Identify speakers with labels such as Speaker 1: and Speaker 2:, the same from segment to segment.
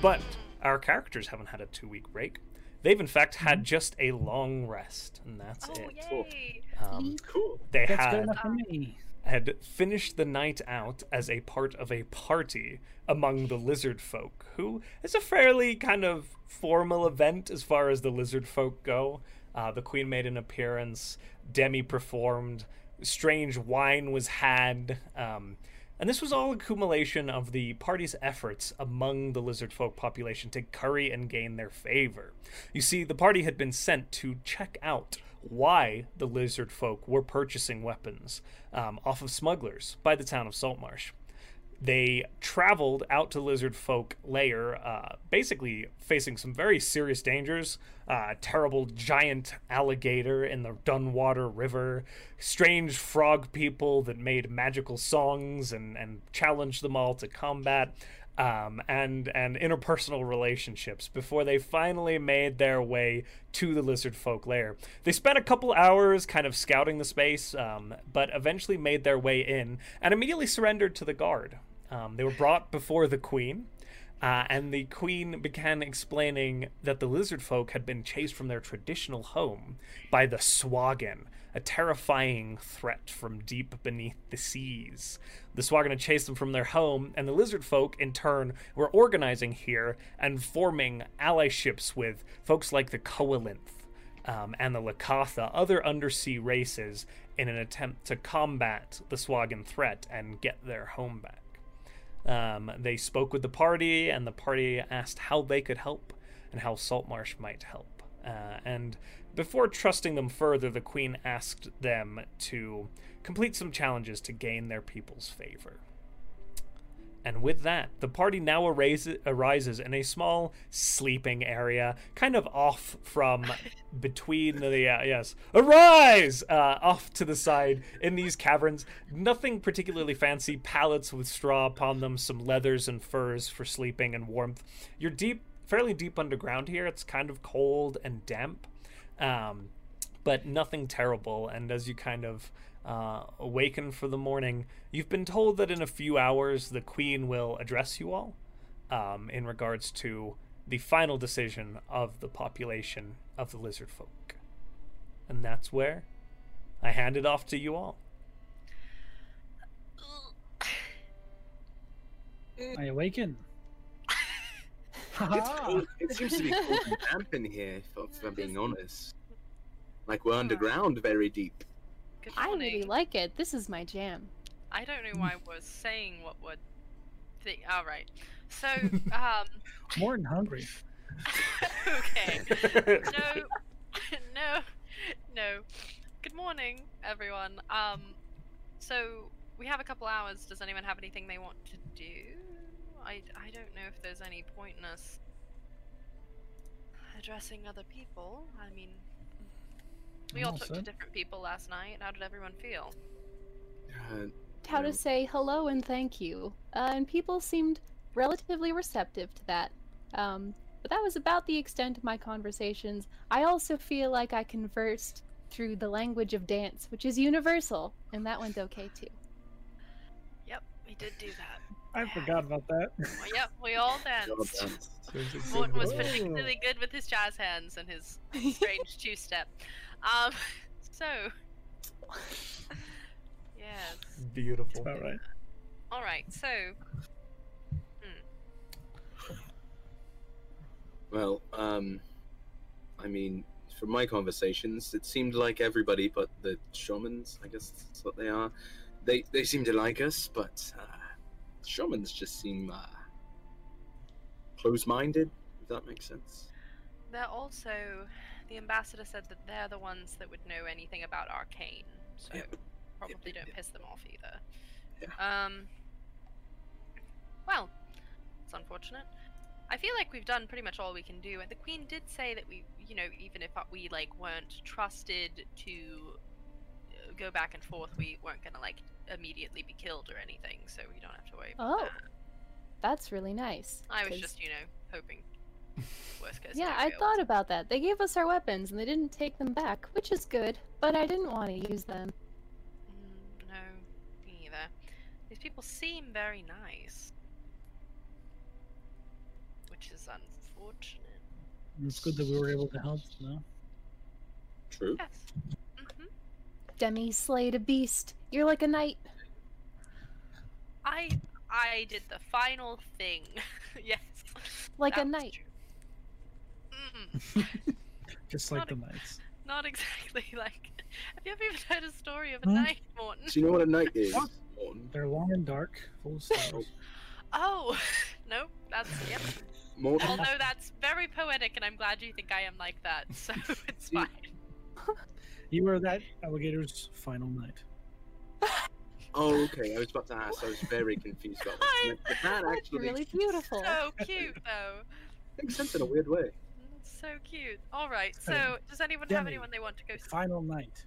Speaker 1: But our characters haven't had a two week break. They've, in fact,
Speaker 2: Mm-hmm.
Speaker 1: had just a long rest, and that's
Speaker 3: Oh,
Speaker 1: it.
Speaker 3: yay.
Speaker 1: Um,
Speaker 4: Cool.
Speaker 1: they
Speaker 2: That's
Speaker 1: had
Speaker 2: good enough for me.
Speaker 1: had finished the night out as a part of a party among the lizard folk, who is a fairly kind of formal event as far as the lizard folk go. Uh, the queen made an appearance, Demi performed, strange wine was had, um, and this was all accumulation of the party's efforts among the lizard folk population to curry and gain their favor. You see, the party had been sent to check out why the lizard folk were purchasing weapons um, off of smugglers by the town of Saltmarsh. They traveled out to lizard folk lair, uh, basically facing some very serious dangers. Uh, terrible giant alligator in the Dunwater River, strange frog people that made magical songs and, and challenged them all to combat, um, and and interpersonal relationships before they finally made their way to the lizard folk lair. They spent a couple hours kind of scouting the space, um, but eventually made their way in and immediately surrendered to the guard. Um, they were brought before the queen. Uh, and the queen began explaining that the lizard folk had been chased from their traditional home by the Swagan, a terrifying threat from deep beneath the seas. The Swagan had chased them from their home, and the lizard folk, in turn, were organizing here and forming allyships with folks like the Coalinth um, and the Lakatha, other undersea races, in an attempt to combat the Swagan threat and get their home back. Um, they spoke with the party, and the party asked how they could help and how Saltmarsh might help. Uh, and before trusting them further, the queen asked them to complete some challenges to gain their people's favor. And with that, the party now arises, arises in a small sleeping area, kind of off from between the uh, yes, arise uh, off to the side in these caverns. Nothing particularly fancy. Pallets with straw upon them, some leathers and furs for sleeping and warmth. You're deep, fairly deep underground here. It's kind of cold and damp, um, but nothing terrible. And as you kind of uh, awaken for the morning, you've been told that in a few hours the queen will address you all um, in regards to the final decision of the population of the lizard folk. And that's where I hand it off to you all.
Speaker 2: I awaken.
Speaker 4: It's
Speaker 2: Ha-ha.
Speaker 4: cold. It seems to be cold and damp in here, if, if I'm being honest. Like we're underground, very deep.
Speaker 3: Good
Speaker 5: I
Speaker 3: morning.
Speaker 5: really like it. This is my jam.
Speaker 3: I don't know why I was saying what would. Thi- All right. So, um,
Speaker 2: More than hungry.
Speaker 3: okay. No, no, no. Good morning, everyone. Um, so we have a couple hours. Does anyone have anything they want to do? I, I don't know if there's any point in us addressing other people. I mean, we all
Speaker 2: Well
Speaker 3: talked to
Speaker 2: said.
Speaker 3: different people last night. How did everyone feel?
Speaker 4: Uh,
Speaker 5: How
Speaker 4: Yeah.
Speaker 5: to say hello and thank you. Uh, and people seemed relatively receptive to that. Um, but that was about the extent of my conversations. I also feel like I conversed through the language of dance, which is universal, and that went okay too.
Speaker 3: Yep, we did do that.
Speaker 2: I forgot about that.
Speaker 3: Well, yep, we all
Speaker 4: well
Speaker 3: danced.
Speaker 4: done.
Speaker 3: Morton was
Speaker 2: Oh.
Speaker 3: particularly good with his jazz hands and his strange two step. Um, so. Yes.
Speaker 2: That's
Speaker 1: Beautiful.
Speaker 2: about right.
Speaker 3: Alright, so.
Speaker 4: Well, um, I mean, from my conversations, it seemed like everybody but the shamans, I guess that's what they are, they they seem to like us, but uh, shamans just seem uh, close-minded. If that makes sense.
Speaker 3: They're also. The ambassador said that they're the ones that would know anything about arcane, so
Speaker 4: Yep, yep,
Speaker 3: probably don't
Speaker 4: yep.
Speaker 3: piss them off either. Um. Well, it's unfortunate. I feel like we've done pretty much all we can do, and the Queen did say that we, you know, even if uh, we like weren't trusted to uh, go back and forth, we weren't gonna like immediately be killed or anything, so we don't have to worry. about
Speaker 5: Oh,
Speaker 3: that.
Speaker 5: that's really nice.
Speaker 3: I was
Speaker 5: 'cause-
Speaker 3: just, you know, hoping. Worst case.
Speaker 5: Yeah, I
Speaker 3: scenario.
Speaker 5: thought about that. They gave us our weapons and they didn't take them back, which is good, but I didn't want to use them.
Speaker 3: Mm, no, me either. These people seem very nice, which is is unfortunate.
Speaker 2: It's good that we were able to help, no?
Speaker 4: True.
Speaker 3: Yes. hmm
Speaker 5: Demi slayed a beast. You're like a knight.
Speaker 3: I I did the final thing. yes.
Speaker 5: Like
Speaker 3: that
Speaker 5: a
Speaker 3: was
Speaker 5: knight.
Speaker 3: true. Mm,
Speaker 2: Just like
Speaker 3: Not
Speaker 2: the
Speaker 3: a-
Speaker 2: knights.
Speaker 3: not exactly like. Have you ever even heard a story of a
Speaker 2: Hmm?
Speaker 3: knight, Morton?
Speaker 4: Do you know what a knight is?
Speaker 2: What?
Speaker 4: Morn.
Speaker 2: They're long and dark, full of stars.
Speaker 3: Oh, nope. That's yep.
Speaker 4: Morn.
Speaker 3: Although that's very poetic, and I'm glad you think I am like that. So it's
Speaker 4: See,
Speaker 3: fine.
Speaker 2: you were that alligator's final knight.
Speaker 4: Oh, okay. I was about to ask. I was very confused about this. But that
Speaker 5: That's
Speaker 4: actually
Speaker 5: really beautiful.
Speaker 3: So cute though.
Speaker 4: makes sense in a weird way.
Speaker 3: That's So cute. All right.
Speaker 2: Um,
Speaker 3: So does anyone have
Speaker 2: Demi.
Speaker 3: anyone they want to go see?
Speaker 2: Final knight.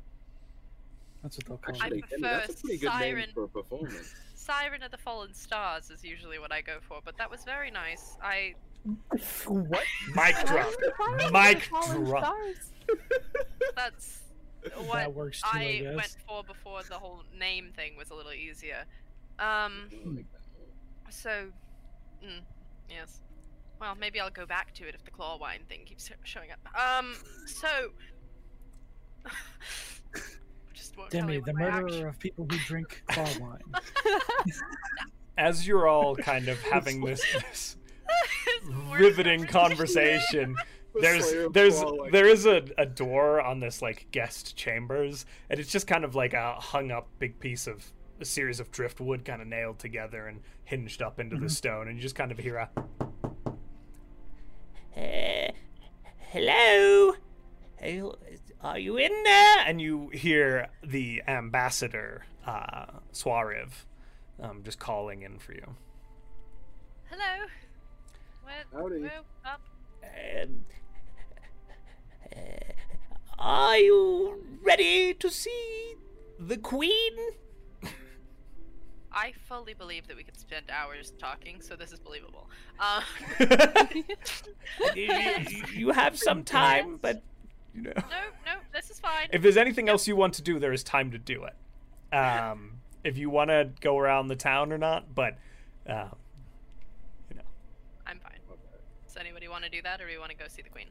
Speaker 2: That's what they'll call
Speaker 4: Actually,
Speaker 2: it.
Speaker 4: Demi, that's a
Speaker 3: prefer
Speaker 4: pretty good name
Speaker 3: Siren.
Speaker 4: for a performance.
Speaker 3: Siren of the Fallen Stars is usually what I go for, but that was very nice. I
Speaker 2: What?
Speaker 1: Mic
Speaker 5: Why
Speaker 1: drop.
Speaker 5: is it- why is it
Speaker 1: Mic
Speaker 5: fallen
Speaker 1: drop.
Speaker 5: stars?
Speaker 3: that's
Speaker 2: That
Speaker 3: what
Speaker 2: works too, I,
Speaker 3: I
Speaker 2: guess.
Speaker 3: went for before the whole name thing was a little easier. Um, so, mm, yes. Well, maybe I'll go back to it if the claw wine thing keeps showing up. Um, so. just won't tell
Speaker 2: Demi,
Speaker 3: you
Speaker 2: the
Speaker 3: what my action-
Speaker 2: murderer of people who drink claw wine.
Speaker 1: As you're all kind of having this, this
Speaker 3: It's worth
Speaker 1: riveting
Speaker 3: it.
Speaker 1: conversation,
Speaker 4: The
Speaker 1: there's
Speaker 4: Slayer of
Speaker 1: there's
Speaker 4: Clawlight.
Speaker 1: there is a, a door on this like guest chambers, and it's just kind of like a hung up big piece of a series of driftwood kind of nailed together and hinged up into
Speaker 6: Mm-hmm.
Speaker 1: the
Speaker 2: Mhm.
Speaker 1: stone, and you just kind of hear a
Speaker 6: Uh, hello? Who- Are you in there?
Speaker 1: and you hear the ambassador uh, Suarev, um, just calling in for you.
Speaker 3: Hello. We're,
Speaker 4: Howdy.
Speaker 3: we're up.
Speaker 6: Um, uh, are you ready to see the queen?
Speaker 3: I fully believe that we could spend hours talking, so this is believable. Um,
Speaker 6: You- you have some time, but
Speaker 1: You know,
Speaker 3: no, no, this is fine.
Speaker 1: if there's anything else you want to do, there is time to do it. Um, if you want to go around the town or not, but uh,
Speaker 3: I'm fine. Does anybody want to do that, or do we want to go see the queen?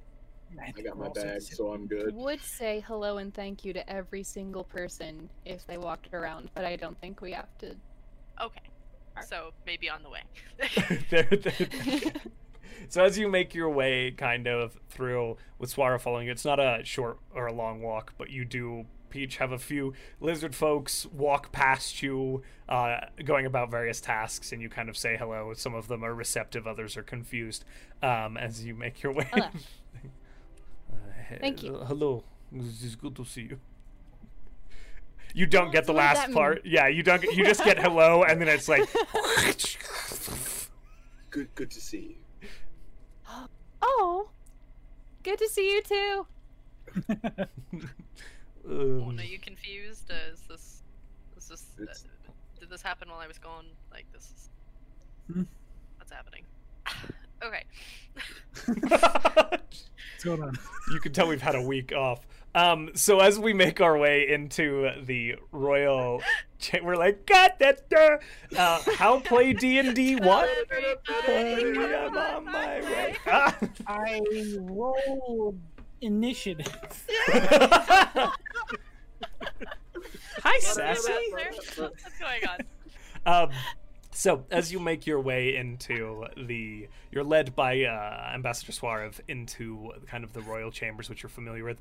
Speaker 4: I got my bag, so I'm good.
Speaker 5: Would say hello and thank you to every single person if they walked around, but I don't think we have to.
Speaker 3: Okay. So maybe on the way.
Speaker 1: there, there- so as you make your way kind of through with Swara following you, it's not a short or a long walk, but you do, Peach, have a few lizard folks walk past you, uh, going about various tasks, and you kind of say hello. Some of them are receptive, others are confused um, as you make your way.
Speaker 5: Hello.
Speaker 1: Uh,
Speaker 5: Thank you.
Speaker 1: Hello. It's it's good to see you. You don't
Speaker 5: Well,
Speaker 1: get the
Speaker 5: Oh, what does that
Speaker 1: last
Speaker 5: mean?
Speaker 1: part. Yeah, you don't. get- You just get hello, and then it's like.
Speaker 4: Good, good to see
Speaker 5: Oh, good to see you too.
Speaker 3: Or
Speaker 1: Um,
Speaker 3: are you confused? Uh, is this? Is this? uh,
Speaker 4: It's-
Speaker 3: did this happen while I was gone? Like this is?
Speaker 2: Hmm.
Speaker 3: What's happening? okay.
Speaker 2: What's going on?
Speaker 1: you can tell we've had a week off. Um, so as we make our way into the royal, cha- we're like, God, that uh, uh, how play D and D what?
Speaker 3: Everybody
Speaker 1: Hey,
Speaker 3: come
Speaker 1: I'm on my way. Ah.
Speaker 2: I rolled initiative.
Speaker 1: Ah. Hi,
Speaker 3: What's
Speaker 1: sassy.
Speaker 3: going on? What's going on?
Speaker 1: Um, so as you make your way into the, you're led by uh, Ambassador Suarev into kind of the royal chambers, which you're familiar with.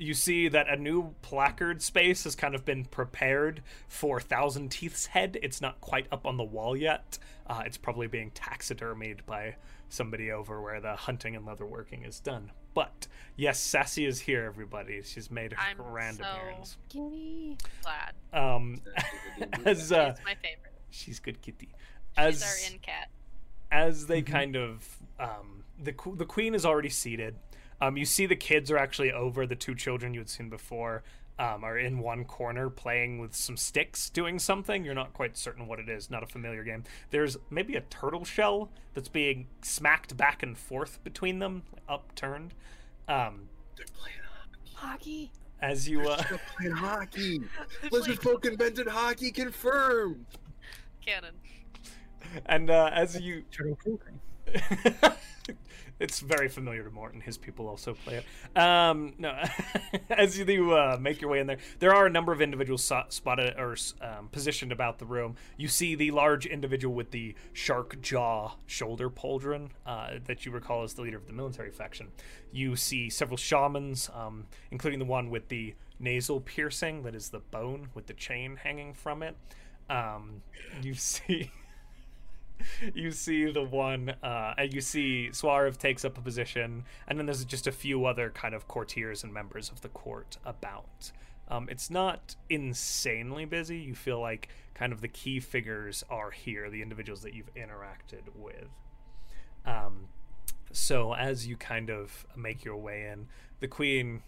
Speaker 1: You see that a new placard space has kind of been prepared for Thousand Teeth's head. It's not quite up on the wall yet. Uh, it's probably being taxidermied by somebody over where the hunting and leatherworking is done. But yes, Sassy is here, everybody. She's made her
Speaker 3: I'm
Speaker 1: grand
Speaker 3: so-
Speaker 1: appearance.
Speaker 5: Kitty.
Speaker 3: Glad.
Speaker 1: Um,
Speaker 4: you.
Speaker 1: as uh,
Speaker 3: She's my favorite.
Speaker 1: she's good kitty.
Speaker 3: She's
Speaker 1: as-
Speaker 3: our in cat.
Speaker 1: as they
Speaker 2: Mhm.
Speaker 1: kind of um, the qu- the queen is already seated. Um, you see the kids are actually over. The two children you had seen before um, are in one corner playing with some sticks, doing something. You're not quite certain what it is. Not a familiar game. There's maybe a turtle shell that's being smacked back and forth between them, upturned. Um,
Speaker 4: They're playing
Speaker 5: Hockey.
Speaker 1: as you uh,
Speaker 4: hockey. They're playing hockey.
Speaker 3: It's
Speaker 4: Blizzard
Speaker 3: like
Speaker 4: folk invented hockey. Confirmed.
Speaker 3: canon.
Speaker 1: and uh, as you
Speaker 2: Turtle pooping.
Speaker 1: it's very familiar to Morton. His people also play it. Um, no, as you uh, make your way in there, there are a number of individuals so- spotted or um, positioned about the room. You see the large individual with the shark jaw shoulder pauldron uh, that you recall as the leader of the military faction. You see several shamans, um, including the one with the nasal piercing that is the bone with the chain hanging from it. Um, you see you see the one uh and you see Suarev takes up a position and then there's just a few other kind of courtiers and members of the court about um it's not insanely busy you feel like kind of the key figures are here the individuals that you've interacted with um so as you kind of make your way in the queen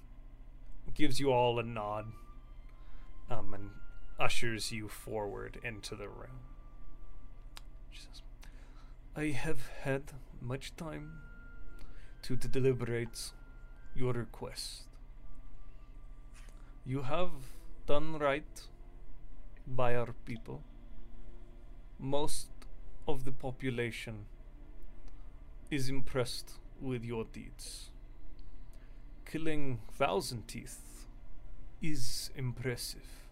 Speaker 1: gives you all a nod um and ushers you forward into the room she says, I have had much time to d- deliberate your request. You have done right by our people. Most of the population is impressed with your deeds. Killing thousand teeth is impressive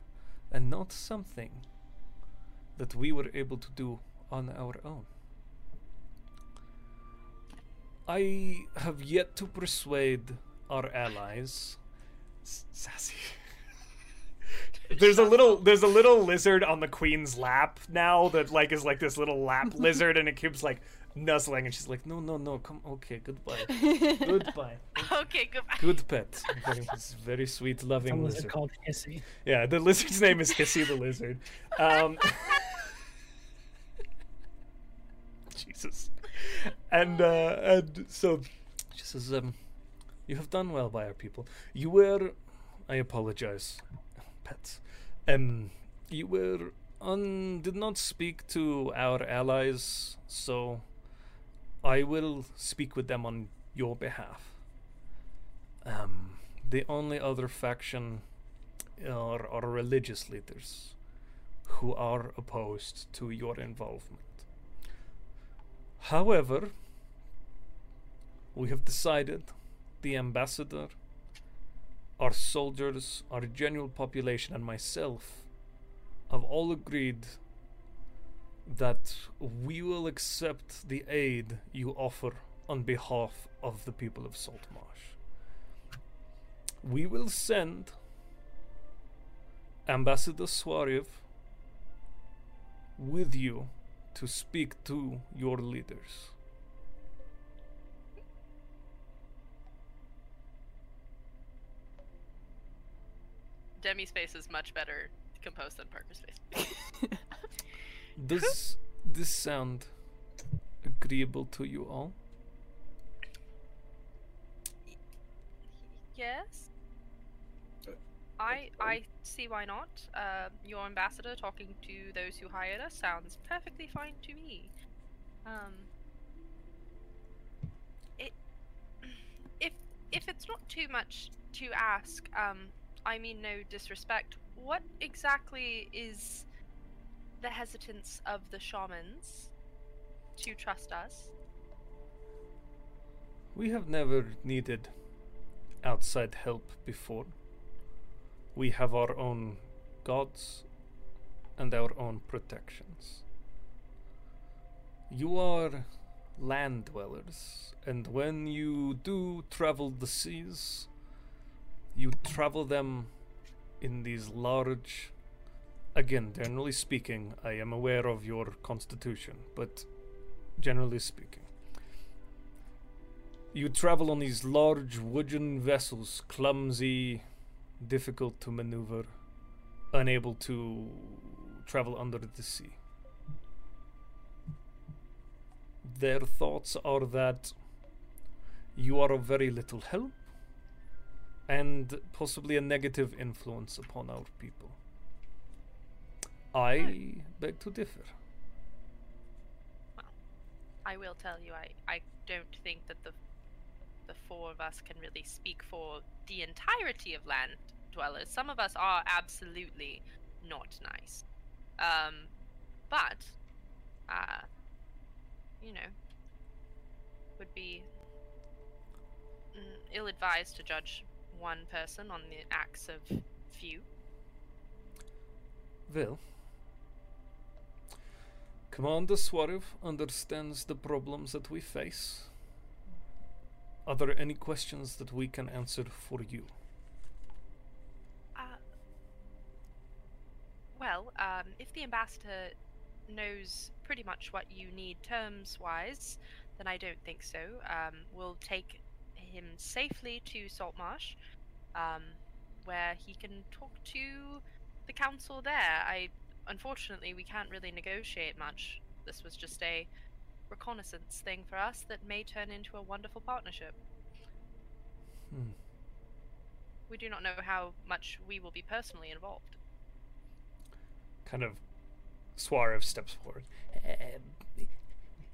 Speaker 1: and not something that we were able to do on our own. I have yet to persuade our allies. S- sassy. there's a little there's a little lizard on the queen's lap now that like is like this little lap lizard and it keeps like nuzzling and she's like no no no come okay goodbye goodbye
Speaker 3: Okay, goodbye.
Speaker 1: good pet very, it's very sweet loving
Speaker 2: Some lizard
Speaker 1: lizard
Speaker 2: called Hissy.
Speaker 1: yeah the lizard's name is hissy the lizard um Jesus. And uh, and so she says, um, "You have done well by our people. You were, I apologize, pets. Um, you were un did not speak to our allies, so I will speak with them on your behalf. Um, the only other faction are, are religious leaders." Who are opposed to your involvement. However, we have decided the ambassador, our soldiers, our general population, and myself have all agreed that we will accept the aid you offer on behalf of the people of Saltmarsh. We will send Ambassador Suarev with you to speak to your leaders.
Speaker 3: Demi space is much better composed than Parker space.
Speaker 1: Does this sound agreeable to you all?
Speaker 3: yes.
Speaker 4: Uh,
Speaker 3: I
Speaker 4: okay.
Speaker 3: I see why not. Uh, your ambassador talking to those who hired us sounds perfectly fine to me. Um. It. If if it's not too much to ask, um, I mean no disrespect. What exactly is the hesitance of the shamans to trust us?
Speaker 1: We have never needed outside help before. We have our own gods and our own protections. You are land dwellers, and when you do travel the seas, you travel them in these large. Again, generally speaking, I am aware of your constitution, but generally speaking. You travel on these large wooden vessels, clumsy, difficult to maneuver, unable to travel under the sea. Their thoughts are that you are of very little help and possibly a negative influence upon our people. I beg to differ.
Speaker 3: I will tell you, I, I don't think that the the four of us can really speak for the entirety of land dwellers. Some of us are absolutely not nice, um, but uh, you know, would be mm, ill-advised to judge one person on the acts of few.
Speaker 1: Well, Commander Suarev understands the problems that we face. Are there any questions that we can answer for you?
Speaker 3: Uh, well, um, if the ambassador knows pretty much what you need terms-wise, then I don't think so. Um, we'll take him safely to Saltmarsh, um, where he can talk to the council there. I unfortunately we can't really negotiate much. This was just a reconnaissance thing for us that may turn into a wonderful partnership.
Speaker 1: Hmm.
Speaker 3: We do not know how much we will be personally involved.
Speaker 1: Kind of Suarev steps forward.
Speaker 7: Um,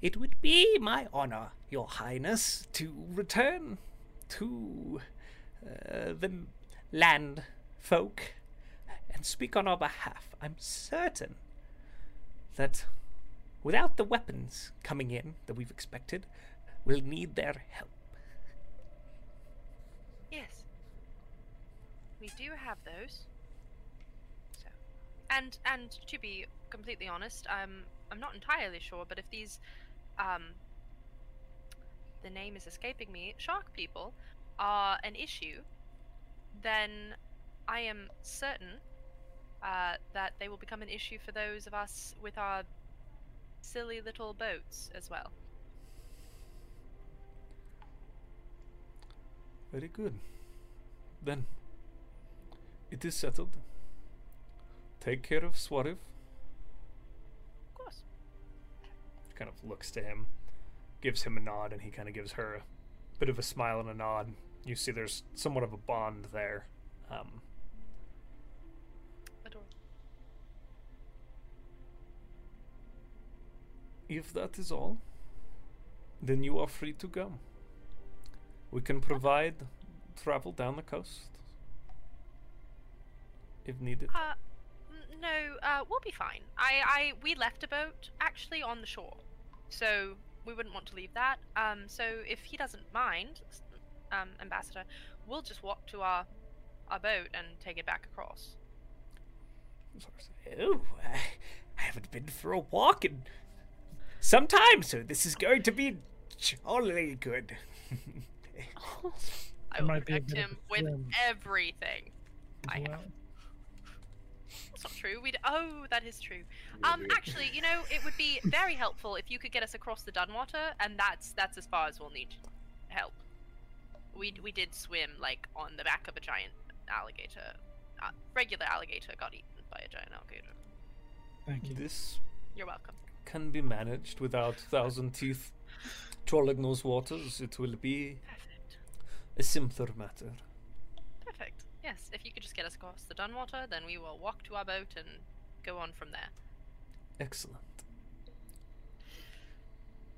Speaker 7: it would be my honor, Your Highness, to return to uh, the land folk and speak on our behalf. I'm certain that without the weapons coming in that we've expected, we'll need their help.
Speaker 3: Yes. We do have those. So, and and to be completely honest, I'm I'm not entirely sure, but if these, um, the name is escaping me, shark people, are an issue, then I am certain uh, that they will become an issue for those of us with our silly little boats as well.
Speaker 1: Very good. Then, it is settled. Take care of Suarev.
Speaker 3: Of course.
Speaker 1: Kind of looks to him, gives him a nod, and he kind of gives her a bit of a smile and a nod. You see there's somewhat of a bond there. Um,
Speaker 3: Adorable.
Speaker 1: if that is all, then you are free to go. We can provide travel down the coast if needed.
Speaker 3: Uh, n- no, uh, we'll be fine. I, I, we left a boat actually on the shore, so we wouldn't want to leave that. Um, so if he doesn't mind, s- um, Ambassador, we'll just walk to our, our boat and take it back across.
Speaker 7: Oh, I, I haven't been for a walk in some time, so this is going to be jolly good.
Speaker 3: I
Speaker 2: It
Speaker 3: will
Speaker 2: might be a
Speaker 3: protect
Speaker 2: bit of
Speaker 3: him
Speaker 2: a
Speaker 3: with
Speaker 2: swim.
Speaker 3: everything. I have.
Speaker 2: Well,
Speaker 3: That's not true. We'd. Oh, that is true. Um, actually, you know, it would be very helpful if you could get us across the Dunwater, and that's that's as far as we'll need help. We we did swim like on the back of a giant alligator. Uh, regular alligator got eaten by a giant alligator.
Speaker 2: Thank you.
Speaker 1: This
Speaker 3: You're welcome.
Speaker 1: can be managed without thousand teeth trolling those waters. It will be
Speaker 3: Perfect.
Speaker 1: a simpler matter.
Speaker 3: Perfect. Yes, if you could just get us across the Dunwater, then we will walk to our boat and go on from there.
Speaker 1: Excellent.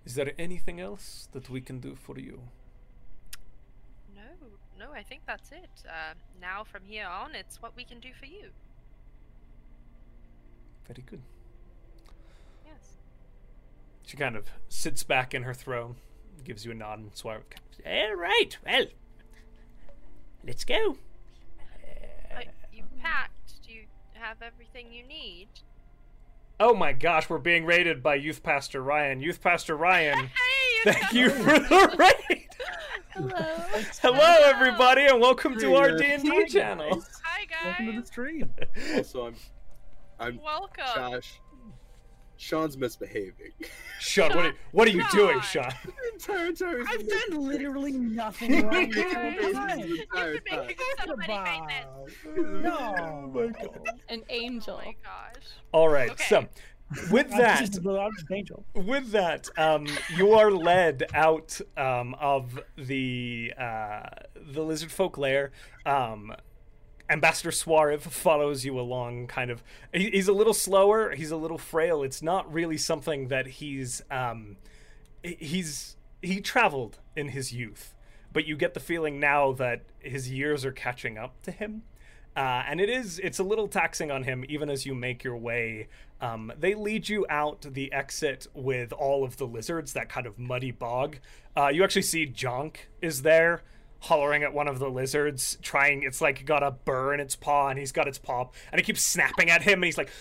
Speaker 1: Is there anything else that we can do for you?
Speaker 3: No, no, I think that's it. Uh, now from here on, it's what we can do for you.
Speaker 1: Very good.
Speaker 3: Yes.
Speaker 1: She kind of sits back in her throne, gives you a nod, and Suarev.
Speaker 7: All right, well, let's go.
Speaker 3: Uh, you packed. Do you have everything you need?
Speaker 1: Oh my gosh, we're being raided by Youth Pastor Ryan. Youth Pastor Ryan,
Speaker 3: Hey,
Speaker 1: thank you for the raid.
Speaker 5: Hello.
Speaker 1: Hello, everybody, and welcome to our D
Speaker 2: Hey,
Speaker 1: and D channel.
Speaker 3: Hi
Speaker 2: Welcome to the
Speaker 3: guys.
Speaker 2: stream.
Speaker 4: also, I'm, I'm
Speaker 3: Welcome.
Speaker 4: Josh. Sean's misbehaving.
Speaker 1: Sean, what are, what are you doing, Sean?
Speaker 3: Sean.
Speaker 4: the entire time. he's
Speaker 2: I've
Speaker 4: been
Speaker 2: done literally nothing wrong. this whole
Speaker 4: misbehaving
Speaker 3: Guys.
Speaker 2: time.
Speaker 4: the entire
Speaker 3: You've been
Speaker 4: time. Oh
Speaker 3: making so many faces.
Speaker 2: No.
Speaker 5: An angel.
Speaker 3: Oh my gosh.
Speaker 1: All right, so
Speaker 3: Okay.
Speaker 1: with
Speaker 2: I'm
Speaker 1: that,
Speaker 2: just- well, I'm just an angel.
Speaker 1: with that, um, you are led out um, of the uh, the lizard folk lair. Um, Ambassador Suarev follows you along, kind of. he- He's a little slower. He's a little frail. It's not really something that he's. Um, he- he's he traveled in his youth, but you get the feeling now that his years are catching up to him.
Speaker 8: Uh, and it is it's a little taxing on him even as you make your way um, they lead you out the exit with all of the lizards that kind of muddy bog uh, you actually see jonk is there hollering at one of the lizards trying it's like got a burr in its paw and he's got its paw and it keeps snapping at him and he's like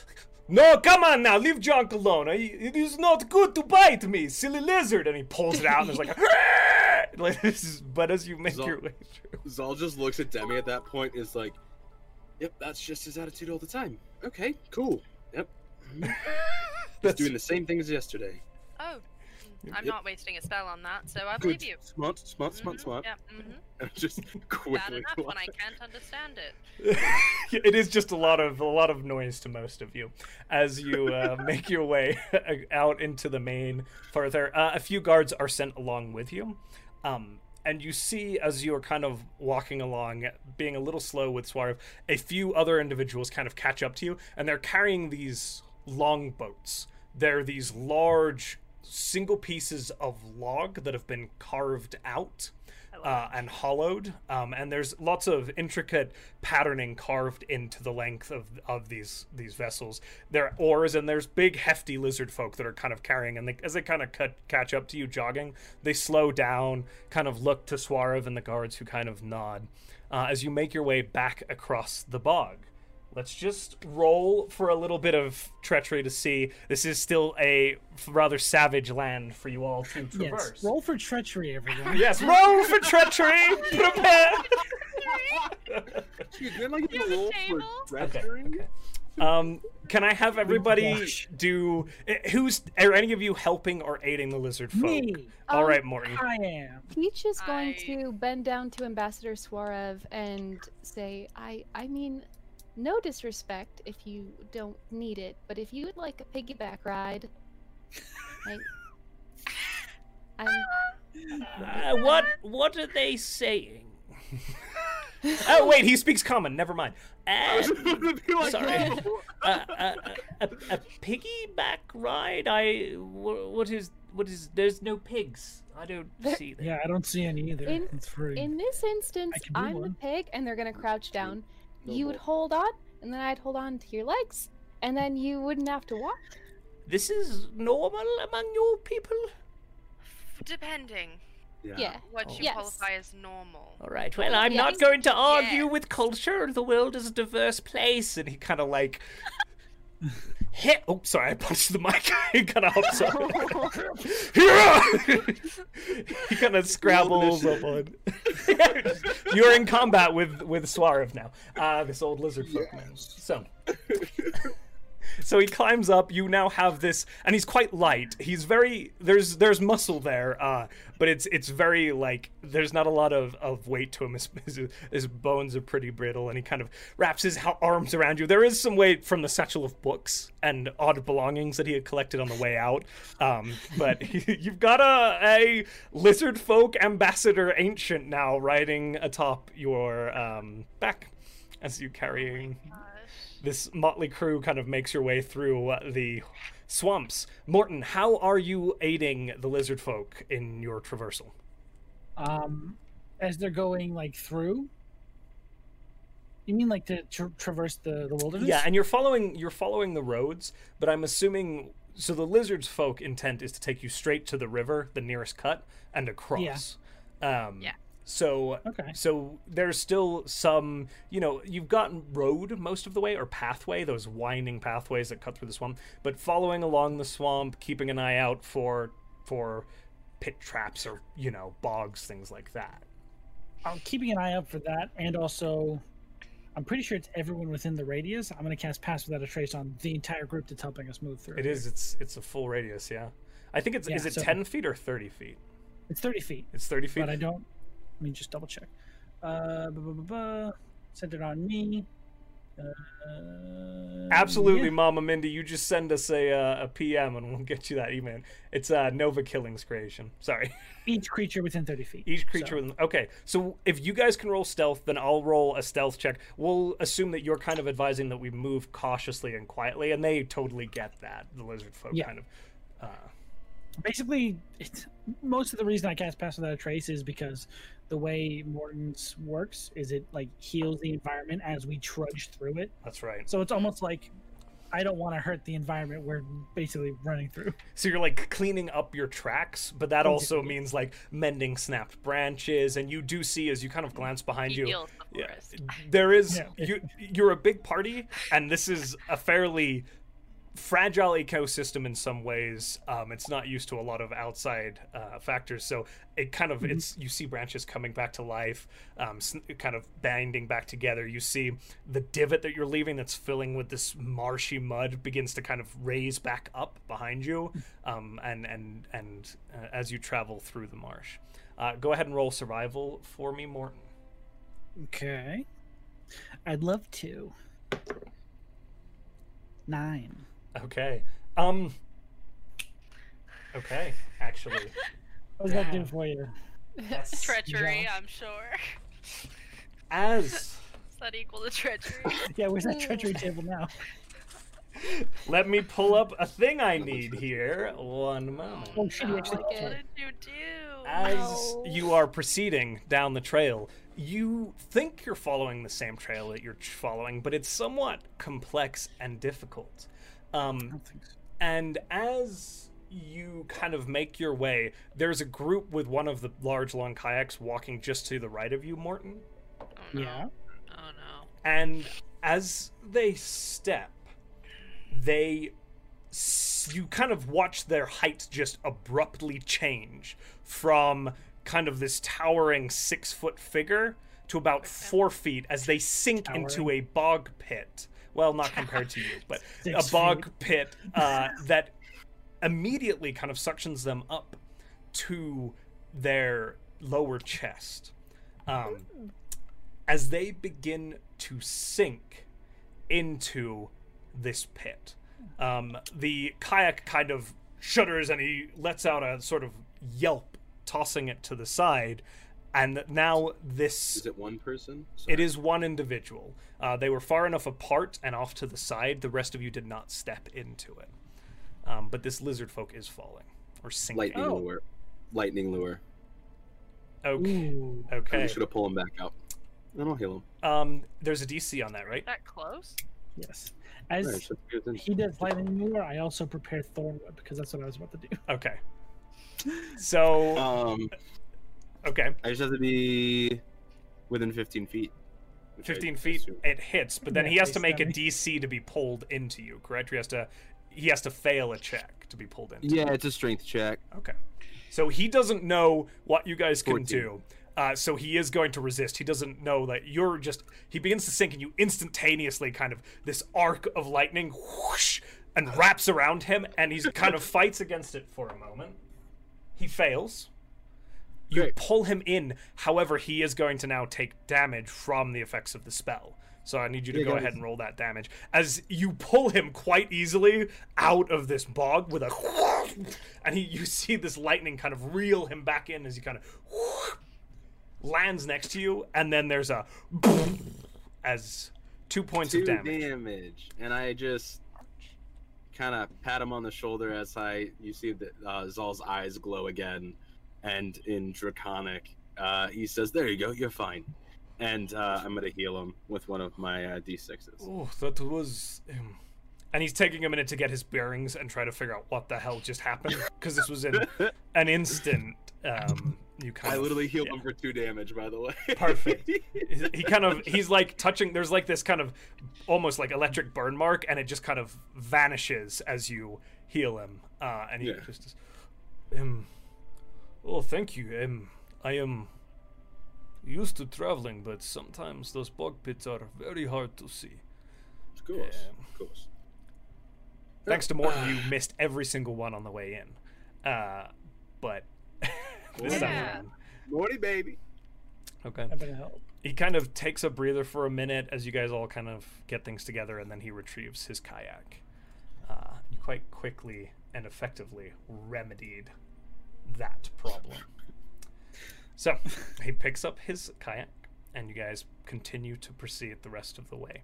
Speaker 8: no, come on now, leave Jonk alone. I- It is not good to bite me, silly lizard. And he pulls it out and there's like, a like this is- but as you make
Speaker 4: Zol-
Speaker 8: your way through,
Speaker 4: Zal just looks at Demi at that point. Is like, yep, that's just his attitude all the time. Okay, cool. Yep, he's
Speaker 8: That's-
Speaker 4: doing the same thing as yesterday.
Speaker 3: Oh, I'm
Speaker 4: Yep.
Speaker 3: not wasting a spell on that, so I
Speaker 4: Good,
Speaker 3: believe you.
Speaker 4: smart, smart, smart,
Speaker 3: Mhm,
Speaker 4: smart.
Speaker 3: Yeah, hmm
Speaker 4: just
Speaker 3: Bad
Speaker 4: quickly.
Speaker 3: enough when I
Speaker 4: walk-
Speaker 3: can't understand it.
Speaker 8: it is just a lot of a lot of noise to most of you as you uh, make your way out into the main further. Uh, a few guards are sent along with you, um, and you see as you're kind of walking along, being a little slow with Swarv, a few other individuals kind of catch up to you, and they're carrying these long boats. They're these large single pieces of log that have been carved out uh, and hollowed. Um, and there's lots of intricate patterning carved into the length of, of these these vessels. There are oars, and there's big, hefty lizard folk that are kind of carrying. And they, as they kind of cut, catch up to you jogging, they slow down, kind of look to Suarev and the guards who kind of nod uh, as you make your way back across the bog. Let's just roll for a little bit of treachery to see. This is still a rather savage land for you all to traverse.
Speaker 2: Yes. Roll for treachery, everyone.
Speaker 8: Yes, roll for treachery. Prepare.
Speaker 4: Dude, we're like
Speaker 3: You have a
Speaker 4: roll for
Speaker 3: table?
Speaker 8: okay.
Speaker 4: treachery?
Speaker 8: okay. Um, can I have everybody
Speaker 2: Gosh.
Speaker 8: do? eh, Who's are any of you helping or aiding the lizard folk?
Speaker 2: Me, uh,
Speaker 8: All
Speaker 5: Um,
Speaker 8: right, Morton.
Speaker 2: I am.
Speaker 5: Peach is going
Speaker 3: I-
Speaker 5: to bend down to Ambassador Suarev and say, I I mean, no disrespect if you don't need it, but if you would like a piggyback ride, I, I'm
Speaker 1: Uh, what what are they saying?
Speaker 8: Oh wait, he speaks common. Never mind.
Speaker 4: I
Speaker 1: Uh,
Speaker 4: was about to be like,
Speaker 1: Sorry.
Speaker 4: no.
Speaker 1: a, a, a, a piggyback ride? I wh- what is what is? There's no pigs. I don't
Speaker 5: There-
Speaker 1: see them.
Speaker 2: Yeah, I don't see any either.
Speaker 5: In-
Speaker 2: it's free.
Speaker 5: In this instance,
Speaker 2: I can do
Speaker 5: I'm the
Speaker 2: one.
Speaker 5: pig, and they're gonna crouch down.
Speaker 4: No
Speaker 5: you would
Speaker 4: more.
Speaker 5: hold on, and then I'd hold on to your legs, and then you wouldn't have to walk.
Speaker 1: This is normal among your people.
Speaker 3: Depending
Speaker 5: Yeah.
Speaker 3: what
Speaker 1: Oh.
Speaker 3: you
Speaker 5: Yes.
Speaker 3: qualify as normal.
Speaker 8: Oh.
Speaker 1: All right. Well, I'm
Speaker 5: Yes.
Speaker 1: not going to argue
Speaker 3: Yes.
Speaker 1: with culture. The world is a diverse place, and he kind of like. Hit. Oh, sorry, I punched the mic. he kind of hops up.
Speaker 8: he kind of scrabbles up on. You're in combat with with Suarev now. Uh, this old lizard folk man. So. So he climbs up. You now have this, and he's quite light. He's very there's there's muscle there, uh, but it's it's very like there's not a lot of, of weight to him. His, his, his bones are pretty brittle, and he kind of wraps his ho- arms around you. There is some weight from the satchel of books and odd belongings that he had collected on the way out, um, but he, you've got a a lizard folk ambassador ancient now riding atop your um, back as you carrying
Speaker 3: Gosh.
Speaker 8: this motley crew kind of makes your way through uh, the swamps. Morton, how are you aiding the lizard folk in your traversal?
Speaker 2: Um, as they're going like through. You mean like to tra- traverse the, the wilderness?
Speaker 8: Yeah, and you're following you're following the roads, but I'm assuming so the lizard's folk intent is to take you straight to the river, the nearest cut, and across. Um
Speaker 3: Yeah.
Speaker 8: so
Speaker 2: Okay.
Speaker 8: so there's still some you know you've gotten road most of the way or pathway those winding pathways that cut through the swamp but following along the swamp keeping an eye out for for pit traps or you know bogs things like that
Speaker 2: I'm keeping an eye out for that, and also, I'm pretty sure it's everyone within the radius. I'm gonna cast Pass Without a Trace on the entire group that's helping us move through.
Speaker 8: it is it's it's a full radius yeah i think it's is
Speaker 2: Yeah,
Speaker 8: it
Speaker 2: so-
Speaker 8: 10 feet or 30 feet
Speaker 2: It's 30 feet,
Speaker 8: it's 30 feet
Speaker 2: but I don't. Let me just double check. Uh, buh, buh, buh, buh. centered on me. Uh,
Speaker 8: absolutely
Speaker 2: um, yeah.
Speaker 8: mama mindy you just send us a uh, a pm and we'll get you that email it's uh nova killings creation sorry
Speaker 2: Each creature within 30 feet.
Speaker 8: Each creature
Speaker 2: So,
Speaker 8: with okay. So if you guys can roll stealth, then I'll roll a stealth check. We'll assume that you're kind of advising that we move cautiously and quietly, and they totally get that. The lizard folk
Speaker 2: Yeah.
Speaker 8: kind of. Uh,
Speaker 2: basically it's most of the reason i cast pass without a trace is because the way morton's works is it like heals the environment as we trudge through it
Speaker 8: That's right.
Speaker 2: so it's almost like i don't want to hurt the environment we're basically running through
Speaker 8: So you're like cleaning up your tracks, but that also
Speaker 2: Exactly.
Speaker 8: means like mending snapped branches. And you do see as you kind of glance behind
Speaker 3: He
Speaker 8: you,
Speaker 3: heals the
Speaker 8: Yeah,
Speaker 3: forest.
Speaker 8: there is
Speaker 2: Yeah.
Speaker 8: you you're a big party and this is a fairly fragile ecosystem in some ways um, it's not used to a lot of outside uh, factors so it kind of it's you see branches coming back to life um, sn- kind of binding back together you see the divot that you're leaving that's filling with this marshy mud begins to kind of raise back up behind you um, and and and uh, as you travel through the marsh uh, go ahead and roll survival for me morton
Speaker 2: okay i'd love to nine
Speaker 8: Okay. Um. Okay. Actually,
Speaker 2: what does that do
Speaker 8: Damn.
Speaker 2: for you
Speaker 3: treachery,
Speaker 2: Yeah.
Speaker 3: I'm sure.
Speaker 8: as
Speaker 3: Does that equal to treachery?
Speaker 2: yeah where's that
Speaker 5: Mm.
Speaker 2: treachery table now
Speaker 8: let me pull up a thing I need here. One moment.
Speaker 2: oh shit you
Speaker 5: no.
Speaker 2: actually
Speaker 5: Like
Speaker 3: What
Speaker 5: it.
Speaker 3: did you do? Oh
Speaker 8: As you are proceeding down the trail, you think you're following the same trail that you're tr- following, but it's somewhat complex and difficult.
Speaker 2: I
Speaker 8: Um,
Speaker 2: don't think so.
Speaker 8: and as you kind of make your way, there's a group with one of the large long kayaks walking just to the right of you, Morton.
Speaker 3: oh, no.
Speaker 2: yeah
Speaker 3: Oh no.
Speaker 8: and as they step they s- you kind of watch their height just abruptly change from kind of this towering six foot figure to about four feet as they sink into a bog pit well not compared to you but
Speaker 2: Six
Speaker 8: a bog pit uh, that immediately kind of suctions them up to their lower chest um, as they begin to sink into this pit. Um, the kayak kind of shudders and he lets out a sort of yelp, tossing it to the side. And now this
Speaker 4: Is it one person?
Speaker 8: it is one individual. Uh, they were far enough apart and off to the side. The rest of you did not step into it. Um, but this lizard folk is falling or sinking.
Speaker 4: lightning
Speaker 2: Oh.
Speaker 4: lure. Lightning lure.
Speaker 8: Okay.
Speaker 2: Ooh.
Speaker 4: I'm
Speaker 8: Okay.
Speaker 4: just gonna pull him back up. Then I'll heal him.
Speaker 8: Um, there's a DC on that, right?
Speaker 3: That close?
Speaker 2: yes
Speaker 4: There,
Speaker 2: as
Speaker 4: so here's an-
Speaker 2: he does lightning lure i also prepare thornwood because that's what i was about to do
Speaker 8: Okay. So
Speaker 4: Um,
Speaker 8: okay.
Speaker 4: I just have to be within 15 feet. which I
Speaker 8: 15 feet
Speaker 4: assume-
Speaker 8: it hits but then
Speaker 2: Yeah,
Speaker 8: he has to
Speaker 2: please,
Speaker 8: make a
Speaker 2: Sammy.
Speaker 8: dc to be pulled into you correct he has to he has to fail a check to be pulled into
Speaker 4: Yeah, it's a strength check.
Speaker 8: okay so he doesn't know what you guys can
Speaker 4: 14.
Speaker 8: do uh, so he is going to resist he doesn't know that you're just he begins to sink and you instantaneously kind of this arc of lightning whoosh and wraps around him and he's kind of fights against it for a moment he fails you
Speaker 4: Great.
Speaker 8: pull him in however he is going to now take damage from the effects of the spell so i need you to
Speaker 4: Yeah,
Speaker 8: go
Speaker 4: guys.
Speaker 8: ahead and roll that damage as you pull him quite easily out of this bog with a and he, you see this lightning kind of reel him back in as he kind of lands next to you and then there's a as two points
Speaker 4: Two
Speaker 8: of damage
Speaker 4: damage, and I just kind of pat him on the shoulder as I you see that uh, Zal's eyes glow again, and in draconic, uh, he says, "There you go, you're fine," and uh, I'm gonna heal him with one of my uh, d6s.
Speaker 8: Oh, that was. Um... And he's taking a minute to get his bearings and try to figure out what the hell just happened because this was in an instant. Um, you kind
Speaker 4: I
Speaker 8: of
Speaker 4: literally healed
Speaker 8: yeah.
Speaker 4: him for two damage, by the way.
Speaker 8: Perfect. He kind of he's like touching. There's like this kind of almost like electric burn mark, and it just kind of vanishes as you heal him. Uh, and he
Speaker 4: Yeah.
Speaker 8: just um. Oh, thank you. Um, I am used to traveling, but sometimes those bog pits are very hard to see.
Speaker 4: of course,
Speaker 8: Yeah.
Speaker 4: of course.
Speaker 8: Thanks to Morton, you missed every single one on the way in. Uh, but this time
Speaker 3: Yeah.
Speaker 8: around.
Speaker 4: Morty, baby.
Speaker 8: Okay.
Speaker 2: i'm gonna help
Speaker 8: He kind of takes a breather for a minute as you guys all kind of get things together, and then he retrieves his kayak. Uh, you quite quickly and effectively remedied that problem. So he picks up his kayak, and you guys continue to proceed the rest of the way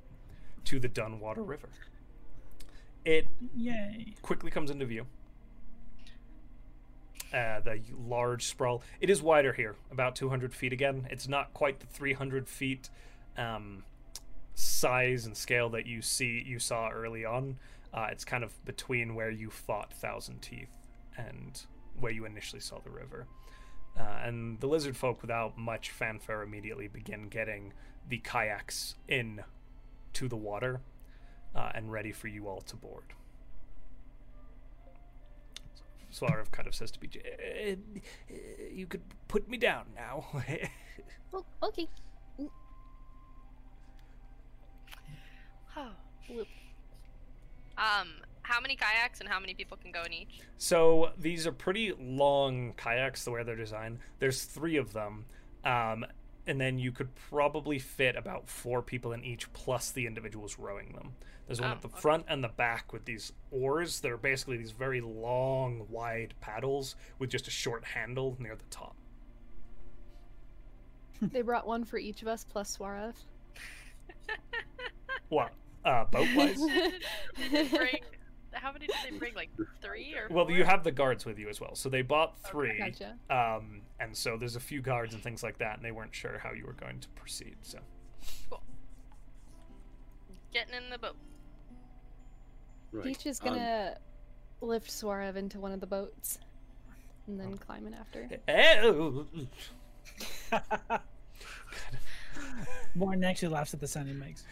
Speaker 8: to the Dunwater River. It
Speaker 2: yay
Speaker 8: quickly comes into view. uh, the large sprawl. It is wider here, about 200 feet again. It's not quite the 300 feet um, size and scale that you see you saw early on. Uh, it's kind of between where you fought Thousand Teeth and where you initially saw the river. Uh, and the lizard folk, without much fanfare, immediately begin getting the kayaks in to the water uh, and ready for you all to board. So Arv kind of says to BJ, "Eh, eh, "You could put me down now."
Speaker 5: Oh, okay.
Speaker 3: Oh.
Speaker 5: Whoop.
Speaker 3: Um, how many kayaks and how many people can go in each?
Speaker 8: So these are pretty long kayaks, the way they're designed. There's three of them. Um, and then you could probably fit about four people in each, plus the individuals rowing them. There's one
Speaker 3: Oh,
Speaker 8: at the
Speaker 3: okay.
Speaker 8: front and the back with these oars that are basically these very long, wide paddles with just a short handle near the top.
Speaker 5: they brought one for each of us plus Suarav.
Speaker 8: What? Uh, boat wise?
Speaker 3: Did they bring, how many did they bring? Like three or
Speaker 8: well,
Speaker 3: four?
Speaker 8: you have the guards with you as well. So they bought three.
Speaker 5: Gotcha.
Speaker 8: Um, and so there's a few guards and things like that, and they weren't sure how you were going to proceed. So
Speaker 3: getting in the boat.
Speaker 4: Right.
Speaker 5: Peach is
Speaker 4: um,
Speaker 5: gonna lift Suarav into one of the boats and then climb in after.
Speaker 8: Oh,
Speaker 2: Morton actually laughs at the sound he makes.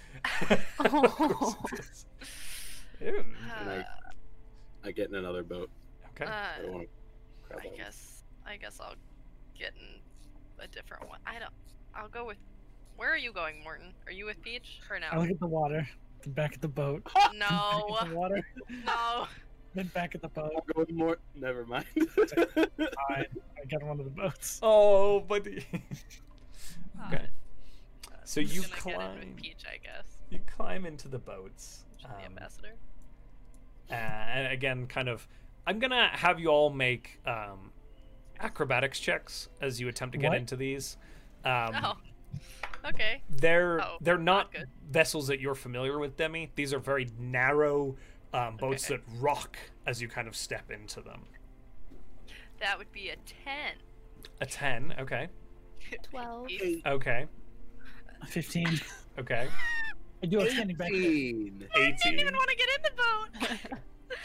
Speaker 5: Oh.
Speaker 8: Ew.
Speaker 4: and I, I get in another boat.
Speaker 8: Okay.
Speaker 3: Uh,
Speaker 4: I don't want to.
Speaker 3: I guess I guess I'll get in a different one. I don't. I'll go with. Where are you going, Morton? Are you with Peach or
Speaker 2: I
Speaker 3: no?
Speaker 2: look at the water, then back at the boat, then back
Speaker 3: No,
Speaker 2: at the water,
Speaker 3: no.
Speaker 2: then back at the boat.
Speaker 4: I'll go with more. Never mind.
Speaker 2: I, I got one of the boats.
Speaker 8: Oh, buddy. okay. So
Speaker 3: I'm
Speaker 8: you
Speaker 3: Uh, gonna get in
Speaker 8: climb.
Speaker 3: with Peach, I guess.
Speaker 8: You climb into the boats.
Speaker 3: She's the
Speaker 8: Um,
Speaker 3: ambassador.
Speaker 8: uh, and again, kind of. I'm gonna have you all make um, acrobatics checks as you attempt to get
Speaker 2: What?
Speaker 8: into these. Um,
Speaker 3: oh, okay.
Speaker 8: They're
Speaker 3: Oh,
Speaker 8: they're
Speaker 3: not
Speaker 8: not
Speaker 3: good.
Speaker 8: vessels that you're familiar with, Demi. These are very narrow um, boats
Speaker 3: Okay.
Speaker 8: that rock as you kind of step into them.
Speaker 3: That would be a ten.
Speaker 8: A ten. Okay.
Speaker 5: Twelve.
Speaker 3: Peach.
Speaker 8: Okay.
Speaker 2: Fifteen.
Speaker 8: Okay.
Speaker 2: I do have standing back.
Speaker 4: Eighteen.
Speaker 3: I didn't
Speaker 8: Eighteen.
Speaker 3: even want to get in the boat.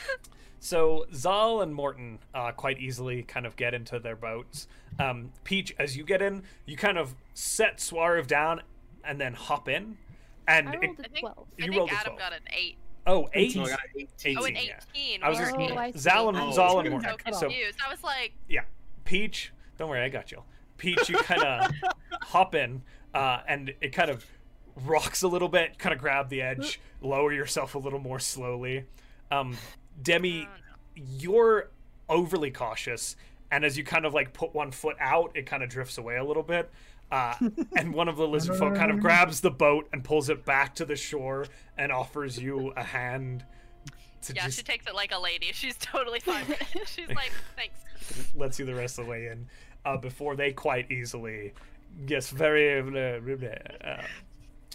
Speaker 8: So Zal and Morton uh, quite easily kind of get into their boats. Um, Peach, as you get in, you kind of set Suarov down and then hop in. And
Speaker 5: I
Speaker 8: it,
Speaker 5: rolled
Speaker 3: I
Speaker 5: a
Speaker 3: think-
Speaker 5: twelve.
Speaker 3: I
Speaker 8: You
Speaker 3: think
Speaker 8: rolled a
Speaker 3: Adam
Speaker 8: 12.
Speaker 3: got an eight.
Speaker 8: oh, eight.
Speaker 4: No, I got eighteen.
Speaker 3: Oh, an
Speaker 8: 18, yeah.
Speaker 3: eighteen.
Speaker 8: I was
Speaker 3: wow.
Speaker 8: just
Speaker 5: Oh, I see.
Speaker 8: Zal and
Speaker 5: I
Speaker 8: Zal
Speaker 5: see.
Speaker 8: and
Speaker 3: so
Speaker 8: Morton.
Speaker 2: Cut off.
Speaker 8: So
Speaker 3: confused. I was like,
Speaker 8: Peach, don't worry, I got you. Peach, you kind of hop in, uh, and it kind of rocks a little bit. Kind of grab the edge, lower yourself a little more slowly. Um, Demi,
Speaker 3: oh, no.
Speaker 8: you're overly cautious and as you kind of like put one foot out it kind of drifts away a little bit uh, and one of the lizard folk kind of grabs the boat and pulls it back to the shore and offers you a hand to
Speaker 3: yeah, she
Speaker 8: just
Speaker 3: takes it like a lady. She's totally fine. with it. She's like, thanks.
Speaker 8: lets you the rest of the way in uh, before they quite easily yes very uh,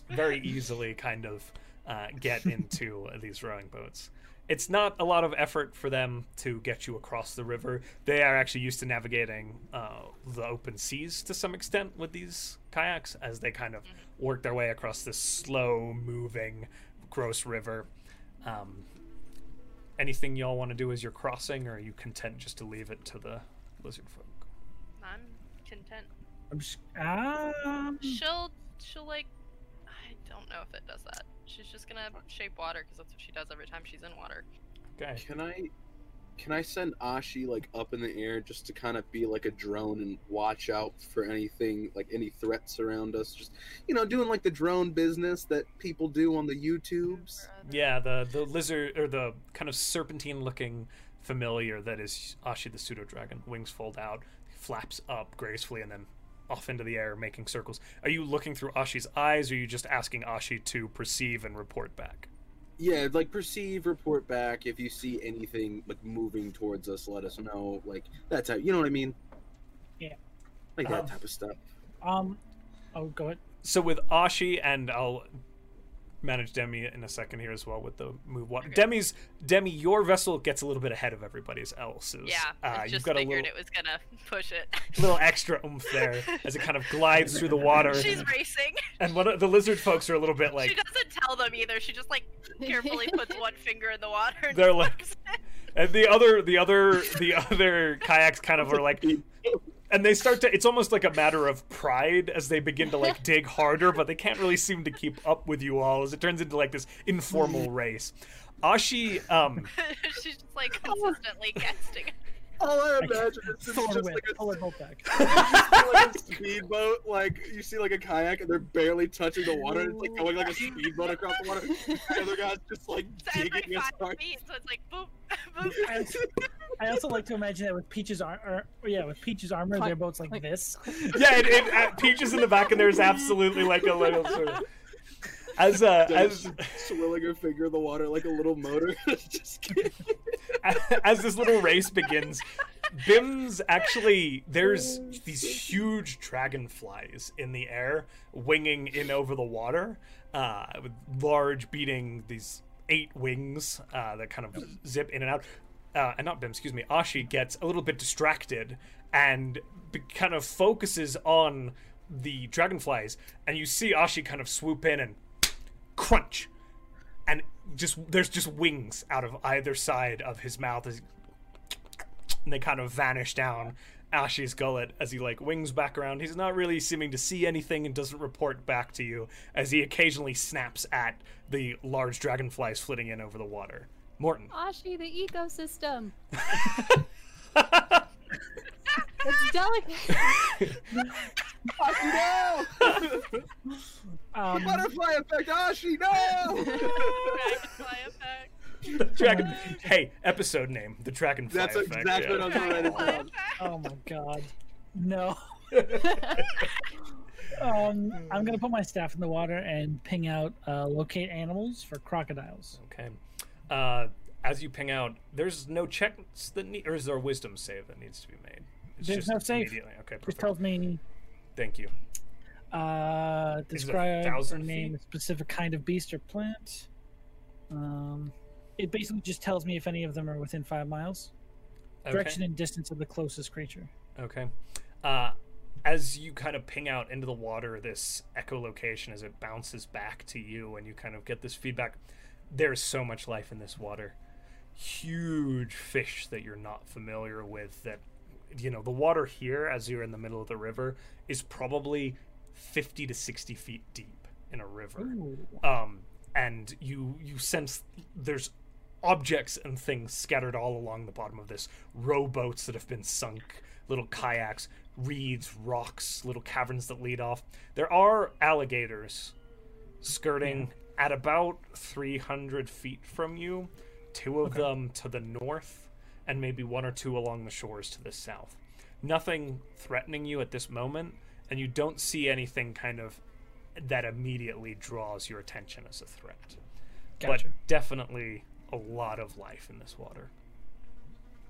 Speaker 8: very easily kind of uh, get into these rowing boats it's not a lot of effort for them to get you across the river they are actually used to navigating uh, the open seas to some extent with these kayaks as they kind of work their way across this slow moving gross river um, anything y'all want to do as you're crossing, or are you content just to leave it to the lizard folk?
Speaker 3: I'm content.
Speaker 2: I'm just, um,
Speaker 3: She'll, she'll like, I don't know if it does that. She's just gonna shape water because that's what she does every time she's in water.
Speaker 8: Okay.
Speaker 4: Can I? Can I send Ashi like up in the air just to kind of be like a drone and watch out for anything like any threats around us? Just you know, doing like the drone business that people do on the YouTubes.
Speaker 3: Brother.
Speaker 8: Yeah, the the lizard or the kind of serpentine-looking familiar that is Ashi the pseudo dragon. Wings fold out, flaps up gracefully, and then off into the air, making circles. Are you looking through Ashi's eyes, or are you just asking Ashi to perceive and report back?
Speaker 4: Yeah, like perceive, report back. If you see anything like moving towards us, let us know. Like that type, you know what I mean?
Speaker 2: Yeah.
Speaker 4: like that
Speaker 8: Um,
Speaker 4: type of stuff.
Speaker 2: um, oh, go ahead.
Speaker 8: So with Ashi and I'll manage Demi in a second here as well with the move. Water. Demi's Demi, your vessel gets a little bit ahead of everybody's else's.
Speaker 3: Yeah,
Speaker 8: uh,
Speaker 3: I
Speaker 8: you've
Speaker 3: just
Speaker 8: got a
Speaker 3: figured it
Speaker 8: little,
Speaker 3: was gonna push it.
Speaker 8: little extra oomph there as it kind of glides through the water.
Speaker 3: She's racing.
Speaker 8: And one of the lizard folks are a little bit
Speaker 3: she
Speaker 8: like
Speaker 3: doesn't tell them either. She just like carefully puts one finger in the water. And
Speaker 8: They're like-
Speaker 3: flips it.
Speaker 8: and the other the other the other kayaks kind of are like and they start to it's almost like a matter of pride as they begin to like dig harder but they can't really seem to keep up with you all as it turns into like this informal race ashi um
Speaker 3: She's just like consistently casting.
Speaker 4: All I
Speaker 2: Okay.
Speaker 4: imagine is it's
Speaker 2: Thor
Speaker 4: just
Speaker 2: whip,
Speaker 4: like a,
Speaker 2: pull it both back.
Speaker 4: like a speedboat. Like you see like a kayak and they're barely touching the water. And it's like going like a speedboat across the water. The other guy's just like
Speaker 3: It's every
Speaker 4: digging as
Speaker 3: five
Speaker 4: hard.
Speaker 3: feet, so it's like boop, boop.
Speaker 2: I also, I also like to imagine that with Peach's armor, yeah, with Peach's armor,
Speaker 5: Clank,
Speaker 2: their boat's like
Speaker 5: clank.
Speaker 2: this.
Speaker 8: yeah it, it uh, peaches in the back and there's absolutely like a little sort of as uh,
Speaker 4: Dennis
Speaker 8: as
Speaker 4: just swirling her finger in the water like a little motor. just kidding.
Speaker 8: as this little race begins, Bim's actually there's these huge dragonflies in the air, winging in over the water, uh, with large beating these eight wings uh, that kind of zip in and out. Uh, and not Bim, excuse me. Ashi gets a little bit distracted and be- kind of focuses on the dragonflies, and you see Ashi kind of swoop in and crunch and just there's just wings out of either side of his mouth as and they kind of vanish down Ashi's gullet as he like wings back around. He's not really seeming to see anything and doesn't report back to you as he occasionally snaps at the large dragonflies flitting in over the water. Morton.
Speaker 5: Ashi, the ecosystem. it's delicate.
Speaker 4: no!
Speaker 2: Um,
Speaker 4: Butterfly effect, Ashi, no!
Speaker 3: Dragonfly effect.
Speaker 8: Dragon Hey, episode name, the dragonfly
Speaker 4: That's
Speaker 8: effect.
Speaker 4: exactly what I was writing
Speaker 3: Dragonfly
Speaker 4: down.
Speaker 3: effect.
Speaker 2: oh my god, no. um, I'm gonna put my staff in the water and ping out uh, locate animals for crocodiles.
Speaker 8: Okay. Uh, as you ping out, there's no checks that need, or is there a wisdom save that needs to be made? It's
Speaker 2: There's
Speaker 8: just
Speaker 2: no save.
Speaker 8: Immediately. Okay,
Speaker 2: Just
Speaker 8: perfect.
Speaker 2: tells me
Speaker 8: Thank you.
Speaker 2: uh,
Speaker 8: Is it a
Speaker 2: describe or
Speaker 8: thousand
Speaker 2: name
Speaker 8: feet?
Speaker 2: a specific kind of beast or plant. Um, it basically just tells me if any of them are within five miles,
Speaker 8: Okay.
Speaker 2: direction and distance of the closest creature.
Speaker 8: Okay. Uh, as you kind of ping out into the water, this echolocation as it bounces back to you, and you kind of get this feedback. There's so much life in this water. Huge fish that you're not familiar with. That you know, the water here, as you're in the middle of the river, is probably 50 to 60 feet deep in a river um, and you you sense there's objects and things scattered all along the bottom of this rowboats that have been sunk little kayaks reeds rocks little caverns that lead off there are alligators skirting at about 300 feet from you two of them to the north and maybe one or two along the shores to the south nothing threatening you at this moment and you don't see anything kind of that immediately draws your attention as a threat.
Speaker 2: Gotcha.
Speaker 8: But definitely a lot of life in this water.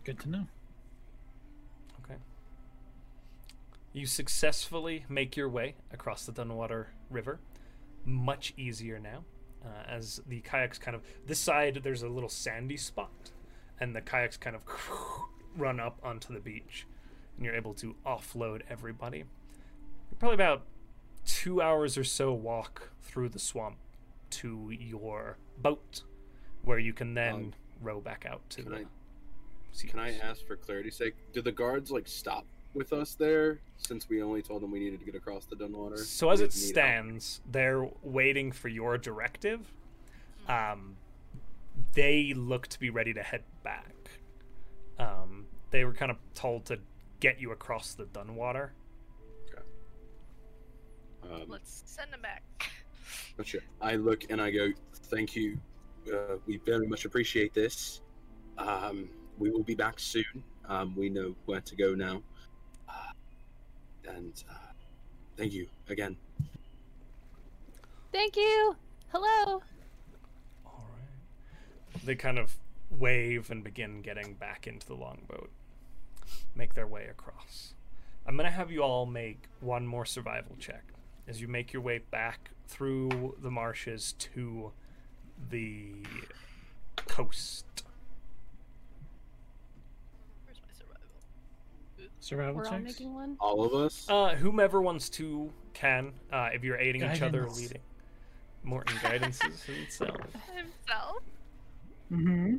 Speaker 2: Good to know.
Speaker 8: Okay. You successfully make your way across the Dunwater River. Much easier now, uh, as the kayaks kind of this side. There's a little sandy spot, and the kayaks kind of run up onto the beach, and you're able to offload everybody. Probably about two hours or so walk through the swamp to your boat, where you can then
Speaker 4: Um,
Speaker 8: row back out to
Speaker 4: can
Speaker 8: the.
Speaker 4: I-
Speaker 8: sea.
Speaker 4: Can I ask for clarity's sake, do the guards like stop with us there since we only told them we needed to get across the Dunwater?
Speaker 8: So as
Speaker 4: We
Speaker 8: it
Speaker 4: need help.
Speaker 8: stands, they're waiting for your directive. Um, they look to be ready to head back. Um, they were kind of told to get you across the Dunwater.
Speaker 4: Um,
Speaker 3: Let's send them back.
Speaker 4: But sure. I look and I go, thank you. Uh, we very much appreciate this. Um, we will be back soon. Um, we know where to go now. Uh, and uh, thank you again.
Speaker 5: Thank you. Hello.
Speaker 8: All right. They kind of wave and begin getting back into the longboat, make their way across. I'm gonna have you all make one more survival check. as you make your way back through the marshes to the coast.
Speaker 3: Where's my survival?
Speaker 2: Survival
Speaker 5: We're all
Speaker 2: checks?
Speaker 5: making one.
Speaker 4: All of us?
Speaker 3: Oh,
Speaker 8: Uh, whomever wants to can, uh, if you're aiding each other, or
Speaker 2: Guidance.
Speaker 8: leading. Morton guidances himself.
Speaker 3: Himself?
Speaker 2: Mm-hmm.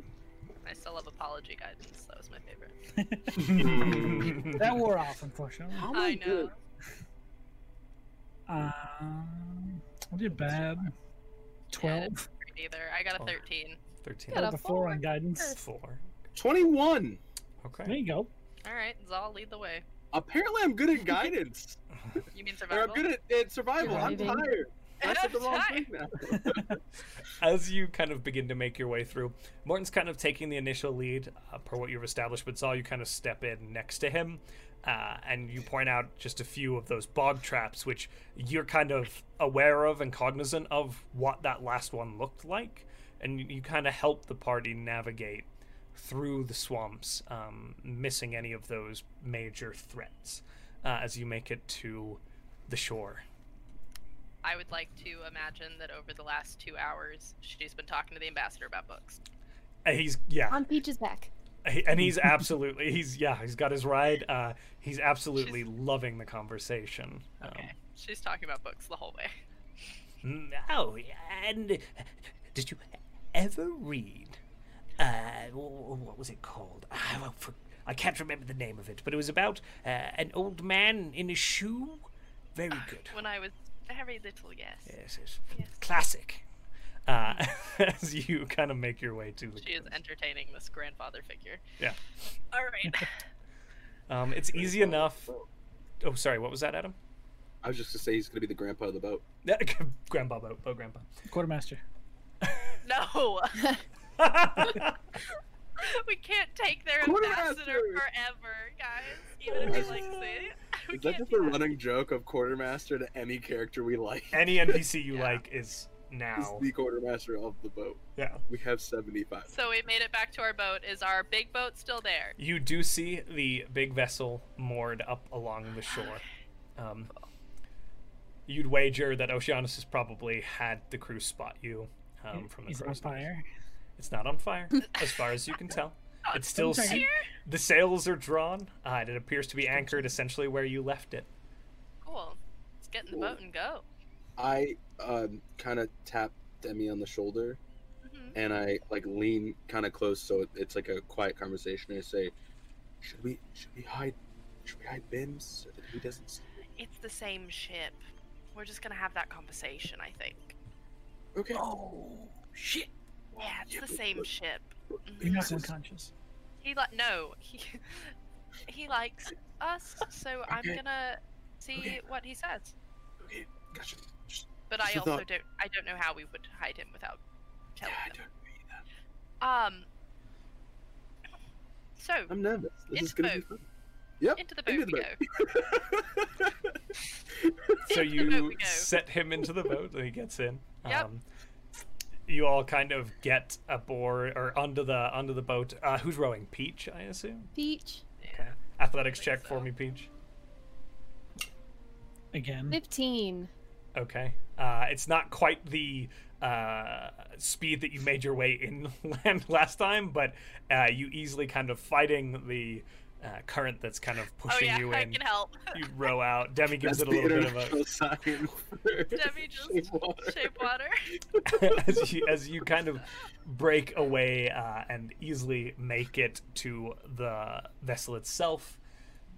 Speaker 3: I still love apology guidance. That was my favorite.
Speaker 2: that wore off, unfortunately.
Speaker 4: How am
Speaker 3: I know.
Speaker 4: good?
Speaker 2: Um, I did bad. Twelve.
Speaker 3: Either. I got a
Speaker 8: Oh.
Speaker 3: 13.
Speaker 8: Thirteen.
Speaker 5: Got
Speaker 2: Yeah,
Speaker 5: a
Speaker 2: the four on
Speaker 5: four.
Speaker 2: guidance.
Speaker 8: Four.
Speaker 2: There
Speaker 4: 21!
Speaker 8: Okay.
Speaker 2: you go.
Speaker 3: All right, Zal, lead the way.
Speaker 4: Apparently, I'm good at guidance.
Speaker 3: You mean
Speaker 4: or
Speaker 3: survival?
Speaker 4: I'm good at, at survival. I'm
Speaker 5: Surviving.
Speaker 4: tired. I said the wrong
Speaker 3: I'm
Speaker 4: thing now.
Speaker 8: As you kind of begin to make your way through, Morton's kind of taking the initial lead uh, per what you've established, but Zal, you kind of step in next to him. Uh, and you point out just a few of those bog traps, which you're kind of aware of and cognizant of what that last one looked like. And you, you kind of help the party navigate through the swamps, um, missing any of those major threats uh, as you make it to the shore.
Speaker 3: I would like to imagine that over the last two hours, she's been talking to the ambassador about books.
Speaker 8: And Uh, he's, yeah.
Speaker 5: On Peach's back.
Speaker 8: He- and he's absolutely he's yeah he's got his ride uh he's absolutely
Speaker 3: She's-
Speaker 8: loving the conversation Um,
Speaker 4: Oh.
Speaker 3: Okay. She's talking about books the whole way.
Speaker 1: Mm, Oh, and uh, did you ever read? Uh, wh- wh- what was it called? Ah, I, won't for, I can't remember the name of it, but it was about uh, an old man in a shoe. Very good.
Speaker 3: When I was very little, yes.
Speaker 1: Yes, yes.
Speaker 3: Ah, Yes.
Speaker 1: Classic.
Speaker 8: uh, as you kind of make your way to the
Speaker 3: She is entertaining this grandfather figure.
Speaker 8: yeah
Speaker 3: All right.
Speaker 8: um it's easy enough oh sorry what was that adam
Speaker 4: I was just going to say he's going to be the grandpa of the boat.
Speaker 8: Yeah, grandpa boat oh grandpa
Speaker 2: Quartermaster.
Speaker 3: no, we can't take their ambassador
Speaker 4: Quartermaster!
Speaker 3: forever, guys. Even if he likes it. We
Speaker 4: Is that
Speaker 3: can't
Speaker 4: just
Speaker 3: do
Speaker 4: a running joke of Quartermaster to any character we like?
Speaker 8: any npc you
Speaker 3: Yeah.
Speaker 8: like is
Speaker 4: He's
Speaker 8: now
Speaker 4: the Quartermaster of the boat.
Speaker 8: yeah
Speaker 4: We have 75.
Speaker 3: So we made it back to our boat. Is our big boat still there?
Speaker 8: you do see the big vessel moored up along the shore. Um, you'd wager that Oceanus has probably had the crew spot you um, from the
Speaker 2: He's on
Speaker 8: crow's nest.
Speaker 2: fire.
Speaker 8: It's not on fire, as far as you can tell. It's still
Speaker 2: Sometimes-
Speaker 8: se- the sails are drawn, uh, and it appears to be anchored essentially where you left it.
Speaker 3: Cool. Let's get in the boat and go.
Speaker 4: I um, kind of tap Demi on the shoulder
Speaker 3: Mhm.
Speaker 4: and I like lean kind of close so it, it's like a quiet conversation. I say, "Should we should we hide should we hide Bims so that he doesn't see?"
Speaker 3: It's the same ship. We're just gonna have that conversation, I think.
Speaker 4: Okay.
Speaker 1: Oh, shit.
Speaker 3: Yeah, it's
Speaker 4: yeah,
Speaker 3: the
Speaker 4: but-
Speaker 3: same
Speaker 4: but-
Speaker 3: ship.
Speaker 2: You're
Speaker 3: Mhm.
Speaker 2: not
Speaker 4: This is-
Speaker 2: unconscious.
Speaker 3: He like no, he he likes us, so I'm
Speaker 4: Okay.
Speaker 3: gonna see
Speaker 4: Okay.
Speaker 3: what he says.
Speaker 4: Okay. Gotcha. Just-
Speaker 3: But
Speaker 4: Just
Speaker 3: I
Speaker 4: a
Speaker 3: also
Speaker 4: thought.
Speaker 3: don't I don't know how we would hide him without
Speaker 4: Yeah,
Speaker 3: telling
Speaker 4: I
Speaker 3: them.
Speaker 4: don't agree that.
Speaker 3: Um. So
Speaker 4: I'm nervous. This
Speaker 3: Into
Speaker 4: is gonna
Speaker 3: the
Speaker 4: be fun. Yep.
Speaker 3: into the boat
Speaker 4: into
Speaker 3: we
Speaker 4: the
Speaker 3: go.
Speaker 8: So
Speaker 3: Into the boat
Speaker 8: you
Speaker 3: we go.
Speaker 8: set him into the boat, and he gets in.
Speaker 3: Yep.
Speaker 8: Um, you all kind of get aboard or onto the onto the boat. Uh, who's rowing? Peach, I assume.
Speaker 5: Peach.
Speaker 8: Okay. Athletics
Speaker 3: think
Speaker 8: check for
Speaker 3: so.
Speaker 8: me, Peach. Hmm.
Speaker 2: Again.
Speaker 5: 15.
Speaker 8: Okay. Uh, it's not quite the uh, speed that you made your way inland last time, but uh, you easily kind of fighting the uh, current that's kind of
Speaker 3: Oh
Speaker 8: pushing
Speaker 3: yeah,
Speaker 8: you
Speaker 3: I
Speaker 8: in.
Speaker 3: can help.
Speaker 8: You row out. Demi gives
Speaker 4: That's
Speaker 8: it a little
Speaker 4: the
Speaker 8: bit of
Speaker 4: international
Speaker 8: a
Speaker 4: sign for
Speaker 3: Demi just
Speaker 4: shape
Speaker 3: shape
Speaker 4: water.
Speaker 3: water.
Speaker 8: as you as you kind of break away uh, and easily make it to the vessel itself.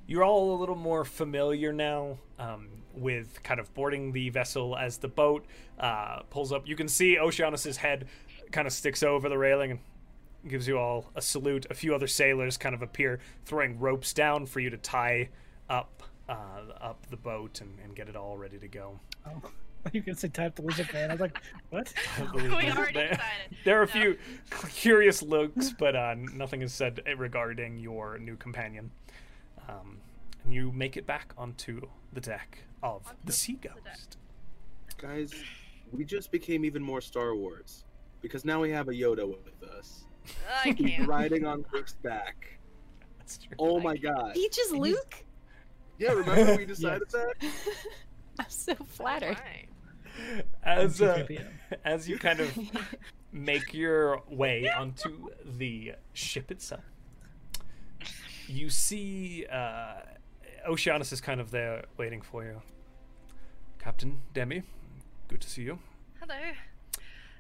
Speaker 8: You're all a little more familiar now um, with kind of boarding the vessel as the boat uh, pulls up. You can see Oceanus's head kind of sticks over the railing and gives you all a salute. A few other sailors kind of appear, throwing ropes down for you to tie up uh, up the boat and, and get it all ready to go.
Speaker 2: Oh. You can say type the lizard man. I was like, what?
Speaker 3: we already
Speaker 8: There-
Speaker 3: decided.
Speaker 8: There are a
Speaker 3: No.
Speaker 8: few curious looks, but uh, nothing is said regarding your new companion. Um, and you make it back onto the deck of
Speaker 3: Onto
Speaker 8: the Sea
Speaker 3: the deck.
Speaker 8: Ghost.
Speaker 4: Guys, we just became even more Star Wars because now we have a Yoda with us
Speaker 3: I can't.
Speaker 4: riding on Luke's back.
Speaker 8: That's true.
Speaker 4: Oh my god.
Speaker 5: Peach is Luke?
Speaker 4: Yeah, remember we decided that?
Speaker 5: I'm so flattered.
Speaker 3: Why?
Speaker 8: as uh,
Speaker 2: C3PO.
Speaker 8: as you kind of make your way onto the ship itself, you see uh, Oceanus is kind of there waiting for you. Captain Demi, good to see you.
Speaker 3: Hello.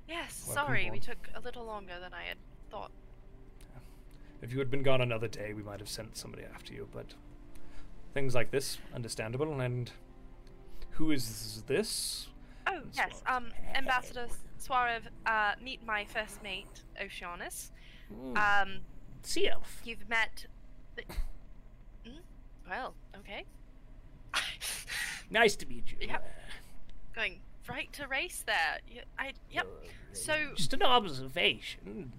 Speaker 3: Yes,
Speaker 8: Welcome
Speaker 3: sorry, we
Speaker 8: aboard.
Speaker 3: took a little longer than I had thought.
Speaker 8: If you had been gone another day, we might have sent somebody after you, but things like this, understandable. And who is this?
Speaker 3: Oh, yes, um, Ambassador Suarev, uh, meet my first mate, Oceanus. Um,
Speaker 1: Sea elf.
Speaker 3: You've met. The... Mm? Well, okay.
Speaker 1: Nice to meet you.
Speaker 3: Yep.
Speaker 1: Uh,
Speaker 3: Going right to race there. Y I yep. So uh,
Speaker 1: Just an observation.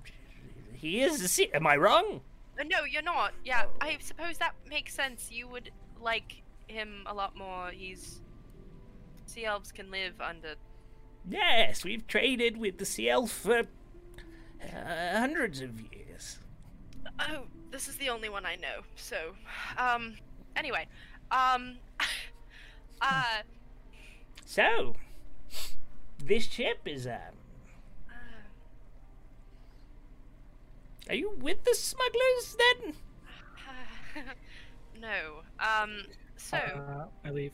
Speaker 1: He is a sea. Am I wrong?
Speaker 3: uh, no, you're not. Yeah, I suppose that makes sense. You would like him a lot more. He's sea elves can live under.
Speaker 1: Yes, we've traded with the sea elf for uh, hundreds of years.
Speaker 3: Oh, this is the only one I know. So, um, anyway, um, uh,
Speaker 1: So, this ship is um.
Speaker 3: uh
Speaker 1: Are you with the smugglers then?
Speaker 3: no. Um, so.
Speaker 2: Uh, I leave.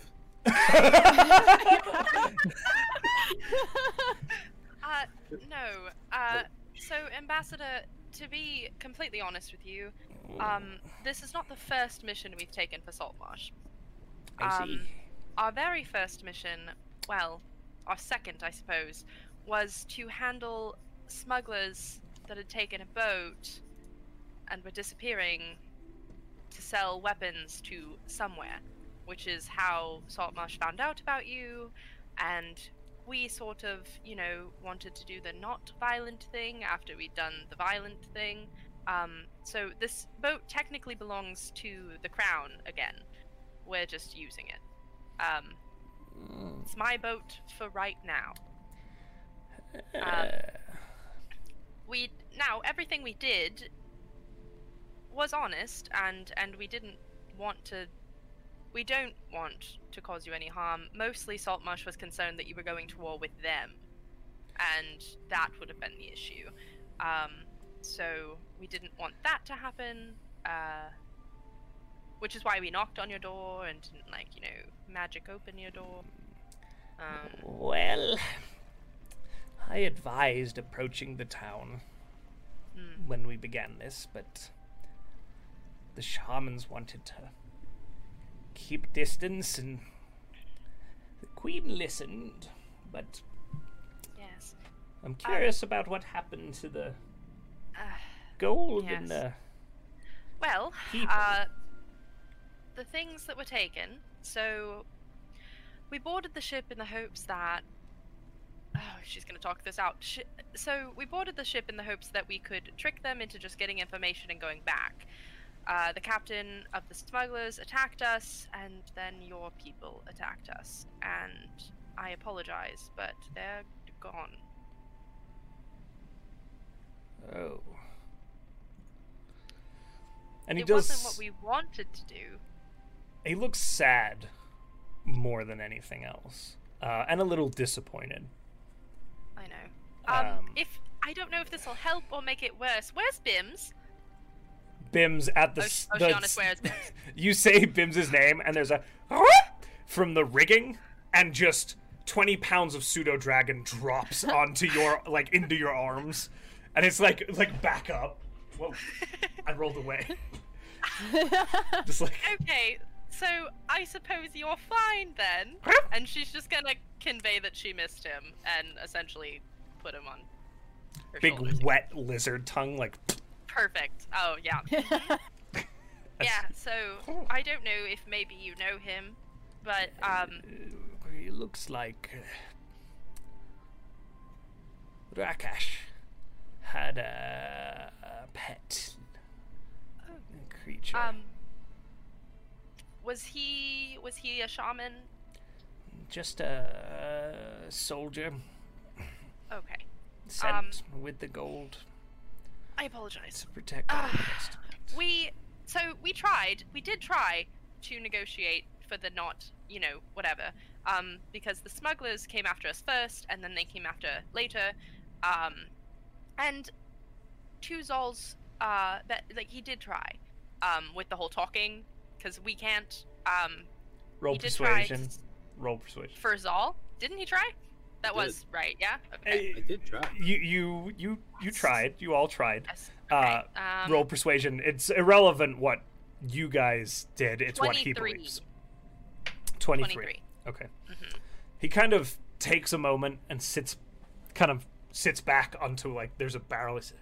Speaker 3: Uh, no. Uh, so, Ambassador, to be completely honest with you, um, this is not the first mission we've taken for Saltmarsh.
Speaker 1: I
Speaker 3: um,
Speaker 1: see.
Speaker 3: Our very first mission, well, our second, I suppose, was to handle smugglers that had taken a boat and were disappearing to sell weapons to somewhere, which is how Saltmarsh found out about you, and we sort of, you know, wanted to do the not violent thing after we'd done the violent thing. Um, so this boat technically belongs to the crown again. We're just using it. Um, it's my boat for right now. Um, we now everything we did was honest, and and we didn't want to. We don't want to cause you any harm. Mostly, Saltmarsh was concerned that you were going to war with them, and that would have been the issue. Um, so we didn't want that to happen. Uh, which is why we knocked on your door and didn't like you know magic open your door. Um,
Speaker 1: Well, I advised approaching the town
Speaker 3: Hmm.
Speaker 1: when we began this, but the shamans wanted to keep distance, and the queen listened. But
Speaker 3: yes.
Speaker 1: I'm curious about what happened to the
Speaker 3: Uh,
Speaker 1: gold
Speaker 3: yes.
Speaker 1: and the.
Speaker 3: Well,
Speaker 1: people.
Speaker 3: uh, the things that were taken. So we boarded the ship in the hopes that. Oh, she's going to talk this out. Sh- So we boarded the ship in the hopes that we could trick them into just getting information and going back. Uh, the captain of the smugglers attacked us, and then your people attacked us. And I apologize, but they're gone.
Speaker 1: Oh,
Speaker 8: and he
Speaker 3: it
Speaker 8: does.
Speaker 3: wasn't what we wanted to do.
Speaker 8: He looks sad more than anything else, uh, and a little disappointed.
Speaker 3: I know. Um,
Speaker 8: Um,
Speaker 3: if I don't know if this will help or make it worse. Where's Bims? Oh,
Speaker 8: Bims at the,
Speaker 3: O-
Speaker 8: s- the
Speaker 3: Oceanus,
Speaker 8: s-
Speaker 3: where's Bims?
Speaker 8: you say Bims's name, and there's a from the rigging, and just twenty pounds of pseudo dragon drops onto your like into your arms, and it's like it's like back up. Whoa! I rolled away. just like
Speaker 3: Okay, so I suppose you're fine then. and she's just gonna convey that she missed him and essentially put him on. Her
Speaker 8: big
Speaker 3: shoulders.
Speaker 8: wet lizard tongue, like
Speaker 3: Perfect. Oh yeah. yeah. So I don't know if maybe you know him, but um,
Speaker 1: it looks like uh, Rakash had a, a pet creature.
Speaker 3: um, was he was he a shaman?
Speaker 1: Just a, soldier
Speaker 3: Okay.
Speaker 1: sent
Speaker 3: um,
Speaker 1: with the gold
Speaker 3: I apologize.
Speaker 1: to protect
Speaker 3: uh,
Speaker 1: all the rest of us.
Speaker 3: We so we tried. We did try to negotiate for the not you know, whatever. Um, because the smugglers came after us first, and then they came after later. Um, and to Zol's, uh, that, like he did try, um, with the whole talking, because we can't. Um,
Speaker 8: Roll
Speaker 3: he did try
Speaker 8: persuasion. Roll persuasion.
Speaker 3: for Zol, didn't he try? That
Speaker 4: He
Speaker 3: was right, yeah. Okay.
Speaker 8: Hey,
Speaker 4: I did try.
Speaker 8: you you you you tried. You all tried.
Speaker 3: Yes.
Speaker 8: Uh,
Speaker 3: okay. Um,
Speaker 8: Roll persuasion. It's irrelevant what you guys did. It's what he
Speaker 3: 23.
Speaker 8: believes. Twenty-three.
Speaker 3: 23.
Speaker 8: Okay.
Speaker 3: Mhm.
Speaker 8: He kind of takes a moment and sits, kind of sits back onto like there's a barrel. He's-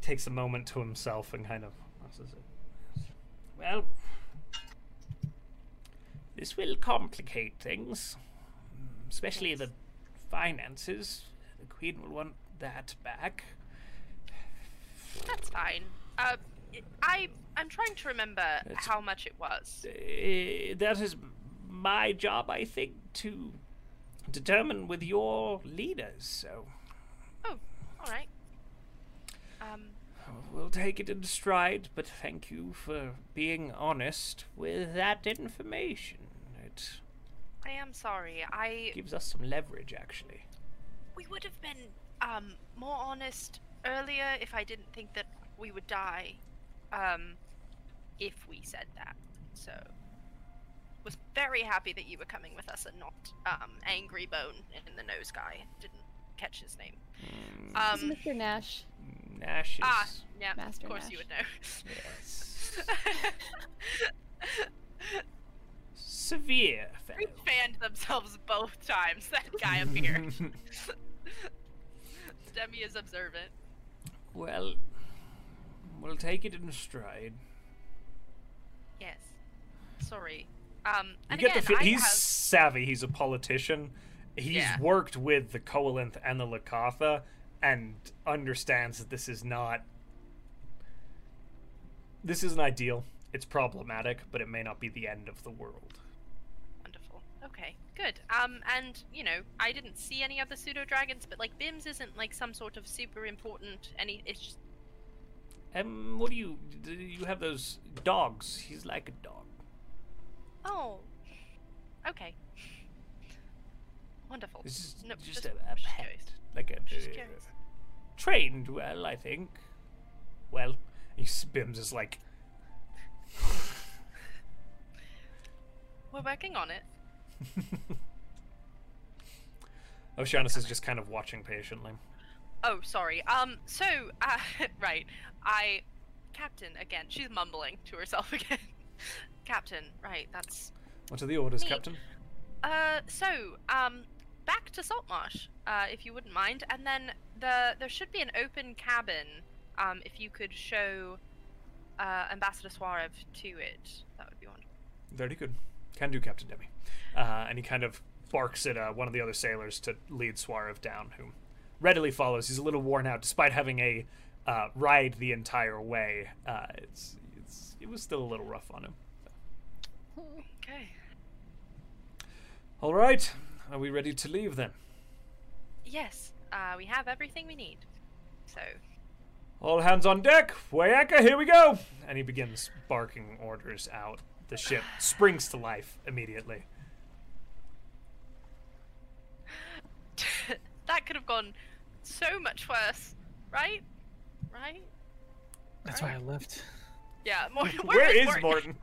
Speaker 8: Takes a moment to himself and kind of processes it. Well,
Speaker 1: This will complicate things, mm, especially the finances. The queen will want that back.
Speaker 3: That's fine. Uh, I I'm trying to remember how much it was.
Speaker 1: Uh, that is my job, I think, to determine with your leaders. So
Speaker 3: Oh, all right. Um,
Speaker 1: we'll take it in stride. But thank you for being honest with that information. It
Speaker 3: I am sorry. I
Speaker 1: gives us some leverage, actually.
Speaker 3: we would have been um more honest earlier if I didn't think that we would die. Um, if we said that. So was very happy that you were coming with us and not um angry bone in the nose guy. Didn't catch his name.
Speaker 5: It's
Speaker 3: Um,
Speaker 5: Mr. Nash.
Speaker 1: Nash is.
Speaker 3: ah, yeah,
Speaker 5: Master
Speaker 3: of course you
Speaker 5: Nash.
Speaker 3: would know.
Speaker 1: Yes. Severe
Speaker 3: They
Speaker 1: fellow.
Speaker 3: fanned themselves both times. That guy up here. Demi is observant.
Speaker 1: Well, we'll take it in stride.
Speaker 3: Yes. Sorry. Um,
Speaker 8: you
Speaker 3: and
Speaker 8: get
Speaker 3: again,
Speaker 8: the
Speaker 3: I
Speaker 8: fi- he's
Speaker 3: have...
Speaker 8: savvy. He's a politician. He's
Speaker 3: Yeah.
Speaker 8: worked with the Coalinth and the Lakatha, and understands that this is not. This isn't ideal. It's problematic, but it may not be the end of the world.
Speaker 3: Wonderful. Okay, good. Um, and you know, I didn't see any other pseudo dragons, but like Bims isn't like some sort of super important. Any, it's just
Speaker 1: Um, what do you do? You have those dogs. He's like a dog.
Speaker 3: oh, okay, wonderful.
Speaker 1: It's just,
Speaker 3: No,
Speaker 1: just,
Speaker 3: just-
Speaker 1: a, a
Speaker 3: just
Speaker 1: pet,
Speaker 3: curious.
Speaker 1: like a
Speaker 3: Just curious.
Speaker 1: trained well, I think. Well,
Speaker 8: He Bims is like,
Speaker 3: We're working on it.
Speaker 8: O'Shaughnessy Oh, is just kind of watching patiently.
Speaker 3: Oh, sorry. Um, so, uh, right. I, Captain, again, she's mumbling to herself again. Captain, right, that's.
Speaker 8: What are the orders,
Speaker 3: Me.
Speaker 8: Captain?
Speaker 3: Uh, so, um, back to Saltmarsh, uh, if you wouldn't mind. And then the there should be an open cabin, um, if you could show, uh, Ambassador Suarev to it. That would be wonderful.
Speaker 8: Very good. Can do, Captain Demi. Uh, and he kind of barks at uh, one of the other sailors to lead Suarev down, who readily follows. He's a little worn out, despite having a uh, ride the entire way. Uh, it's, it's it was still a little rough on him.
Speaker 3: Okay.
Speaker 8: All right, are we ready to leave then?
Speaker 3: Yes, uh, we have everything we need. So,
Speaker 8: All hands on deck! Wayaka, here we go! And he begins barking orders out. The ship springs to life immediately.
Speaker 3: that could have gone so much worse, right? Right?
Speaker 2: That's why I left.
Speaker 3: Yeah, Morton.
Speaker 8: Where is Morton?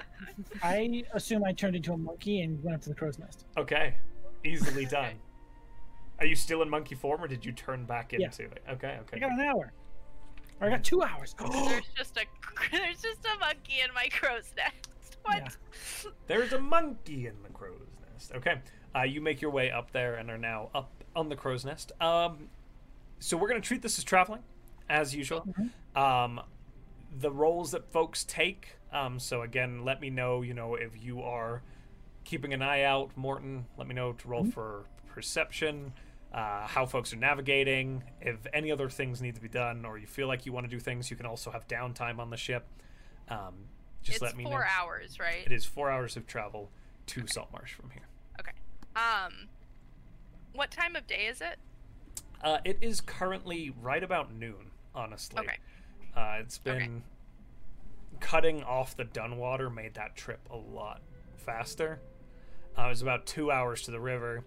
Speaker 2: I assume I turned into a monkey and went up to the crow's nest.
Speaker 8: Okay. Easily done. Are you still in monkey form or did you turn back
Speaker 2: Yeah.
Speaker 8: into it? Okay,
Speaker 2: I
Speaker 8: okay.
Speaker 2: got an hour. Or I got two hours.
Speaker 3: There's just a there's just a monkey in my crow's nest. What?
Speaker 8: There's a monkey in the crow's nest. Okay. Uh, you make your way up there and are now up on the crow's nest. Um, so we're going to treat this as traveling, as usual. Um, the roles that folks take. Um, so again, let me know, you know, if you are keeping an eye out, Morton. Let me know to roll for perception, uh, how folks are navigating, if any other things need to be done, or you feel like you want to do things. You can also have downtime on the ship. Um, just
Speaker 3: It's
Speaker 8: let me know.
Speaker 3: four hours, right?
Speaker 8: It is four hours of travel to Saltmarsh from here.
Speaker 3: Um, what time of day is it?
Speaker 8: Uh, it is currently right about noon, honestly.
Speaker 3: Okay.
Speaker 8: Uh, it's been
Speaker 3: Okay.
Speaker 8: cutting off the Dunwater made that trip a lot faster. Uh, it was about two hours to the river,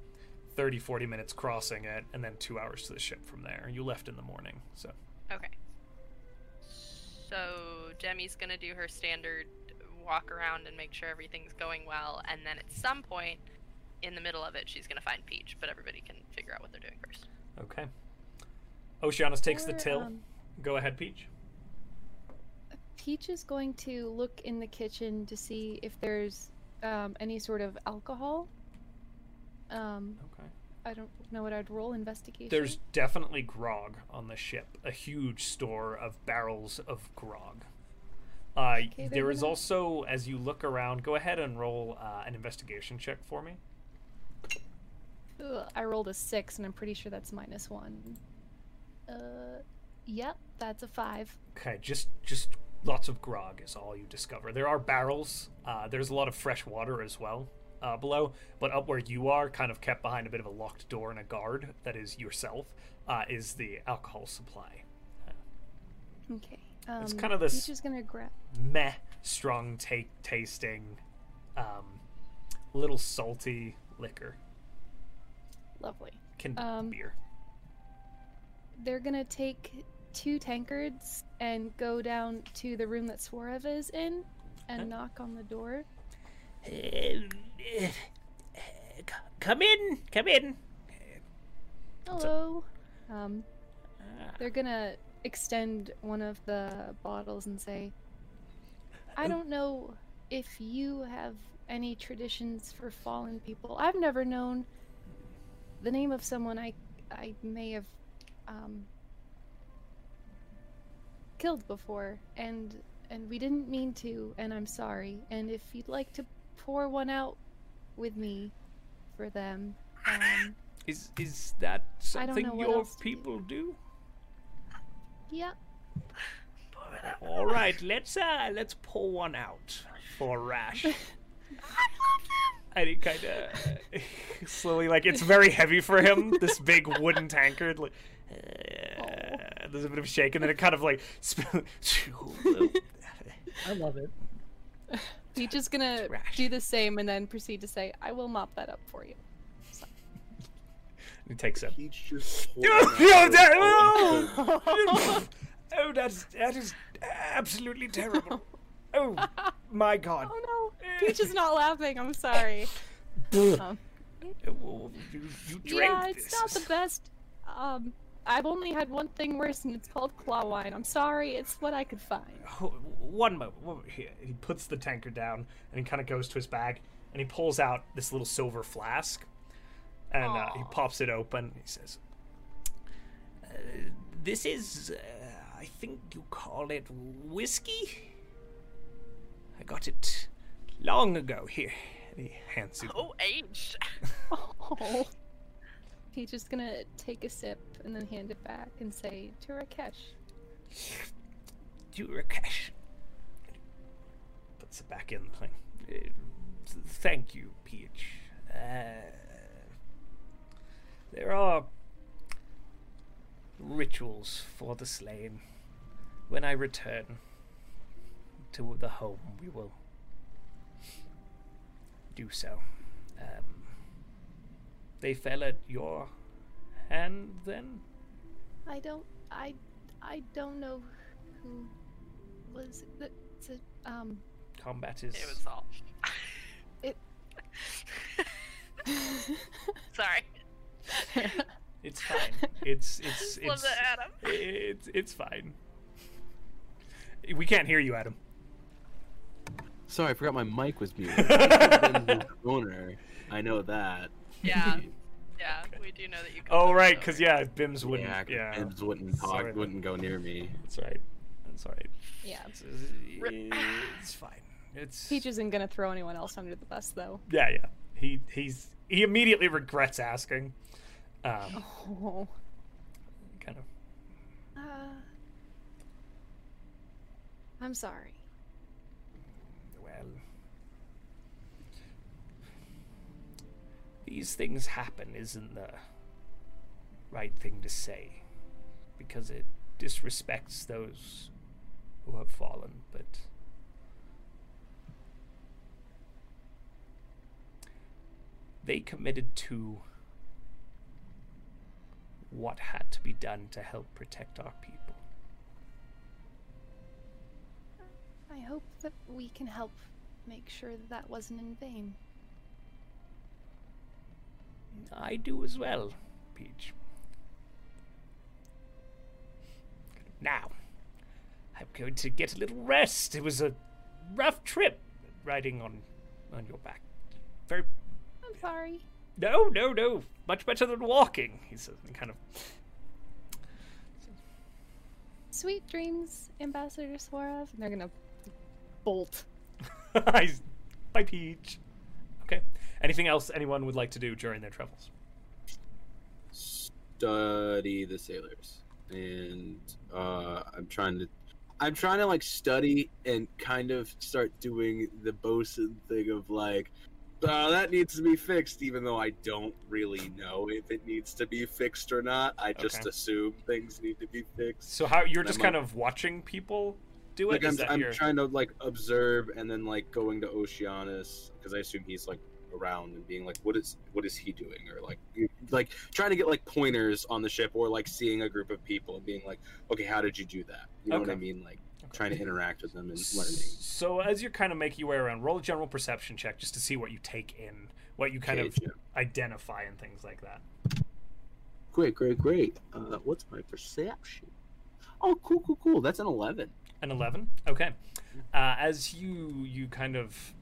Speaker 8: 30, 40 minutes crossing it, and then two hours to the ship from there. You left in the morning, so.
Speaker 3: Okay. So Demi's gonna do her standard walk around and make sure everything's going well, and then at some point in the middle of it, she's gonna find Peach, but everybody can figure out what they're doing first.
Speaker 8: Okay. Oceanus takes the
Speaker 5: Or,
Speaker 8: till.
Speaker 5: um,
Speaker 8: Go ahead, Peach.
Speaker 5: Peach is going to look in the kitchen to see if there's um, any sort of alcohol. Um,
Speaker 8: Okay.
Speaker 5: I don't know what I'd roll investigation.
Speaker 8: There's definitely grog on the ship, a huge store of barrels of grog. Uh,
Speaker 5: then
Speaker 8: there
Speaker 5: we're
Speaker 8: is
Speaker 5: not-
Speaker 8: also, as you look around, go ahead and roll uh, an investigation check for me.
Speaker 5: Ugh, I rolled a six, and I'm pretty sure that's minus one. Uh, yep, that's a five.
Speaker 8: Okay, just just lots of grog is all you discover. There are barrels. Uh, there's a lot of fresh water as well uh, below, but up where you are, kind of kept behind a bit of a locked door and a guard that is yourself, uh, is the alcohol supply.
Speaker 5: Okay. Um,
Speaker 8: It's kinda this-
Speaker 5: Peach is gonna grab.
Speaker 8: meh strong take tasting um little salty liquor
Speaker 5: Lovely.
Speaker 8: can
Speaker 5: Um,
Speaker 8: beer
Speaker 5: They're gonna take two tankards and go down to the room that Suarev is in, and
Speaker 8: Okay.
Speaker 5: knock on the door.
Speaker 2: uh,
Speaker 1: Come in, come in.
Speaker 5: Hello. Um, they're gonna extend one of the bottles and say, I don't know if you have any traditions for fallen people. I've never known the name of someone I I may have um, killed before, and and we didn't mean to, and I'm sorry. And if you'd like to pour one out with me for them, um,
Speaker 1: Is is that
Speaker 5: I don't know
Speaker 1: something
Speaker 5: what
Speaker 1: your
Speaker 5: else to do.
Speaker 1: people do?
Speaker 5: yeah,
Speaker 1: All right, let's uh let's pull one out for Rash.
Speaker 8: and he kind of slowly like it's very heavy for him this big wooden tankard like uh, there's a bit of shake and then it kind of like sp-
Speaker 2: I love it.
Speaker 5: Peach is gonna
Speaker 1: Trash.
Speaker 5: do the same and then proceed to say, "I will mop that up for you."
Speaker 8: he takes it
Speaker 4: Peach just. poured
Speaker 8: Oh,
Speaker 4: out
Speaker 8: yeah,
Speaker 4: her
Speaker 8: that-
Speaker 4: own Coke.
Speaker 8: oh, oh that's that is absolutely terrible oh my god
Speaker 5: Oh no, Peach is not laughing. I'm sorry. Um,
Speaker 1: you, you drank
Speaker 5: yeah, it's
Speaker 1: this.
Speaker 5: not the best. Um, I've only had one thing worse, and it's called claw wine. I'm sorry. It's what I could find.
Speaker 8: Ho- one moment, one moment here. He puts the tanker down and he kind of goes to his bag and he pulls out this little silver flask and uh, he
Speaker 3: Aw.
Speaker 8: pops it open. He says, "Uh,
Speaker 1: This is, uh, I think you call it whiskey. I got it long ago here.
Speaker 8: and he hands you.
Speaker 3: Oh, aged.
Speaker 5: Oh. Peach is gonna take a sip and then hand it back and say to Rakesh,
Speaker 1: Durakesh.
Speaker 8: Puts it back in the thing.
Speaker 1: Uh, th- thank you, Peach. Uh, there are rituals for the slain. When I return to the home, we will do so. Um, they fell at your hand then?
Speaker 5: "I don't, I, I don't know who was the, the um."
Speaker 1: Combat is.
Speaker 3: It was all.
Speaker 5: It-
Speaker 3: Sorry.
Speaker 8: It's fine. It's it's
Speaker 3: Just love
Speaker 8: it's
Speaker 3: that, Adam.
Speaker 8: it's it's fine. We can't hear you, Adam.
Speaker 4: Sorry, I forgot my mic was muted. It's in the corner. I know that.
Speaker 3: Yeah, yeah, we do know that you.
Speaker 8: Oh
Speaker 3: come
Speaker 8: right,
Speaker 3: from
Speaker 8: because
Speaker 3: nowhere.
Speaker 8: yeah, Bims wouldn't.
Speaker 4: yeah,
Speaker 8: Yeah,
Speaker 4: Bibbs wouldn't talk,
Speaker 8: Sorry.
Speaker 4: wouldn't go near me.
Speaker 8: that's right. That's right.
Speaker 5: yeah.
Speaker 8: It's fine. It's
Speaker 5: Peach isn't gonna throw anyone else under the bus, though.
Speaker 8: yeah, yeah. He he's he immediately regrets asking. Um,
Speaker 5: Oh.
Speaker 8: kind of.
Speaker 5: Uh, I'm sorry.
Speaker 1: Well, these things happen isn't the right thing to say because it disrespects those who have fallen, but
Speaker 8: they committed to what had to be done to help protect our people.
Speaker 5: I hope that we can help make sure that that wasn't in vain.
Speaker 8: I do as well, Peach. Now, I'm going to get a little rest. It was a rough trip riding on on your back. Very
Speaker 5: I'm sorry.
Speaker 8: no, no, no. Much better than walking. He says, and kind of
Speaker 5: Sweet dreams, Ambassador Suarez. And they're gonna bolt.
Speaker 8: Eyes. Bye, Peach. Okay. Anything else anyone would like to do during their travels?
Speaker 4: study the sailors and uh i'm trying to i'm trying to like study and kind of start doing the bosun thing of like uh, that needs to be fixed even though i don't really know if it needs to be fixed or not i just
Speaker 8: Okay.
Speaker 4: assume things need to be fixed
Speaker 8: So how you're just
Speaker 4: Never
Speaker 8: kind
Speaker 4: mind.
Speaker 8: of watching people do it?
Speaker 4: like i'm,
Speaker 8: Is that
Speaker 4: I'm
Speaker 8: your-
Speaker 4: trying to like observe and then like going to oceanus because i assume he's like around and being like what is what is he doing or like you- like trying to get like pointers on the ship or like seeing a group of people and being like okay how did you do that you know what i
Speaker 8: Okay.
Speaker 4: mean like
Speaker 8: Okay.
Speaker 4: trying to interact with them and learning
Speaker 8: So as you're kind of making your way around, roll a general perception check just to see what you take in, what you kind
Speaker 4: Okay,
Speaker 8: of
Speaker 4: yeah.
Speaker 8: identify and things like that.
Speaker 4: great great great uh what's my perception oh cool cool cool that's an 11
Speaker 8: An eleven. Okay. Uh, as you you kind of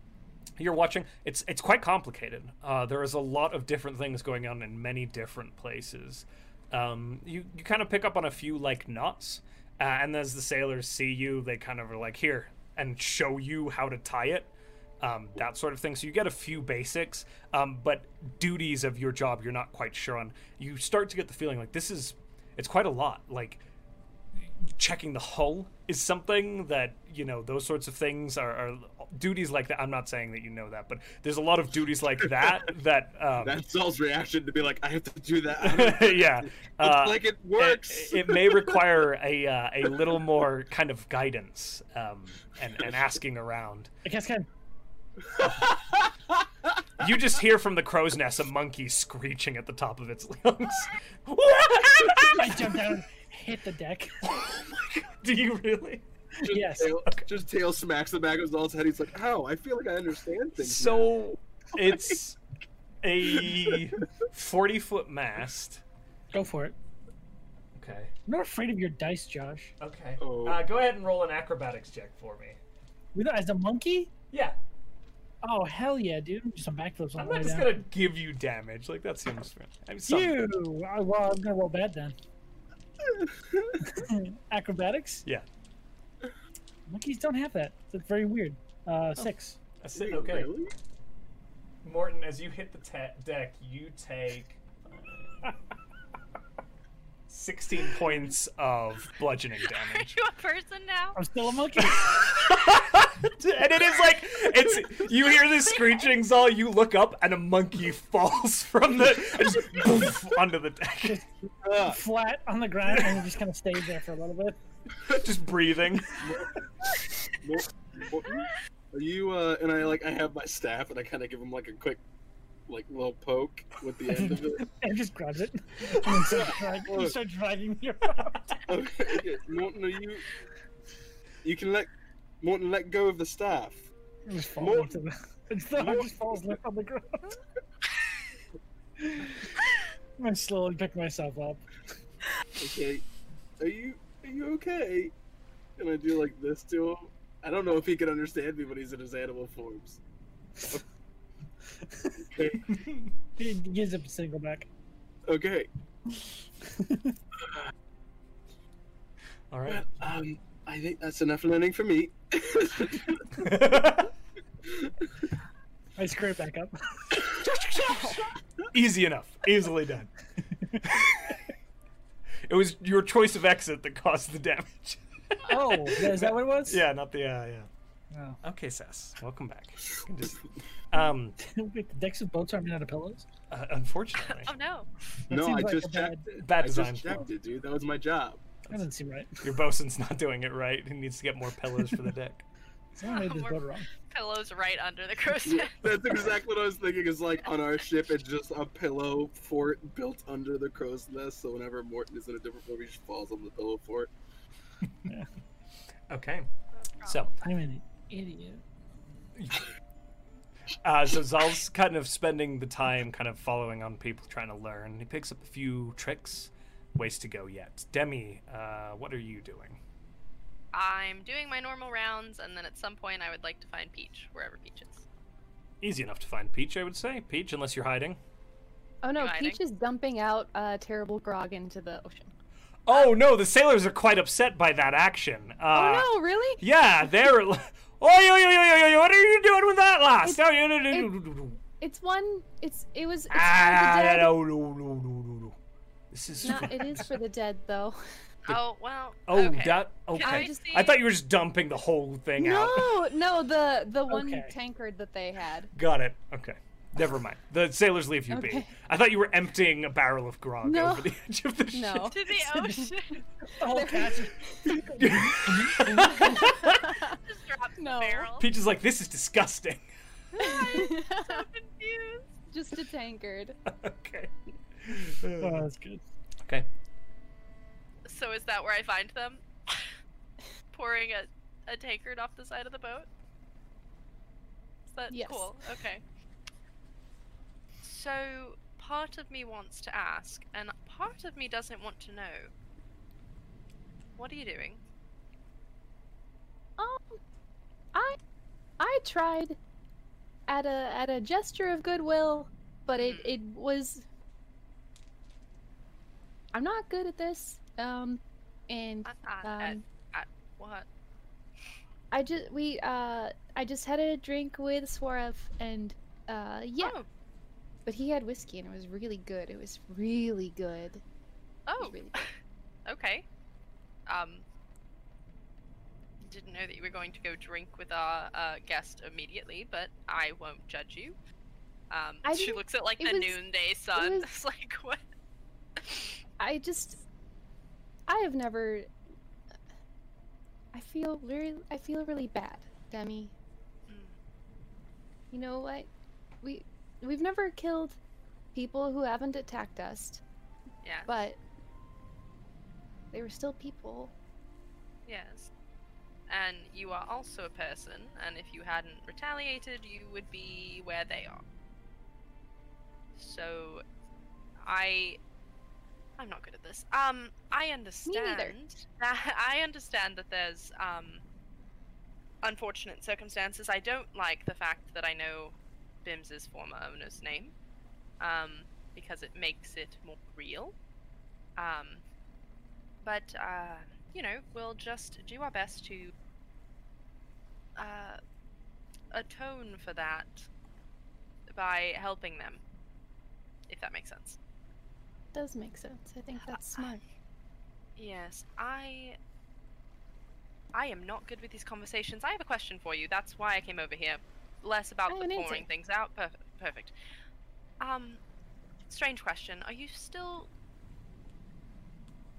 Speaker 8: you're watching, it's it's quite complicated. Uh, there is a lot of different things going on in many different places. Um, you you kind of pick up on a few like knots, uh, and as the sailors see you, they kind of are like here and show you how to tie it. Um, that sort of thing. So you get a few basics, um, but duties of your job you're not quite sure on. You start to get the feeling like this is, it's quite a lot. Like checking the hull is something that you know those sorts of things are, are duties like that i'm not saying that you know that but there's a lot of duties like that that um
Speaker 4: that's Saul's reaction to be like i have to do that I don't-
Speaker 8: yeah
Speaker 4: looks
Speaker 8: uh,
Speaker 4: like it
Speaker 8: it-
Speaker 4: works
Speaker 8: It, may require a uh, a little more kind of guidance um, and, and asking around.
Speaker 2: I guess kind
Speaker 8: You just hear from the crow's nest a monkey screeching at the top of its lungs.
Speaker 2: I jump down, hit the deck.
Speaker 8: Do you really?
Speaker 4: just
Speaker 2: Yes.
Speaker 4: tail, just tail smacks the back of Zal's head. He's like, "How? I feel like I understand things." now."
Speaker 8: So it's a 40 foot mast.
Speaker 2: Go for it.
Speaker 8: Okay.
Speaker 2: I'm not afraid of your dice, Josh.
Speaker 8: Okay.
Speaker 4: Oh.
Speaker 8: Uh, go ahead and roll an acrobatics check for me.
Speaker 2: We thought as a monkey?
Speaker 8: Yeah,
Speaker 2: Oh hell yeah, dude! Just some backflips on
Speaker 8: I'm
Speaker 2: the way
Speaker 8: not just
Speaker 2: down.
Speaker 8: gonna give you damage. Like that seems. I'm sorry.
Speaker 2: You. I- Well, I'm gonna roll bad then. Acrobatics?
Speaker 8: Yeah.
Speaker 2: Monkeys don't have that. That's very weird. Uh, six.
Speaker 8: A si-
Speaker 4: Wait,
Speaker 8: okay,
Speaker 4: really?
Speaker 8: Morton. As you hit the te- deck, you take sixteen points of bludgeoning
Speaker 3: Are
Speaker 8: damage.
Speaker 3: you a person now?
Speaker 2: I'm still a monkey.
Speaker 8: and it is like it's you hear this screeching Zal, you look up and a monkey falls from the and just poof, onto the deck.
Speaker 4: Ah,
Speaker 2: flat on the ground and just kind of stays there for a little bit.
Speaker 8: Just breathing.
Speaker 4: Mor- Morton, are you? Uh, and I like, I have my staff, and I kind of give him like a quick, like little poke with the end of it.
Speaker 2: And just grabs it. And then start dragging, you start dragging me around.
Speaker 4: Okay, okay, Morton, are you? You can let Morton let go of the staff.
Speaker 2: Just falls
Speaker 4: More-
Speaker 2: into the, it's the,
Speaker 4: more-
Speaker 2: just falls limp on the ground. I'm gonna slowly pick myself up.
Speaker 4: Okay, are you? Are you okay? And I do like this to him. I don't know if he can understand me, but he's in his animal forms. Okay.
Speaker 2: He he gives up a single back.
Speaker 4: okay.
Speaker 8: All right.
Speaker 4: Well, um, I think that's enough learning for me.
Speaker 2: I screw it back up.
Speaker 8: Easy enough. Easily done. it was your choice of exit that caused the damage.
Speaker 2: Oh, is that what it was?
Speaker 8: Yeah, not the uh, yeah.
Speaker 2: Oh.
Speaker 8: Okay, Sass. Welcome back. You can just- um,
Speaker 2: Decks of boats aren't made out of pillows.
Speaker 8: uh, unfortunately,
Speaker 3: Oh no.
Speaker 2: That
Speaker 4: no,
Speaker 2: seems
Speaker 4: I
Speaker 2: like a
Speaker 4: just
Speaker 2: bad-
Speaker 4: checked it.
Speaker 8: Bad
Speaker 4: I
Speaker 8: design
Speaker 4: just
Speaker 8: flaw.
Speaker 4: checked it, dude. That was my job.
Speaker 2: That doesn't seem right.
Speaker 8: your bosun's not doing it right. He needs to get more pillows for the deck.
Speaker 2: Someone made this
Speaker 3: We're-
Speaker 2: boat wrong.
Speaker 3: Pillows right under the crow's
Speaker 4: Yeah,
Speaker 3: nest.
Speaker 4: That's exactly what I was thinking. Is like on our ship, it's just a pillow fort built under the crow's nest. So whenever Morton is in a different form, he just falls on the pillow fort.
Speaker 8: Okay.
Speaker 3: Oh,
Speaker 8: So,
Speaker 2: I'm an idiot.
Speaker 8: uh, so Zal's kind of spending the time kind of following on people trying to learn. He picks up a few tricks, ways to go yet. Demi, uh, what are you doing?
Speaker 3: I'm doing my normal rounds, and then at some point, I would like to find Peach wherever Peach is.
Speaker 8: Easy enough to find Peach, I would say. Peach, unless you're hiding.
Speaker 5: Oh no,
Speaker 3: You hiding?
Speaker 5: Peach is dumping out uh, terrible grog into the ocean.
Speaker 8: Oh no, the sailors are quite upset by that action. Uh,
Speaker 5: oh no, really?
Speaker 8: Yeah, they're. oh, yo, yo, yo, yo, yo, what are you doing with that last?
Speaker 5: It's-
Speaker 8: Oh, yo, no, no, no, no, no, no.
Speaker 5: It's one. It's it was. It's for the
Speaker 8: Ah,
Speaker 5: dead.
Speaker 8: no, no, no, no, no, no. This is.
Speaker 5: Not, it is for the dead though.
Speaker 3: Oh well.
Speaker 8: Oh,
Speaker 3: okay.
Speaker 8: that.
Speaker 3: Can
Speaker 8: Okay.
Speaker 5: I
Speaker 3: see-
Speaker 8: I thought you were just dumping the whole thing out.
Speaker 5: No, no, the the one
Speaker 2: Okay.
Speaker 5: tankard that they had.
Speaker 8: Got it. Okay. Never mind. The sailors leave you be.
Speaker 5: Okay.
Speaker 8: I thought you were emptying a barrel of grog
Speaker 5: No.
Speaker 8: over the edge of the
Speaker 5: No.
Speaker 3: to the ocean.
Speaker 2: The whole cast is
Speaker 8: ship.
Speaker 3: Just dropped
Speaker 5: No.
Speaker 3: the barrel.
Speaker 8: Peach is like, this is disgusting.
Speaker 3: so confused.
Speaker 5: Just a tankard.
Speaker 8: okay.
Speaker 2: Oh, that's good.
Speaker 8: okay.
Speaker 3: So is that where I find them? Pouring a, a tankard off the side of the boat? Is that
Speaker 5: Yes.
Speaker 3: cool? Okay. So part of me wants to ask, and part of me doesn't want to know. What are you doing?
Speaker 5: Um, I I tried at a at a gesture of goodwill, but it it was I'm not good at this. Um and
Speaker 3: At, at, at,
Speaker 5: um
Speaker 3: at what?
Speaker 5: I just we uh I just had a drink with Swarev and uh yeah,
Speaker 3: Oh,
Speaker 5: but he had whiskey and it was really good. It was really good.
Speaker 3: oh.
Speaker 5: really
Speaker 3: okay. Um. Didn't know that you were going to go drink with our uh, guest immediately, but I won't judge you. Um,
Speaker 5: I
Speaker 3: she
Speaker 5: didn't-
Speaker 3: looks at like
Speaker 5: it
Speaker 3: the
Speaker 5: was-
Speaker 3: noonday sun.
Speaker 5: was-
Speaker 3: It's like what?
Speaker 5: I just I have never I feel really I feel really bad, Demi.
Speaker 3: Mm.
Speaker 5: You know what? We we've never killed people who haven't attacked us,
Speaker 3: Yeah.
Speaker 5: but they were still people.
Speaker 3: Yes. And you are also a person, and if you hadn't retaliated, you would be where they are. So, I. I'm not good at this. Um, I understand. That, I understand that there's, um. Unfortunate circumstances. I don't like the fact that I know Bims's former owner's name, um, because it makes it more real. Um, but, uh you know, we'll just do our best to uh, atone for that by helping them, if that makes sense.
Speaker 5: Does make sense. I think that's smart.
Speaker 3: Yes, I. I am not good with these conversations. I have a question for you. That's why I came over here. Less about the
Speaker 5: I have an answer.
Speaker 3: pouring things out. Perfect. Perfect. Um, strange question. Are you still?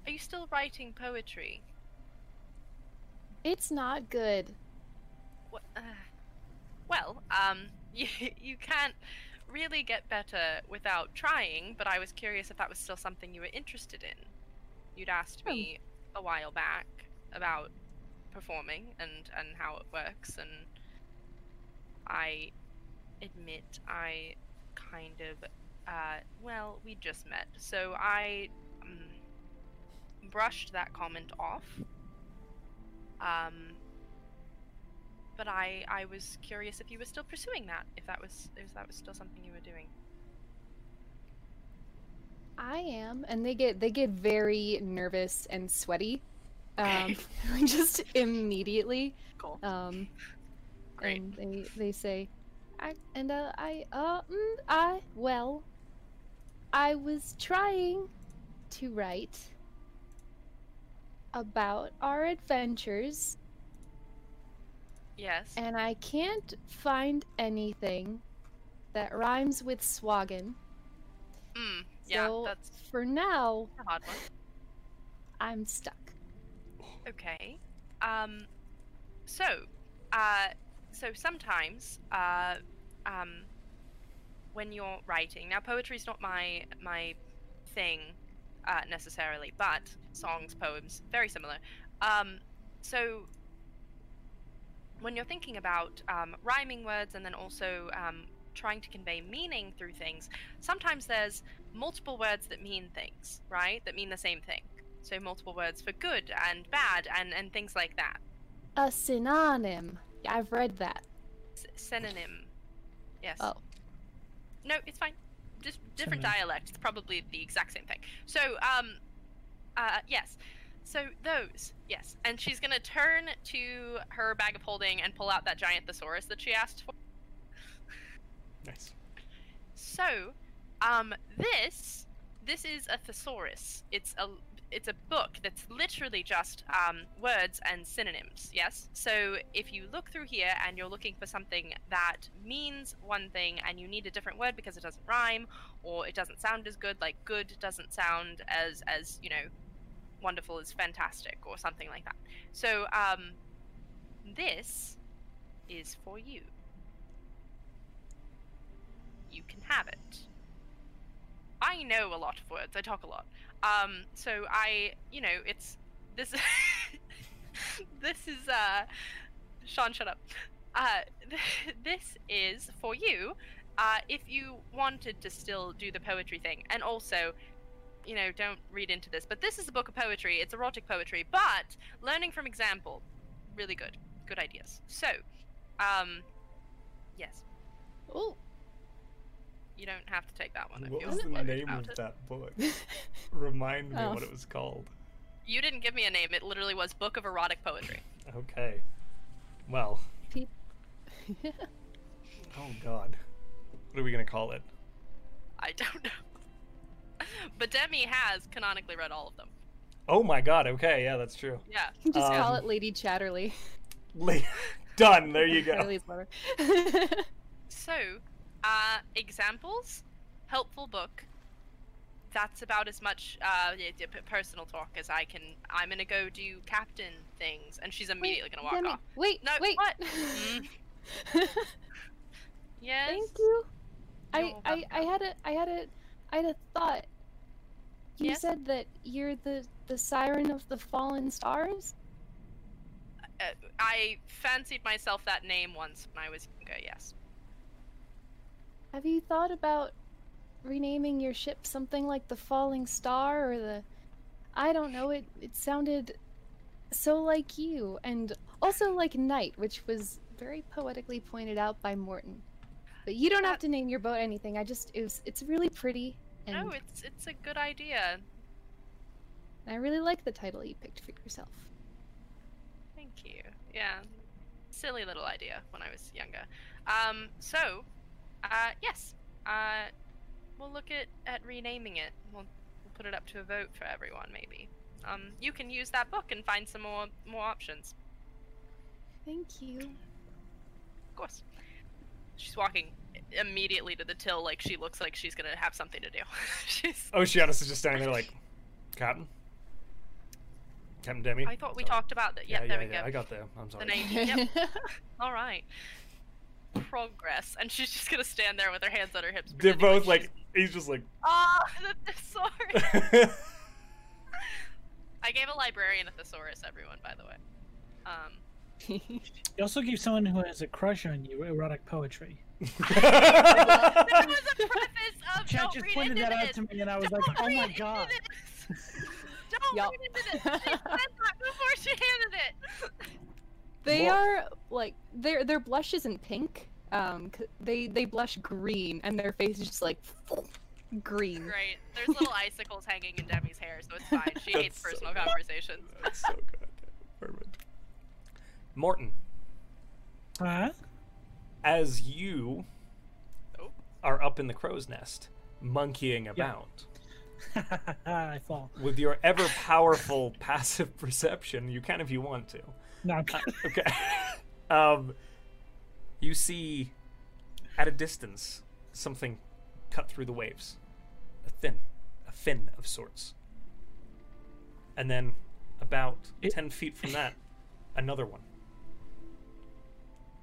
Speaker 3: Are you still writing poetry?
Speaker 5: It's not good.
Speaker 3: What, uh, well, um, you, you can't really get better without trying, but I was curious if that was still something you were interested in. You'd asked
Speaker 5: Hmm.
Speaker 3: me a while back about performing and, and how it works, and I admit I kind of, uh, well, we just met, so I um, brushed that comment off. Um, but I I was curious if you were still pursuing that, if that was if that was still something you were doing.
Speaker 5: I am, and they get they get very nervous and sweaty, um, like, just immediately.
Speaker 3: Cool.
Speaker 5: Um,
Speaker 3: Great.
Speaker 5: And they they say, I and uh, I uh mm, I well, I was trying to write about our adventures,
Speaker 3: Yes.
Speaker 5: and I can't find anything that rhymes with swaggin.
Speaker 3: Mm, yeah,
Speaker 5: so
Speaker 3: that's
Speaker 5: for now,
Speaker 3: a hard one.
Speaker 5: I'm stuck.
Speaker 3: Okay. Um, so uh, so sometimes, uh, um, when you're writing, now poetry's not my my thing uh, necessarily, but songs, poems, very similar. Um, so when you're thinking about um, rhyming words and then also um, trying to convey meaning through things, sometimes there's multiple words that mean things, right? That mean the same thing. So multiple words for good and bad and, and things like that.
Speaker 5: A synonym. Yeah, I've read that.
Speaker 3: S- synonym. Yes.
Speaker 5: Oh.
Speaker 3: No, it's fine. Just different
Speaker 2: Synonym.
Speaker 3: dialect. It's probably the exact same thing. So, um, uh, yes. So those, yes. And she's gonna turn to her bag of holding and pull out that giant thesaurus that she asked for.
Speaker 8: Nice.
Speaker 3: So, um, this this is a thesaurus. It's a it's a book that's literally just um, words and synonyms. Yes. So if you look through here and you're looking for something that means one thing and you need a different word because it doesn't rhyme or it doesn't sound as good, like good doesn't sound as as you know wonderful as fantastic or something like that. So um, this is for you. You can have it. I know a lot of words. I talk a lot. Um, so I, you know, it's this. this is uh, Sean, shut up. Uh, this is for you. Uh, if you wanted to still do the poetry thing, and also, you know, don't read into this, but this is a book of poetry. It's erotic poetry, but learning from example, really good, good ideas. So, um, yes,
Speaker 5: Oh,
Speaker 3: you don't have to take that one. If
Speaker 8: What
Speaker 3: you're
Speaker 8: was the
Speaker 3: worried
Speaker 8: name
Speaker 3: about
Speaker 8: of
Speaker 3: it.
Speaker 8: that book? Remind me
Speaker 5: Oh.
Speaker 8: what it was called.
Speaker 3: You didn't give me a name. It literally was Book of Erotic Poetry.
Speaker 8: Okay. Well, oh god. What are we gonna call it?
Speaker 3: I don't know. But Demi has canonically read all of them.
Speaker 8: Oh my god, okay, yeah, that's true.
Speaker 3: Yeah.
Speaker 5: you can just call
Speaker 8: Um,
Speaker 5: it Lady Chatterley.
Speaker 8: La- Done, there you go.
Speaker 5: Chatterley's lover.
Speaker 3: So, uh, examples, helpful book. That's about as much uh, y- y- p- personal talk as I can. I'm gonna go do captain things, and she's immediately gonna walk
Speaker 5: Demi,
Speaker 3: off.
Speaker 5: Wait,
Speaker 3: No,
Speaker 5: wait.
Speaker 3: what? Mm, yes.
Speaker 5: Thank you. I,
Speaker 3: You're
Speaker 5: I, I
Speaker 3: welcome.
Speaker 5: had a I had a I had a thought. You
Speaker 3: Yes?
Speaker 5: said that you're the the siren of the fallen stars.
Speaker 3: Uh, I fancied myself that name once when I was younger. Yes.
Speaker 5: Have you thought about renaming your ship something like the Falling Star or the I don't know, it it sounded so like you and also like night, which was very poetically pointed out by Morton. But you don't have
Speaker 3: Uh,
Speaker 5: to name your boat anything. I just it was, it's really pretty and
Speaker 3: No, Oh, it's it's a good idea.
Speaker 5: I really like the title you picked for yourself.
Speaker 3: Thank you. Yeah. Silly little idea when I was younger. Um, so, uh, yes. Uh, we'll look at, at renaming it. We'll, we'll put it up to a vote for everyone, maybe. Um, you can use that book and find some more more options.
Speaker 5: Thank you.
Speaker 3: Of course. She's walking immediately to the till like she looks like she's gonna have something to do. she's
Speaker 8: Oceanus is just standing there like, Captain? Captain Demi?
Speaker 3: I thought we
Speaker 8: Sorry.
Speaker 3: talked about that. Yep, there we go.
Speaker 8: I got there. I'm sorry.
Speaker 3: The name. Yep. All right. Progress. And she's just gonna stand there with her hands on her hips.
Speaker 8: They're
Speaker 3: pretending
Speaker 8: both like,
Speaker 3: she's-
Speaker 8: he's just like,
Speaker 3: Ah, the thesaurus. I gave a librarian a thesaurus. Everyone, by the way. Um,
Speaker 2: You also give someone who has a crush on you erotic poetry.
Speaker 3: there was a preface of
Speaker 2: Chad
Speaker 3: don't
Speaker 2: just
Speaker 3: read
Speaker 2: pointed
Speaker 3: into
Speaker 2: that out
Speaker 3: this.
Speaker 2: to me, and I was
Speaker 3: Don't
Speaker 2: like, "Oh
Speaker 3: read
Speaker 2: my
Speaker 3: into
Speaker 2: god!"
Speaker 3: this. don't
Speaker 5: Yup.
Speaker 3: read into this. She said that before she handed it.
Speaker 5: They
Speaker 8: Wha-
Speaker 5: are like their their blush isn't pink. Um, c- they they blush green, and their face is just like green.
Speaker 3: Great. There's little icicles hanging in Demi's hair, so it's fine. She hates
Speaker 8: That's so
Speaker 3: personal
Speaker 8: good.
Speaker 3: conversations.
Speaker 8: That's so good. Perfect. Morton,
Speaker 2: Huh?
Speaker 8: as you
Speaker 3: Oh.
Speaker 8: are up in the crow's nest, monkeying about,
Speaker 2: I fall.
Speaker 8: with your ever powerful passive perception, you can if you want to.
Speaker 2: No, I'm kidding.
Speaker 8: Okay. um, you see at a distance something cut through the waves. A fin. A fin of sorts. And then about
Speaker 2: It-
Speaker 8: 10 feet from that, another one.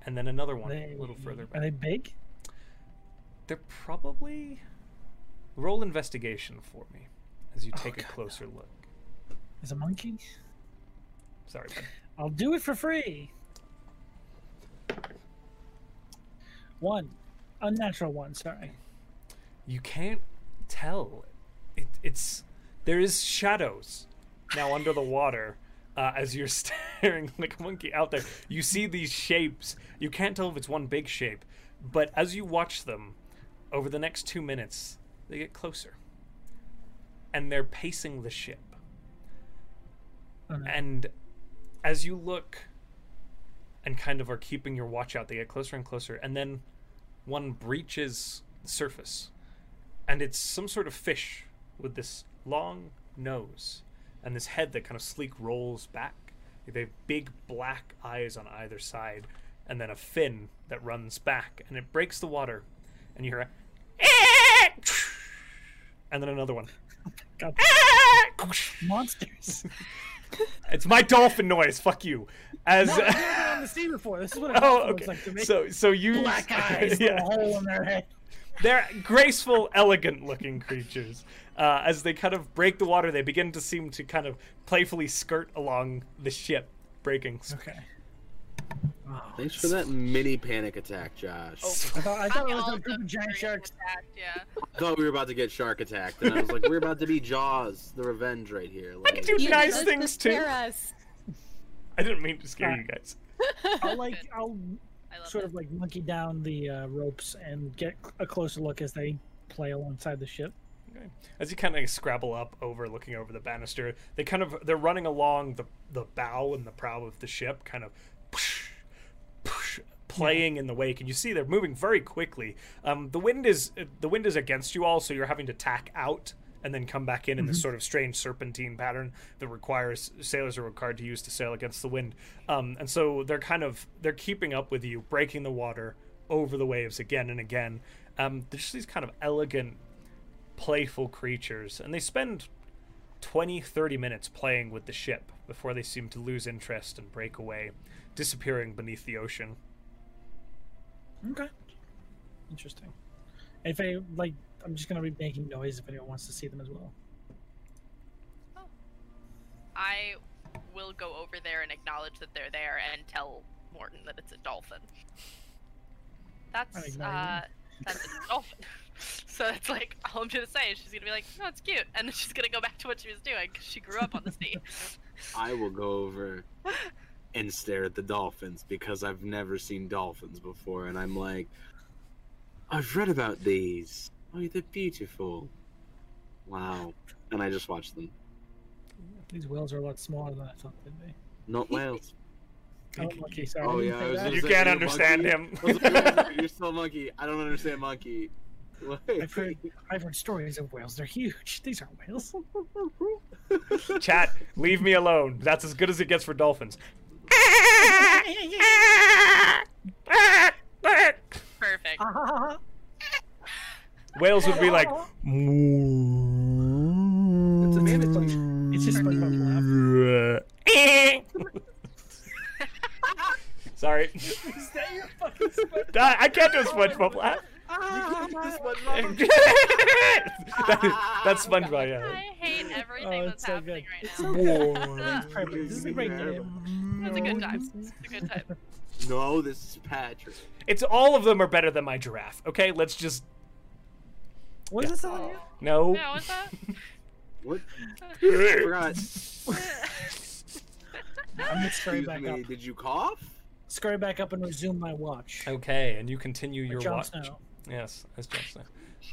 Speaker 8: and then another one
Speaker 2: They-
Speaker 8: a little further back.
Speaker 2: Are they big?
Speaker 8: They're probably. Roll investigation for me as you take a closer look.
Speaker 2: Is a monkey?
Speaker 8: Sorry, bud.
Speaker 2: I'll do it for free. One, unnatural one. Sorry.
Speaker 8: you can't tell. It, it's there is shadows now under the water uh, as you're staring like a monkey out there. You see these shapes. You can't tell if it's one big shape, but as you watch them over the next two minutes, they get closer, and they're pacing the ship.
Speaker 2: Oh, no.
Speaker 8: And as you look and kind of are keeping your watch out, they get closer and closer, and then one breaches the surface. And it's some sort of fish with this long nose and this head that kind of sleek rolls back. They have big black eyes on either side, and then a fin that runs back, and it breaks the water, and you hear a and then another one.
Speaker 2: God, monsters.
Speaker 8: It's my dolphin noise. Fuck you. As
Speaker 2: No, I've never been on the sea before. This is what a
Speaker 8: Oh,
Speaker 2: dolphin
Speaker 8: okay.
Speaker 2: looks like to me.
Speaker 8: so, so you
Speaker 2: Black eyes,
Speaker 8: yeah,
Speaker 2: little hole in their head.
Speaker 8: they're graceful, elegant-looking creatures. Uh, as they kind of break the water, they begin to seem to kind of playfully skirt along the ship, breaking.
Speaker 2: Okay. Oh,
Speaker 4: Thanks for that mini panic attack, Josh.
Speaker 8: Oh.
Speaker 2: I thought, I thought it
Speaker 3: We
Speaker 2: was
Speaker 3: all
Speaker 2: a group of
Speaker 3: got
Speaker 2: giant
Speaker 3: great
Speaker 2: sharks.
Speaker 3: attack, yeah.
Speaker 4: I thought we were about to get shark attacked, and I was like, we're about to be Jaws, the revenge right here. Like,
Speaker 8: do
Speaker 5: You
Speaker 8: nice
Speaker 5: chose to
Speaker 8: things too.
Speaker 5: scare us.
Speaker 8: I didn't mean to scare you guys.
Speaker 2: I'll like I'll
Speaker 3: I love
Speaker 2: sort
Speaker 3: it.
Speaker 2: of like monkey down the uh, ropes and get a closer look as they play alongside the ship.
Speaker 8: Okay. As you kind of scrabble up over, looking over the banister, they kind of they're running along the the bow and the prow of the ship, kind of push, push, playing in the wake, and you see they're moving very quickly. Um, the wind is the wind is against you all, so you're having to tack out and then come back in in this sort of strange serpentine pattern that requires sailors are required to use to sail against the wind. Um, and so they're kind of they're keeping up with you, breaking the water over the waves again and again. Um, there's just these kind of elegant playful creatures and they spend 20 30 minutes playing with the ship before they seem to lose interest and break away disappearing beneath the ocean
Speaker 2: Okay. Interesting. If I like, I'm just gonna be making noise if anyone wants to see them as well.
Speaker 3: I will go over there and acknowledge that they're there and tell Morton that it's a dolphin. That's
Speaker 2: ignore you.
Speaker 3: uh, that's a dolphin. So that's like all I'm gonna say. She's gonna be like, "No, it's cute," and then she's gonna go back to what she was doing 'cause she grew up on the sea.
Speaker 4: I will go over and stare at the dolphins because I've never seen dolphins before, and I'm like, I've read about these. Oh, they're beautiful. Wow. And I just watched them.
Speaker 2: These whales are a lot smaller than I thought they'd be.
Speaker 4: Not whales.
Speaker 2: Oh, monkey, sorry.
Speaker 4: Oh,
Speaker 2: I
Speaker 4: yeah.
Speaker 2: didn't
Speaker 4: I
Speaker 2: say
Speaker 4: was
Speaker 2: that.
Speaker 4: gonna
Speaker 8: You
Speaker 4: say,
Speaker 8: can't
Speaker 4: "You're
Speaker 8: understand
Speaker 4: monkey."
Speaker 8: him.
Speaker 4: I was like, You're still monkey. I don't understand monkey.
Speaker 2: I've heard, I've heard stories of whales. They're huge. These aren't whales.
Speaker 8: chat leave me alone that's as good as it gets for dolphins
Speaker 3: Perfect.
Speaker 8: whales would be like
Speaker 4: It's a mammoth
Speaker 2: It's just
Speaker 4: Mm.
Speaker 2: SpongeBob laugh.
Speaker 8: sorry
Speaker 2: Is that your fucking SpongeBob?
Speaker 8: i I can't do a spongebob laugh that is, that's spongebob yeah
Speaker 3: I hate everything
Speaker 2: Oh,
Speaker 3: that's
Speaker 2: it's so
Speaker 3: happening right
Speaker 2: good. It's
Speaker 3: now.
Speaker 2: It's perfect. This is a great game.
Speaker 3: It's a good time. It's a good time.
Speaker 4: No, this is Patrick.
Speaker 8: It's all of them are better than my giraffe. Okay, let's just
Speaker 2: What is this all about?
Speaker 8: no.
Speaker 3: Yeah, what's that?
Speaker 4: What?
Speaker 2: Oh.
Speaker 4: I
Speaker 8: Excuse
Speaker 4: forgot.
Speaker 2: I'm gonna scurry
Speaker 4: Excuse
Speaker 2: back
Speaker 4: me,
Speaker 2: up.
Speaker 4: Did you cough?
Speaker 2: Scurry back up and resume my watch.
Speaker 8: Okay, and you continue your
Speaker 2: Jon
Speaker 8: watch.
Speaker 2: Snow.
Speaker 8: Yes, as Jon Snow.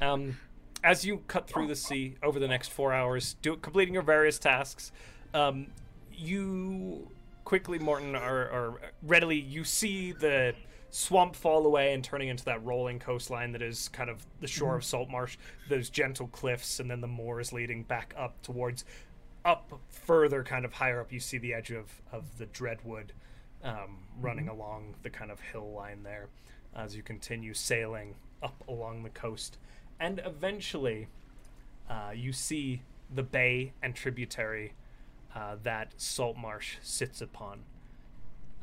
Speaker 8: Um, as you cut through the sea over the next four hours, do, completing your various tasks, um, you quickly, Morton, are, are readily you see the swamp fall away and turning into that rolling coastline that is kind of the shore of Salt Marsh, those gentle cliffs, and then the moors leading back up towards up further, kind of higher up. You see the edge of of the Dreadwood um, running along the kind of hill line there as you continue sailing up along the coast. And eventually, uh, you see the bay and tributary uh, that Saltmarsh sits upon.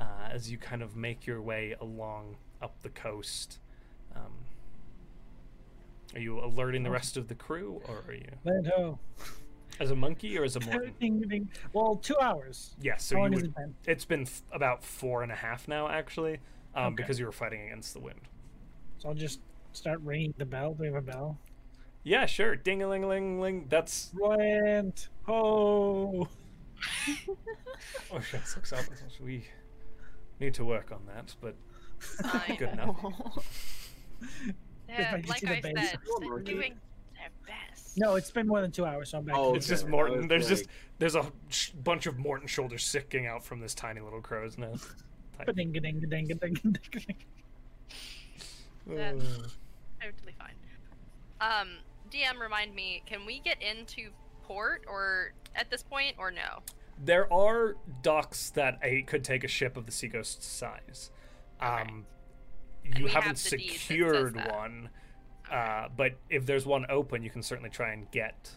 Speaker 8: uh, as you kind of make your way along up the coast. Um, are you alerting the rest of the crew, or are you
Speaker 2: Lando.
Speaker 8: as a monkey or as a Morton?
Speaker 2: Ding, ding. Well, two hours.
Speaker 8: Yes, so
Speaker 2: How
Speaker 8: you
Speaker 2: long has
Speaker 8: would,
Speaker 2: it been?
Speaker 8: it's been f- about four and a half now, actually, um,
Speaker 2: Okay.
Speaker 8: because you were fighting against the wind.
Speaker 2: So I'll just start ringing the bell. Do we have a bell?
Speaker 8: Yeah, sure. Ding a ling ling ling. That's.
Speaker 2: Land ho!
Speaker 8: Oh, shit, six hours. We need to work on that, but
Speaker 3: Fine.
Speaker 8: good enough.
Speaker 2: I
Speaker 3: They're,
Speaker 2: just
Speaker 3: like
Speaker 2: see the
Speaker 3: I
Speaker 2: base,
Speaker 3: said,
Speaker 4: come on,
Speaker 3: they're
Speaker 4: Marky.
Speaker 3: doing their best.
Speaker 2: No, it's been more than two hours, so I'm back.
Speaker 4: Oh,
Speaker 2: to
Speaker 8: It's just
Speaker 4: Okay, I
Speaker 8: Morton.
Speaker 4: was
Speaker 8: There's just
Speaker 4: like-
Speaker 8: there's a sh- bunch of Morton shoulders sticking out from this tiny little crow's nest.
Speaker 2: Ba- ding, a ding, a ding, a ding, a ding, a ding.
Speaker 3: That's-
Speaker 8: Ugh.
Speaker 3: totally fine. Um, DM, remind me, can we get into port or at this point or no?
Speaker 8: There are docks that a, could take a ship of the Seaghost's size. Um,
Speaker 3: And
Speaker 8: You
Speaker 3: we have
Speaker 8: haven't
Speaker 3: the deed that says
Speaker 8: secured
Speaker 3: that.
Speaker 8: one, uh, but if there's one open, you can certainly try and get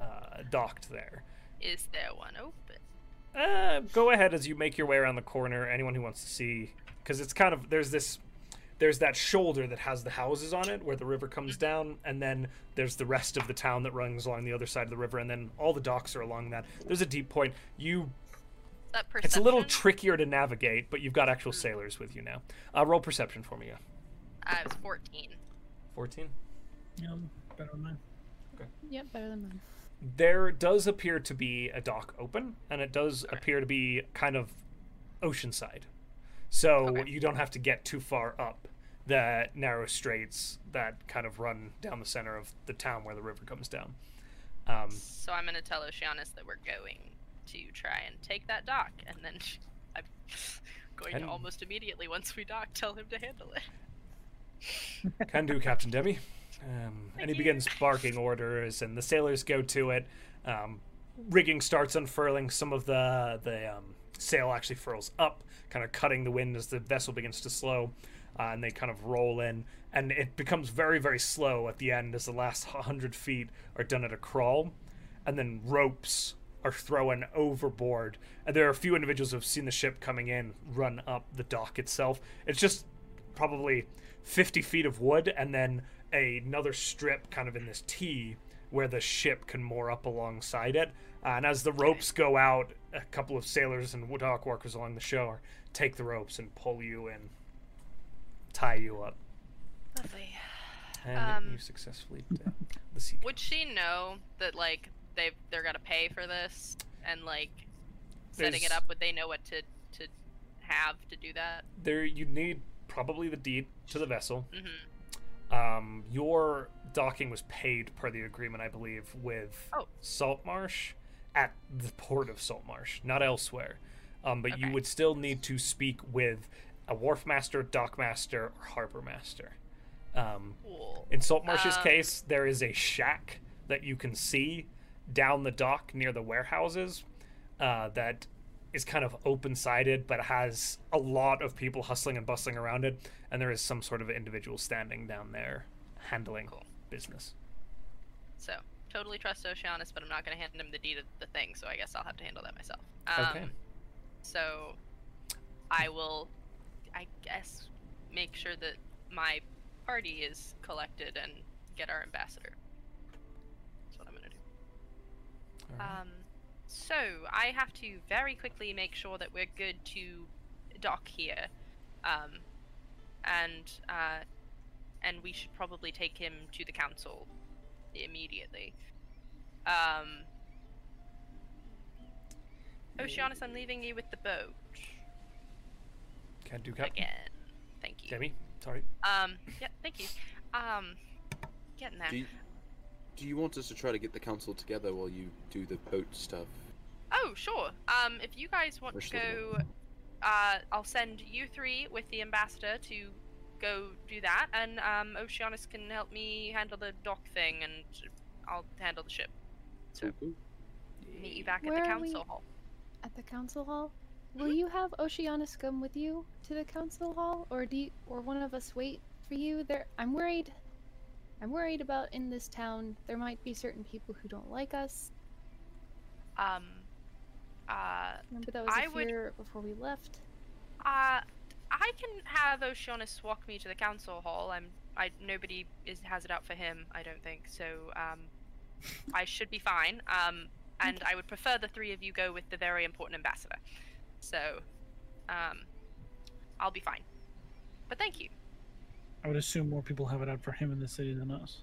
Speaker 8: uh, docked there.
Speaker 3: Is there one open?
Speaker 8: Uh, go ahead as you make your way around the corner. Anyone who wants to see, because it's kind of there's this, there's that shoulder that has the houses on it where the river comes
Speaker 3: Mm-hmm.
Speaker 8: down, and then there's the rest of the town that runs along the other side of the river, and then all the docks are along that. There's a deep point. You,
Speaker 3: Is that perception?
Speaker 8: it's a little trickier to navigate, but you've got actual sailors with you now. Uh, roll perception for me. Yeah,
Speaker 3: I was 14.
Speaker 8: fourteen.
Speaker 2: You know, better than mine.
Speaker 5: Yep, better than mine.
Speaker 8: There does appear to be a dock open, and it does appear to be kind of oceanside. So
Speaker 3: Okay.
Speaker 8: you don't have to get too far up the narrow straits that kind of run down the center of the town where the river comes down. Um,
Speaker 3: So I'm going to tell Oceanus that we're going to try and take that dock, and then I'm going
Speaker 8: Can-
Speaker 3: to almost immediately, once we dock, tell him to handle it.
Speaker 8: Can do, Captain Demi. Um, and he
Speaker 3: you.
Speaker 8: begins barking orders, and the sailors go to it. Um, rigging starts unfurling. Some of the the um, sail actually furls up, kind of cutting the wind as the vessel begins to slow. Uh, and they kind of roll in, and it becomes very, very slow at the end as the last hundred feet are done at a crawl, and then ropes are thrown overboard. And there are a few individuals who have seen the ship coming in run up the dock itself. It's just probably 50 feet of wood and then another strip kind of in this T where the ship can moor up alongside it. Uh, and as the ropes go out, a couple of sailors and dock workers along the shore take the ropes and pull you in, tie you up.
Speaker 3: Lovely.
Speaker 8: And
Speaker 3: Um,
Speaker 8: you successfully dock the sea.
Speaker 3: Would she know that, like, they've, they're going to pay for this? And, like, setting it
Speaker 8: There's-
Speaker 3: up, would they know what to, to have to do that?
Speaker 8: There, you need probably the deed to the vessel.
Speaker 3: hmm
Speaker 8: Um, your docking was paid per the agreement, I believe, with
Speaker 3: Oh.
Speaker 8: Saltmarsh at the port of Saltmarsh, not elsewhere. Um, but you
Speaker 3: Okay.
Speaker 8: would still need to speak with a wharf master, dock master, or harbor master. Um,
Speaker 3: Cool.
Speaker 8: in Saltmarsh's
Speaker 3: Um,
Speaker 8: case, there is a shack that you can see down the dock near the warehouses uh, that is kind of open sided but has a lot of people hustling and bustling around it. And there is some sort of individual standing down there handling
Speaker 3: Cool.
Speaker 8: business.
Speaker 3: So totally trust Oceanus, but I'm not going to hand him the deed of the thing. So I guess I'll have to handle that myself. Um,
Speaker 8: Okay.
Speaker 3: So I will, I guess, make sure that my party is collected and get our ambassador. That's what I'm going to do.
Speaker 8: All right.
Speaker 3: Um, so I have to very quickly make sure that we're good to dock here, um, and uh, and we should probably take him to the council immediately. Um, Oceanus, I'm leaving you with the boat
Speaker 8: Can't do Captain.
Speaker 3: again. Thank you.
Speaker 8: Demi, sorry.
Speaker 3: Um, yeah, thank you. Um, getting there.
Speaker 4: Do you, do you want us to try to get the council together while you do the boat stuff?
Speaker 3: Oh, sure. Um, if you guys want
Speaker 4: Wish
Speaker 3: to
Speaker 4: they
Speaker 3: go, uh, I'll send you three with the ambassador to go do that, and um, Oceanus can help me handle the dock thing, and I'll handle the ship. So
Speaker 4: Cool,
Speaker 3: meet you back at the
Speaker 5: Where are we?
Speaker 3: council hall.
Speaker 5: At the council hall, will you have Oceanus come with you to the council hall, or do you, or one of us wait for you there? I'm worried. I'm worried about in this town there might be certain people who don't like us.
Speaker 3: Um, uh,
Speaker 5: Remember that was
Speaker 3: I
Speaker 5: a
Speaker 3: would-
Speaker 5: fear before we left.
Speaker 3: Uh, I can have Oceanus walk me to the council hall. I'm. I nobody is has it out for him. I don't think so. Um, I should be fine. Um, and I would prefer the three of you go with the very important ambassador. So, um, I'll be fine. But thank you.
Speaker 2: I would assume more people have it out for him in the city than us.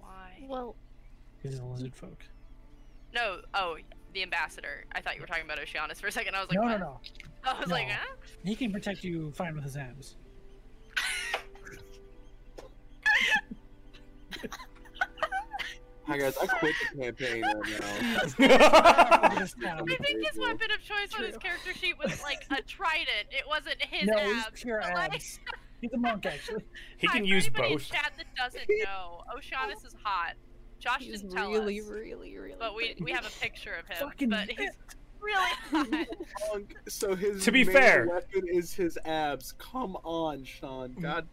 Speaker 3: Why?
Speaker 5: Well,
Speaker 2: Because he's a lizard folk.
Speaker 3: No. Oh, the ambassador. I thought you were talking about Oceanus for a second. I was like,
Speaker 2: No, no,
Speaker 3: what?
Speaker 2: no.
Speaker 3: I was like,
Speaker 2: No.
Speaker 3: huh?
Speaker 2: He can protect you fine with his abs.
Speaker 4: Hi guys, I quit the campaign right now.
Speaker 2: Just now.
Speaker 3: I think his
Speaker 4: True.
Speaker 3: weapon of choice on his character sheet was like a trident. It wasn't his
Speaker 2: no, he's
Speaker 3: abs.
Speaker 2: pure
Speaker 3: but, like-
Speaker 2: abs. He's a monk, actually.
Speaker 8: He
Speaker 3: Hi,
Speaker 8: can
Speaker 3: for
Speaker 8: use
Speaker 3: anybody in
Speaker 8: both.
Speaker 3: Chat that doesn't know, Oceanus is hot. Josh
Speaker 5: he's
Speaker 3: didn't tell
Speaker 5: really,
Speaker 3: us,
Speaker 5: really, really.
Speaker 3: but we
Speaker 5: big.
Speaker 3: we have a picture of him.
Speaker 2: Fucking
Speaker 3: but he's really hot.
Speaker 4: Punk, so his
Speaker 8: To be
Speaker 4: main
Speaker 8: fair- Mm.
Speaker 4: weapon is his abs. Come on, Sean. God,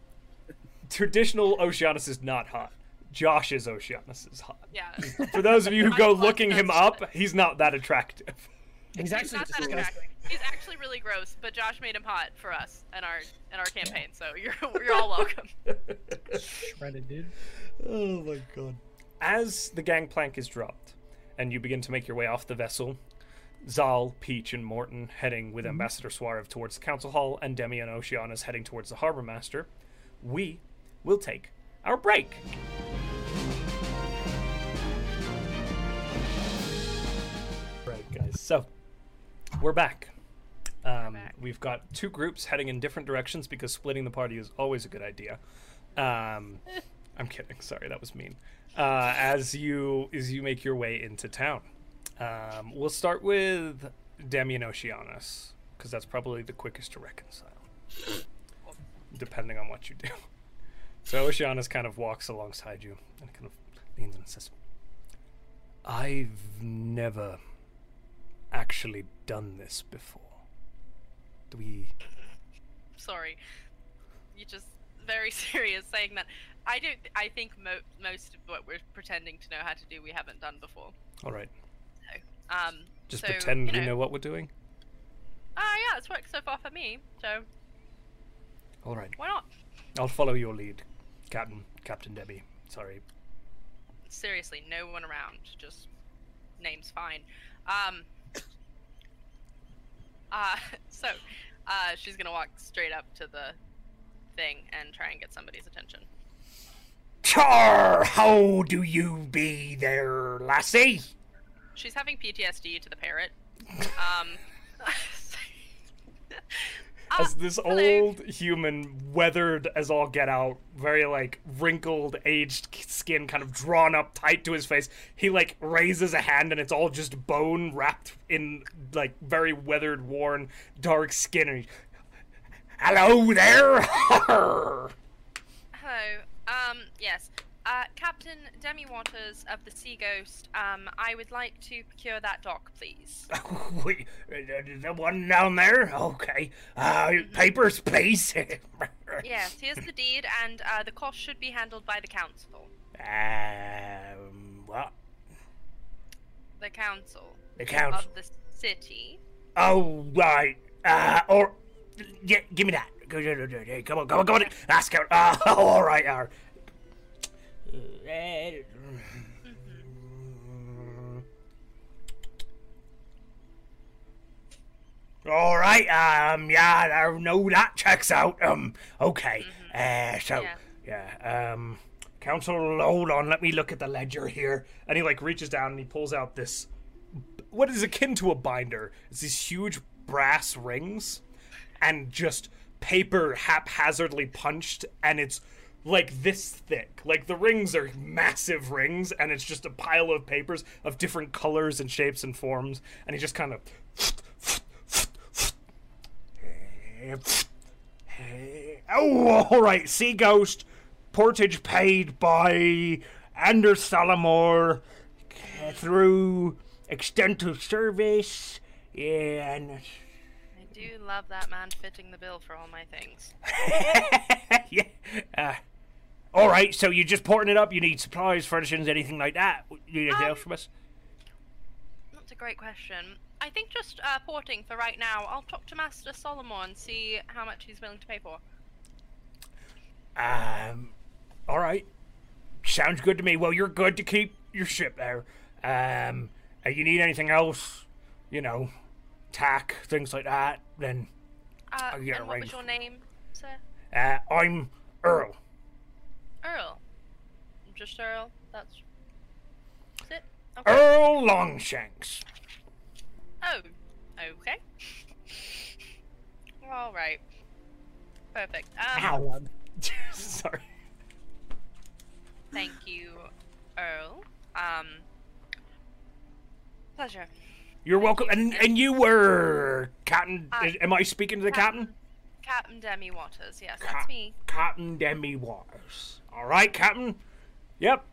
Speaker 8: Traditional Oceanus is not hot. Josh's Oceanus is hot.
Speaker 3: Yeah,
Speaker 8: For those of you who
Speaker 3: I
Speaker 8: go
Speaker 3: love
Speaker 8: looking him
Speaker 3: those.
Speaker 8: up, he's not that attractive.
Speaker 2: He's
Speaker 3: he's
Speaker 2: actually
Speaker 3: not that
Speaker 2: disgusting.
Speaker 3: attractive. He's actually really gross, but Josh made him hot for us and our and our campaign. So you're you're all welcome.
Speaker 2: shredded, dude.
Speaker 8: Oh my god. As the gangplank is dropped and you begin to make your way off the vessel, Zal, Peach, and Morton heading with Ambassador Suarev towards the council hall, and Demi and Oceanus heading towards the harbor master, we will take our break. Right, guys. So, we're back. Um,
Speaker 3: back.
Speaker 8: We've got two groups heading in different directions because splitting the party is always a good idea. Um, I'm kidding. Sorry, that was mean. Uh, as you as you make your way into town, um, we'll start with Damian Oceanus because that's probably the quickest to reconcile, depending on what you do. So Oceanus kind of walks alongside you and kind of leans and says, "I've never actually done this before. Do we?"
Speaker 3: Sorry, you just very serious saying that. I don't. I think mo- most of what we're pretending to know how to do, we haven't done before.
Speaker 8: All right,
Speaker 3: Um,
Speaker 8: just
Speaker 3: so,
Speaker 8: pretend
Speaker 3: you
Speaker 8: we know what we're doing.
Speaker 3: Ah, yeah, it's worked so far for me. So
Speaker 8: All right.
Speaker 3: why not?
Speaker 8: I'll follow your lead, Captain. Captain Debbie. Sorry.
Speaker 3: seriously, no one around. Just name's fine. Um. Uh, so, uh, she's gonna walk straight up to the thing and try and get somebody's attention.
Speaker 1: Char, how do you be there, lassie?
Speaker 3: She's having PTSD to the parrot. Um. Ah,
Speaker 8: As this
Speaker 3: hello.
Speaker 8: old human, weathered as all get out, very like wrinkled, aged k- skin, kind of drawn up tight to his face, he like raises a hand and it's all just bone wrapped in like very weathered, worn, dark skin. And he, Hello there!
Speaker 3: Hello. Um, yes. Uh, Captain Demi Waters of the Sea Ghost, um, I would like to procure that dock, please.
Speaker 1: Wait, uh, the one down there? Okay. Uh, papers, please.
Speaker 3: yes, here's the deed, and uh, the cost should be handled by the council.
Speaker 1: Um, what?
Speaker 3: The council
Speaker 1: The council.
Speaker 3: of the city.
Speaker 1: Oh, right. Uh, or. Yeah, give me that. Go, go, go, go, go. Come on, come on, come on. That's good. Uh, all right, all right. Mm-hmm. All right, um, yeah, I know that checks out. Um, okay, uh, so
Speaker 3: Yeah.
Speaker 1: yeah, um, council, hold on, let me look at the ledger here.
Speaker 8: and he like reaches down and he pulls out this what is akin to a binder. It's these huge brass rings and just paper haphazardly punched and it's like this thick. Like the rings are massive rings and it's just a pile of papers of different colors and shapes and forms and he just kind of
Speaker 1: Oh, all right, Sea Ghost, portage paid by Anders Salamore uh, through extent of service and
Speaker 3: I do love that man fitting the bill for all my things.
Speaker 1: yeah. Uh, all right, so you're just porting it up. You need supplies, furnishings, anything like that. You need anything
Speaker 3: Um,
Speaker 1: else from us?
Speaker 3: That's a great question. I think just uh, porting for right now. I'll talk to Master Solomon and see how much he's willing to pay for.
Speaker 8: Um, all right. Sounds good to me. Well, you're good to keep your ship there. Um, if you need anything else, you know, tack, things like that, then
Speaker 3: Uh,
Speaker 8: I'll get
Speaker 3: and what was
Speaker 8: arranged.
Speaker 3: your name, sir?
Speaker 8: uh, I'm Earl.
Speaker 3: Earl. Just Earl. That's. That's it. Okay.
Speaker 8: Earl Longshanks.
Speaker 3: Oh, okay. All right. Perfect. Um,
Speaker 2: Ow.
Speaker 8: Sorry.
Speaker 3: Thank you, Earl. Um, pleasure.
Speaker 8: You're welcome. And and you were Captain.
Speaker 3: Uh,
Speaker 8: am I speaking to the captain?
Speaker 3: Captain Demi Waters. Yes,
Speaker 8: Cap-
Speaker 3: that's me.
Speaker 8: Captain Demi Waters. All right, Captain. Yep.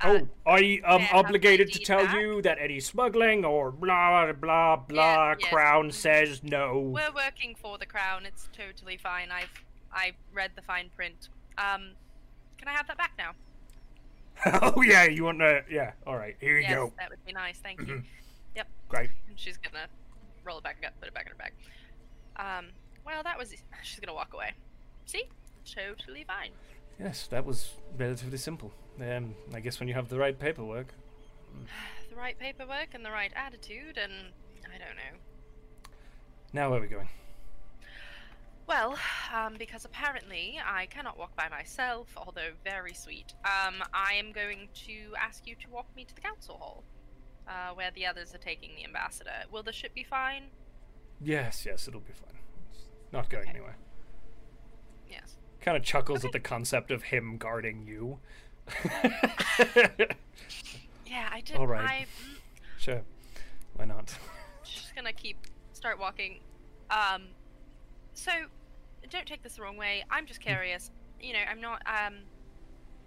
Speaker 3: Uh,
Speaker 8: oh, I am
Speaker 3: I have my
Speaker 8: obligated to
Speaker 3: deed
Speaker 8: tell
Speaker 3: back?
Speaker 8: you that any smuggling or blah blah blah
Speaker 3: yes.
Speaker 8: crown says no.
Speaker 3: We're working for the crown. It's totally fine. I've I read the fine print. Um, can I have that back now?
Speaker 8: oh yeah, you want to? Yeah. All right. Here you
Speaker 3: yes,
Speaker 8: go. Mm-hmm.
Speaker 3: that would be nice. Thank you. yep.
Speaker 8: Great.
Speaker 3: And she's gonna roll it back up, put it back in her bag. Um, well, that was. She's gonna walk away. See, totally fine.
Speaker 8: Yes, that was relatively simple. Um, I guess when you have the right paperwork.
Speaker 3: The right paperwork and the right attitude, and I don't know.
Speaker 8: Now where are we going?
Speaker 3: Well, um, because apparently I cannot walk by myself, although very sweet. Um, I am going to ask you to walk me to the council hall, uh, where the others are taking the ambassador. Will the ship be fine?
Speaker 8: Yes, yes, it'll be fine. It's not going
Speaker 3: Okay.
Speaker 8: anywhere.
Speaker 3: Yes.
Speaker 8: Kind of chuckles at
Speaker 3: Okay.
Speaker 8: the concept of him guarding you.
Speaker 3: Yeah, I did.
Speaker 8: All right.
Speaker 3: I, mm,
Speaker 8: sure. Why not?
Speaker 3: just gonna keep start walking. Um, so don't take this the wrong way. I'm
Speaker 8: Mm.
Speaker 3: just curious. You know, I'm not um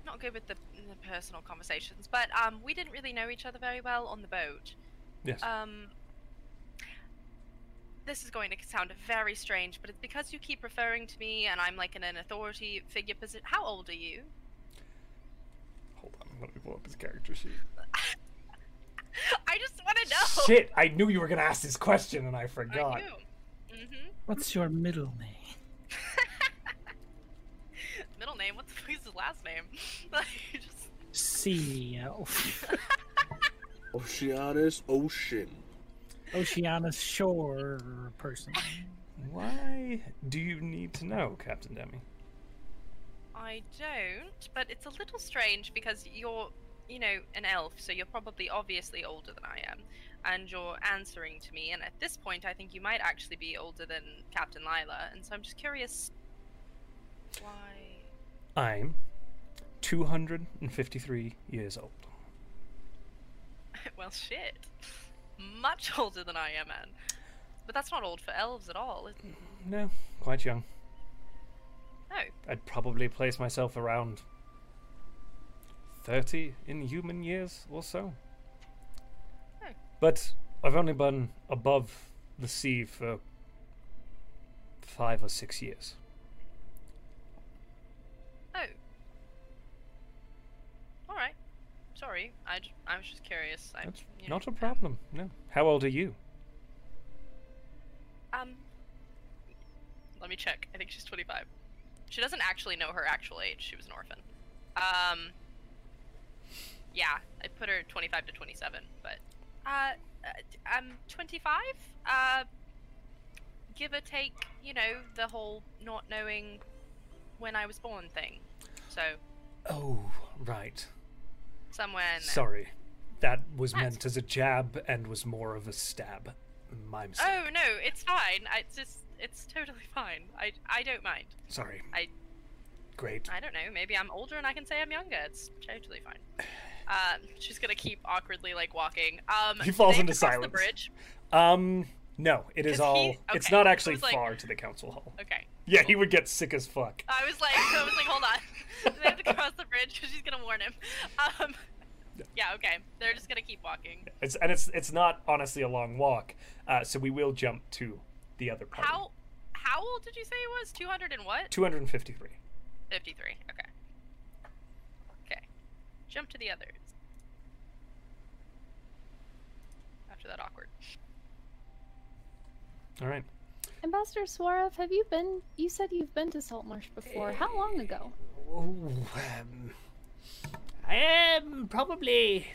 Speaker 3: not good with the, the personal conversations, but um, we didn't really know each other very well on the boat.
Speaker 8: Yes.
Speaker 3: Um, this is going to sound very strange, but it's because you keep referring to me and I'm like in an authority figure position. How old are you?
Speaker 8: Hold on, let me pull up his character sheet.
Speaker 3: I just want to know.
Speaker 8: Shit, I knew you were gonna ask this question and I forgot.
Speaker 3: Mm-hmm.
Speaker 2: What's your middle name?
Speaker 3: Middle name? What the fuck is his last name? like, just
Speaker 2: CEO.
Speaker 4: Oceanus Ocean.
Speaker 2: Oceanus Shore person.
Speaker 8: Why do you need to know, Captain Demi?
Speaker 3: I don't, but it's a little strange because you're, you know, an elf, so you're probably obviously older than I am, and you're answering to me. And at this point, I think you might actually be older than Captain Lila, and so I'm just curious why.
Speaker 8: I'm 253 years old.
Speaker 3: well, shit. Much older than I am, man. But that's not old for elves at all. Is it?
Speaker 8: No, quite young.
Speaker 3: No.
Speaker 8: I'd probably place myself around 30 in human years or so.
Speaker 3: Hmm.
Speaker 8: But I've only been above the sea for five or six years.
Speaker 3: Oh. All right. Sorry. I, j- I was just curious. I,
Speaker 8: That's
Speaker 3: you know,
Speaker 8: not a
Speaker 3: um,
Speaker 8: problem, no. How old are you?
Speaker 3: Um, let me check. I think she's 25. She doesn't actually know her actual age. She was an orphan. Um, yeah, I put her 25 to 27, but uh, uh, I'm 25. Uh, give or take, you know, the whole not knowing when I was born thing. So
Speaker 8: Oh, right.
Speaker 3: somewhere in there.
Speaker 8: Sorry. That was
Speaker 3: That's-
Speaker 8: meant as a jab and was more of a stab. My mistake.
Speaker 3: Oh no, it's fine. I- It's just, it's totally fine. I, I don't mind.
Speaker 8: Sorry.
Speaker 3: I-
Speaker 8: Great.
Speaker 3: I don't know. Maybe I'm older and I can say I'm younger. It's totally fine. Uh, she's gonna keep awkwardly like walking. Um,
Speaker 8: He falls
Speaker 3: they
Speaker 8: into
Speaker 3: have to cross
Speaker 8: silence.
Speaker 3: The bridge.
Speaker 8: Um, no, it is
Speaker 3: 'Cause
Speaker 8: all.
Speaker 3: he-
Speaker 8: It's
Speaker 3: okay,
Speaker 8: not
Speaker 3: I
Speaker 8: actually
Speaker 3: was like-
Speaker 8: far to the council hall.
Speaker 3: Okay. Uh,
Speaker 8: Yeah, he would get sick as fuck.
Speaker 3: I was like, I was like, hold on. they have to cross the bridge because she's gonna warn him. Um, yeah. Okay. They're just gonna keep walking.
Speaker 8: It's and it's it's not honestly a long walk. Uh, so we will jump to the other part.
Speaker 3: How how old did you say it was? Two hundred and what?
Speaker 8: Two hundred and fifty-three.
Speaker 3: Fifty three. Okay. Okay. Jump to the others. After that awkward.
Speaker 8: All right.
Speaker 5: Ambassador Suarov, have you been? You said you've been to Saltmarsh before. How long ago?
Speaker 1: Oh, um, I am probably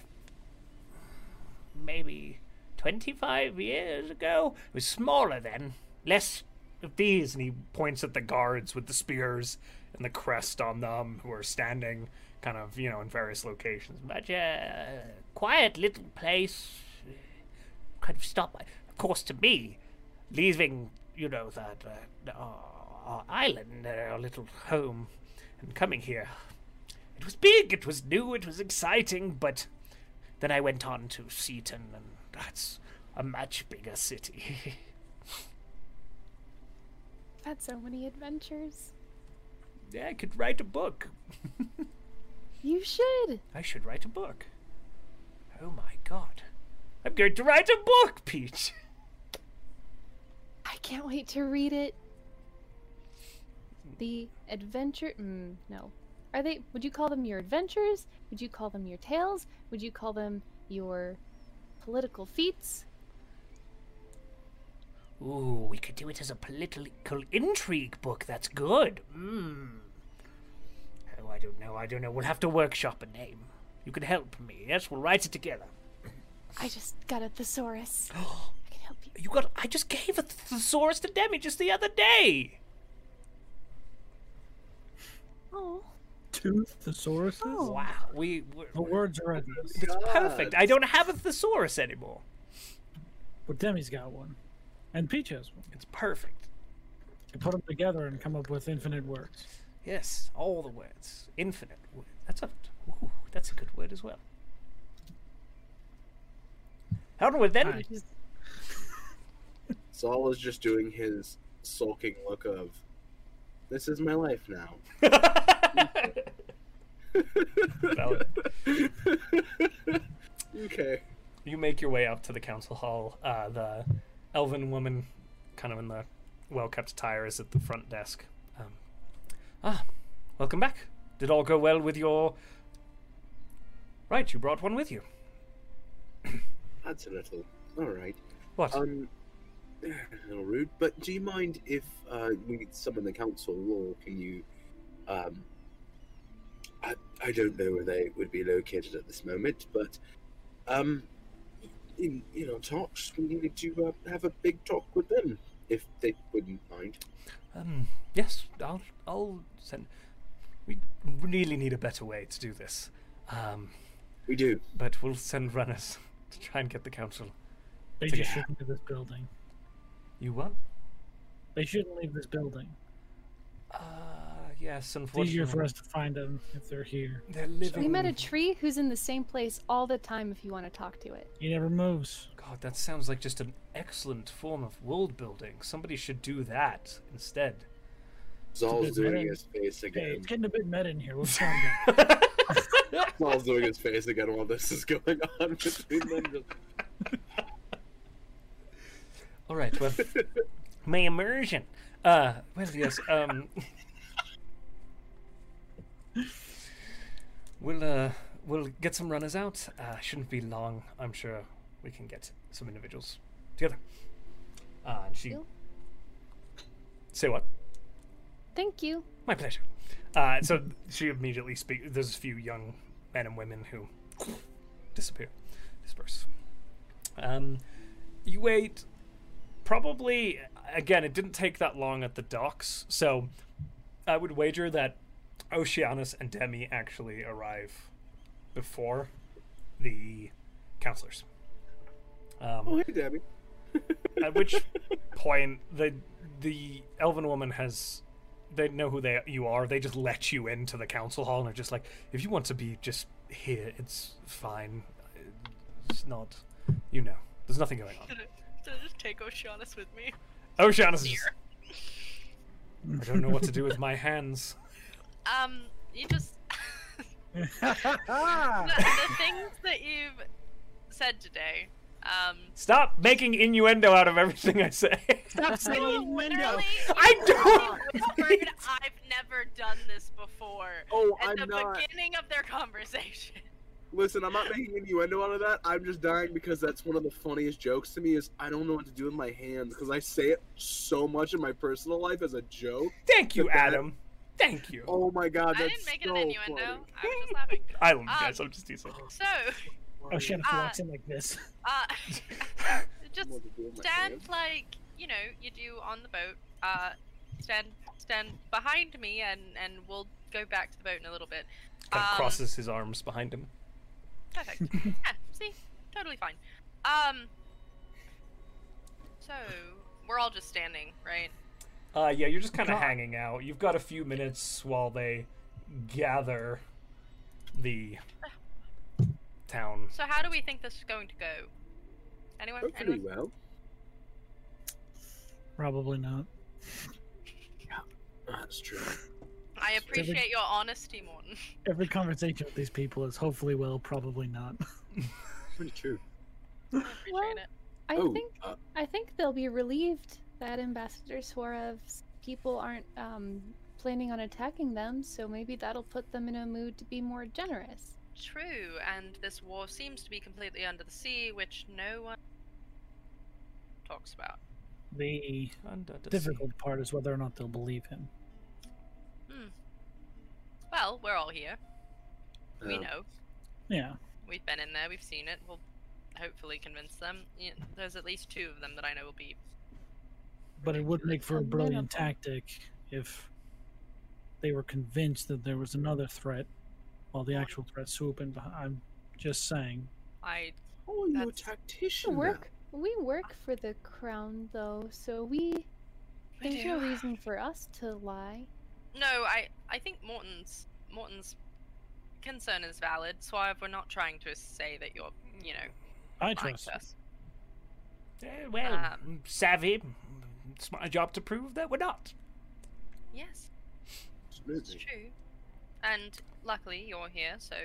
Speaker 1: maybe 25 years ago. It was smaller then, less
Speaker 8: of these, and he points at the guards with the spears and the crest on them who are standing kind of, you know, in various locations.
Speaker 1: much a uh, quiet little place. uh, Kind of stop, by- of course, to me, leaving you know that uh, the- our, our island, uh, our little home, and coming here. It was big, it was new, it was exciting, but then I went on to Seaton, and that's a much bigger city.
Speaker 5: I've had so many adventures.
Speaker 8: Yeah, I could write a book.
Speaker 5: You should.
Speaker 8: I should write a book. Oh my god. I'm going to write a book, Peach!
Speaker 5: I can't wait to read it. The adventure. Mm, no. Are they. Would you call them your adventures? Would you call them your tales? Would you call them your political feats?
Speaker 1: Ooh, we could do it as a political intrigue book. That's good. Mmm. Oh, I don't know. I don't know. We'll have to workshop a name. You can help me. Yes, we'll write it together.
Speaker 5: I just got a thesaurus. I can help you.
Speaker 1: You got. I just gave a thesaurus to Demi just the other day.
Speaker 5: Oh.
Speaker 2: Two thesauruses.
Speaker 1: Oh, Wow. We. We're,
Speaker 2: The words are endless.
Speaker 1: it's perfect. I don't have a thesaurus anymore.
Speaker 2: But Demi's got one, and Peach has one.
Speaker 8: It's perfect.
Speaker 2: You put them together and come up with infinite words.
Speaker 1: Yes, all the words. Infinite. word. That's a. Ooh, that's a good word as well. Onward then.
Speaker 2: Hi.
Speaker 4: Saul is just doing his sulking look of, this is my life now.
Speaker 8: Valid.
Speaker 4: okay.
Speaker 8: You make your way up to the council hall. Uh, the elven woman, kind of in the well kept attire, is at the front desk. Um, ah, welcome back. Did all go well with your. Right, you brought one with you.
Speaker 4: That's a little. All right.
Speaker 8: What?
Speaker 4: Um, a little rude, but do you mind if uh, we summon the council, or can you? Um, I, I don't know where they would be located at this moment, but um, in in our talks, we needed to uh, have a big talk with them if they wouldn't mind.
Speaker 8: Um, yes, I'll, I'll send. We really need a better way to do this. Um,
Speaker 4: We do.
Speaker 8: but we'll send runners to try and get the council.
Speaker 2: They
Speaker 8: Take a
Speaker 2: just
Speaker 8: hat.
Speaker 2: shouldn't leave this building.
Speaker 8: You what?
Speaker 2: They shouldn't leave this building.
Speaker 8: Uh, yes,
Speaker 2: It's
Speaker 8: unfortunately.
Speaker 2: easier for us to find them if they're here.
Speaker 8: They're living.
Speaker 5: We met a tree who's in the same place all the time if you want to talk to it.
Speaker 2: He never moves.
Speaker 8: God, that sounds like just an excellent form of world building. Somebody should do that instead.
Speaker 4: Zal's
Speaker 2: good
Speaker 4: doing
Speaker 2: man.
Speaker 4: his face
Speaker 2: Hey,
Speaker 4: again.
Speaker 2: it's getting a bit meta in here. What's wrong? guys?
Speaker 4: Zal's doing his face again while this is going on between them.
Speaker 8: All right, well, my immersion. Uh, well, yes. Um, we'll uh, we'll get some runners out. Uh, shouldn't be long. I'm sure we can get some individuals together. Uh, and she
Speaker 5: Deal.
Speaker 8: say what?
Speaker 5: Thank you.
Speaker 8: My pleasure. Uh, so she immediately speaks. There's a few young men and women who disappear, disperse. Um, you wait. Probably again, it didn't take that long at the docks, so I would wager that Oceanus and Demi actually arrive before the counselors. Um,
Speaker 4: Oh, hey, Debbie.
Speaker 8: at which point the the elven woman has they know who they you are. They just let you into the council hall and are just like, if you want to be just here, it's fine. It's not, you know, there's nothing going on.
Speaker 3: Did I, did I just take Oceanus with me?
Speaker 8: Oceanus is. just, I don't know what to do with my hands.
Speaker 3: Um, you just the,
Speaker 2: Ah,
Speaker 3: the things that you've said today. Um,
Speaker 8: Stop making innuendo out of everything I say.
Speaker 2: Stop saying window.
Speaker 3: literally,
Speaker 8: I
Speaker 3: you
Speaker 8: don't
Speaker 3: whispered, "I've never done this before."
Speaker 4: Oh,
Speaker 3: At
Speaker 4: I'm
Speaker 3: the
Speaker 4: not.
Speaker 3: beginning of their conversation.
Speaker 4: Listen, I'm not making innuendo out of that. I'm just dying because that's one of the funniest jokes to me is I don't know what to do with my hands because I say it so much in my personal life as a joke.
Speaker 8: Thank you,
Speaker 4: But that-
Speaker 8: Adam. Thank you.
Speaker 4: Oh my god,
Speaker 3: I
Speaker 4: that's
Speaker 3: didn't make it
Speaker 4: so
Speaker 3: an innuendo.
Speaker 4: funny.
Speaker 3: I was just laughing.
Speaker 8: I love you
Speaker 3: um,
Speaker 8: guys. I'm just teasing.
Speaker 3: So,
Speaker 2: Oh, she had a
Speaker 3: Ah.
Speaker 2: flex in like this.
Speaker 3: uh,
Speaker 4: I don't
Speaker 3: just
Speaker 4: know what to do with my
Speaker 3: stand
Speaker 4: hands.
Speaker 3: like you know you do on the boat. Uh, stand stand behind me, and and we'll go back to the boat in a little bit.
Speaker 8: Kind of
Speaker 3: um,
Speaker 8: crosses his arms behind him.
Speaker 3: Perfect. yeah, see, totally fine. Um, so we're all just standing, right?
Speaker 8: Uh, yeah, you're just kind of
Speaker 2: God.
Speaker 8: hanging out. You've got a few minutes while they gather the town.
Speaker 3: So how do we think this is going to go? Anyone?
Speaker 4: Hopefully
Speaker 3: anyone?
Speaker 4: well.
Speaker 2: Probably not.
Speaker 4: That's true.
Speaker 3: I appreciate your honesty, Morton.
Speaker 2: Every conversation with these people is hopefully well, probably not.
Speaker 4: Pretty true.
Speaker 3: I appreciate
Speaker 5: Well,
Speaker 3: it.
Speaker 5: I
Speaker 4: oh,
Speaker 5: think
Speaker 4: uh,
Speaker 5: I think they'll be relieved that Ambassador Suarev's people aren't um, planning on attacking them, so maybe that'll put them in a mood to be more generous.
Speaker 3: True, and this war seems to be completely under the sea, which no one talks about.
Speaker 2: The
Speaker 8: Under the sea.
Speaker 2: difficult part is whether or not they'll believe him.
Speaker 3: Well, we're all here. We
Speaker 4: uh,
Speaker 3: know.
Speaker 2: Yeah.
Speaker 3: We've been in there. We've seen it. We'll hopefully convince them. Yeah, there's at least two of them that I know will be.
Speaker 2: But it would make for a
Speaker 5: A
Speaker 2: brilliant
Speaker 5: minimal.
Speaker 2: tactic if they were convinced that there was another threat while the actual threat swooped in behind. I'm just saying.
Speaker 3: I
Speaker 4: Oh, you a
Speaker 3: That's-
Speaker 5: We
Speaker 4: tactician. now.
Speaker 5: work we work for the crown though, so we
Speaker 3: We
Speaker 5: there's no
Speaker 3: do.
Speaker 5: reason for us to lie.
Speaker 3: no. I I think Morton's Morton's concern is valid. So I- we're not trying to say that you're you know
Speaker 2: I
Speaker 3: lying
Speaker 2: trust.
Speaker 3: to us.
Speaker 8: Uh, well,
Speaker 3: Um,
Speaker 8: savvy. It's my job to prove that we're not.
Speaker 3: Yes, it's
Speaker 4: Absolutely.
Speaker 3: true. And luckily you're here, so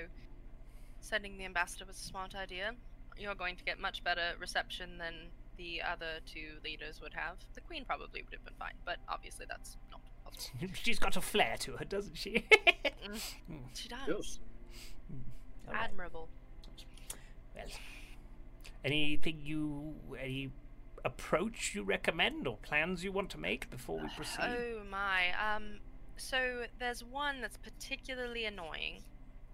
Speaker 3: sending the ambassador was a smart idea. You're going to get much better reception than the other two leaders would have. The queen probably would have been fine, but obviously that's not possible.
Speaker 8: She's got a flair to her, doesn't she?
Speaker 3: She does.
Speaker 4: Yes.
Speaker 8: All right.
Speaker 3: Admirable.
Speaker 8: Well, anything you any approach you recommend or plans you want to make before we proceed?
Speaker 3: Oh my. Um. So there's one that's particularly annoying.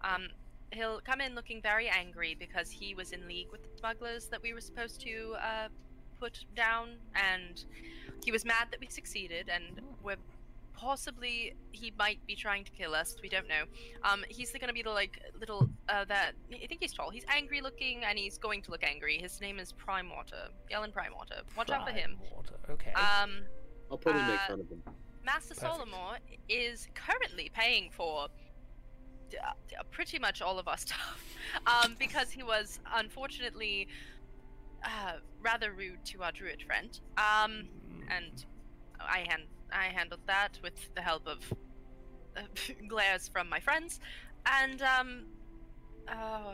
Speaker 3: Um. He'll come in looking very angry because he was in league with the smugglers that we were supposed to uh, put down, and he was mad that we succeeded, and we're possibly he might be trying to kill us. We don't know. Um, he's gonna be the like little uh, that I think he's tall. He's angry looking, and he's going to look angry. His name is Primewater, Yellen Primewater. Watch out for him.
Speaker 8: Prime water, Okay.
Speaker 3: Um,
Speaker 4: I'll probably make
Speaker 3: Uh,
Speaker 4: fun of them.
Speaker 3: Master
Speaker 8: Perfect.
Speaker 3: Solomon is currently paying for d- uh, d- uh, pretty much all of our stuff um, because he was unfortunately uh, rather rude to our druid friend. Um,
Speaker 8: Mm,
Speaker 3: and I hand I handled that with the help of uh, glares from my friends, and um, oh,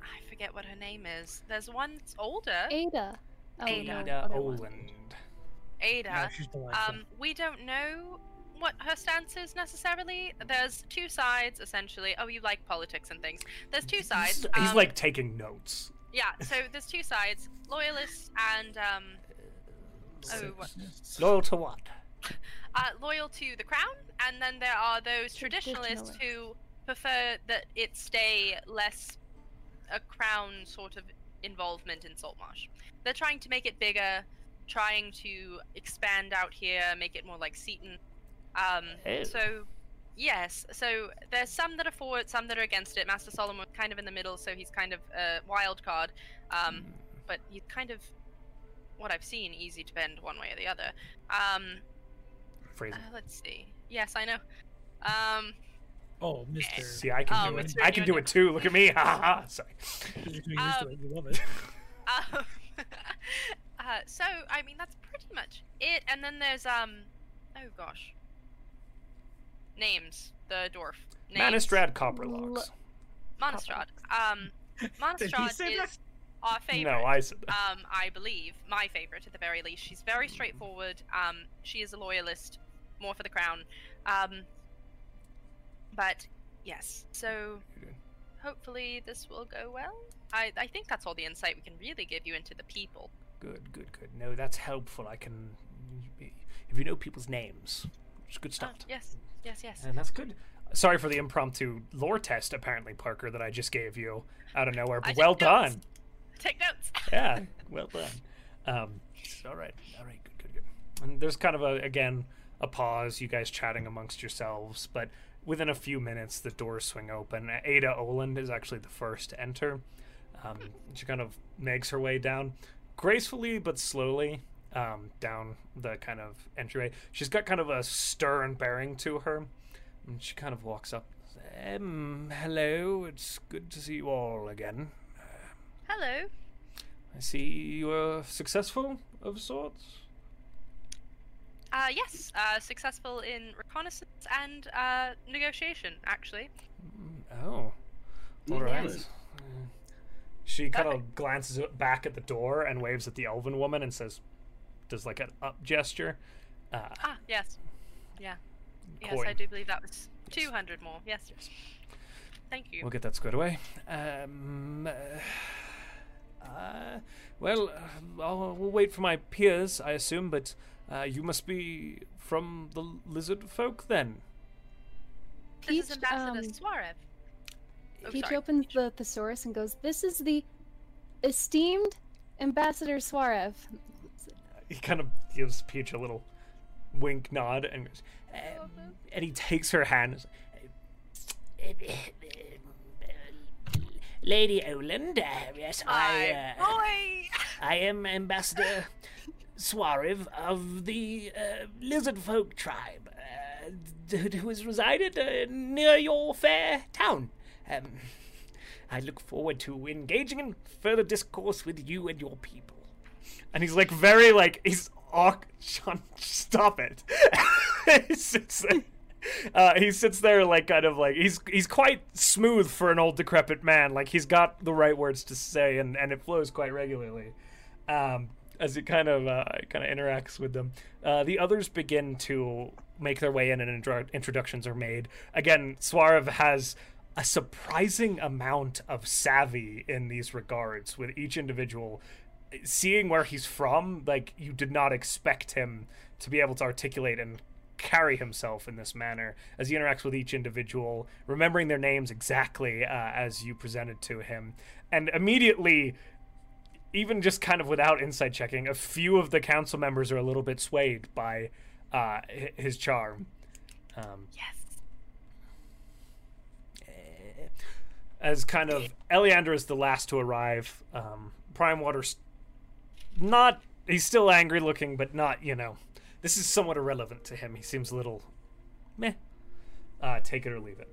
Speaker 3: I forget what her name is. There's one that's older,
Speaker 5: Ada. Oh,
Speaker 3: Ada.
Speaker 5: no,
Speaker 8: Ada
Speaker 5: other one.
Speaker 8: Oland.
Speaker 3: Ada.
Speaker 2: No, she's delightful.
Speaker 3: Um, we don't know what her stance is necessarily. There's two sides, essentially. Oh, you like politics and things. There's two sides.
Speaker 8: He's, he's
Speaker 3: um,
Speaker 8: like taking notes.
Speaker 3: yeah. So there's two sides: loyalists and um, oh, what-
Speaker 8: Loyal to what?
Speaker 3: uh, loyal to the crown, and then there are those traditionalists
Speaker 5: Traditionalists.
Speaker 3: who prefer that it stay less a crown sort of involvement in Saltmarsh. They're trying to make it bigger, trying to expand out here, make it more like Seton. Um,
Speaker 8: Oh.
Speaker 3: So, yes, so there's some that are for it, some that are against it. Master Solomon was kind of in the middle, so he's kind of a wild card, um,
Speaker 8: Hmm.
Speaker 3: but he's kind of, what I've seen, easy to bend one way or the other. Um, uh,
Speaker 8: Phrasing.
Speaker 3: let's see. Yes, I know. Um,
Speaker 2: oh, Mister.
Speaker 8: See, I can
Speaker 3: oh,
Speaker 8: do it.
Speaker 3: Mr.
Speaker 8: I can do it too. Look at me. Ha ha, ha. Sorry.
Speaker 2: You're doing used to
Speaker 3: um,
Speaker 2: it, you love it.
Speaker 3: um, uh, so I mean that's pretty much it. And then there's um, oh gosh, names. The dwarf. Names.
Speaker 8: Manistrad Copperlocks.
Speaker 3: Monastrad. Um, Monastrad
Speaker 2: say that?
Speaker 3: is our
Speaker 8: No,
Speaker 3: favorite.
Speaker 8: I said that.
Speaker 3: um, I believe, my favorite at the very least. She's very straightforward. Um, she is a loyalist, more for the crown. Um, but yes, so hopefully this will go well. I, I think that's all the insight we can really give you into the people.
Speaker 1: Good, good, good. No, that's helpful. I can. If you know people's names, it's a good
Speaker 3: Ah,
Speaker 1: start.
Speaker 3: yes, yes, yes.
Speaker 8: And that's good. Sorry for the impromptu lore test, apparently, Parker, that I just gave you out of nowhere.
Speaker 3: I
Speaker 8: But
Speaker 3: took
Speaker 8: well
Speaker 3: notes.
Speaker 8: done.
Speaker 3: Take notes.
Speaker 8: Yeah, well done. Um, all right, all right, good, good, good. And there's kind of a again a pause, you guys chatting amongst yourselves, but within a few minutes the doors swing open. Ada Oland is actually the first to enter. Um, she kind of makes her way down, gracefully but slowly um, down the kind of entryway. She's got kind of a stern bearing to her, and she kind of walks up. Um, hello, it's good to see you all again.
Speaker 3: Hello.
Speaker 8: I see you were successful of sorts.
Speaker 3: Uh, yes, uh, successful in reconnaissance and uh, negotiation, actually.
Speaker 8: Mm, Oh, all right.
Speaker 4: Yes.
Speaker 8: Mm. She kind of glances o- back at the door and waves at the elven woman and says, "Does like an up gesture." Uh,
Speaker 3: Ah, yes. Yeah. Yes, I
Speaker 8: Coin.
Speaker 3: do believe that was
Speaker 8: Yes.
Speaker 3: 200 more. Yes. Thank you.
Speaker 8: we'll get that squared away. Um, uh, uh, well, uh, I'll we'll wait for my peers, I assume, but uh, you must be from the lizard folk then.
Speaker 3: This is
Speaker 5: Peach,
Speaker 3: Ambassador
Speaker 5: um,
Speaker 3: Suarev. Oh,
Speaker 5: Peach
Speaker 3: sorry.
Speaker 5: opens the thesaurus and goes, This is the esteemed Ambassador Suarev.
Speaker 8: he kind of gives Peach a little wink nod and goes, "Um," and he takes her hand. and is
Speaker 1: Lady Oland, uh, yes,
Speaker 5: Ah,
Speaker 1: I,
Speaker 3: My
Speaker 1: uh,
Speaker 3: boy!
Speaker 1: I am Ambassador Suarev of the uh, Lizard Folk tribe, uh, d- who has resided uh, near your fair town. Um, I look forward to engaging in further discourse with you and your people.
Speaker 8: like- And he's like very like he's awk. Sean, stop it. he sits there. Uh, he sits there like kind of like he's he's quite smooth for an old decrepit man. Like he's got the right words to say and and it flows quite regularly. um, as he kind of uh, kind of interacts with them. Uh, the others begin to make their way in, and intro- introductions are made. Again, Suarev has a surprising amount of savvy in these regards with each individual. Seeing where he's from, like you did not expect him to be able to articulate and carry himself in this manner as he interacts with each individual, remembering their names exactly uh, as you presented to him, and immediately even just kind of without inside checking, a few of the council members are a little bit swayed by uh, hi- his charm. Um,
Speaker 3: Yes.
Speaker 8: eh, as kind of Eleander is the last to arrive, um, Prime Water's not. He's still angry looking, but not, you know. This is somewhat irrelevant to him. He seems a little meh. Uh, take it or leave it.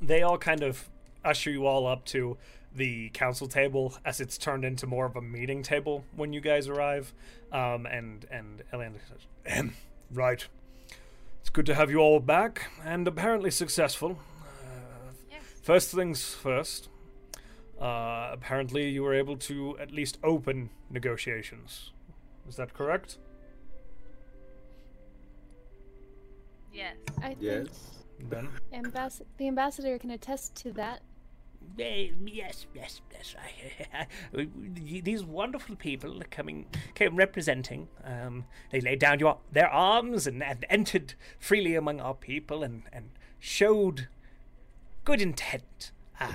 Speaker 8: They all kind of usher you all up to the council table as it's turned into more of a meeting table when you guys arrive. Um, and and Eleander says, "Ahem, "Right, it's good to have you all back, and apparently successful. Uh,
Speaker 3: Yes.
Speaker 8: First things first. Uh, apparently, you were able to at least open negotiations. Is that correct?
Speaker 3: Yes.
Speaker 5: I think
Speaker 4: Yes.
Speaker 8: Ben,
Speaker 5: ambas- the ambassador can attest to that.
Speaker 1: Eh, yes, yes, yes. I, these wonderful people coming, came representing. Um, they laid down your, their arms and, and entered freely among our people and, and showed good intent uh,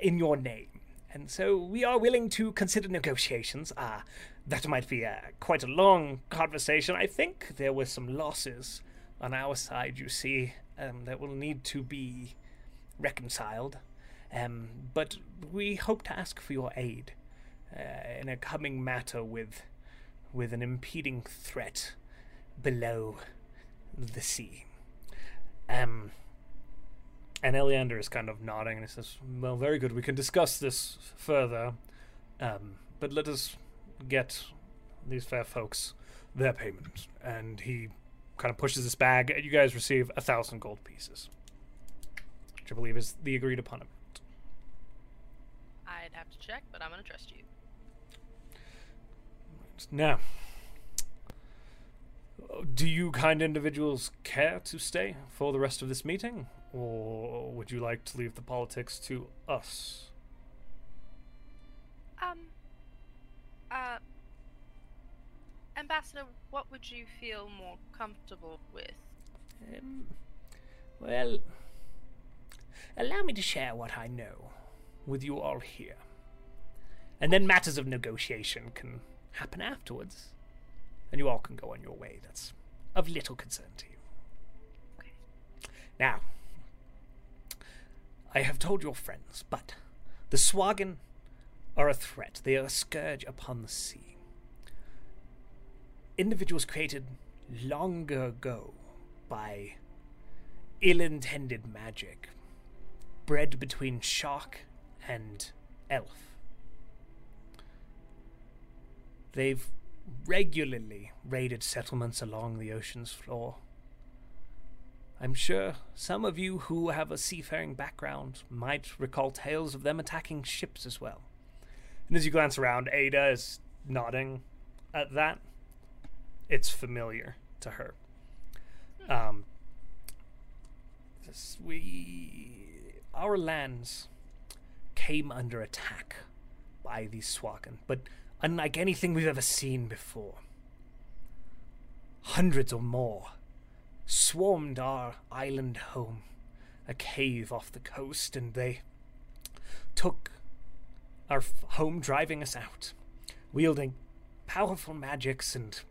Speaker 1: in your name. And so we are willing to consider negotiations. Ah, that might be a, quite a long conversation. I think there were some losses on our side, you see, um, that will need to be reconciled. Um, but we hope to ask for your aid uh, in a coming matter with with an impeding threat below the sea. Um,
Speaker 8: and Eleander is kind of nodding and he says, "Well, very good. We can discuss this further, um, but let us get these fair folks their payment." And he kind of pushes this bag, and you guys receive a thousand gold pieces, which I believe is the agreed upon amount.
Speaker 3: I'd have to check, but I'm going to trust you.
Speaker 8: Now, do you kind individuals care to stay for the rest of this meeting, Or would you like to leave the politics to us?
Speaker 3: Um. Uh. Ambassador, what would you feel more comfortable with?
Speaker 1: Um, well, allow me to share what I know with you all here. And then matters of negotiation can happen afterwards. And you all can go on your way. That's of little concern to you.
Speaker 3: Okay.
Speaker 1: Now, I have told your friends, but the Swaggin are a threat. They are a scourge upon the sea. Individuals created longer ago by ill intended magic, bred between shark and elf. They've regularly raided settlements along the ocean's floor. I'm sure some of you who have a seafaring background might recall tales of them attacking ships as well.
Speaker 8: And as you glance around, Ada is nodding at that. It's familiar to her. Um,
Speaker 1: this- we our lands came under attack by these Swagan, but unlike anything we've ever seen before. Hundreds or more swarmed our island home, a cave off the coast, and they took our f- home, driving us out, wielding powerful magics and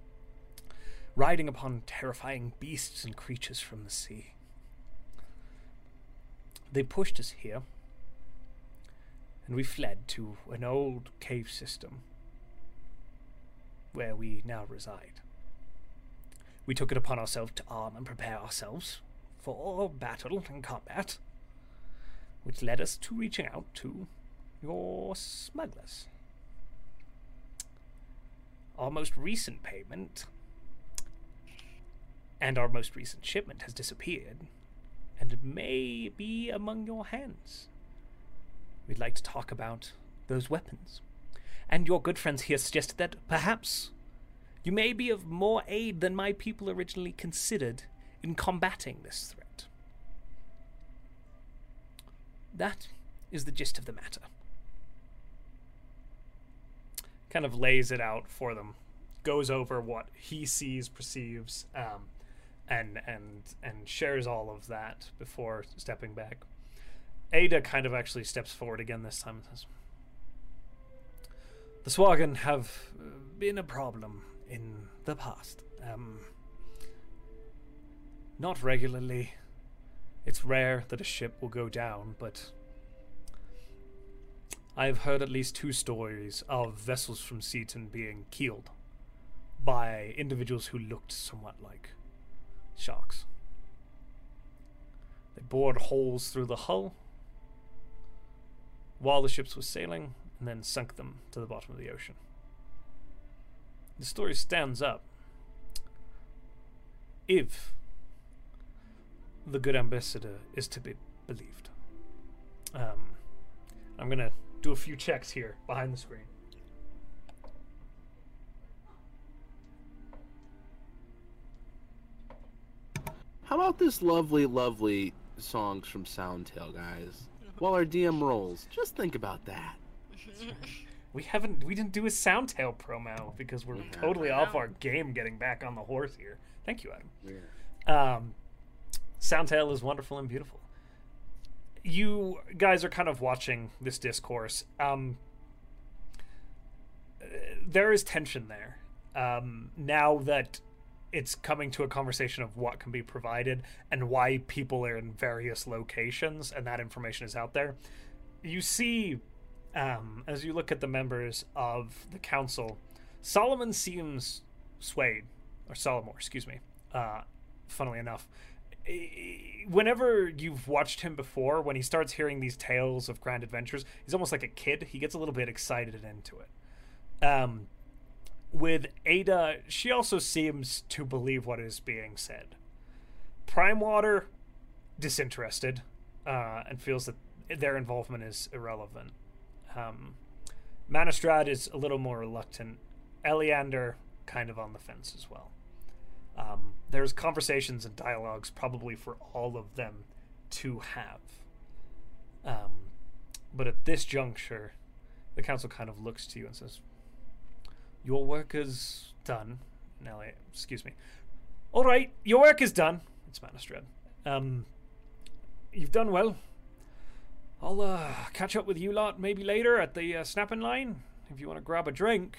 Speaker 1: riding upon terrifying beasts and creatures from the sea. They pushed us here, and we fled to an old cave system where we now reside. We took it upon ourselves to arm and prepare ourselves for battle and combat, which led us to reaching out to your smugglers. Our most recent payment and our most recent shipment has disappeared and it may be among your hands. We'd like to talk about those weapons. And your good friends here suggested that perhaps you may be of more aid than my people originally considered in combating this threat. That is the gist of the matter.
Speaker 8: kind of lays it out for them, goes over what he sees, perceives, um, and and and shares all of that before stepping back. Ada kind of actually steps forward again this time and says,
Speaker 1: The Swagan have uh, been a problem in the past. Um, not regularly.
Speaker 8: It's rare that a ship will go down, but I've heard at least two stories of vessels from Seaton being keeled by individuals who looked somewhat like sharks. They bored holes through the hull while the ships were sailing and then sunk them to the bottom of the ocean. The story stands up if the good ambassador is to be believed. Um, I'm gonna do a few checks here behind the screen.
Speaker 4: How about this lovely, lovely songs from Soundtail, guys? While our DM rolls, just think about that.
Speaker 8: We haven't, we didn't do a Soundtail promo because we're
Speaker 4: Yeah.
Speaker 8: totally off
Speaker 3: No.
Speaker 8: our game getting back on the horse here. Thank you, Adam.
Speaker 4: Yeah.
Speaker 8: Um, Soundtail is wonderful and beautiful. You guys are kind of watching this discourse. Um, uh, there is tension there. Um, now that it's coming to a conversation of what can be provided and why people are in various locations, and that information is out there. You see, um, as you look at the members of the council, Solomon seems swayed, or Solomor, excuse me, uh, funnily enough, eh, whenever you've watched him before, when he starts hearing these tales of grand adventures, he's almost like a kid. He gets a little bit excited and into it. Um, with Ada, she also seems to believe what is being said. Prime Water, disinterested, uh, and feels that their involvement is irrelevant. Um, Manistrad is a little more reluctant. Eleander, kind of on the fence as well um, there's conversations and dialogues probably for all of them to have. Um, but at this juncture, the council kind of looks to you and says, "Your work is done." Now, excuse me. All right, your work is done. It's Manistrad. Um, you've done well. I'll uh, catch up with you lot maybe later at the uh, snapping line if you want to grab a drink.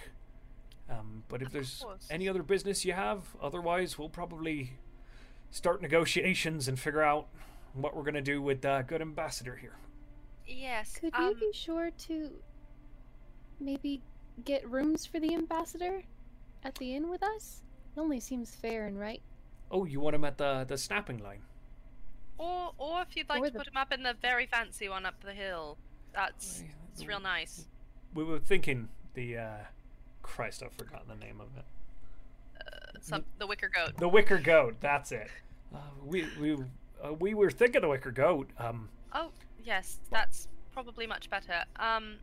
Speaker 8: Um, but if
Speaker 3: Of
Speaker 8: there's
Speaker 3: course.
Speaker 8: any other business you have, otherwise we'll probably start negotiations and figure out what we're gonna do with uh, good ambassador here.
Speaker 3: Yes.
Speaker 5: Could
Speaker 3: um,
Speaker 5: you be sure to maybe get rooms for the ambassador at the inn with us? It only seems fair and right.
Speaker 8: Oh, you want him at the the snapping line?
Speaker 3: Or, or if you'd like
Speaker 5: Or
Speaker 3: to
Speaker 5: the-
Speaker 3: put him up in the very fancy one up the hill.
Speaker 5: Oh,
Speaker 3: That's
Speaker 8: Right,
Speaker 3: it's real nice.
Speaker 8: We were thinking the uh, Christ, I've forgotten the name of it.
Speaker 3: Some, the wicker goat.
Speaker 8: The Wicker Goat. That's it. Uh, we we uh, we were thinking the Wicker Goat. Um,
Speaker 3: Oh yes, that's probably much better. Um,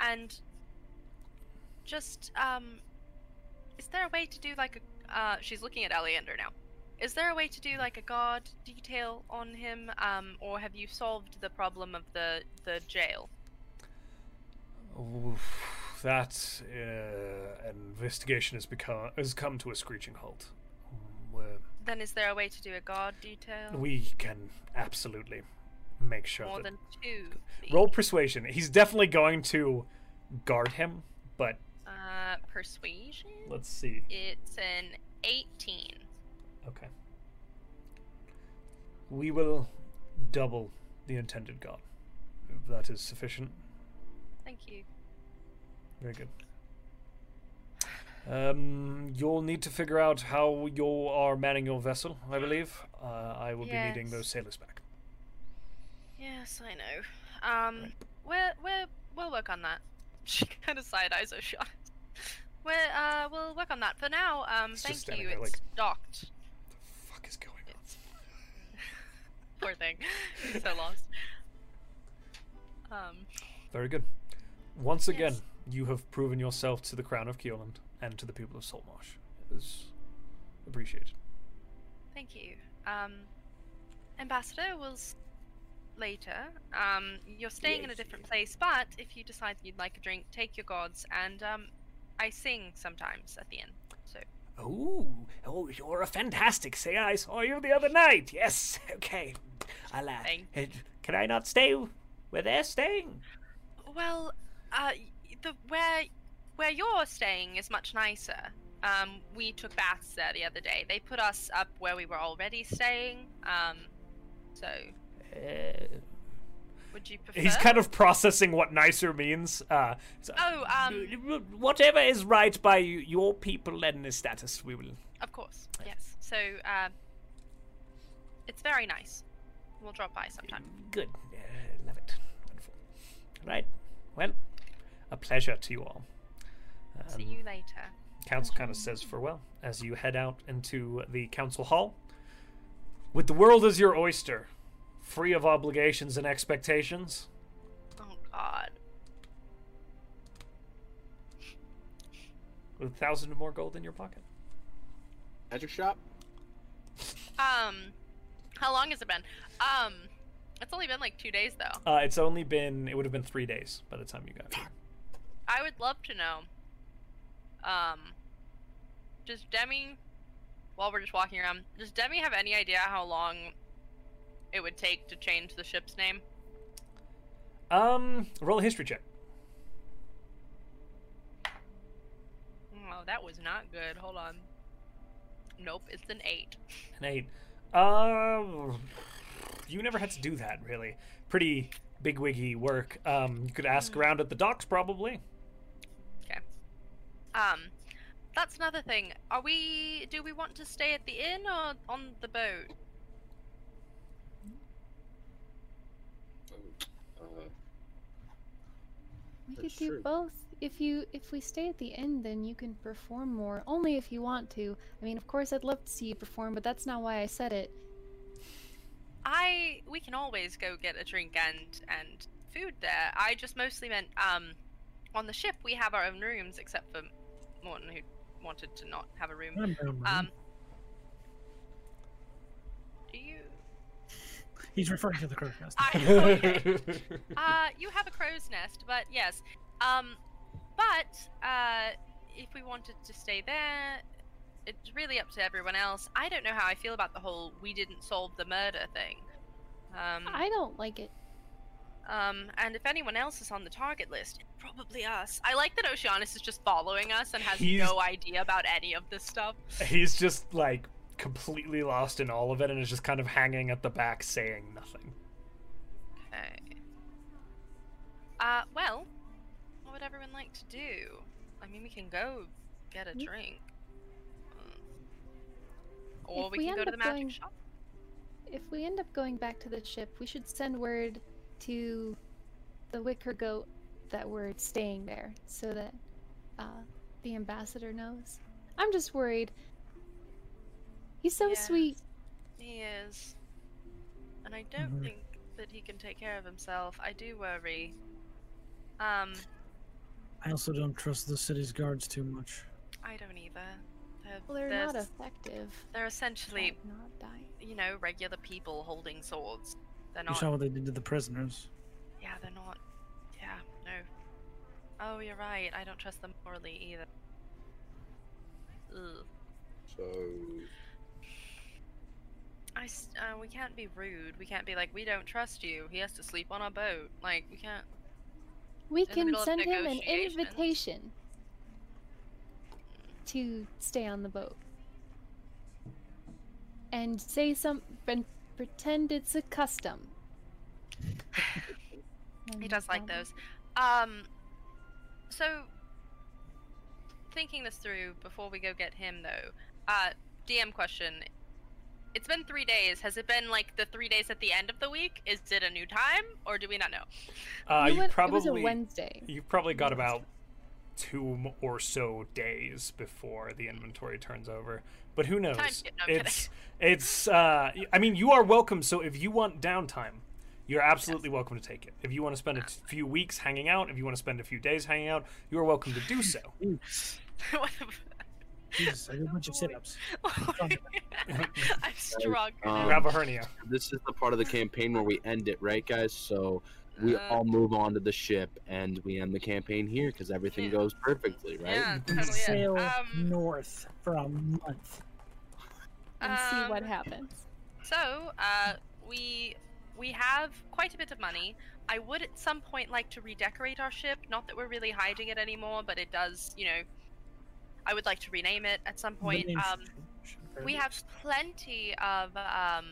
Speaker 3: and just um, is there a way to do like a? Uh, she's looking at Aleander now. Is there a way to do like a guard detail on him? Um, or have you solved the problem of the the jail?
Speaker 8: oof, that uh, investigation has become has come to a screeching halt. We're,
Speaker 3: Then is there a way to do a guard detail?
Speaker 8: we can absolutely make sure
Speaker 3: Oh. More
Speaker 8: that
Speaker 3: than two.
Speaker 8: roll
Speaker 3: please.
Speaker 8: persuasion. He's definitely going to guard him, but
Speaker 3: uh, persuasion.
Speaker 8: let's see.
Speaker 3: It's an eighteen.
Speaker 8: Okay. We will double the intended guard. If that is sufficient.
Speaker 3: Thank you.
Speaker 8: Very good. Um, you'll need to figure out how you are manning your vessel, I believe. Uh, I will be needing
Speaker 3: Yes.
Speaker 8: those sailors back.
Speaker 3: Yes, I know. Um,
Speaker 8: Right.
Speaker 3: we're, we're, we'll work on that. She kind of side eyes her shot. We're, uh, we'll work on that. For now, um,
Speaker 8: It's just
Speaker 3: thank
Speaker 8: standing
Speaker 3: you.
Speaker 8: there,
Speaker 3: It's
Speaker 8: like-
Speaker 3: docked.
Speaker 8: What the fuck is going on?
Speaker 3: Poor thing. She's so lost. Um,
Speaker 8: Very good. Once
Speaker 3: Yes.
Speaker 8: again, you have proven yourself to the crown of Keeland and to the people of Saltmarsh. It is appreciated.
Speaker 3: thank you. Um, Ambassador will s- later. Um, you're staying in a
Speaker 4: Yes,
Speaker 3: different place, but if you decide you'd like a drink, take your gods, and, um, I sing sometimes at the end. So,
Speaker 1: Oh, oh, you're a fantastic singer. I saw you the other night. Yes, okay. I'll, uh,
Speaker 3: Thank
Speaker 1: uh, can I not stay where they're staying?
Speaker 3: Well, uh, y- the where where you're staying is much nicer. Um, we took baths there the other day. They put us up where we were already staying. Um, so
Speaker 1: Uh,
Speaker 3: would you prefer?
Speaker 8: He's kind of processing what nicer means. Uh, so-
Speaker 3: Oh, um,
Speaker 1: whatever is right by you, your people and the status, we will.
Speaker 3: of course, yes. So, um, it's very nice. We'll drop by sometime.
Speaker 1: Good. Uh, love it. Wonderful.
Speaker 8: Right. Well, a pleasure to you all.
Speaker 3: See
Speaker 8: Um,
Speaker 3: you later.
Speaker 8: Council kind of says farewell as you head out into the council hall. With the world as your oyster, free of obligations and expectations.
Speaker 3: Oh God.
Speaker 8: With a thousand more gold in your pocket.
Speaker 4: Magic shop.
Speaker 3: Um, how long has it been? Um, it's only been like two days though.
Speaker 8: Uh, it's only been it would have been three days by the time you got here.
Speaker 3: I would love to know. Um, does Demi, while we're just walking around, does Demi have any idea how long it would take to change the ship's name?
Speaker 8: Um, roll a history check.
Speaker 3: Oh, that was not good. Hold on. Nope, it's an eight.
Speaker 8: An eight. Uh, you never had to do that really. Pretty big wiggy work. Um, you could ask around at the docks probably.
Speaker 3: Um, that's another thing. Are we? Do we want to stay at the inn or on the boat?
Speaker 4: Uh,
Speaker 5: We
Speaker 4: That's
Speaker 5: could do
Speaker 4: true.
Speaker 5: both. If you if we stay at the end, then you can perform more. Only if you want to. I mean, of course, I'd love to see you perform, but that's not why I said it.
Speaker 3: I we can always go get a drink and and food there. I just mostly meant um on the ship we have our own rooms except for Morton who wanted to not have a room.
Speaker 2: Um,
Speaker 3: Um Do you
Speaker 2: He's referring to the crow's nest.
Speaker 3: I, okay. uh, you have a crow's nest, but yes. Um, but uh, if we wanted to stay there, it's really up to everyone else. I don't know how I feel about the whole "we didn't solve the murder" thing. Um,
Speaker 5: I don't like it.
Speaker 3: um, and if anyone else is on the target list, it's probably us. I like that Oceanus is just following us and has
Speaker 8: He's-
Speaker 3: no idea about any of this stuff.
Speaker 8: He's just like completely lost in all of it and is just kind of hanging at the back saying nothing.
Speaker 3: Okay. Uh, well, what would everyone like to do? I mean, we can go get a
Speaker 5: Mm.
Speaker 3: drink. Mm. Or
Speaker 5: If
Speaker 3: we
Speaker 5: we
Speaker 3: can go
Speaker 5: end
Speaker 3: to the
Speaker 5: up
Speaker 3: magic
Speaker 5: going-
Speaker 3: shop.
Speaker 5: If we end up going back to the ship, we should send word to the Wicker Goat that we're staying there so that uh, the ambassador knows. I'm just worried. He's so
Speaker 3: Yeah.
Speaker 5: sweet.
Speaker 3: He is. And I don't
Speaker 2: Mhm.
Speaker 3: think that he can take care of himself. I do worry. Um,
Speaker 2: I also don't trust the city's guards too much.
Speaker 3: I don't either. They're,
Speaker 5: Well, they're
Speaker 3: they're
Speaker 5: not
Speaker 3: s-
Speaker 5: effective.
Speaker 3: they're essentially,
Speaker 5: at not dying.
Speaker 3: you know, regular people holding swords. They're
Speaker 2: You
Speaker 3: not.
Speaker 2: saw what they did to the prisoners.
Speaker 3: Yeah, they're not. Yeah, no. Oh, you're right. I don't trust them morally either. Ugh.
Speaker 4: So
Speaker 3: I s- uh, we can't be rude. We can't be like, we don't trust you. He has to sleep on our boat. Like, we can't.
Speaker 5: We
Speaker 3: the
Speaker 5: can
Speaker 3: middle of
Speaker 5: send him an
Speaker 3: negotiations.
Speaker 5: invitation to stay on the boat. And say some and pretend it's a custom.
Speaker 3: He
Speaker 5: And,
Speaker 3: does like
Speaker 5: um,
Speaker 3: those. Um, so thinking this through before we go get him, though. Uh, DM question: It's been three days. Has it been like the three days at the end of the week? Is it a new time, or do we not know?
Speaker 8: Uh, you
Speaker 5: went-
Speaker 8: probably
Speaker 5: It was a Wednesday.
Speaker 8: you probably got about two m- or so days before the inventory turns over. But who knows?
Speaker 3: skip. No, I'm kidding.
Speaker 8: it's it's. Uh, y- I mean, you are welcome. So if you want downtime, you're absolutely welcome to take it. If you want to spend a t- few weeks hanging out, if you want to spend a few days hanging out, you are welcome to do so.
Speaker 2: Ooh,
Speaker 3: What the f-
Speaker 2: Jesus, I did a bunch of sit-ups.
Speaker 3: I'm strong.
Speaker 8: You
Speaker 4: Um,
Speaker 8: have a hernia.
Speaker 4: this is the part of the campaign where we end it, right, guys? So we
Speaker 3: Uh-huh.
Speaker 4: all move on to the ship and we end the campaign here because everything
Speaker 3: Yeah.
Speaker 4: goes perfectly, right?
Speaker 3: Yeah,
Speaker 2: We
Speaker 3: totally. yeah.
Speaker 2: sail
Speaker 3: Um,
Speaker 2: north for a month.
Speaker 5: and see what
Speaker 3: Um,
Speaker 5: happens.
Speaker 3: So, uh, we we have quite a bit of money. I would at some point like to redecorate our ship. Not that we're really hiding it anymore, but it does, you know. I would like to rename it at some
Speaker 2: The
Speaker 3: point.
Speaker 2: name
Speaker 3: Um,
Speaker 2: should- should
Speaker 3: we
Speaker 2: be-
Speaker 3: have plenty of um,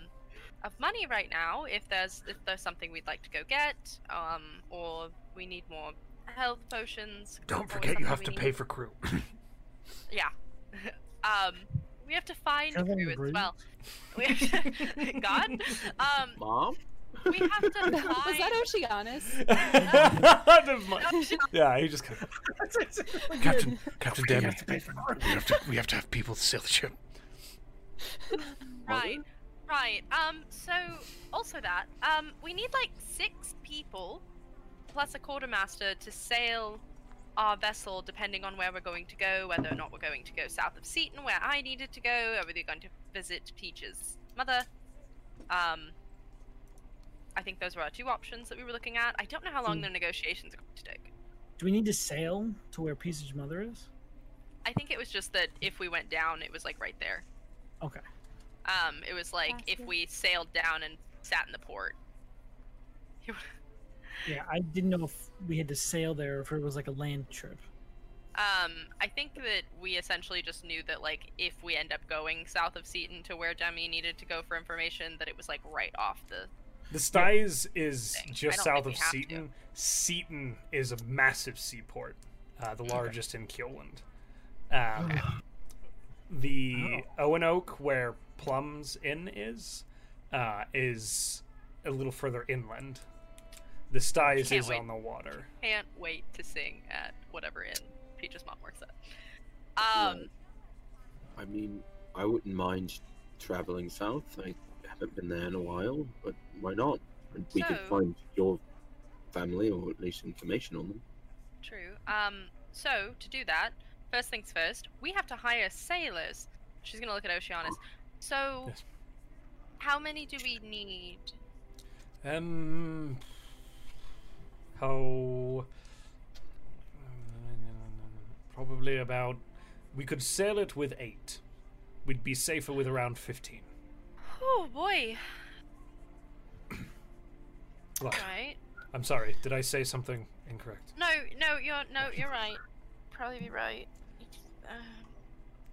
Speaker 3: of money right now. If there's if there's something we'd like to go get, um, or we need more health potions.
Speaker 2: Oh,
Speaker 3: or something we need-
Speaker 8: for crew.
Speaker 3: Um, we have to find
Speaker 2: Kevin
Speaker 3: crew as
Speaker 2: Bruce?
Speaker 3: well. We have to, God, um,
Speaker 4: Mom?
Speaker 3: we have to find.
Speaker 5: was that Oceanus?
Speaker 8: yeah, he just. Kind of,
Speaker 9: Captain, Captain
Speaker 2: You
Speaker 9: Demi,
Speaker 2: have to pay for it.
Speaker 9: we have to we have to have people to sail the ship.
Speaker 3: Right, right. Um, so also that um, we need like six people plus a quartermaster to sail our vessel, depending on where we're going to go, whether or not we're going to go south of Seaton, where I needed to go, or whether we're going to visit Peach's mother. Um, I think those were our two options that we were looking at. I don't know how long
Speaker 5: Hmm.
Speaker 2: Mm.
Speaker 3: the negotiations are going to take.
Speaker 2: Do we need to sail to where Peace's mother is?
Speaker 3: I think it was just that if we went down, it was like right there.
Speaker 2: Okay.
Speaker 3: Um, it was like if
Speaker 5: Gotcha.
Speaker 3: we sailed down and sat in the port.
Speaker 2: Yeah, I didn't know if we had to sail there or if it was like a land trip.
Speaker 3: Um, I think that we essentially just knew that like if we end up going south of Seaton to where Demi needed to go for information, that it was like right off the.
Speaker 8: the Styes is
Speaker 3: Thing.
Speaker 8: just
Speaker 3: I don't
Speaker 8: south of
Speaker 3: think we have to.
Speaker 8: Seaton. Seaton is a massive seaport, uh, the largest in Keeland. Um, the Owen Oak, where Plum's Inn is, uh, is a little further inland. The Styes
Speaker 3: Can't
Speaker 8: is
Speaker 3: wait.
Speaker 8: on the water.
Speaker 3: Can't wait to sing at whatever inn Peach's mom works at. Um,
Speaker 4: I mean, I wouldn't mind traveling south. I haven't been there in a while, but why not? And we could
Speaker 3: So-
Speaker 4: find your family or at least information on them.
Speaker 3: True. Um, so to do that, first things first, we have to hire sailors. She's gonna look at Oceanus. So,
Speaker 8: Yes.
Speaker 3: how many do we need?
Speaker 8: Um. How? uh, Probably about. We could sail it with eight. We'd be safer with around fifteen.
Speaker 3: Oh boy.
Speaker 8: Well,
Speaker 3: Right.
Speaker 8: I'm sorry. Did I say something incorrect?
Speaker 3: No, no, you're no, you're right. Probably be right. It's, uh,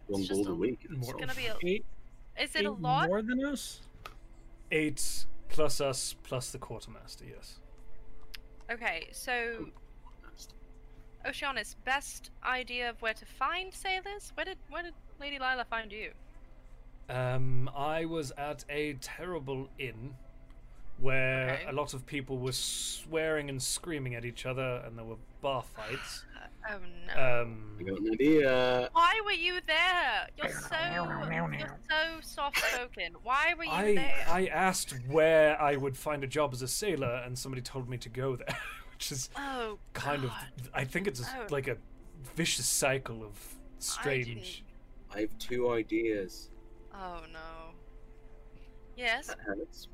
Speaker 4: One
Speaker 3: just
Speaker 4: gold
Speaker 3: a-
Speaker 4: a week.
Speaker 8: More-
Speaker 3: gonna be a.
Speaker 2: Eight,
Speaker 3: Is it a
Speaker 2: eight
Speaker 3: lot?
Speaker 2: more than us?
Speaker 8: Eight plus us plus the quartermaster. Yes.
Speaker 3: Okay, so Oceanus, best idea of where to find sailors? Where did where did Lady Lila find you?
Speaker 8: Um, I was at a terrible inn where
Speaker 3: Okay.
Speaker 8: a lot of people were swearing and screaming at each other, and there were bar fights.
Speaker 3: Oh no.
Speaker 4: I
Speaker 8: Um,
Speaker 4: got an idea.
Speaker 3: Why were you there? You're so you're so soft spoken. Why were you
Speaker 8: I
Speaker 3: there?
Speaker 8: I asked where I would find a job as a sailor, and somebody told me to go there, which is
Speaker 3: oh
Speaker 8: kind of.
Speaker 3: God.
Speaker 8: I think it's a,
Speaker 3: Oh.
Speaker 8: like a vicious cycle of strange.
Speaker 4: I have two ideas.
Speaker 3: Oh no. Yes.
Speaker 4: That hurts.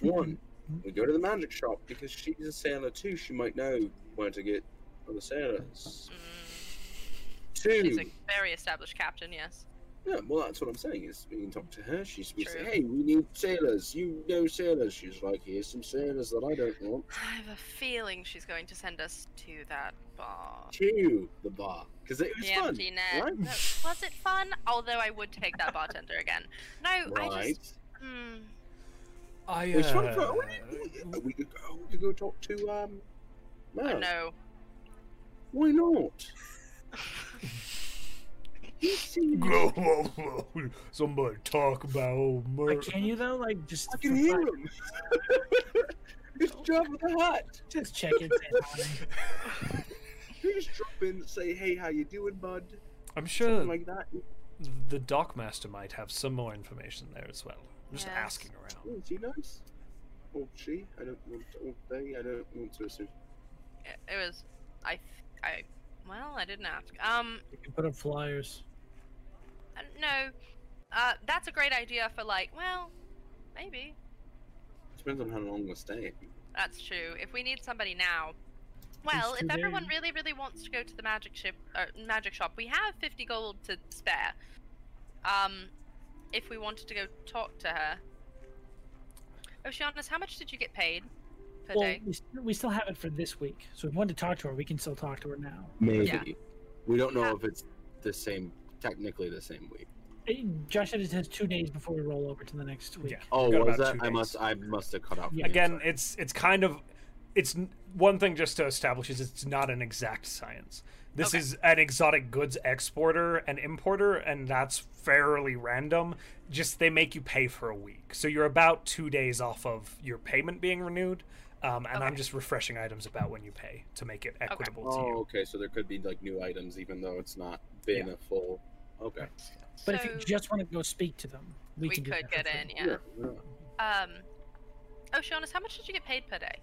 Speaker 4: One, we go to the magic shop because she's a sailor too. She might know where to get other sailors.
Speaker 3: Mm, she's
Speaker 4: Two,
Speaker 3: a very established captain. Yes.
Speaker 4: yeah, well, that's what I'm saying. Is we can talk to her. She's we say,
Speaker 3: True.
Speaker 4: hey, we need sailors. You know sailors. She's like, here's some sailors that I don't want.
Speaker 3: I have a feeling she's going to send us to that bar.
Speaker 4: To the bar because it was
Speaker 3: The
Speaker 4: fun.
Speaker 3: empty net.
Speaker 4: right?
Speaker 3: No, was it fun? Although I would take that bartender again. No, Oh, I
Speaker 4: Right.
Speaker 3: just. Mm,
Speaker 8: I
Speaker 4: We should
Speaker 8: uh,
Speaker 4: pro- we need- we could go. We could go talk to um.
Speaker 3: I
Speaker 4: No,
Speaker 3: know.
Speaker 4: why not? He seems-
Speaker 8: Somebody talk about old
Speaker 2: Like,
Speaker 8: Mer-
Speaker 2: can you though? Like, just
Speaker 4: I can
Speaker 2: for
Speaker 4: hear
Speaker 2: fun,
Speaker 4: him. Just drop in the hat.
Speaker 2: Just check it. say hi.
Speaker 4: Just drop in, say, "Hey, how you doing, bud?" Something
Speaker 8: I'm sure
Speaker 4: like that.
Speaker 8: the dockmaster might have some more information there as well. I'm just
Speaker 3: Yes.
Speaker 8: asking around.
Speaker 4: Oh, is he nice? Or she? I don't want. To, or they? I don't want to assume.
Speaker 3: It, it was. I. th- I. Well, I didn't ask. Um.
Speaker 2: You can put up flyers.
Speaker 3: I don't know. Uh, that's a great idea for like. Well, maybe.
Speaker 4: Depends on how long we're staying.
Speaker 3: That's true. If we need somebody now. Well, if
Speaker 2: today.
Speaker 3: everyone really, really wants to go to the magic ship or magic shop, we have fifty gold to spare. Um, if we wanted to go talk to her. Oceanus, how much did you get paid per
Speaker 2: Well,
Speaker 3: day?
Speaker 2: we, st- we still have it for this week, so if we want to talk to her, we can still talk to her now.
Speaker 4: Maybe.
Speaker 3: Yeah.
Speaker 4: We don't know
Speaker 3: How-
Speaker 4: if it's the same. Technically, the same week.
Speaker 2: Eh, Josh said it has two days before we roll over to the next week.
Speaker 8: Yeah.
Speaker 4: Oh,
Speaker 8: We've got
Speaker 4: was
Speaker 8: about
Speaker 4: that?
Speaker 8: two
Speaker 4: I
Speaker 8: days.
Speaker 4: must. I must have cut off.
Speaker 2: Yeah.
Speaker 8: Again, it's it's kind of it's n- one thing just to establish is it's not an exact science. This
Speaker 3: Okay.
Speaker 8: is an exotic goods exporter and importer, and that's fairly random. Just they make you pay for a week, so you're about two days off of your payment being renewed. Um, and I'm
Speaker 3: Okay.
Speaker 8: just refreshing items about when you pay to make it equitable to
Speaker 4: Oh,
Speaker 8: you.
Speaker 4: okay. So there could be like new items, even though it's not been a full. Okay.
Speaker 2: But if
Speaker 3: so
Speaker 2: you just want to go speak to them, we,
Speaker 3: we,
Speaker 2: can do
Speaker 3: could
Speaker 2: that for
Speaker 3: get
Speaker 2: free.
Speaker 3: in, yeah.
Speaker 4: yeah.
Speaker 3: Um, Oceanus, how much did you get paid per day?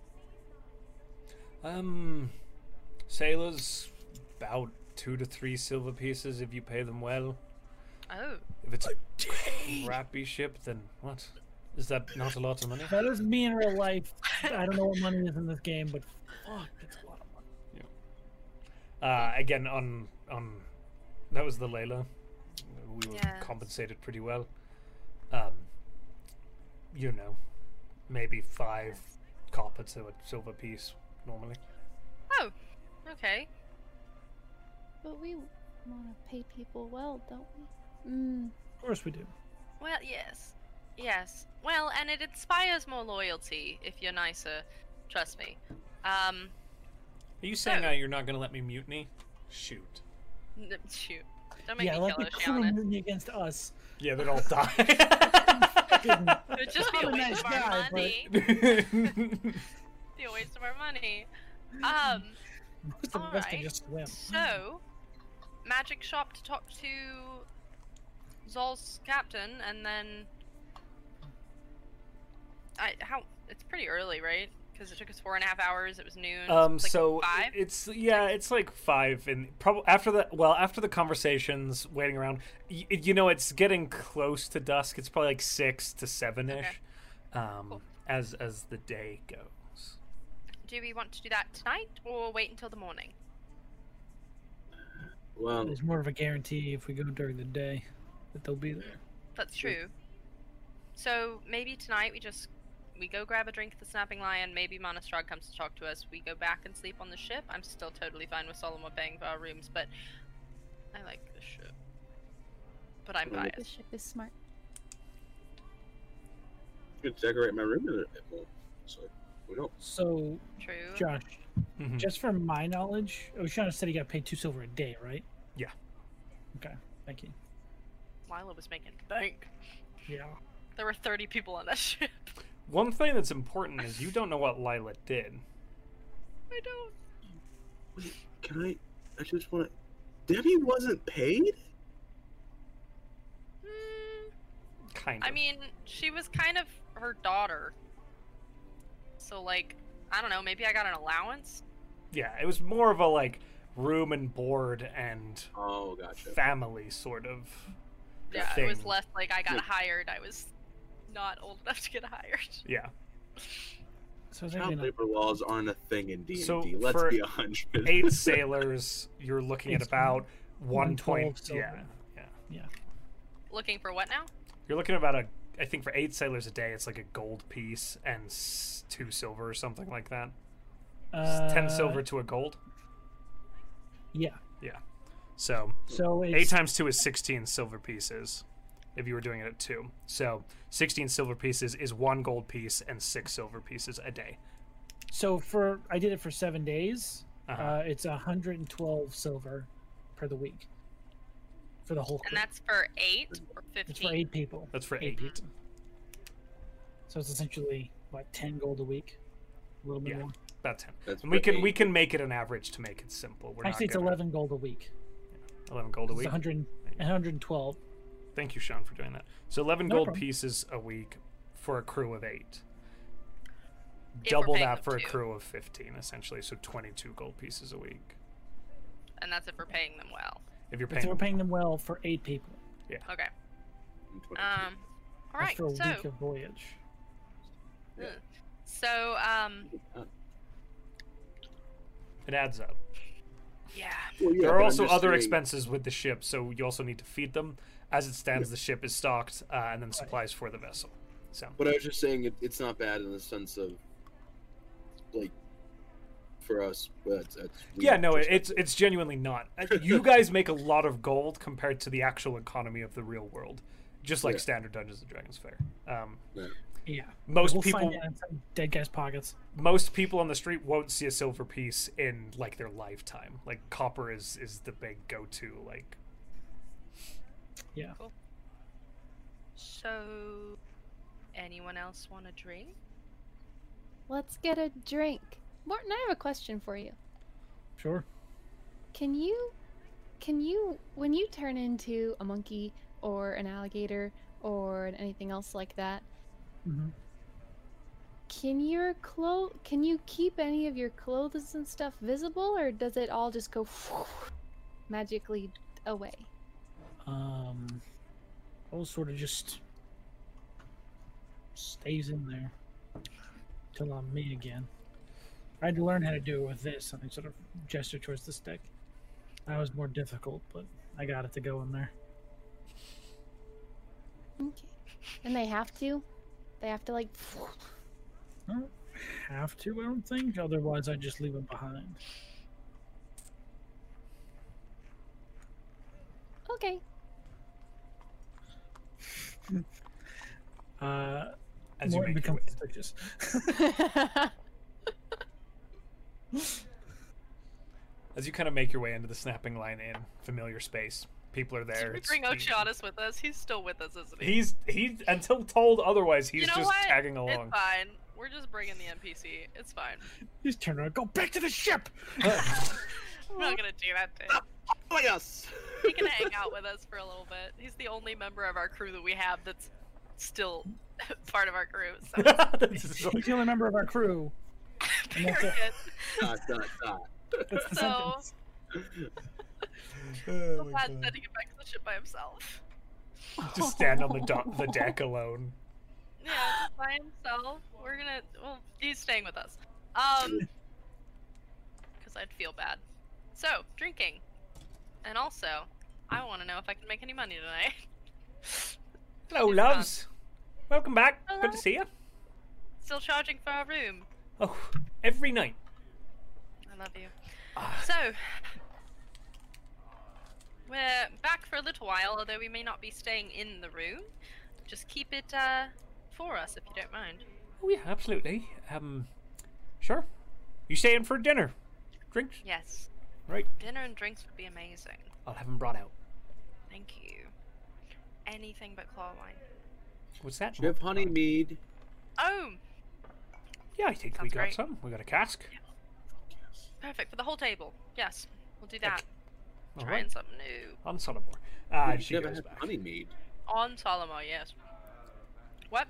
Speaker 8: Um, sailors about two to three silver pieces if you pay them well.
Speaker 3: Oh,
Speaker 8: If it's a crappy ship, then what? Is that not a lot of money?
Speaker 2: That doesn't mean in real life. I don't know what money is in this game, but fuck, that's a lot of money.
Speaker 8: Uh, again, on on that was the Layla. We were
Speaker 3: Yes.
Speaker 8: compensated pretty well. Um, you know, maybe five copper to a silver piece normally.
Speaker 3: oh, okay.
Speaker 5: But we want to pay people well, don't we? Mm.
Speaker 2: Of course we do.
Speaker 3: Well, yes, yes. Well, and it inspires more loyalty if you're nicer. Trust me. Um,
Speaker 8: Are you
Speaker 3: saying, uh,
Speaker 8: you're not going to let me mutiny? Shoot.
Speaker 3: n- shoot, don't make me
Speaker 2: yeah, let
Speaker 3: kill
Speaker 2: the crew
Speaker 3: Oceanus.
Speaker 2: move against us.
Speaker 8: Yeah, then I'll die.
Speaker 3: It would just be
Speaker 2: I'm
Speaker 3: a
Speaker 2: a
Speaker 3: waste
Speaker 2: nice
Speaker 3: of our
Speaker 2: guy, but-
Speaker 3: money. Be a waste of our money. Um,
Speaker 2: Most of the
Speaker 3: All
Speaker 2: rest can
Speaker 3: right.
Speaker 2: just swim.
Speaker 3: so magic shop to talk to Zol's captain, and then I how it's pretty early, right? Because it took us four and a half hours. It was noon.
Speaker 8: Um.
Speaker 3: it's like
Speaker 8: so
Speaker 3: five.
Speaker 8: it's yeah, it's like five, and probably after the well, after the conversations, waiting around, y- you know, it's getting close to dusk. It's probably like six to seven ish. Um.
Speaker 3: Cool.
Speaker 8: as as the day goes.
Speaker 3: Do we want to do that tonight or wait until the morning?
Speaker 4: Well,
Speaker 2: There's more of a guarantee if we go during the day that they'll be there.
Speaker 3: That's true. So maybe tonight we just we go grab a drink at the Snapping Lion. Maybe Monastrog comes to talk to us. We go back and sleep on the ship. I'm still totally fine with Solomon paying for our rooms, but I like the ship. But I'm
Speaker 4: Well,
Speaker 5: The
Speaker 3: biased.
Speaker 5: ship is smart.
Speaker 4: I could decorate my room a little bit more. So we don't.
Speaker 2: So,
Speaker 3: True.
Speaker 2: Josh,
Speaker 8: Mhm.
Speaker 2: just from my knowledge, Oshana said he got paid two silver a day, right?
Speaker 8: Yeah.
Speaker 2: Okay, thank you.
Speaker 3: Lila was making bank.
Speaker 2: Yeah.
Speaker 3: There were 30 people on that ship.
Speaker 8: One thing that's important is you don't know what Lila did.
Speaker 3: I don't.
Speaker 4: Wait, can I? I just want to. Debbie wasn't paid.
Speaker 3: Mm,
Speaker 8: Kind of.
Speaker 3: I mean, she was kind of her daughter. So like, I don't know. Maybe I got an allowance.
Speaker 8: yeah, it was more of a like room and board and
Speaker 4: Oh, gotcha.
Speaker 8: family sort of.
Speaker 3: Yeah, it was
Speaker 8: thing.
Speaker 3: less like I got
Speaker 4: Yeah.
Speaker 3: hired. I was not old enough to get hired.
Speaker 8: Yeah.
Speaker 2: So, it's
Speaker 4: Child
Speaker 2: actually
Speaker 4: labor laws aren't a thing in D&D.
Speaker 8: So,
Speaker 4: Let's
Speaker 8: for
Speaker 4: be honest.
Speaker 8: Eight sailors, you're looking at
Speaker 2: It's
Speaker 8: about one
Speaker 2: 112
Speaker 8: point. Yeah.
Speaker 2: silver.
Speaker 8: Yeah.
Speaker 3: Looking for what now?
Speaker 8: You're looking about a. I think for eight sailors a day, it's like a gold piece and s- two silver or something like that.
Speaker 2: not- Uh,
Speaker 8: It's Ten silver to a gold.
Speaker 2: Yeah.
Speaker 8: So
Speaker 2: So it's
Speaker 8: eight times two is sixteen silver pieces. If you were doing it at two, so sixteen silver pieces is one gold piece and six silver pieces a day.
Speaker 2: So for I did it for seven days. uh
Speaker 8: Uh-huh.
Speaker 2: it's 112 silver per the week for the whole.
Speaker 3: And
Speaker 2: crew.
Speaker 3: that's for eight or
Speaker 2: it's for
Speaker 3: fifteen.
Speaker 2: eight people.
Speaker 8: That's for
Speaker 2: Eight
Speaker 8: eight.
Speaker 2: people. So it's essentially what 10 gold a week, a little bit
Speaker 8: Yeah.
Speaker 2: more.
Speaker 8: About ten.
Speaker 4: That's
Speaker 8: And we
Speaker 4: for
Speaker 8: can
Speaker 4: eight.
Speaker 8: we can make it an average to make it simple. We're
Speaker 2: Actually,
Speaker 8: not
Speaker 2: it's
Speaker 8: gonna-
Speaker 2: 11 gold a week.
Speaker 8: 11 gold a
Speaker 2: It's
Speaker 8: week.
Speaker 2: 100, 112.
Speaker 8: Thank you, Sean, for doing that. So eleven
Speaker 2: No
Speaker 8: gold
Speaker 2: problem.
Speaker 8: pieces a week for a crew of
Speaker 3: If
Speaker 8: eight.
Speaker 3: we're
Speaker 8: Double
Speaker 3: paying
Speaker 8: that
Speaker 3: them
Speaker 8: for a
Speaker 3: two.
Speaker 8: crew of fifteen, essentially. So twenty-two gold pieces a week.
Speaker 3: And that's if we're paying them well.
Speaker 8: If you're
Speaker 2: But
Speaker 8: paying,
Speaker 2: so we're
Speaker 8: them-
Speaker 2: paying them well for eight people.
Speaker 3: Okay.
Speaker 4: Um,
Speaker 3: Um. All
Speaker 2: That's
Speaker 3: right.
Speaker 2: for a week
Speaker 3: So,
Speaker 2: of voyage.
Speaker 3: ugh. so um,
Speaker 8: it adds up.
Speaker 3: yeah.
Speaker 8: there are also other expenses with the ship, so you also need to feed them. As it stands, the ship is stocked, uh, and then supplies for the vessel. So
Speaker 4: But I was just saying, it, it's not bad in the sense of, like, for us. But it's, it's
Speaker 8: yeah,
Speaker 4: weird
Speaker 8: no,
Speaker 4: just-
Speaker 8: it's it's genuinely not. Uh, You guys make a lot of gold compared to the actual economy of the real world, just like
Speaker 4: Yeah.
Speaker 8: standard Dungeons and Dragons fare. Um,
Speaker 2: Yeah.
Speaker 8: most
Speaker 2: we'll
Speaker 8: people
Speaker 2: Find that in some dead guy's pockets.
Speaker 8: most people on the street won't see a silver piece in like their lifetime. Like copper is is the big go to. Like
Speaker 3: So, anyone else want a drink?
Speaker 5: Let's get a drink. Morton, I have a question for you.
Speaker 2: Sure.
Speaker 5: Can you, can you, when you turn into a monkey or an alligator or anything else like that,
Speaker 2: Mhm.
Speaker 5: can your clo- can you keep any of your clothes and stuff visible, or does it all just go magically away?
Speaker 2: Um, all sort of just stays in there till I'm me again. I had to learn how to do it with this, and I sort of gesture towards the stick. That was more difficult, but I got it to go in there.
Speaker 5: Okay. And they have to, they have to like.
Speaker 2: I don't have to, I don't think. Otherwise, I'd just leave it behind.
Speaker 5: Okay.
Speaker 2: Uh,
Speaker 8: as you
Speaker 2: Morton
Speaker 8: make your
Speaker 2: becomes
Speaker 8: way.
Speaker 2: suspicious.
Speaker 8: as you kind of make your way into the snapping line in familiar space. People are there.
Speaker 3: Should we
Speaker 8: it's-
Speaker 3: bring
Speaker 8: he-
Speaker 3: Oceanus with us? He's still with us, isn't he?
Speaker 8: He's he until told otherwise. He's
Speaker 3: know
Speaker 8: just
Speaker 3: what?
Speaker 8: tagging
Speaker 3: It's
Speaker 8: along.
Speaker 3: fine. We're just bringing the NPC. It's fine.
Speaker 2: just turn around, go back to the ship.
Speaker 3: I'm not gonna do that to him.
Speaker 4: Oh, yes!
Speaker 3: He can hang out with us for a little bit. He's the only member of our crew that we have that's still part of our crew. So
Speaker 8: This is so-
Speaker 2: He's the only member of our crew. And that's it.
Speaker 3: period.
Speaker 4: dot, dot, dot.
Speaker 2: That's the
Speaker 3: So-
Speaker 2: sentence.
Speaker 3: So bad sending him back to the ship by himself.
Speaker 8: just stand on the do- the deck alone.
Speaker 3: Yeah, just by himself. We're gonna. Well, he's staying with us. Um, because I'd feel bad. So drinking, and also, I want to know if I can make any money tonight.
Speaker 8: Hello,
Speaker 3: It's
Speaker 8: loves. Welcome back. Good
Speaker 3: Hello.
Speaker 8: to see you.
Speaker 3: Still charging for our room.
Speaker 8: Oh, every night.
Speaker 3: I love you.
Speaker 8: Ah.
Speaker 3: So, we're back for a little while, although we may not be staying in the room. Just keep it uh, for us if you don't mind.
Speaker 8: Oh yeah, absolutely. Um, sure. You staying for dinner? Drinks?
Speaker 3: Yes,
Speaker 8: Right.
Speaker 3: dinner and drinks would be amazing.
Speaker 8: I'll have them brought out.
Speaker 3: Thank you. Anything but claw wine.
Speaker 8: What's that?
Speaker 4: Do you have honey mead?
Speaker 3: Oh,
Speaker 8: Yeah, I think we
Speaker 3: Sounds
Speaker 8: got
Speaker 3: great.
Speaker 8: some. We got a cask.
Speaker 3: perfect for the whole table. Yes, we'll do that.
Speaker 8: All
Speaker 3: Trying
Speaker 8: right.
Speaker 3: something new
Speaker 8: On Sonomore. Ah,
Speaker 4: You've
Speaker 8: she
Speaker 4: never
Speaker 8: goes
Speaker 4: had
Speaker 8: back.
Speaker 4: honey mead.
Speaker 3: on Solomon. Yes. What?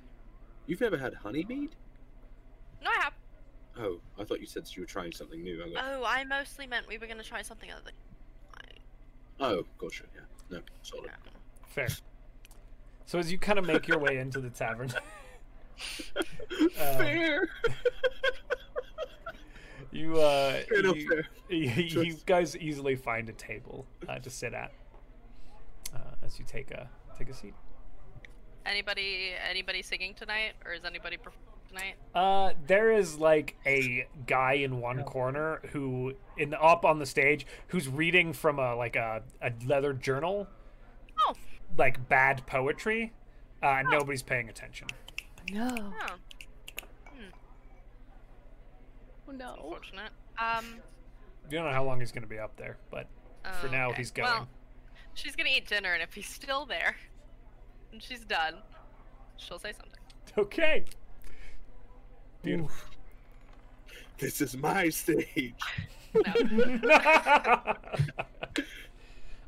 Speaker 4: You've never had honey mead?
Speaker 3: No, I have.
Speaker 4: Oh, I thought you said you were trying something new. I go,
Speaker 3: Oh, I mostly meant we were gonna try something other than.
Speaker 4: oh, gotcha. Yeah. No, solid.
Speaker 8: Fair. So as you kind of make your way into the tavern,
Speaker 4: Um,
Speaker 8: Fair. you uh,
Speaker 4: Straight up
Speaker 8: you,
Speaker 4: fair.
Speaker 8: you, you
Speaker 4: Just-
Speaker 8: guys easily find a table uh, to sit at uh, as you take a take a seat.
Speaker 3: Anybody? Anybody singing tonight, or is anybody performing tonight?
Speaker 8: Uh, there is like a guy in one
Speaker 2: Yeah.
Speaker 8: corner who, in the, up on the stage, who's reading from a like a, a leather journal,
Speaker 3: Oh,
Speaker 8: like bad poetry. Uh, and nobody's paying attention.
Speaker 5: No.
Speaker 3: oh, that's
Speaker 5: Oh, No.
Speaker 3: unfortunate. Um,
Speaker 8: You don't know how long he's going to be up there, but for
Speaker 3: oh,
Speaker 8: now
Speaker 3: okay.
Speaker 8: he's going.
Speaker 3: Well, she's gonna eat dinner, and if he's still there, and she's done, she'll say something.
Speaker 8: Okay. Beautiful.
Speaker 4: This is my stage.
Speaker 3: No.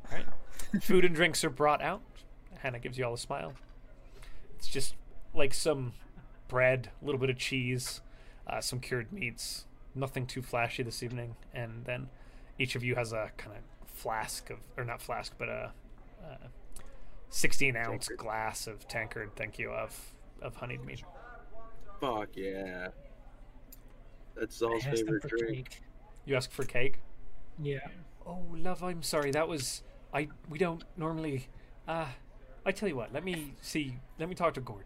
Speaker 8: Alright. Food and drinks are brought out. Hannah gives you all a smile. It's just like some bread, a little bit of cheese, uh, some cured meats. Nothing too flashy this evening. And then each of you has a kind of flask of, or not flask, but a, a 16 ounce
Speaker 4: Tankard.
Speaker 8: glass of tankard, thank you, of, of honeyed meat.
Speaker 4: Fuck yeah. That's
Speaker 2: I
Speaker 4: Zal's
Speaker 2: asked them
Speaker 4: favorite
Speaker 2: for
Speaker 4: drink.
Speaker 2: cake.
Speaker 8: You ask for cake?
Speaker 2: Yeah.
Speaker 8: Oh, love, I'm sorry. That was I. We don't normally. Uh, I tell you what. Let me see. Let me talk to Gordon.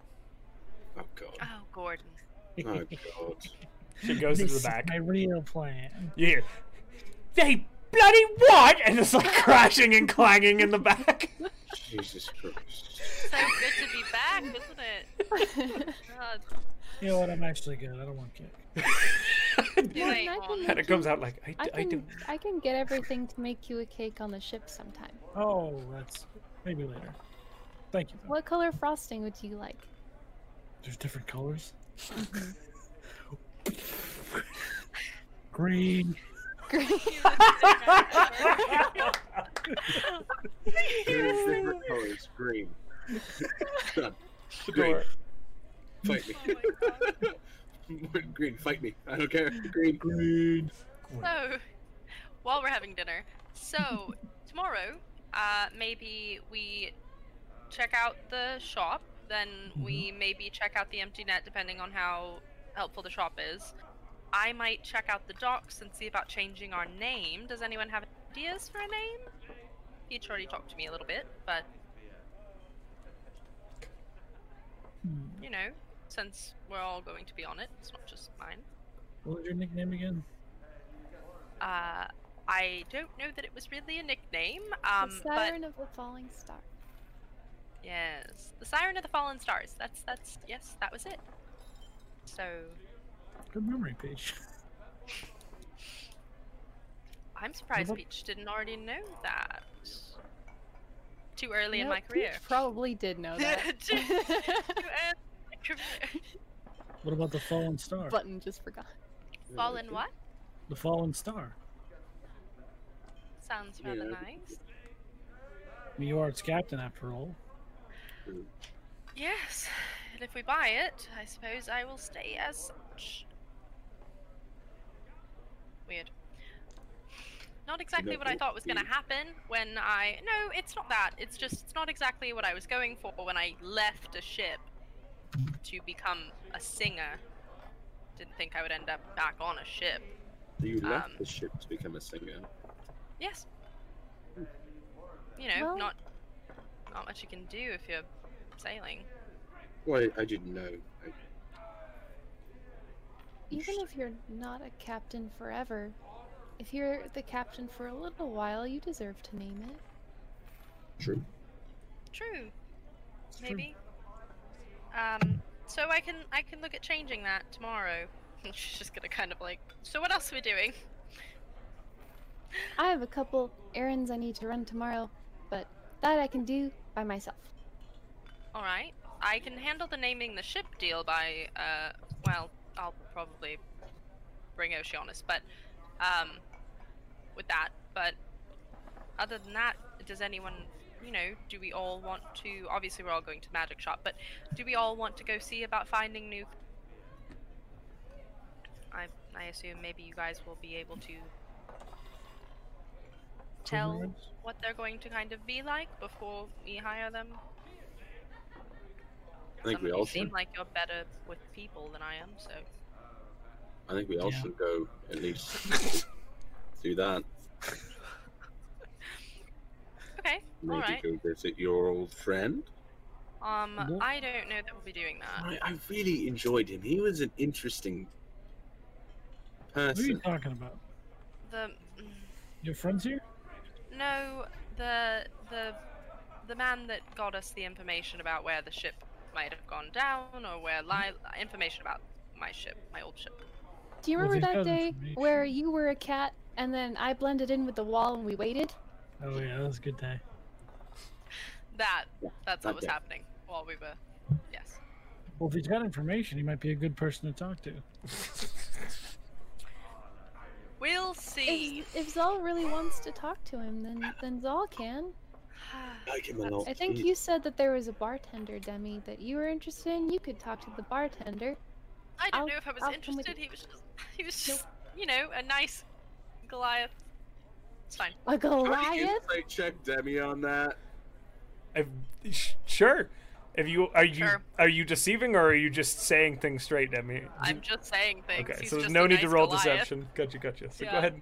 Speaker 4: Oh god.
Speaker 3: oh, Gordon.
Speaker 4: Oh god.
Speaker 8: She goes
Speaker 2: this
Speaker 8: into
Speaker 2: is
Speaker 8: the back.
Speaker 2: my real plan.
Speaker 8: You hear? They bloody what? And it's like crashing and clanging in the back.
Speaker 4: Jesus Christ.
Speaker 3: So good to be back, isn't it? God,
Speaker 2: You know what? I'm actually good. I don't want cake.
Speaker 3: you ain't
Speaker 5: I
Speaker 3: on.
Speaker 5: can-
Speaker 8: And it comes out like I,
Speaker 5: I
Speaker 8: I do.
Speaker 5: can I can get everything to make you a cake on the ship sometime.
Speaker 2: Oh, that's maybe later. Thank you. though.
Speaker 5: What color frosting would you like?
Speaker 2: There's different colors. Green.
Speaker 5: Green.
Speaker 4: Two different colors. Green. Done.
Speaker 8: The
Speaker 4: Green.
Speaker 8: door.
Speaker 4: Fight me. Green, fight me. I don't care. Green.
Speaker 2: Green.
Speaker 3: So, while we're having dinner, so tomorrow, uh, maybe we check out the shop. Then we maybe check out the empty net, depending on how helpful the shop is. I might check out the docks and see about changing our name. Does anyone have ideas for a name? Peach already talked to me a little bit, but
Speaker 2: Hmm.
Speaker 3: you know, since we're all going to be on it, it's not just mine.
Speaker 2: What was your nickname again?
Speaker 3: Uh, I don't know that it was really a nickname, um,
Speaker 5: the
Speaker 3: but
Speaker 5: siren of the falling star.
Speaker 3: Yes, the Siren of the Fallen Stars. That's that's yes, that was it. So
Speaker 2: Good memory, Peach.
Speaker 3: I'm surprised
Speaker 2: about-
Speaker 3: Peach didn't already know that. Too early in my
Speaker 5: Nope, you
Speaker 3: career.
Speaker 5: Probably did know
Speaker 3: Too
Speaker 5: that.
Speaker 3: early in my career.
Speaker 2: What about the fallen star?
Speaker 5: Button just forgot.
Speaker 3: Fallen what?
Speaker 2: The fallen star.
Speaker 3: Sounds rather
Speaker 4: Yeah.
Speaker 3: nice.
Speaker 2: You are its captain after all.
Speaker 3: Yes, and if we buy it, I suppose I will stay as such. Weird. Not exactly what I
Speaker 4: will
Speaker 3: thought was going to
Speaker 4: be-
Speaker 3: happen when I. No, it's not that. It's just, it's not exactly what I was going for when I left a ship to become a singer. Didn't think I would end up back on a ship.
Speaker 4: So you left
Speaker 3: Um,
Speaker 4: the ship to become a singer.
Speaker 3: Yes. You know,
Speaker 5: Well-
Speaker 3: not not much you can do if you're sailing.
Speaker 4: Well, I, I didn't know. I,
Speaker 5: Even if you're not a captain forever, if you're the captain for a little while, you deserve to name it.
Speaker 4: true.
Speaker 3: True.
Speaker 2: It's true.
Speaker 3: maybe. Um, so I can I can look at changing that tomorrow. She's just gonna kind of like. So what else are we doing?
Speaker 5: I have a couple errands I need to run tomorrow, but that I can do by myself.
Speaker 3: All right. I can handle the naming the ship deal by uh. Well, I'll probably bring Oceanus, but um, with that. But other than that, does anyone? You know, do we all want to? Obviously, we're all going to Magic Shop, but do we all want to go see about finding new? I I assume maybe you guys will be able to tell
Speaker 2: Equivalents?
Speaker 3: what they're going to kind of be like before we hire them.
Speaker 4: I think
Speaker 3: Some
Speaker 4: we
Speaker 3: of
Speaker 4: all
Speaker 3: you seem
Speaker 4: should.
Speaker 3: like you're better with people than I am, so
Speaker 4: I think we all
Speaker 2: Yeah.
Speaker 4: should go at least do that.
Speaker 3: okay, all
Speaker 4: Maybe
Speaker 3: right.
Speaker 4: go visit your old friend.
Speaker 3: Um,
Speaker 2: Yeah.
Speaker 3: I don't know that we'll be doing that.
Speaker 4: I, I really enjoyed him. He was an interesting
Speaker 2: What are you
Speaker 4: person.
Speaker 2: talking about?
Speaker 3: The
Speaker 2: Your friends here?
Speaker 3: no, the the the man that got us the information about where the ship might have gone down or where li- information about my ship, my old ship.
Speaker 5: Do you
Speaker 2: Well,
Speaker 5: remember
Speaker 2: they've got
Speaker 5: that day where
Speaker 2: information.
Speaker 5: you were a cat and then I blended in with the wall and we waited?
Speaker 2: Oh yeah, that was a good day.
Speaker 3: That that's what was
Speaker 4: Okay.
Speaker 3: happening while we were. Yes.
Speaker 2: Well, if he's got information, he might be a good person to talk to.
Speaker 3: We'll see.
Speaker 5: If, if Zal really wants to talk to him, then then Zal can.
Speaker 4: I like him a
Speaker 3: That's-
Speaker 4: lot.
Speaker 5: I think
Speaker 4: He-
Speaker 5: you said that there was a bartender, Demi, that you were interested in. You could talk to the bartender.
Speaker 3: I
Speaker 5: I'll-
Speaker 3: didn't know if I was
Speaker 5: I'll come with
Speaker 3: interested. He was just he was just you know a nice Goliath. It's fine.
Speaker 5: A
Speaker 4: Can I
Speaker 5: Goliath?
Speaker 4: insight check Demi on that.
Speaker 8: If, sh- sure. If you are you
Speaker 3: Sure.
Speaker 8: are you deceiving or are you just saying things straight at me?
Speaker 3: I'm just saying things.
Speaker 8: okay,
Speaker 3: He's
Speaker 8: so there's
Speaker 3: just
Speaker 8: no
Speaker 3: a
Speaker 8: need to
Speaker 3: nice
Speaker 8: roll
Speaker 3: Goliath.
Speaker 8: deception. Gotcha, gotcha. So go
Speaker 3: Yeah.
Speaker 8: ahead.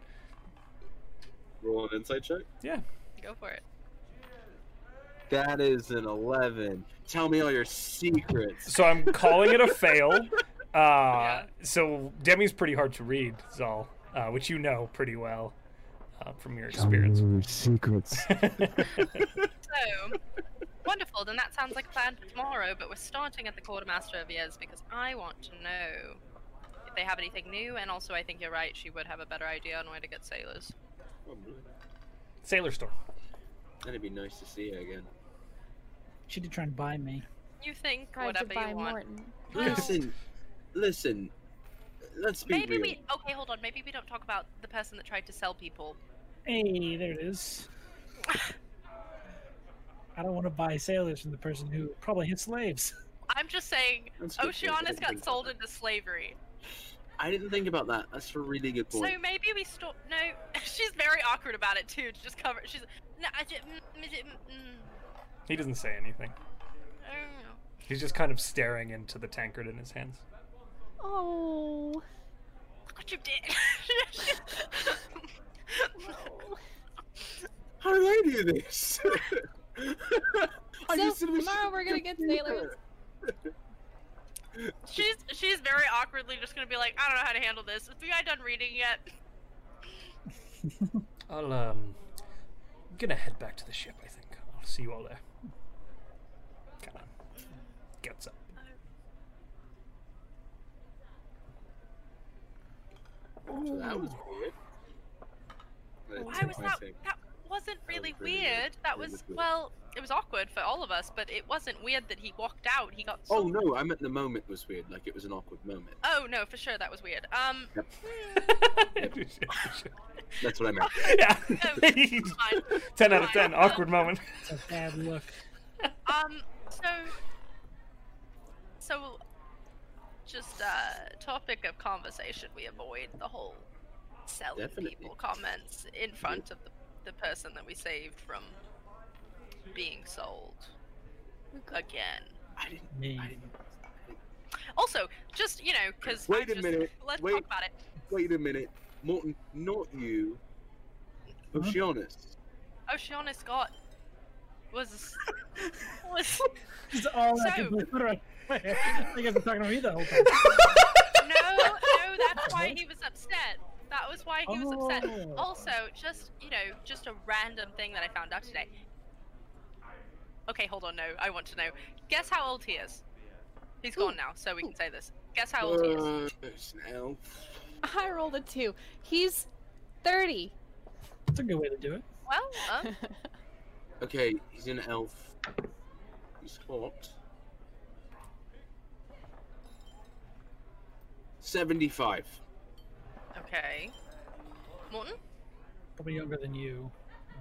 Speaker 4: Roll an insight check.
Speaker 8: Yeah.
Speaker 3: Go for it.
Speaker 4: That is an eleven. Tell me all your secrets.
Speaker 8: So I'm calling it a fail. Uh,
Speaker 3: Yeah.
Speaker 8: So Demi's pretty hard to read, Zal, uh, which you know pretty well uh, from your experience.
Speaker 10: secrets.
Speaker 3: So wonderful. Then that sounds like a plan for tomorrow. But we're starting at the quartermaster of Yez because I want to know if they have anything new. And also, I think you're right. She would have a better idea on where to get sailors.
Speaker 8: Sailor Storm.
Speaker 4: Oh, That'd be nice to see you again.
Speaker 2: She did try and buy me.
Speaker 3: You think
Speaker 5: Tried to
Speaker 3: whatever
Speaker 5: buy
Speaker 3: you want.
Speaker 5: Morton.
Speaker 3: Well,
Speaker 4: Listen, listen. Let's be
Speaker 3: maybe
Speaker 4: real.
Speaker 3: we okay. Hold on. Maybe we don't talk about the person that tried to sell people.
Speaker 2: Hey, there it is. I don't want to buy sailors from the person who probably hit slaves.
Speaker 3: I'm just saying.
Speaker 4: That's a good point. I
Speaker 3: Oceanus
Speaker 4: didn't think
Speaker 3: Oh, got
Speaker 4: about
Speaker 3: sold
Speaker 4: that.
Speaker 3: into slavery.
Speaker 4: I didn't think about that. That's a really good
Speaker 3: So
Speaker 4: point.
Speaker 3: maybe we stop. No, she's very awkward about it too. To just cover. She's no. I just. Mm, mm, mm,
Speaker 8: He doesn't say anything.
Speaker 3: I don't know.
Speaker 8: He's just kind of staring into the tankard in his hands.
Speaker 5: Oh.
Speaker 3: What you did?
Speaker 4: How did I do this? I
Speaker 5: So,
Speaker 4: just said we
Speaker 5: tomorrow we're gonna
Speaker 4: shouldn't
Speaker 5: get
Speaker 4: do
Speaker 5: sailors.
Speaker 4: that.
Speaker 3: she's she's very awkwardly just gonna be like, I don't know how to handle this. Is the guy done reading yet?
Speaker 8: I'll um, I'm gonna head back to the ship. I think I'll see you all there. Kind of gets up.
Speaker 4: So that was weird. But
Speaker 3: Why was that?
Speaker 4: surprising.
Speaker 3: That wasn't really
Speaker 4: really weird.
Speaker 3: weird. That
Speaker 4: It was
Speaker 3: was
Speaker 4: weird.
Speaker 3: well, it was awkward for all of us, but it wasn't weird that he walked out. He got.
Speaker 4: Oh
Speaker 3: sold.
Speaker 4: no, I meant the moment was weird. Like it was an awkward moment.
Speaker 3: Oh no, for sure that was weird. Um.
Speaker 4: Yep.
Speaker 3: hmm,
Speaker 4: That's what I meant.
Speaker 8: yeah.
Speaker 3: fine.
Speaker 8: ten out of ten. Awkward moment.
Speaker 2: It's a bad look.
Speaker 3: Um. So. So. Just uh, topic of conversation. We avoid the whole selling
Speaker 4: Definitely. Mm-hmm.
Speaker 3: people comments in front of the, the person that we saved from being sold
Speaker 5: We're go-
Speaker 3: again.
Speaker 4: I didn't.
Speaker 2: Me.
Speaker 4: I didn't. I
Speaker 3: Also, just you know, because
Speaker 4: Wait a
Speaker 3: just,
Speaker 4: minute,
Speaker 3: Let's
Speaker 4: wait.
Speaker 3: talk about it.
Speaker 4: Wait a minute, Morton, not you.
Speaker 2: Huh?
Speaker 4: Oceanus.
Speaker 3: Oceanus got Oh, was was
Speaker 2: It's all I can
Speaker 3: So-
Speaker 2: put right there. I guess I'm talking to me the whole time.
Speaker 3: no, no, that's why he was upset. That was why he was upset.
Speaker 2: Oh.
Speaker 3: Also, just you know, just a random thing that I found out today. Okay, hold on. No, I want to know. Guess how old he is. He's gone now, so we can say this. Guess how old he
Speaker 4: Uh.
Speaker 3: is.
Speaker 4: Yes, now.
Speaker 5: I rolled a two. He's 30.
Speaker 2: That's a good way to do it.
Speaker 3: Well, um,
Speaker 4: Okay, he's an elf. He's hot. 75.
Speaker 3: okay. Morton,
Speaker 2: Probably younger than you.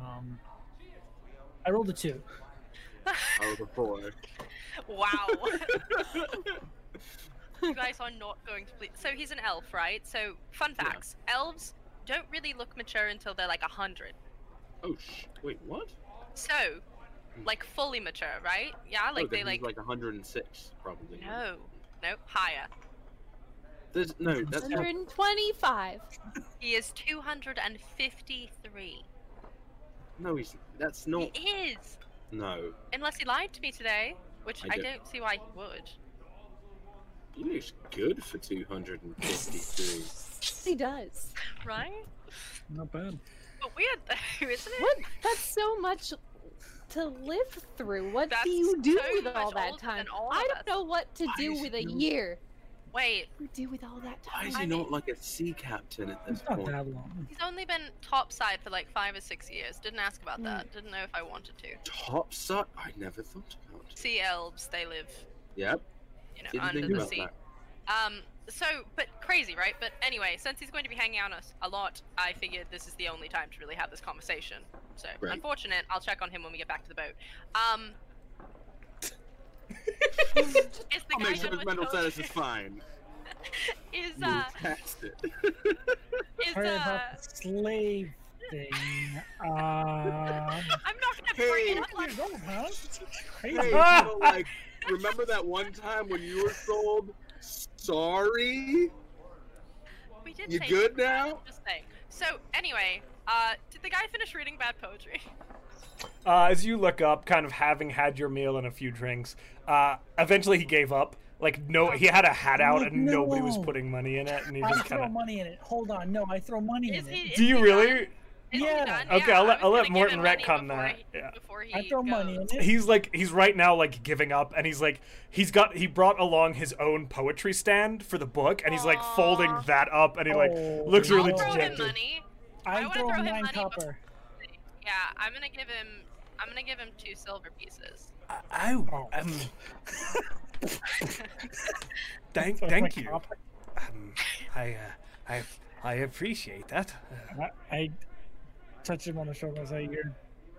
Speaker 2: Um, I rolled a two.
Speaker 4: I was a four.
Speaker 3: wow. you guys are not going to believe. So he's an elf, right? So fun
Speaker 4: Yeah.
Speaker 3: facts: elves don't really look mature until they're like a hundred.
Speaker 4: Oh, sh- wait, what?
Speaker 3: So, like fully mature, right? Yeah,
Speaker 4: Oh,
Speaker 3: like
Speaker 4: then
Speaker 3: they like,
Speaker 4: he's like 106, probably.
Speaker 3: no, no, higher.
Speaker 4: There's, no, that's not.
Speaker 5: 125.
Speaker 3: He is 253.
Speaker 4: No, he's. That's not.
Speaker 3: He is,
Speaker 4: No.
Speaker 3: unless he lied to me today, which
Speaker 4: I
Speaker 3: I,
Speaker 4: did.
Speaker 3: don't see why he would.
Speaker 4: He looks good for 253.
Speaker 5: He does.
Speaker 3: Right?
Speaker 2: Not bad.
Speaker 3: But weird though, isn't it?
Speaker 5: What? That's so much to live through. What
Speaker 3: That's
Speaker 5: do you do
Speaker 3: so
Speaker 5: with
Speaker 3: much
Speaker 5: all that
Speaker 3: older than
Speaker 5: time?
Speaker 3: all
Speaker 5: I
Speaker 3: of us.
Speaker 5: don't know what to
Speaker 4: Why
Speaker 5: do
Speaker 4: is
Speaker 5: with a
Speaker 4: you-
Speaker 5: year.
Speaker 3: Wait,
Speaker 5: What do you do with all that
Speaker 4: Why
Speaker 5: time?
Speaker 4: is he not like a sea captain at this
Speaker 2: It's not
Speaker 4: point?
Speaker 2: that long.
Speaker 3: he's only been topside for like five or six years. Didn't ask about
Speaker 5: Hmm.
Speaker 3: that. Didn't know if I wanted to.
Speaker 4: Top side? I never thought about it.
Speaker 3: Sea elves, they live,
Speaker 4: Yep.
Speaker 3: you know,
Speaker 4: Didn't
Speaker 3: under
Speaker 4: think
Speaker 3: the
Speaker 4: about
Speaker 3: sea.
Speaker 4: that.
Speaker 3: Um, so, but crazy, right? But anyway, since he's going to be hanging out on us a lot, I figured this is the only time to really have this conversation. So,
Speaker 4: Right.
Speaker 3: unfortunate. I'll check on him when we get back to the boat. Um, is the
Speaker 4: I'll
Speaker 3: guy
Speaker 4: make sure
Speaker 3: done
Speaker 4: his
Speaker 3: with
Speaker 4: mental
Speaker 3: Coke?
Speaker 4: status is fine.
Speaker 3: Is
Speaker 4: You
Speaker 3: uh,
Speaker 4: text it.
Speaker 3: is
Speaker 2: Heard
Speaker 3: uh,
Speaker 2: about the slave thing. Uh,
Speaker 3: I'm not gonna bring
Speaker 4: Hey.
Speaker 3: it up. Like,
Speaker 2: years old, huh? It's
Speaker 4: Hey,
Speaker 2: crazy.
Speaker 4: you know, like, remember that one time when you were sold? Sorry?
Speaker 3: we did
Speaker 4: You
Speaker 3: say
Speaker 4: good
Speaker 3: something about it,
Speaker 4: now?
Speaker 3: I'm Just saying. So, anyway, uh, did the guy finish reading bad poetry?
Speaker 8: Uh, as you look up, kind of having had your meal and a few drinks, uh, eventually he gave up. Like no, he had a hat out and
Speaker 2: Oh, No.
Speaker 8: nobody was putting money in it, and he
Speaker 2: I
Speaker 8: just
Speaker 2: throw
Speaker 8: kind
Speaker 2: money in it. Hold on, no, I throw money
Speaker 3: Is
Speaker 2: in
Speaker 3: he?
Speaker 2: it.
Speaker 3: is
Speaker 8: Do you
Speaker 3: he
Speaker 8: really?
Speaker 3: done? Is he
Speaker 2: Yeah.
Speaker 3: done?
Speaker 8: Okay,
Speaker 3: Yeah,
Speaker 8: I'll let-
Speaker 3: I was
Speaker 8: I'll let
Speaker 3: gonna give
Speaker 8: Morton
Speaker 3: him money
Speaker 8: retcon
Speaker 3: before
Speaker 8: that,
Speaker 3: he-
Speaker 8: yeah.
Speaker 3: Before he
Speaker 2: I throw money in
Speaker 3: goes.
Speaker 8: of.
Speaker 2: it.
Speaker 8: He's like he's right now like giving up, and he's like he's got he brought along his own poetry stand for the book, and he's like folding
Speaker 3: Aw.
Speaker 8: that up, and he like
Speaker 2: Oh,
Speaker 8: looks
Speaker 2: no.
Speaker 8: really
Speaker 3: I'll throw him
Speaker 8: dejected.
Speaker 3: money. I
Speaker 2: I
Speaker 3: wanna
Speaker 2: throw
Speaker 3: throw him
Speaker 2: nine
Speaker 3: money, but-
Speaker 2: copper.
Speaker 3: Yeah, I'm gonna give him. I'm gonna give him two silver pieces.
Speaker 1: Oh,
Speaker 2: Oh.
Speaker 1: um. thank,
Speaker 2: Throw
Speaker 1: thank
Speaker 2: my
Speaker 1: you.
Speaker 2: copper.
Speaker 1: Um, I, uh, I, I appreciate that. Uh,
Speaker 2: I, I touch him on the shoulder and say, "You're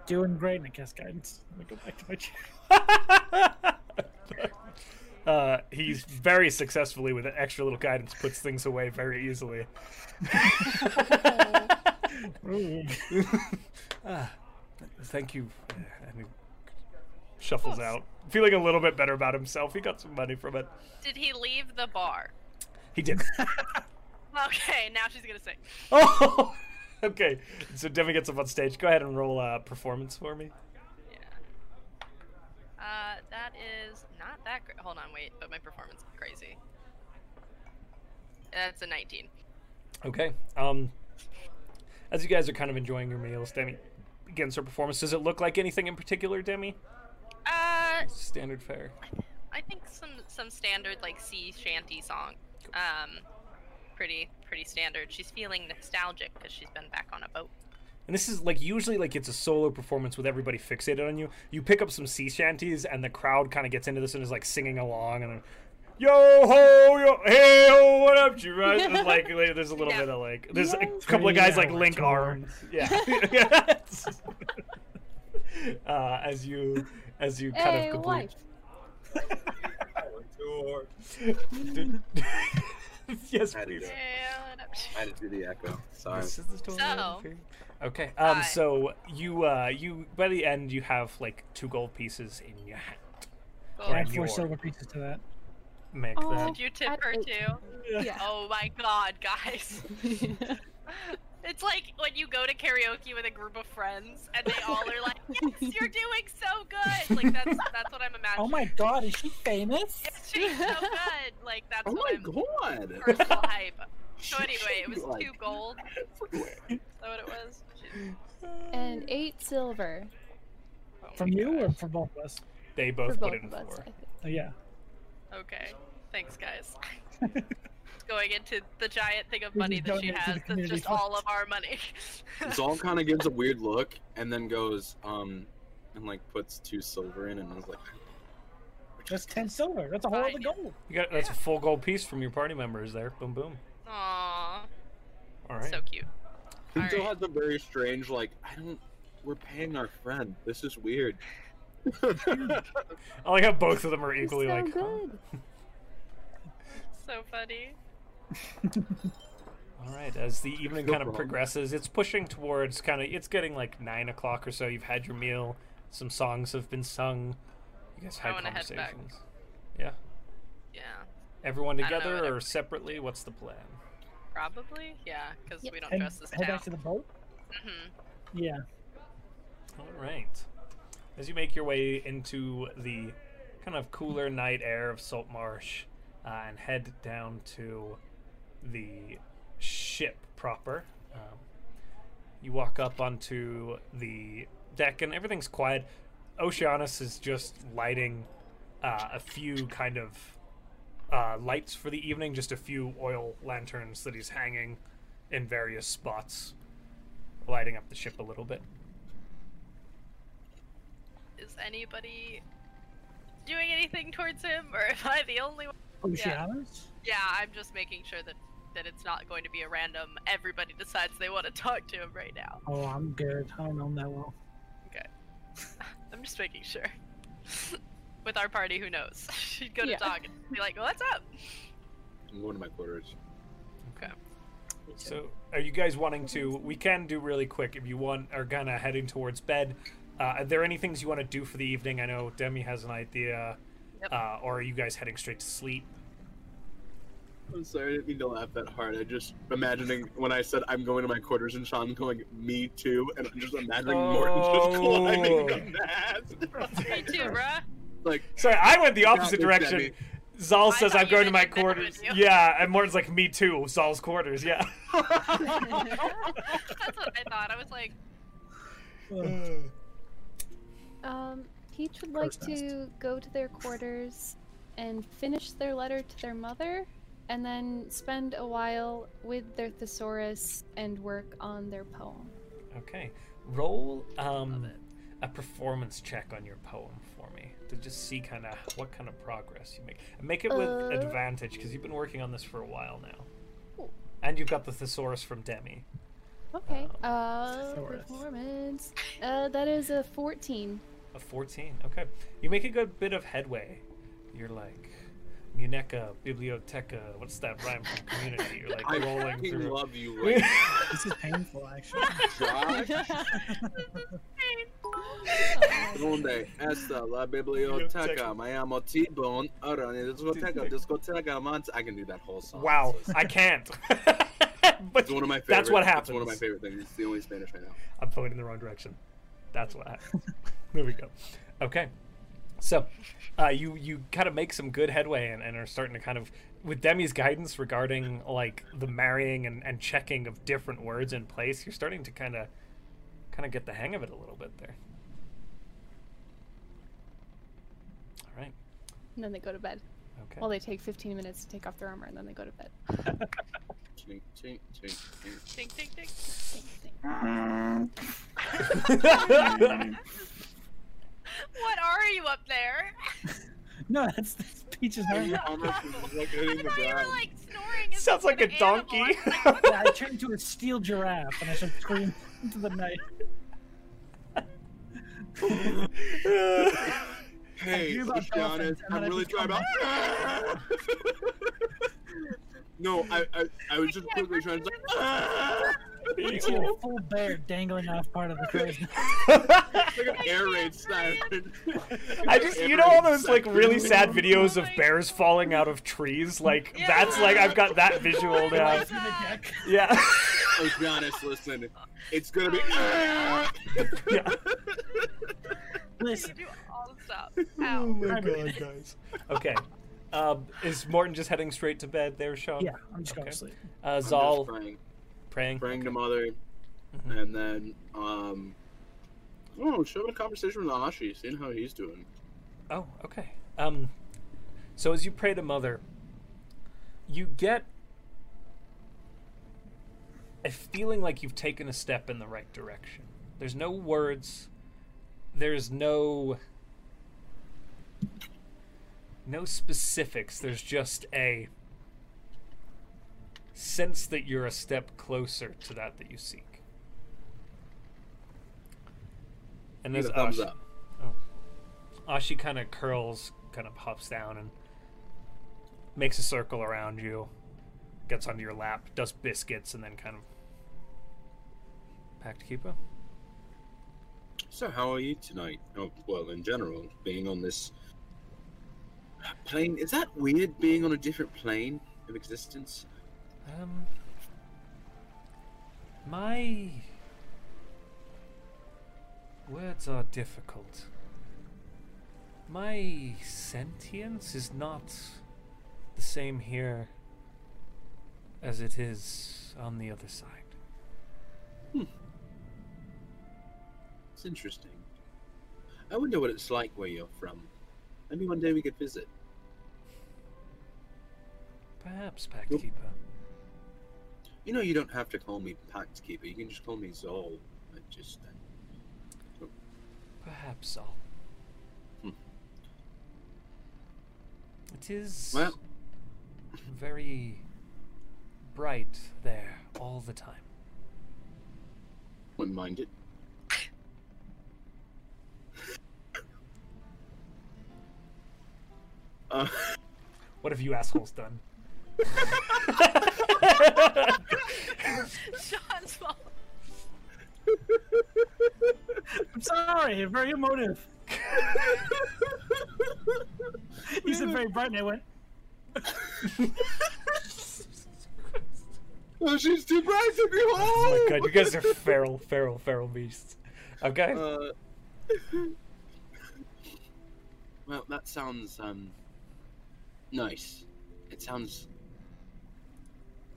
Speaker 2: doing great." And I cast guidance. I go back to my chair.
Speaker 8: uh, he's very successfully with an extra little guidance puts things away very easily.
Speaker 2: Ooh.
Speaker 1: thank you. Uh, I mean,
Speaker 8: Shuffles out, feeling a little bit better about himself. He got some money from it.
Speaker 3: Did he leave the bar?
Speaker 8: He did.
Speaker 3: Okay, now she's gonna sing.
Speaker 8: Oh, okay. So Devin gets up on stage. Go ahead and roll a performance for me.
Speaker 3: Yeah. Uh, that is not that great. Hold on, wait. But my performance is crazy. That's a 19.
Speaker 8: Okay. Um, as you guys are kind of enjoying your meals, Demi begins her performance. Does it look like anything in particular, Demi?
Speaker 3: Uh, I
Speaker 8: Standard fare.
Speaker 3: think some some standard like sea shanty song. Um, pretty pretty standard. She's feeling nostalgic because she's been back on a boat.
Speaker 8: And this is like usually like it's a solo performance with everybody fixated on you. You pick up some sea shanties, and the crowd kind of gets into this and is like singing along and. Then, Yo ho yo hey ho what up you right and, like there's a little
Speaker 3: Yeah.
Speaker 8: bit of like there's a
Speaker 5: Yes.
Speaker 8: couple of
Speaker 2: Three
Speaker 8: guys like
Speaker 2: hour
Speaker 8: link arms yeah uh, as you as you kind
Speaker 5: Hey,
Speaker 8: of complete
Speaker 5: wife.
Speaker 8: yes,
Speaker 4: Had to
Speaker 8: please.
Speaker 4: do it. I had to do the echo. Sorry.
Speaker 1: this is the story. of
Speaker 3: So-
Speaker 1: Faith.
Speaker 8: Okay. Um.
Speaker 3: Uh,
Speaker 8: so you, uh, you by the end, you have like two gold pieces in your hand.
Speaker 3: Cool.
Speaker 2: I
Speaker 8: Right.
Speaker 2: add four
Speaker 8: Your-
Speaker 2: silver pieces to that.
Speaker 8: make
Speaker 5: Oh.
Speaker 8: that.
Speaker 3: Did you tip
Speaker 5: At
Speaker 3: her
Speaker 5: eight.
Speaker 3: too?
Speaker 5: Yeah.
Speaker 3: Oh my god, guys. It's like when you go to karaoke with a group of friends and they all are like, "Yes, you're doing so good." Like that's that's what I'm imagining.
Speaker 2: Oh my god, is she famous?
Speaker 3: Yes, she's so good. Like that's
Speaker 4: Oh
Speaker 3: what
Speaker 4: my
Speaker 3: I'm
Speaker 4: god!
Speaker 3: personal hype. So anyway, it
Speaker 4: She'd be
Speaker 3: was
Speaker 4: like,
Speaker 3: two gold. Is that what it was? She-
Speaker 5: and eight silver
Speaker 3: oh my
Speaker 2: From you or
Speaker 3: gosh.
Speaker 2: from both of us?
Speaker 8: They
Speaker 5: for
Speaker 8: both
Speaker 5: both
Speaker 8: put in
Speaker 5: of us.
Speaker 8: four.
Speaker 5: I think.
Speaker 2: Uh, yeah.
Speaker 3: Okay, thanks guys. Going into the giant thing of
Speaker 2: We
Speaker 3: money that
Speaker 2: just
Speaker 3: she
Speaker 2: donated to
Speaker 3: has
Speaker 2: the
Speaker 3: that's
Speaker 2: community
Speaker 3: just all
Speaker 2: fund.
Speaker 3: of our money.
Speaker 4: Zol kind of gives a weird look and then goes, um, and like puts two silver in, and I was like,
Speaker 2: That's 10 silver. That's a whole other
Speaker 3: Fine.
Speaker 2: gold.
Speaker 8: You got that's a full gold piece from your party members there. Boom boom.
Speaker 3: Aww,
Speaker 8: All right.
Speaker 3: so cute.
Speaker 4: He
Speaker 3: All
Speaker 4: still
Speaker 3: right.
Speaker 4: has a very strange, like, I don't. We're paying our friend. This is weird.
Speaker 8: I like how both of them are
Speaker 5: You're
Speaker 8: equally
Speaker 5: so
Speaker 8: like. huh?
Speaker 5: good.
Speaker 3: So funny.
Speaker 8: All right. As the evening
Speaker 4: No
Speaker 8: kind of
Speaker 4: problem.
Speaker 8: progresses, it's pushing towards kind of. It's getting like nine o'clock or so. You've had your meal. Some songs have been sung. You guys
Speaker 3: I
Speaker 8: had
Speaker 3: wanna head back.
Speaker 8: conversations. Yeah.
Speaker 3: Yeah,
Speaker 8: Everyone
Speaker 3: I don't know what
Speaker 8: together or
Speaker 3: everybody-
Speaker 8: separately? What's the plan?
Speaker 3: probably. Yeah, because
Speaker 5: Yep.
Speaker 3: we don't
Speaker 2: Head,
Speaker 3: trust this
Speaker 2: head
Speaker 3: town.
Speaker 2: back to the boat?
Speaker 3: Mhm.
Speaker 2: Yeah.
Speaker 8: All right. As you make your way into the kind of cooler night air of Salt Marsh uh, and head down to the ship proper, um, you walk up onto the deck and everything's quiet. Oceanus is just lighting uh, a few kind of uh, lights for the evening, just a few oil lanterns that he's hanging in various spots, lighting up the ship a little bit.
Speaker 3: Is anybody doing anything towards him, or am I the only one?
Speaker 2: Oh, Oceanus?
Speaker 3: Yeah, I'm just making sure that that it's not going to be a random. Everybody decides they want to talk to him right now.
Speaker 2: Oh, I'm good. I don't know him that well.
Speaker 3: I'm just making sure. With our party, who knows? She'd go to
Speaker 5: Yeah.
Speaker 3: talk and be like, "What's up?"
Speaker 4: I'm going to my quarters.
Speaker 8: So, are you guys wanting to? We can do really quick if you want. Are kind of heading towards bed. Uh, are there any things you want to do for the evening? I know Demi has an idea.
Speaker 3: Yep.
Speaker 8: Uh, or are you guys heading straight to sleep?
Speaker 4: I'm sorry, I didn't mean to laugh that hard. I just imagining when I said I'm going to my quarters and Sean going, me too, and I'm just imagining Morton
Speaker 8: Oh.
Speaker 4: just climbing the mast.
Speaker 3: Me too, bruh.
Speaker 4: like,
Speaker 8: Sorry, I went the
Speaker 4: Got
Speaker 8: opposite
Speaker 4: this,
Speaker 8: direction.
Speaker 4: Demi.
Speaker 8: Zal
Speaker 3: I
Speaker 8: says
Speaker 3: thought
Speaker 8: I'm
Speaker 3: you
Speaker 8: going to my
Speaker 3: meant in bed with
Speaker 8: quarters.
Speaker 3: you.
Speaker 8: Yeah, and Morton's like, me too. Zal's quarters. Yeah.
Speaker 3: That's what I thought. I was like,
Speaker 2: Ugh.
Speaker 5: Um, Peach would like
Speaker 2: First
Speaker 5: to go to their quarters and finish their letter to their mother, and then spend a while with their thesaurus and work on their poem.
Speaker 8: okay. Roll um,
Speaker 3: Love it.
Speaker 8: a performance check on your poem for me to just see kind of what kind of progress you make. And make it with
Speaker 5: Uh.
Speaker 8: advantage because you've been working on this for a while now.
Speaker 5: Cool.
Speaker 8: And you've got the thesaurus from Demi.
Speaker 5: Okay.
Speaker 8: Um,
Speaker 5: Uh,
Speaker 2: thesaurus.
Speaker 5: performance. Uh, that is a fourteen.
Speaker 8: A 14. Okay. You make a good bit of headway. You're like, Muneca, Biblioteca, what's that rhyme from community? You're like
Speaker 4: I
Speaker 8: rolling
Speaker 4: fucking
Speaker 8: through.
Speaker 4: love you right
Speaker 2: This is painful, actually.
Speaker 4: now, Josh. Donde esta la biblioteca? Me llamo T-Bone. Ahora en la discoteca, discoteca, man. I can do that whole song.
Speaker 8: wow,
Speaker 4: It's-
Speaker 8: I can't. but
Speaker 4: It's one of my favorite.
Speaker 8: that's what happens.
Speaker 4: It's one of my favorite things. It's the only Spanish I know.
Speaker 8: I'm pointing the wrong direction. That's what happens. there we go. Okay. So, uh, you you kind of make some good headway and, and are starting to kind of with Demi's guidance regarding like the marrying and, and checking of different words in place. You're starting to kind of kind of get the hang of it a little bit there. All right.
Speaker 5: And then they go to bed.
Speaker 8: Okay.
Speaker 5: Well, they take fifteen minutes to take off their armor, and then they go to bed.
Speaker 4: Chink, chink, chink, chink.
Speaker 3: "Ding, ding, ding." What are you up there?
Speaker 2: no, that's, that's Peach's arm.
Speaker 4: Your armor is, like, hitting
Speaker 3: I
Speaker 4: the
Speaker 3: thought you were
Speaker 4: ground.
Speaker 3: like snoring. as
Speaker 8: Oh Sounds like
Speaker 3: an
Speaker 8: a
Speaker 3: animal. I
Speaker 8: donkey.
Speaker 3: was like, what
Speaker 2: Yeah, I turned into a steel giraffe and I should scream into the night.
Speaker 4: Hey,
Speaker 2: drew about
Speaker 4: Oceanus,
Speaker 2: dolphins, and
Speaker 4: I'm
Speaker 2: then I
Speaker 4: really trying
Speaker 2: become
Speaker 4: about. no, I, I, I was just quickly trying to.
Speaker 2: You see a full bear dangling off part of the crazy.
Speaker 4: Look at air raid siren.
Speaker 8: I just, you know, all those like really sad videos of bears falling out of trees. Like
Speaker 3: Yeah.
Speaker 8: that's like I've got that visual now.
Speaker 2: Through the deck.
Speaker 8: Yeah,
Speaker 4: Let's be honest. Listen, it's gonna be.
Speaker 8: yeah.
Speaker 2: Listen,
Speaker 3: You all stop. Ow.
Speaker 8: my Oh god, guys. Okay, um, is Morton just heading straight to bed there, Sean?
Speaker 2: yeah, I'm just going
Speaker 8: Okay.
Speaker 2: to sleep.
Speaker 8: Uh,
Speaker 4: I'm just
Speaker 8: Zal
Speaker 4: praying,
Speaker 8: praying.
Speaker 4: praying to mother,
Speaker 8: Mhm.
Speaker 4: and then um, I don't know, just having a conversation with Ashi, seeing how he's doing.
Speaker 8: Oh, okay. Um, so as you pray to Mother, you get a feeling like you've taken a step in the right direction. There's no words. There's no no specifics. There's just a sense that you're a step closer to that that you seek. And
Speaker 4: Give me
Speaker 8: there's
Speaker 4: the thumbs
Speaker 8: Ashi.
Speaker 4: up.
Speaker 8: Oh. Ashi kind of curls, kind of hops down and makes a circle around you, gets onto your lap, does biscuits, and then kind of back to Keeper.
Speaker 4: So, how are you tonight? Oh, well, in general, being on this plane is that weird? Being on a different plane of existence.
Speaker 8: Um, my words are difficult. My sentience is not the same here as it is on the other side.
Speaker 4: Hmm. It's interesting. I wonder what it's like where you're from. Maybe one day we could visit.
Speaker 8: Perhaps, Packkeeper.
Speaker 4: You know, you don't have to call me Pact Keeper. You can just call me Zol. I just uh,
Speaker 8: Perhaps so.
Speaker 4: Hmm.
Speaker 8: It is
Speaker 4: well,
Speaker 8: very bright there all the time.
Speaker 4: wouldn't mind it. Uh,
Speaker 8: What have you assholes done? Oh
Speaker 3: Sean's fault.
Speaker 2: I'm sorry, you're very emotive. You said very bright, and I went,
Speaker 4: oh, she's too bright to be home.
Speaker 8: oh my god, you guys are feral, feral, feral beasts. Okay.
Speaker 4: Uh, well, that sounds um nice. It sounds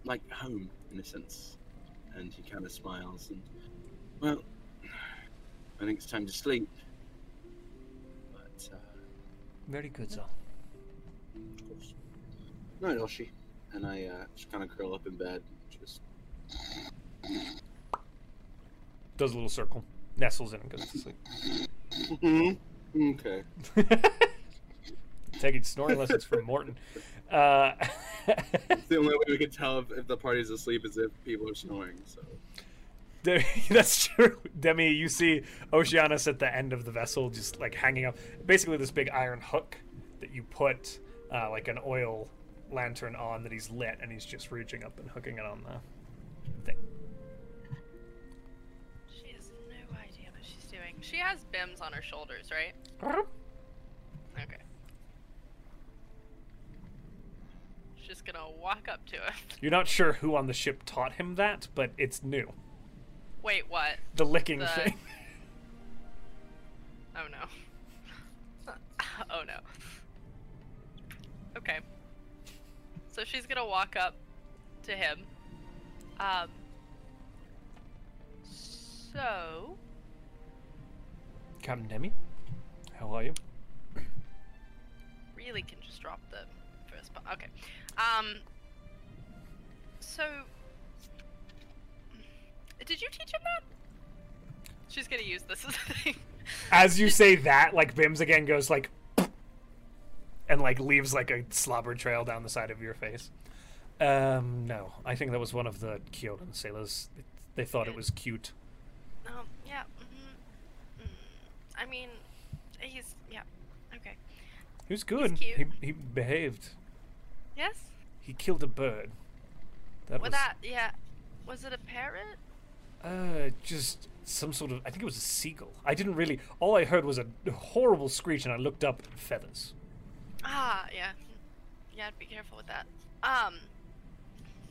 Speaker 4: like home in a sense. And he kind of smiles and well, I think it's time to sleep. But uh,
Speaker 8: Very good, Zal.
Speaker 4: of course, night, Oshi. And I uh, just kind of curl up in bed, just
Speaker 8: Does a little circle, nestles in, and goes to sleep.
Speaker 4: Mm-hmm. okay.
Speaker 8: Take it snoring lessons from Morton. Uh,
Speaker 4: The only way we can tell if, if the party's asleep is if people are snoring. So.
Speaker 8: Demi- That's true. Demi, you see Oceanus at the end of the vessel, just like hanging up. Basically, this big iron hook that you put uh, like an oil lantern on that he's lit, and he's just reaching up and hooking it on the thing.
Speaker 3: She has no idea what she's doing. She has bims on her shoulders, right? Okay. She's just gonna walk up to it.
Speaker 8: You're not sure who on the ship taught him that, but it's new.
Speaker 3: Wait, what?
Speaker 8: The licking
Speaker 3: The-
Speaker 8: thing.
Speaker 3: Oh no. oh no. Okay. So she's gonna walk up to him. Um. So.
Speaker 8: Captain Demi, how are you?
Speaker 3: really can just drop the first part. Okay. Um. So, did you teach him that? She's gonna use this as a thing.
Speaker 8: As you say that, like Bims again goes like, and like leaves like a slobber trail down the side of your face. Um, no, I think that was one of the Kyodan sailors. They thought it was cute.
Speaker 3: um. Yeah. mhm, mm I mean, he's yeah. Okay.
Speaker 8: He was good.
Speaker 3: He's cute.
Speaker 8: He he behaved.
Speaker 3: Yes.
Speaker 8: He killed a bird. That
Speaker 3: Well,
Speaker 8: was
Speaker 3: that yeah. Was it a parrot?
Speaker 8: Uh, just some sort of. I think it was a seagull. I didn't really. All I heard was a horrible screech, and I looked up feathers.
Speaker 3: Ah, yeah. Yeah, I'd be careful with that. Um,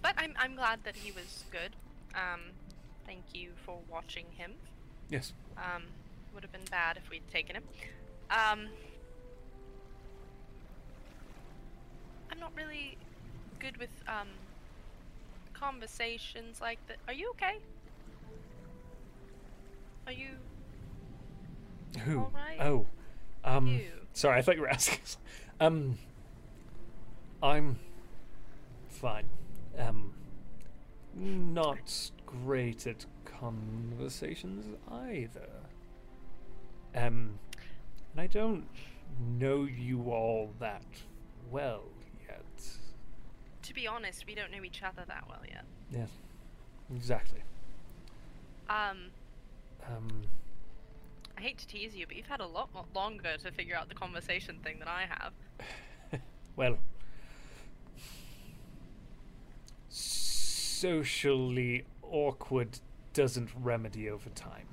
Speaker 3: but I'm, I'm glad that he was good. Um, thank you for watching him.
Speaker 8: Yes.
Speaker 3: Um, would have been bad if we'd taken him. Um, I'm not really good with um conversations like that. Are you okay? Are you
Speaker 8: Who?
Speaker 3: All right.
Speaker 8: Oh. Um.
Speaker 3: You.
Speaker 8: Sorry, I thought you were asking. us- Um. I'm fine. Um. Not great at conversations either. Um. And I don't know you all that well yet.
Speaker 3: to be honest, we don't know each other that well yet.
Speaker 8: Yes. Exactly.
Speaker 3: Um,
Speaker 8: Um.
Speaker 3: I hate to tease you, but you've had a lot mo- longer to figure out the conversation thing than I have.
Speaker 8: Well, socially awkward doesn't remedy over time.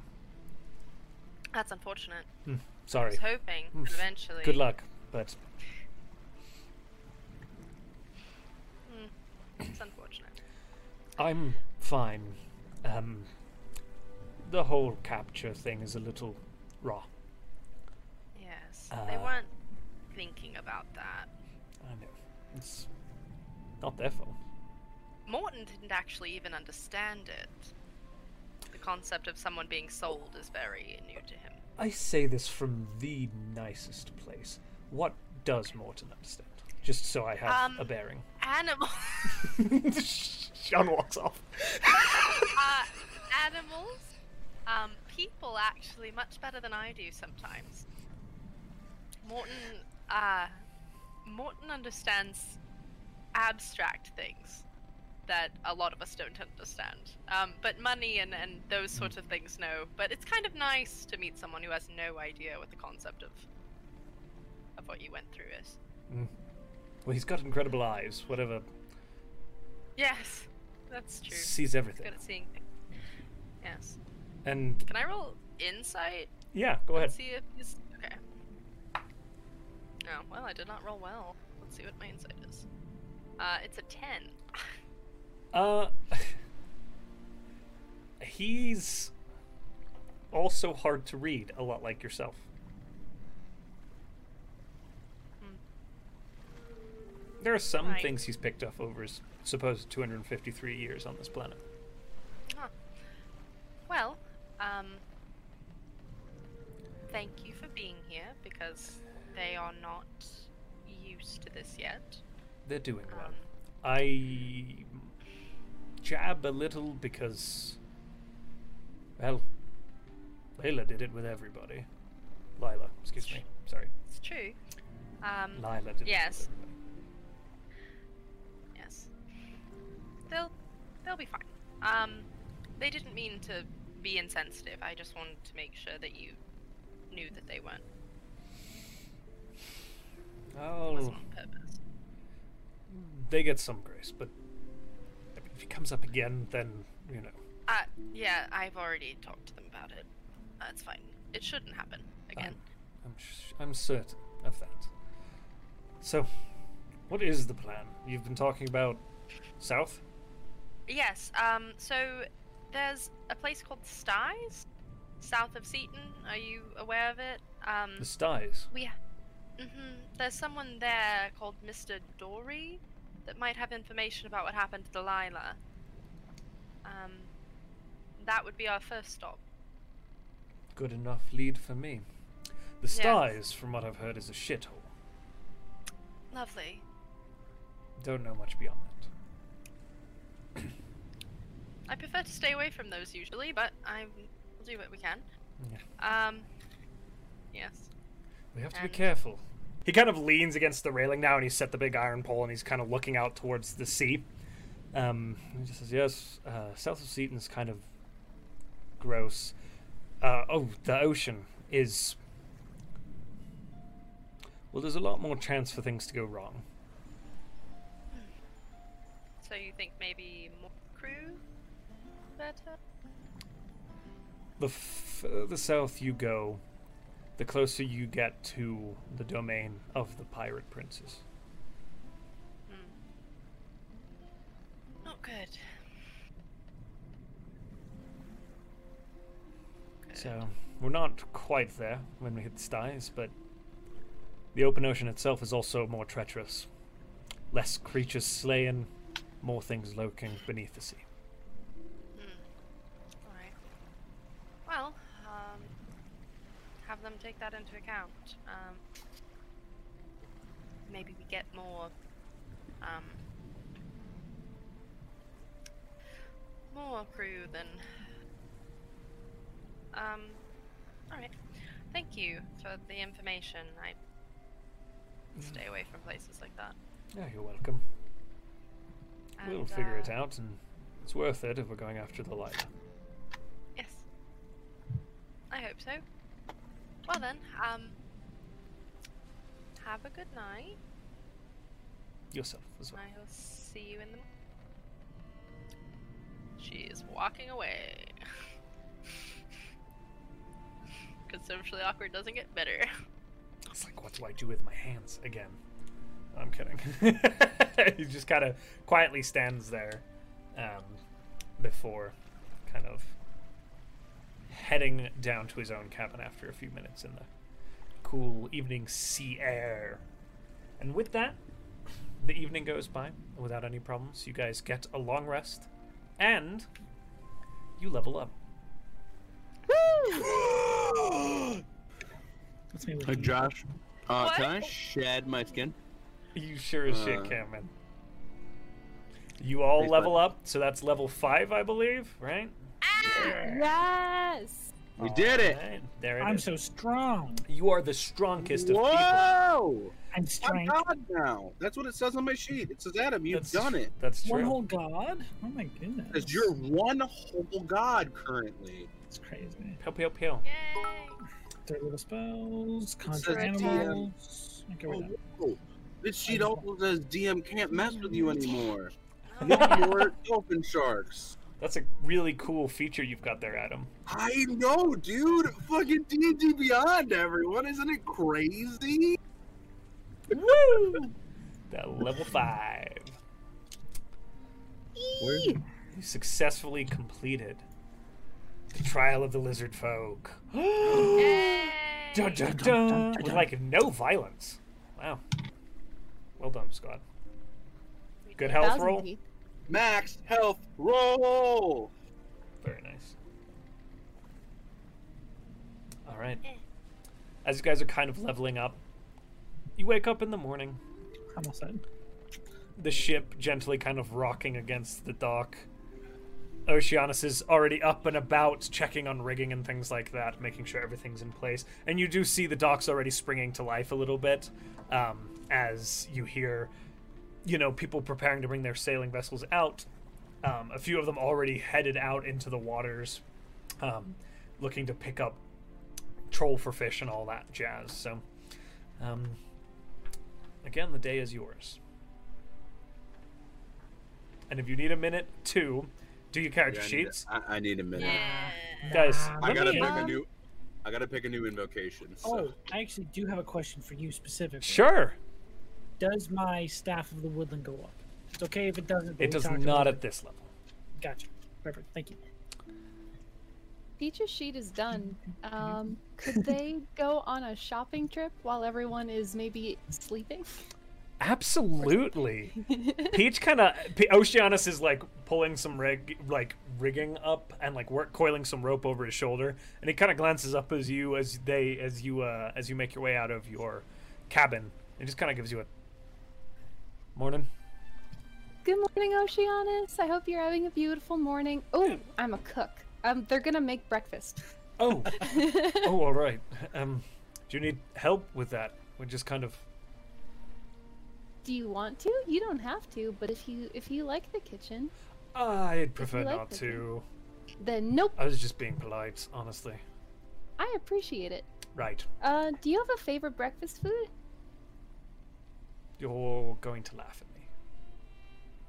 Speaker 3: That's unfortunate.
Speaker 8: Hmm,
Speaker 3: I was
Speaker 8: sorry.
Speaker 3: hoping
Speaker 8: Oof.
Speaker 3: that eventually.
Speaker 8: Good luck, but
Speaker 3: Mm, it's unfortunate.
Speaker 8: I'm fine. Um, the whole capture thing is a little raw.
Speaker 3: Yes, they
Speaker 8: Uh,
Speaker 3: weren't thinking about that.
Speaker 8: I know. It's not their fault.
Speaker 3: Morton didn't actually even understand it. The concept of someone being sold is very new to him.
Speaker 8: I say this from the nicest place. What does Morton understand? Just so I have
Speaker 3: Um,
Speaker 8: a bearing.
Speaker 3: Animal.
Speaker 8: Sean walks off.
Speaker 3: uh, animals. Um, people actually much better than I do sometimes. Morton, uh, Morton understands abstract things that a lot of us don't understand. Um, but money and, and those sorts of things, no. But it's kind of nice to meet someone who has no idea what the concept of of what you went through is.
Speaker 8: Well, he's got incredible eyes. Whatever
Speaker 3: Yes, that's true.
Speaker 8: sees
Speaker 3: He's
Speaker 8: everything.
Speaker 3: good at seeing things. Yes.
Speaker 8: And
Speaker 3: Can I roll insight?
Speaker 8: yeah, go ahead.
Speaker 3: Let's see if he's okay. Oh well, I did not roll well. Let's see what my insight is. Uh, it's a ten.
Speaker 8: Uh, he's also hard to read, a lot like yourself.
Speaker 3: Hmm.
Speaker 8: There are some
Speaker 3: Right.
Speaker 8: things he's picked up over his supposed 253 years on this planet.
Speaker 3: Huh. Well, um, thank you for being here because they are not used to this yet.
Speaker 8: They're doing well.
Speaker 3: Um,
Speaker 8: I jab a little because, well, Layla did it with everybody. Lila, excuse me. Sorry.
Speaker 3: it's true. Um,
Speaker 8: Lila did
Speaker 3: Yes.
Speaker 8: it with everybody.
Speaker 3: Yes. They'll they'll be fine. Um they didn't mean to be insensitive. I just wanted to make sure that you knew that they weren't. It
Speaker 8: Oh,
Speaker 3: wasn't on purpose.
Speaker 8: they get some grace, but I mean, if he comes up again, then, you know.
Speaker 3: Uh yeah, I've already talked to them about it. That's fine. It shouldn't happen again.
Speaker 8: I'm, sh- I'm certain of that. So, what is the plan? You've been talking about south?
Speaker 3: Yes, um so there's a place called Styes south of Seaton. Are you aware of it? Um
Speaker 8: The styes.
Speaker 3: We. hmm There's someone there called Mr. Dory that might have information about what happened to Delilah. Um, that would be our first stop.
Speaker 8: Good enough lead for me. The
Speaker 3: Yes.
Speaker 8: styes, from what I've heard, is a shithole.
Speaker 3: Lovely.
Speaker 8: Don't know much beyond that.
Speaker 3: I prefer to stay away from those usually, but I will do what we can.
Speaker 8: Yeah.
Speaker 3: Um, yes.
Speaker 8: We have to
Speaker 3: And-
Speaker 8: be careful. He kind of leans against the railing now, and he's set the big iron pole, and he's kind of looking out towards the sea. Um, he just says, "Yes, uh, south of Seaton's kind of gross. Uh, oh, the ocean is. Well, there's a lot more chance for things to go wrong.
Speaker 3: So you think maybe more crew better?
Speaker 8: the further south you go, the closer you get to the domain of the pirate princess.
Speaker 3: Hmm. Not good.
Speaker 8: So we're not quite there when we hit the styes, but the open ocean itself is also more treacherous. Less creatures slain, more things lurking beneath the sea.
Speaker 3: Alright. Hmm. Well, um, have them take that into account. Um, maybe we get more, um, more crew than. Um, alright. Thank you for the information. I
Speaker 8: Mm.
Speaker 3: stay away from places like that.
Speaker 8: Yeah, you're welcome. we'll
Speaker 3: And,
Speaker 8: figure it
Speaker 3: uh,
Speaker 8: out, and it's worth it if we're going after the light.
Speaker 3: Yes. I hope so. Well then, um, have a good night.
Speaker 8: Yourself as well.
Speaker 3: I will see you in the. m- She is walking away. Because socially awkward doesn't get better.
Speaker 8: It's like, what do I do with my hands again? I'm kidding. he just kind of quietly stands there um, before kind of heading down to his own cabin after a few minutes in the cool evening sea air. And with that, the evening goes by without any problems. You guys get a long rest and you level up.
Speaker 2: That's me.
Speaker 4: Hey,
Speaker 2: looking.
Speaker 4: Josh. Uh,
Speaker 3: What?
Speaker 4: can I shed my skin?
Speaker 8: You sure as shit
Speaker 4: Uh,
Speaker 8: can, man. You all
Speaker 4: Please,
Speaker 8: level
Speaker 4: bud.
Speaker 8: up, so that's level five, I believe, right?
Speaker 5: Yes.
Speaker 4: We did it!
Speaker 8: Alright, There it
Speaker 2: I'm
Speaker 8: is.
Speaker 2: so strong.
Speaker 8: You are the strongest of people.
Speaker 4: Whoa!
Speaker 2: I'm
Speaker 4: I'm
Speaker 2: strength.
Speaker 4: God now. That's what it says on my sheet. It says, Adam, you've
Speaker 8: That's-
Speaker 4: done it.
Speaker 8: That's
Speaker 2: One
Speaker 8: true.
Speaker 2: whole god. Oh my goodness.
Speaker 4: Because you're one whole God currently.
Speaker 2: It's crazy.
Speaker 8: Pew, pew, pew.
Speaker 3: Yay!
Speaker 2: Third level spells,
Speaker 4: says
Speaker 2: conjure
Speaker 4: DM.
Speaker 2: animals. Okay, we're
Speaker 4: Oh,
Speaker 2: done.
Speaker 4: whoa. This sheet also says DM can't mess with you anymore. No
Speaker 3: Oh,
Speaker 4: more dolphin sharks.
Speaker 8: That's a really cool feature you've got there, Adam.
Speaker 4: I know, dude. Fucking D and D Beyond, everyone. Isn't it crazy?
Speaker 8: Woo! That level five. You successfully completed the trial of the lizard folk.
Speaker 3: Yay!
Speaker 8: Dun, dun, dun. With like no violence. Wow. Well done, Scott.
Speaker 3: We
Speaker 8: Good
Speaker 3: did.
Speaker 8: health
Speaker 5: Thousand
Speaker 8: roll.
Speaker 5: teeth.
Speaker 4: Max health roll.
Speaker 8: Very nice. All right. As you guys are kind of leveling up, you wake up in the morning.
Speaker 2: I'm all set.
Speaker 8: The ship gently kind of rocking against the dock. Oceanus is already up and about, checking on rigging and things like that, making sure everything's in place. And you do see the dock's already springing to life a little bit um, as you hear, you know, people preparing to bring their sailing vessels out. Um, a few of them already headed out into the waters, um, looking to pick up troll for fish and all that jazz. So, um, again, the day is yours. And if you need a minute to do your character
Speaker 4: Yeah, I need a-
Speaker 8: sheets,
Speaker 4: I, I need a minute.
Speaker 3: Yeah.
Speaker 8: guys,
Speaker 2: I
Speaker 4: I
Speaker 8: let
Speaker 4: gotta
Speaker 8: me-
Speaker 4: pick a
Speaker 5: Um,
Speaker 4: new. I gotta pick a new invocation. So.
Speaker 2: Oh, I actually do have a question for you specifically.
Speaker 8: Sure.
Speaker 2: Does my staff of the woodland go up? It's okay if it doesn't. but
Speaker 8: It
Speaker 2: we
Speaker 8: does
Speaker 2: talked about
Speaker 8: not
Speaker 2: it.
Speaker 8: at this level.
Speaker 2: Gotcha. Perfect. Thank you.
Speaker 5: Teacher's sheet is done. Um, could they go on a shopping trip while everyone is maybe sleeping?
Speaker 8: Absolutely. Peach kind of P- Oceanus is like pulling some rig, like rigging up and like work coiling some rope over his shoulder, and he kind of glances up as you as they as you uh as you make your way out of your cabin, and just kind of gives you a morning.
Speaker 5: Good morning, Oceanus. I hope you're having a beautiful morning. Oh, I'm a cook. Um, they're gonna make breakfast.
Speaker 8: Oh, oh, all right. Um, do you need help with that? We're just kind of
Speaker 5: Do you want to? You don't have to, but if you if you like the kitchen,
Speaker 8: I'd prefer
Speaker 5: like
Speaker 8: not
Speaker 5: the
Speaker 8: to.
Speaker 5: then nope.
Speaker 8: I was just being polite, honestly.
Speaker 5: I appreciate it.
Speaker 8: Right.
Speaker 5: Uh, do you have a favorite breakfast food?
Speaker 8: You're going to laugh at me.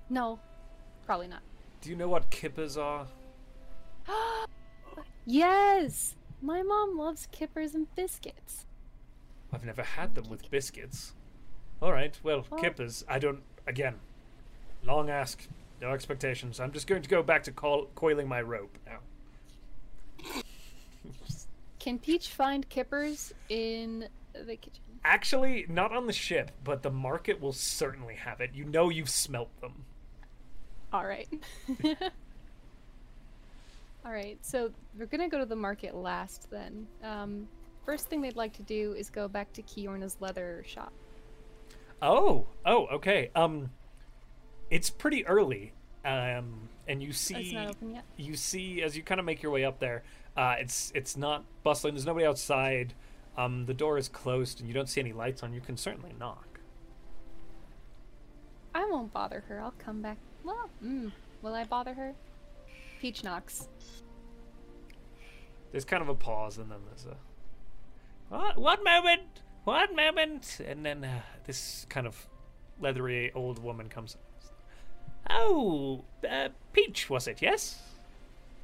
Speaker 5: No, probably not.
Speaker 8: Do you know what kippers are?
Speaker 5: Yes! My mom loves kippers and biscuits.
Speaker 8: I've never had them with biscuits. All right, well,
Speaker 5: Well-
Speaker 8: kippers. I don't. Again, long ask, no expectations. I'm just going to go back to coil coiling my rope now.
Speaker 5: Can Peach find kippers in the kitchen?
Speaker 8: Actually, not on the ship, but the market will certainly have it. You know you've smelt them.
Speaker 5: All right. All right. So we're gonna go to the market last. Then, um, first thing they'd like to do is go back to Kiorna's leather shop.
Speaker 8: Oh, oh, okay. Um, it's pretty early. Um, and you see.
Speaker 5: Oh, It's not open yet.
Speaker 8: you see as you kind of make your way up there uh, it's it's not bustling there's nobody outside um, the door is closed and you don't see any lights on you can certainly knock
Speaker 5: I won't bother her. I'll come back. Well, mm, will I bother her? Peach knocks.
Speaker 8: there's kind of a pause and then there's a what, one moment one moment and then uh, this kind of leathery old woman comes oh uh, peach was it yes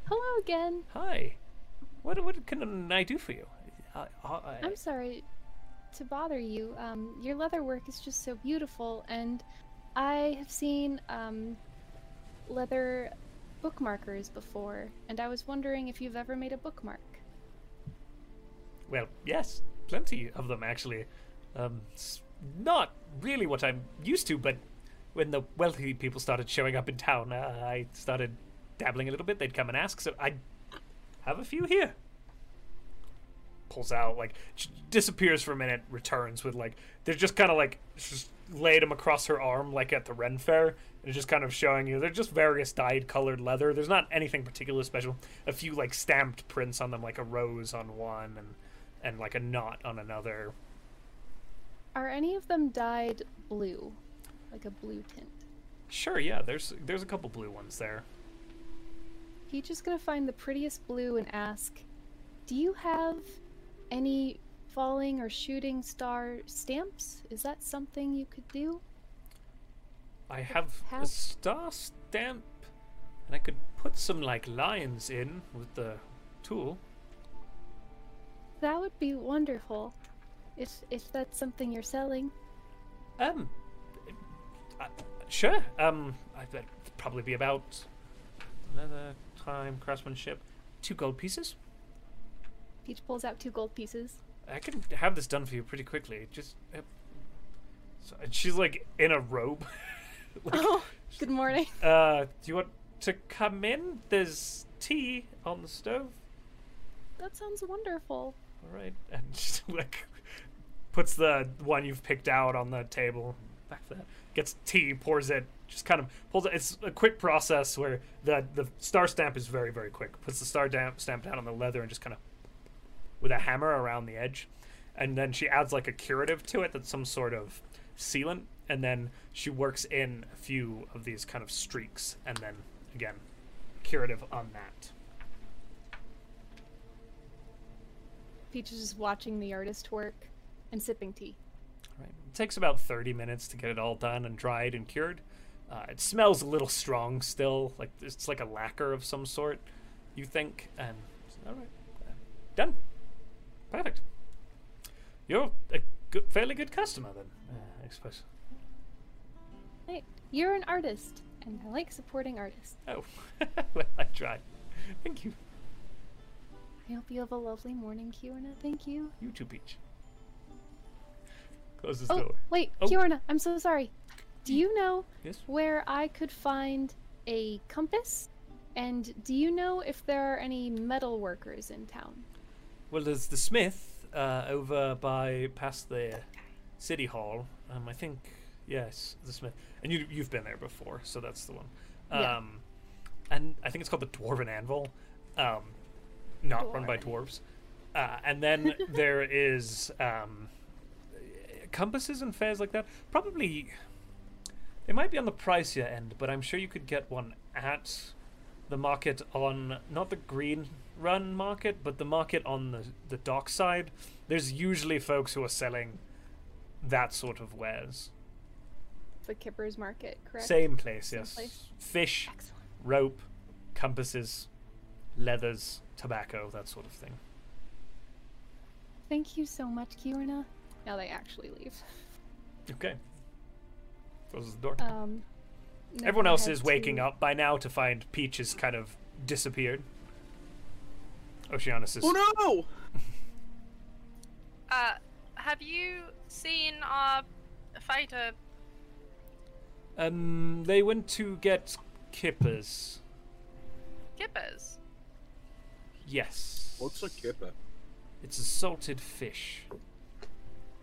Speaker 5: Hello again.
Speaker 8: hi what, what can i do for you I, I,
Speaker 5: I'm sorry to bother you. Um, your leather work is just so beautiful, and I have seen um, leather bookmarkers before, and I was wondering if you've ever made a bookmark.
Speaker 8: Well, yes, plenty of them actually. Um, it's not really what I'm used to, but when the wealthy people started showing up in town, uh, I started dabbling a little bit. They'd come and ask, so I have a few here. Pulls out, like sh- disappears for a minute, returns with like they're just kind of like just laid them across her arm, like at the Ren Fair, and just kind of showing you they're just various dyed colored leather. There's not anything particularly special. A few like stamped prints on them, like a rose on one, and and like a knot on another.
Speaker 5: Are any of them dyed blue, like a blue tint?
Speaker 8: Sure, yeah, there's there's a couple blue ones there.
Speaker 5: He's just gonna find the prettiest blue and ask, "Do you have any falling or shooting star stamps? Is that something you could do?"
Speaker 8: I have a
Speaker 5: Have-
Speaker 8: star stamp, and I could put some like lions in with the tool.
Speaker 5: That would be wonderful, if if that's something you're selling.
Speaker 8: Um, uh, sure. Um, I- that'd probably be about leather, time, craftsmanship, two gold pieces.
Speaker 5: Peach pulls out two gold pieces.
Speaker 8: I can have this done for you pretty quickly. Just. Uh, so, and she's like in a robe. Like,
Speaker 5: Oh, good morning.
Speaker 8: Uh, do you want to come in? There's tea on the stove.
Speaker 5: That sounds wonderful.
Speaker 8: All right, and just like puts the one you've picked out on the table. Back that gets tea, pours it, just kind of pulls it. It's a quick process where the the star stamp is very very quick. Puts the star damp, stamp down on the leather and just kind of with a hammer around the edge, and then she adds like a curative to it that's some sort of sealant, and then she works in a few of these kind of streaks, and then again curative on that.
Speaker 5: Peach is just watching the artist work and sipping tea.
Speaker 8: Right. It takes about 30 minutes to get it all done and dried and cured. Uh, it smells a little strong still, like it's like a lacquer of some sort, you think. And all right, uh, done, perfect. You're a good, fairly good customer then, uh, I suppose.
Speaker 5: Hey, you're an artist, and I like supporting artists.
Speaker 8: Oh, well, I tried. Thank you.
Speaker 5: I hope you have a lovely morning, Kiorna. Thank you.
Speaker 8: You too, Peach. Closes the
Speaker 5: Oh,
Speaker 8: door.
Speaker 5: wait,
Speaker 8: Oh. Mm.
Speaker 5: Kiorna, I'm so sorry. Do you know
Speaker 8: Yes.
Speaker 5: where I could find a compass? And do you know if there are any metal workers in town?
Speaker 8: Well, there's the Smith uh, over by past the city hall. Um, I think yes, the Smith. And you you've been there before, so that's the one. Um,
Speaker 5: Yeah.
Speaker 8: and I think it's called the Dwarven Anvil, um, not run by dwarves. Uh, and then there is um, compasses and fairs like that. Probably they might be on the pricier end, but I'm sure you could get one at the market on not the green run market but the market on the the dock side there's usually folks who are selling that sort of wares
Speaker 5: The Kippers Market, correct?
Speaker 8: same place
Speaker 5: Same
Speaker 8: yes
Speaker 5: place.
Speaker 8: fish
Speaker 5: Excellent.
Speaker 8: rope compasses leathers, tobacco, that sort of thing.
Speaker 5: Thank you so much, Kierna. Now they actually leave.
Speaker 8: Okay. Closes the door.
Speaker 5: Um,
Speaker 8: Everyone else is waking up by now to find Peach has kind of disappeared. Oceanus is.
Speaker 4: Oh
Speaker 3: Uh, have you seen our fighter?
Speaker 8: Um, they went to get kippers.
Speaker 3: Kippers.
Speaker 8: Yes.
Speaker 4: no! What's a kipper?
Speaker 8: It's a salted fish.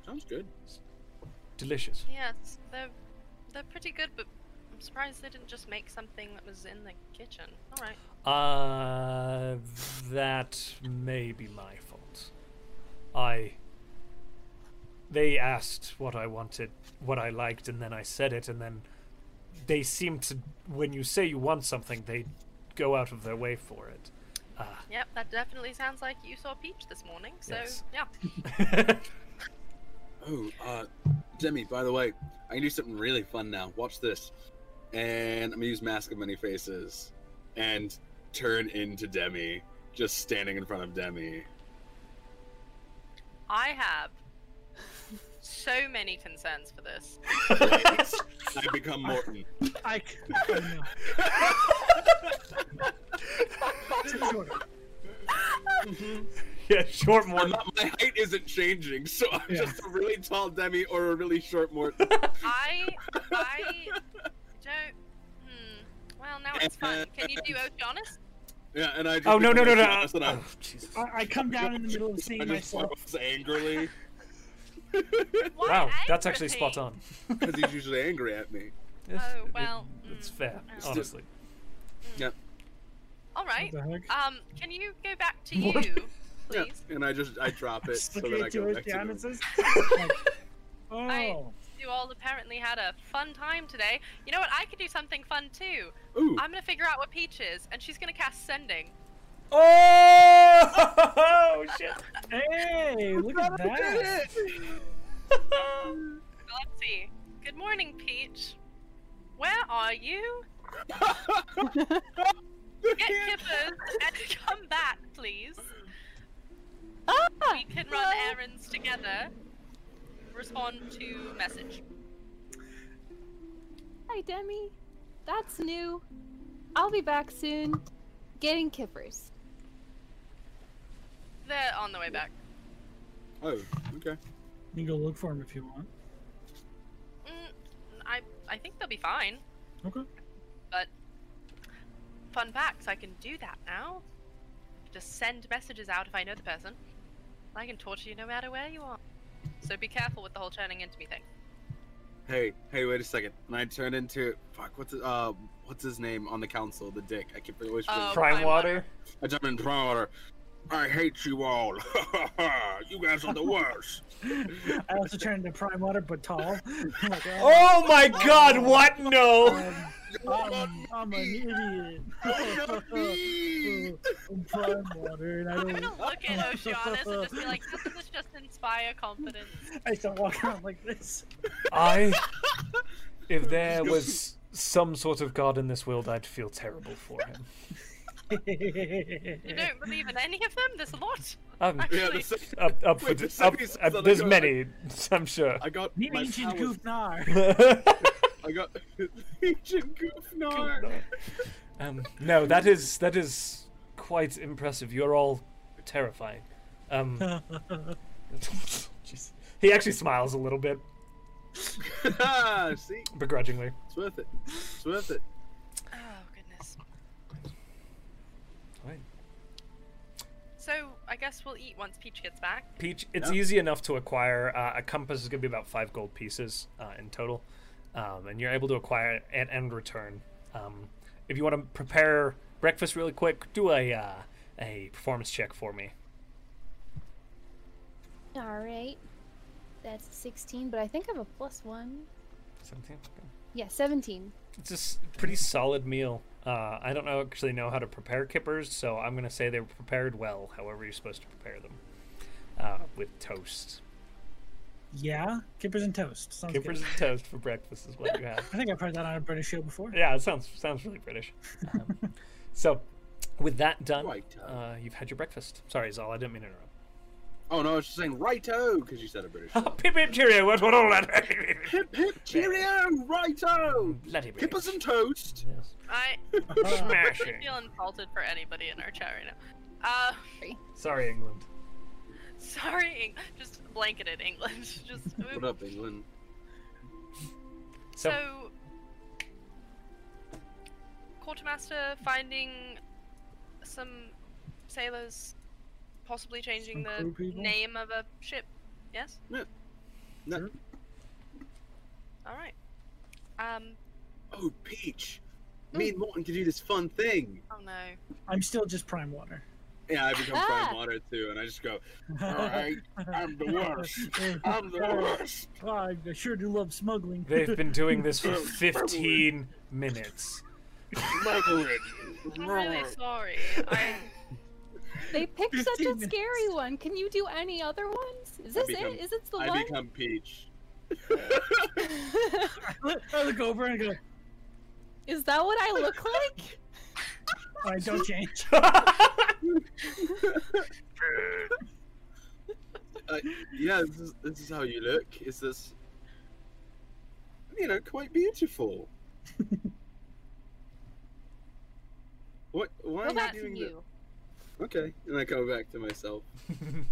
Speaker 4: Sounds good.
Speaker 8: Delicious.
Speaker 3: Yes, they're they're pretty good, but I'm surprised they didn't just make something that was in the kitchen. All right.
Speaker 8: Uh, that may be my fault. I. They asked what I wanted, what I liked, and then I said it, and then they seem to. When you say you want something, they go out of their way for it.
Speaker 3: Yep, that definitely sounds like you saw Peach this morning. So
Speaker 8: Yes.
Speaker 3: yeah.
Speaker 4: Oh, uh, Demi, by the way, I can do something really fun now. Watch this. And I'm gonna use Mask of Many Faces and turn into Demi, just standing in front of Demi.
Speaker 3: I have so many concerns for this.
Speaker 4: I become Morton.
Speaker 2: I. c- I know. Sure.
Speaker 8: yeah, short
Speaker 4: I'm
Speaker 8: one.
Speaker 4: not, my height isn't changing, so I'm
Speaker 2: Yeah.
Speaker 4: just a really tall Demi or a really short Morton.
Speaker 3: I I don't. Hmm. Well, now it's fun. Can you do Oceanus?
Speaker 4: yeah, and I just
Speaker 8: Oh no no no
Speaker 4: become
Speaker 8: no!
Speaker 4: Oceanus and
Speaker 8: Oh,
Speaker 4: I'm-
Speaker 8: Jesus.
Speaker 2: I, I come down in the middle of
Speaker 4: I
Speaker 2: seeing
Speaker 4: just
Speaker 2: myself.
Speaker 4: barks angrily
Speaker 3: Why
Speaker 8: Wow, that's actually
Speaker 3: everything?
Speaker 8: spot on.
Speaker 4: because he's usually angry at me.
Speaker 8: It's-
Speaker 3: Oh, well,
Speaker 8: it's
Speaker 3: mm,
Speaker 8: fair,
Speaker 3: oh.
Speaker 8: honestly.
Speaker 3: All right.
Speaker 2: What the heck?
Speaker 3: Um, can you go back to you,
Speaker 8: What?
Speaker 4: Yeah,
Speaker 3: please?
Speaker 4: and I just I drop it so
Speaker 2: Looking
Speaker 4: that I
Speaker 2: at
Speaker 4: go
Speaker 2: yours,
Speaker 4: back to him.
Speaker 2: Giannis is- Oh.
Speaker 3: I- You all apparently had a fun time today. You know what? I could do something fun too.
Speaker 4: Ooh,
Speaker 3: I'm gonna figure out what Peach is, and she's gonna cast Sending.
Speaker 8: Oh shit!
Speaker 2: Hey, look at that.
Speaker 3: Let's see. Good morning, Peach. Where are you? Get Kippers and come back, please.
Speaker 5: Ah!
Speaker 3: We can run errands together. Respond to message.
Speaker 5: Hi, Demi. That's new. I'll be back soon. Getting kippers.
Speaker 3: They're on the way back.
Speaker 4: oh, okay.
Speaker 2: You can go look for him if you want.
Speaker 3: Mm, I I think they'll be fine.
Speaker 2: Okay.
Speaker 3: Fun facts. I can do that now. Just send messages out if I know the person. I can torture you no matter where you are. So be careful with the whole turning into me thing.
Speaker 4: Hey, hey, wait a second. And I turn into fuck. What's his- uh, what's his name on the council? The dick. I keep always.
Speaker 3: Oh,
Speaker 4: forgetting.
Speaker 8: Prime
Speaker 3: Prime
Speaker 8: water.
Speaker 4: I jump in prime water. I hate you all. you guys are the worst.
Speaker 2: I also turned into prime water, but tall. I'm like,
Speaker 8: Oh my God! What? No.
Speaker 2: um, I'm, I'm an idiot. I'm prime water, and I
Speaker 3: I'm
Speaker 2: don't.
Speaker 3: gonna look at Oceanus and just be like, doesn't this just inspire confidence?
Speaker 2: I used to walk around like this.
Speaker 8: I. If there was some sort of god in this world, I'd feel terrible for him.
Speaker 3: You don't believe in any of them? There's a lot.
Speaker 8: I'm
Speaker 4: yeah,
Speaker 3: Actually,
Speaker 4: the sec-
Speaker 8: Um, up, up for
Speaker 4: Wait,
Speaker 8: dis-
Speaker 4: there's
Speaker 8: up,
Speaker 4: somebody-
Speaker 8: up-
Speaker 4: something
Speaker 8: There's
Speaker 4: going
Speaker 8: many, I'm sure.
Speaker 4: I got
Speaker 2: Need
Speaker 4: my
Speaker 2: ancient
Speaker 4: powers-
Speaker 2: goofnar.
Speaker 4: I got ancient goofnar.
Speaker 8: um, no, that is that is quite impressive. You're all terrifying. Um, jeez. he actually smiles a little bit
Speaker 4: Ah, See,
Speaker 8: begrudgingly.
Speaker 4: it's worth it. It's worth it.
Speaker 3: Oh goodness.
Speaker 8: Fine.
Speaker 3: So I guess we'll eat once Peach gets back.
Speaker 8: Peach, it's
Speaker 4: Yeah.
Speaker 8: easy enough to acquire. Uh, a compass is going to be about five gold pieces uh, in total, um, and you're able to acquire at and return. Um, if you want to prepare breakfast really quick, do a uh, a performance check for me.
Speaker 5: All right. That's 16, but I think I'm a plus one.
Speaker 8: Seventeen.
Speaker 5: Yeah, 17.
Speaker 8: It's a s- pretty solid meal. Uh, I don't know, actually know how to prepare kippers, so I'm going to say they were prepared well. However, you're supposed to prepare them uh, with toast.
Speaker 2: yeah, kippers and toast. Sounds good.
Speaker 8: Kippers and toast for breakfast is what you have.
Speaker 2: I think I've heard that on a British show before.
Speaker 8: Yeah, it sounds sounds really British. Um, so, With that done,
Speaker 4: Right.
Speaker 8: uh, you've had your breakfast. Sorry, Zal, I didn't mean to interrupt.
Speaker 4: Oh no, I was just saying righto because you said a British.
Speaker 8: Oh, pip pip cheerio, what what all that?
Speaker 4: hip hip cheerio, righto.
Speaker 8: Mm, Bloody British.
Speaker 4: Pippers and toast.
Speaker 8: Yes.
Speaker 3: I
Speaker 8: Smashing.
Speaker 3: feel insulted for anybody in our chat right now. Uh,
Speaker 8: Sorry, England.
Speaker 3: sorry, Eng- just blanketed England. Just um,
Speaker 4: What up, England?
Speaker 8: So,
Speaker 3: So, quartermaster finding some sailors, possibly changing
Speaker 2: Some crew
Speaker 3: the
Speaker 2: people?
Speaker 3: name of a ship. Yes.
Speaker 4: No.
Speaker 2: Sure.
Speaker 3: All right. Um.
Speaker 4: Oh, Peach. Me
Speaker 8: Mm.
Speaker 4: and Morton could do this fun thing.
Speaker 3: Oh no.
Speaker 2: I'm still just prime water.
Speaker 4: Yeah, I become prime
Speaker 5: Ah.
Speaker 4: water too, and I just go, all right, I'm the worst. I'm the worst.
Speaker 2: I sure do love smuggling.
Speaker 8: they've been doing this for 15 minutes.
Speaker 4: Smuggling.
Speaker 3: I'm really sorry. I,
Speaker 5: They picked such
Speaker 2: 15
Speaker 5: a
Speaker 2: minutes.
Speaker 5: scary one. Can you do any other ones? Is this
Speaker 4: become-
Speaker 5: it? Is it the
Speaker 4: I
Speaker 5: one?
Speaker 4: become Peach.
Speaker 2: I look over and go,
Speaker 5: Is that what I look like?
Speaker 2: I don't change.
Speaker 4: Uh, yeah, this is, this is how you look. Is this, you know, quite beautiful? what? Why am
Speaker 5: Go
Speaker 4: I
Speaker 5: back to
Speaker 4: doing this?
Speaker 5: you.
Speaker 4: Okay, and I go back to myself.
Speaker 2: I'm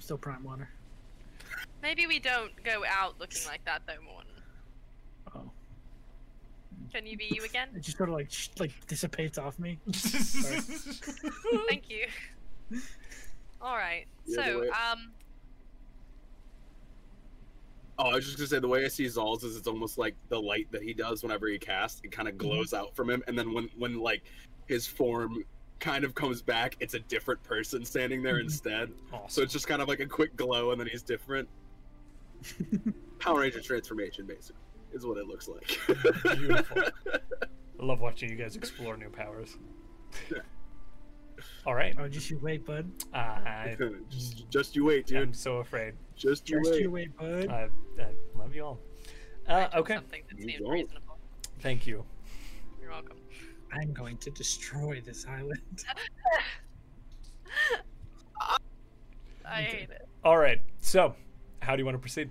Speaker 2: still prime water.
Speaker 3: maybe we don't go out looking like that though, Morton.
Speaker 2: Oh,
Speaker 3: Can you be you again?
Speaker 2: it just sort of like sh- like dissipates off me.
Speaker 3: Thank you. All right.
Speaker 4: The other
Speaker 3: so,
Speaker 4: way.
Speaker 3: um,
Speaker 4: Oh, I was just gonna say the way I see Zal's is it's almost like the light that he does whenever he casts, it kind of glows out from him, and then when when like his form kind of comes back, it's a different person standing there
Speaker 2: Mhm.
Speaker 4: instead. So
Speaker 8: awesome.
Speaker 4: it's just kind of like a quick glow, and then he's different. Power Ranger transformation, basically, is what it looks like.
Speaker 8: Beautiful. I love watching you guys explore new powers. All right.
Speaker 2: Oh, just you wait, bud.
Speaker 8: I,
Speaker 4: just, just you wait, dude.
Speaker 8: I'm so afraid.
Speaker 4: Just you
Speaker 2: Just
Speaker 4: wait.
Speaker 2: you wait, bud.
Speaker 8: I, I love you all. Uh, okay.
Speaker 3: something that
Speaker 4: You
Speaker 3: seems
Speaker 4: don't.
Speaker 3: reasonable.
Speaker 8: Thank you.
Speaker 3: You're welcome.
Speaker 2: I'm going to destroy this island.
Speaker 3: I
Speaker 2: Okay.
Speaker 3: hate it.
Speaker 8: All right. So, how do you want to proceed?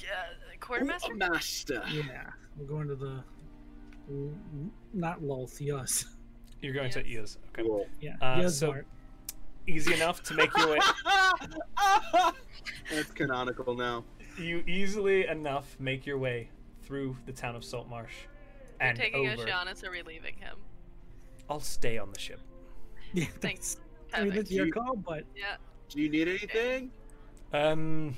Speaker 3: Uh,
Speaker 4: Ooh, a
Speaker 3: quartermaster?
Speaker 4: Oh, master.
Speaker 2: yeah, we're going to the l- l- not Lolth, Yus.
Speaker 8: You're going to Eos. Okay.
Speaker 4: Cool.
Speaker 2: Yeah,
Speaker 8: Uh,
Speaker 2: Yus
Speaker 8: so-
Speaker 2: Mart.
Speaker 8: Easy enough to make your way.
Speaker 4: That's canonical now.
Speaker 8: You easily enough make your way through the town of Saltmarsh
Speaker 3: We're
Speaker 8: and
Speaker 3: taking
Speaker 8: over.
Speaker 3: Oceanus or we leaving him?
Speaker 8: I'll stay on the ship.
Speaker 2: Yeah,
Speaker 3: Thanks.
Speaker 2: that's- I mean,
Speaker 3: Perfect.
Speaker 2: that's your
Speaker 4: You-
Speaker 2: call, but
Speaker 3: Yeah.
Speaker 4: Do you need anything?
Speaker 8: Um.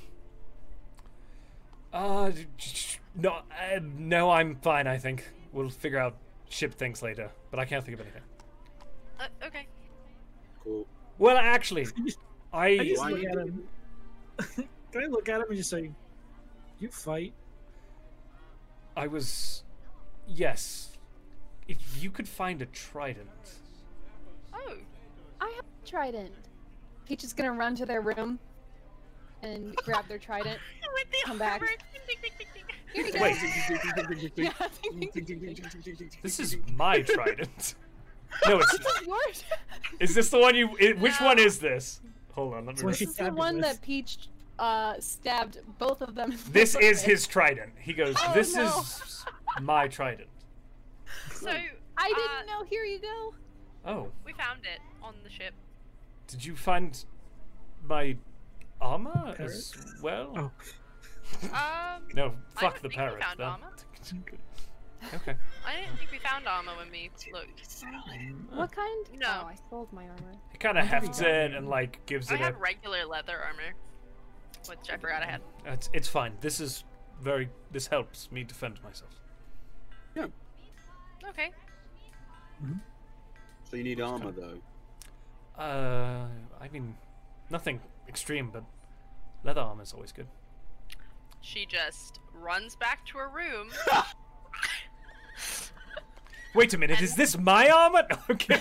Speaker 8: Uh, d- d- no, uh, no, I'm fine. I think we'll figure out ship things later. But I can't think of anything.
Speaker 3: Uh, okay.
Speaker 4: Cool.
Speaker 8: Well, actually,
Speaker 2: I
Speaker 8: I
Speaker 2: just
Speaker 4: Why
Speaker 2: look
Speaker 4: you
Speaker 2: at him. Can I look at him and just say, "You fight"?
Speaker 8: I was, yes. If you could find a trident,
Speaker 3: Oh,
Speaker 5: I have a trident. Peach is gonna run to their room and grab their trident.
Speaker 3: with the
Speaker 5: Come back.
Speaker 3: armor. Ding, ding, ding, ding, ding.
Speaker 5: Here you go.
Speaker 8: Wait.
Speaker 5: Yeah, ding, ding, ding, ding, ding.
Speaker 8: this is my trident. No, it's.
Speaker 5: This is yours.
Speaker 8: Is this the one you? i which one
Speaker 3: No.
Speaker 8: is this? Hold on, let me.
Speaker 2: Well,
Speaker 8: re-
Speaker 5: This
Speaker 2: she
Speaker 5: is the
Speaker 2: stabbed it
Speaker 5: one
Speaker 2: with.
Speaker 5: that Peach uh, stabbed both of them. in the
Speaker 8: This is
Speaker 5: foot with.
Speaker 8: his trident. He goes.
Speaker 5: Oh,
Speaker 8: this
Speaker 5: no.
Speaker 8: is my trident.
Speaker 3: So,
Speaker 5: I
Speaker 3: uh,
Speaker 5: didn't know. Here you go.
Speaker 8: Oh,
Speaker 3: we found it on the ship.
Speaker 8: did you find my armor
Speaker 2: Parrot?
Speaker 8: as well?
Speaker 2: Oh,
Speaker 3: Um,
Speaker 8: No,
Speaker 3: I don't
Speaker 8: fuck the
Speaker 3: think we
Speaker 8: parrot.
Speaker 3: found
Speaker 8: though.
Speaker 3: armor.
Speaker 8: okay.
Speaker 3: I didn't think we found armor when we looked.
Speaker 2: uh,
Speaker 5: What kind?
Speaker 3: No.
Speaker 5: Oh, I sold my armor.
Speaker 8: He kind of
Speaker 2: think we
Speaker 8: hefts
Speaker 2: got
Speaker 8: it
Speaker 2: it.
Speaker 8: and like gives
Speaker 3: I
Speaker 8: it a.
Speaker 3: had regular leather armor. With Jeffrey out ahead.
Speaker 8: It's, it's fine. This is very. This helps me defend myself.
Speaker 3: Okay.
Speaker 4: So you need armor though.
Speaker 8: Uh, I mean, nothing extreme, but leather armor is always good.
Speaker 3: She just runs back to her room.
Speaker 8: Wait a minute, is this my armor? Okay.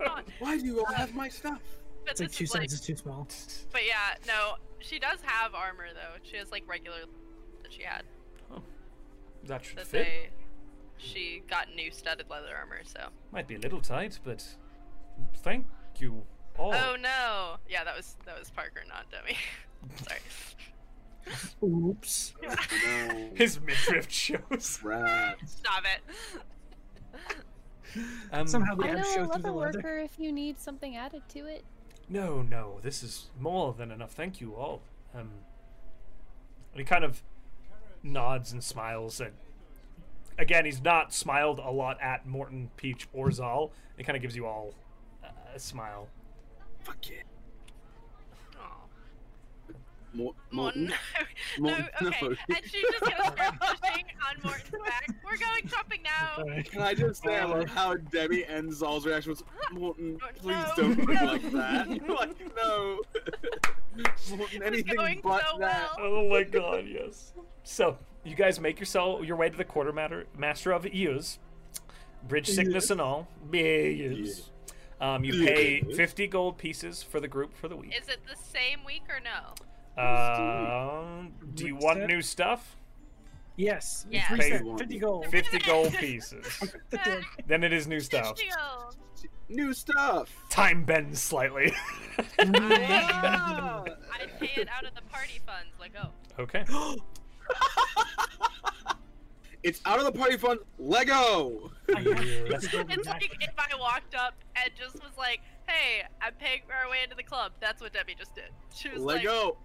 Speaker 4: Why do you all have my stuff?
Speaker 3: but
Speaker 2: it's like
Speaker 3: this
Speaker 2: two
Speaker 3: is like
Speaker 2: sizes too small.
Speaker 3: But yeah, no, she does have armor though. She has like regular that she had
Speaker 8: that should
Speaker 3: that
Speaker 8: fit.
Speaker 3: they She got new studded leather armor, so.
Speaker 8: Might be a little tight, but thank you all.
Speaker 3: Oh, no! Yeah, that was that was Parker, not Demi. Sorry.
Speaker 2: Oops.
Speaker 4: No,
Speaker 8: His midriff shows.
Speaker 4: rats.
Speaker 3: Stop it.
Speaker 8: Um,
Speaker 2: Somehow the
Speaker 5: I
Speaker 2: abs
Speaker 5: know
Speaker 2: show
Speaker 5: a
Speaker 2: through the
Speaker 5: leather
Speaker 2: leather.
Speaker 5: worker if you need something added to it.
Speaker 8: No, no, this is more than enough. Thank you all. Um, and he kind of nods and smiles and again he's not smiled a lot at morton peach or zal it kind of gives you all uh, a smile
Speaker 4: Fuck yeah.
Speaker 3: Aw.
Speaker 4: Mor-
Speaker 3: Morton.
Speaker 4: Morton.
Speaker 3: No,
Speaker 4: Morton,
Speaker 3: okay.
Speaker 4: no.
Speaker 3: And she just gonna start pushing on Morton's back. We're going shopping now.
Speaker 2: Sorry.
Speaker 4: Can I just say I love how Debbie and Zal's reaction was "Mm, Morton, please
Speaker 3: No,
Speaker 4: don't look
Speaker 3: no.
Speaker 4: like that. like no. Morton, anything
Speaker 3: going
Speaker 4: but
Speaker 3: so
Speaker 4: that.
Speaker 3: well.
Speaker 8: oh my god yes so you guys make yourself your way to the quarter matter, master of eos bridge sickness and all Yes. um, you pay
Speaker 4: Yes.
Speaker 8: 50 gold pieces for the group for the week
Speaker 3: Is it the same week or no?
Speaker 8: um, do you want
Speaker 2: Reset.
Speaker 8: new stuff
Speaker 2: Yes.
Speaker 3: Yeah.
Speaker 2: Reset,
Speaker 8: Pay
Speaker 4: one.
Speaker 2: 50 gold.
Speaker 8: 50 gold pieces then it is new stuff
Speaker 3: Deal.
Speaker 4: New stuff.
Speaker 8: time bends slightly
Speaker 4: Ah.
Speaker 3: I pay it out of the party funds. Like, oh,
Speaker 8: okay
Speaker 4: it's out of the party fund. Lego.
Speaker 2: I have 50 gold in
Speaker 3: it's
Speaker 2: my-
Speaker 3: like if I walked up and just was like, "Hey, I'm paying our way into the club." That's what Debbie just did. She was like,
Speaker 4: Lego.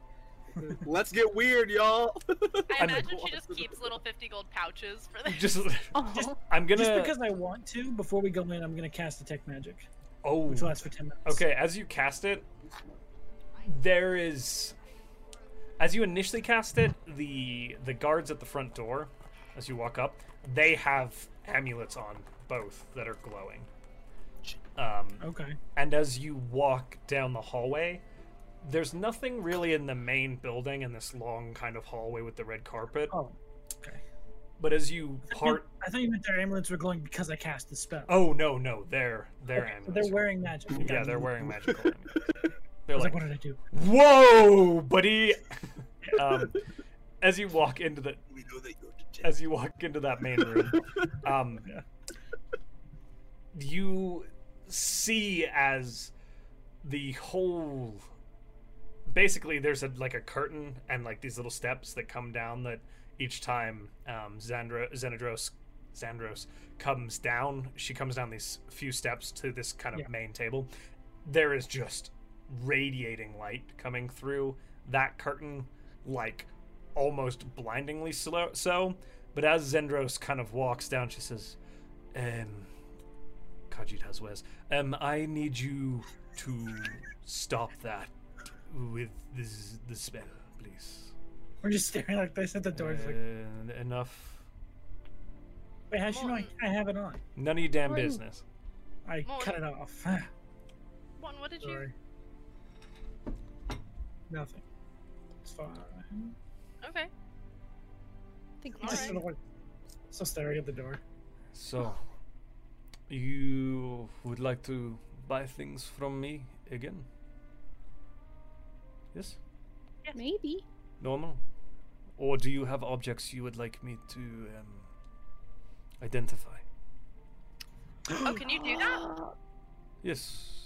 Speaker 4: Let's get weird, y'all.
Speaker 3: I
Speaker 8: I'm-
Speaker 3: imagine she just keeps little fifty gold pouches for this.
Speaker 8: just
Speaker 5: Oh,
Speaker 8: i'm gonna
Speaker 2: Just because I want to, before we go in, I'm gonna cast detect magic,
Speaker 8: oh
Speaker 2: which lasts for 10 minutes.
Speaker 8: okay as you cast it there is as you initially cast it the the guards at the front door as you walk up they have amulets on both that are glowing um
Speaker 2: Okay.
Speaker 8: and as you walk down the hallway there's nothing really in the main building in this long kind of hallway with the red carpet
Speaker 2: Oh. Okay.
Speaker 8: but as you part
Speaker 2: I thought you meant their amulets were glowing because I cast the spell.
Speaker 8: oh no no they're they're
Speaker 2: Okay, so
Speaker 8: amulets
Speaker 2: they're wearing magic.
Speaker 8: Yeah,
Speaker 2: Got
Speaker 8: they're
Speaker 2: it.
Speaker 8: wearing magical. amulets.
Speaker 2: I
Speaker 8: They're
Speaker 2: was like,
Speaker 8: like,
Speaker 2: what did I do?
Speaker 8: "Whoa, buddy!" um, as you walk into the
Speaker 4: We know that you're detective.
Speaker 8: as you walk into that main room, um, you see as the whole basically there's a like a curtain and like these little steps that come down that each time um Zandro Xenadros Xandros comes down she comes down these few steps to this kind of
Speaker 2: Yeah.
Speaker 8: main table there is just radiating light coming through that curtain like almost blindingly slow so but as Zendros kind of walks down she says um Kajit has wares. Um, I need you to stop that with this the spell, please.
Speaker 2: We're just staring like this at the door. It's like,
Speaker 8: Uh, enough.
Speaker 2: wait, how should I,
Speaker 3: Morton.
Speaker 2: I have it on?
Speaker 8: None of your damn
Speaker 5: Morton.
Speaker 8: business.
Speaker 2: I cut it off.
Speaker 3: One, what did you?
Speaker 2: Sorry. Nothing. It's fine.
Speaker 3: Okay.
Speaker 5: I think
Speaker 2: I'm
Speaker 5: we're
Speaker 2: just
Speaker 3: Alright.
Speaker 2: sort of like, still staring at the door.
Speaker 1: So, you would like to buy things from me again? Yes?
Speaker 5: maybe.
Speaker 1: Normal? Or do you have objects you would like me to um, identify?
Speaker 3: Oh, can you do that?
Speaker 1: Yes.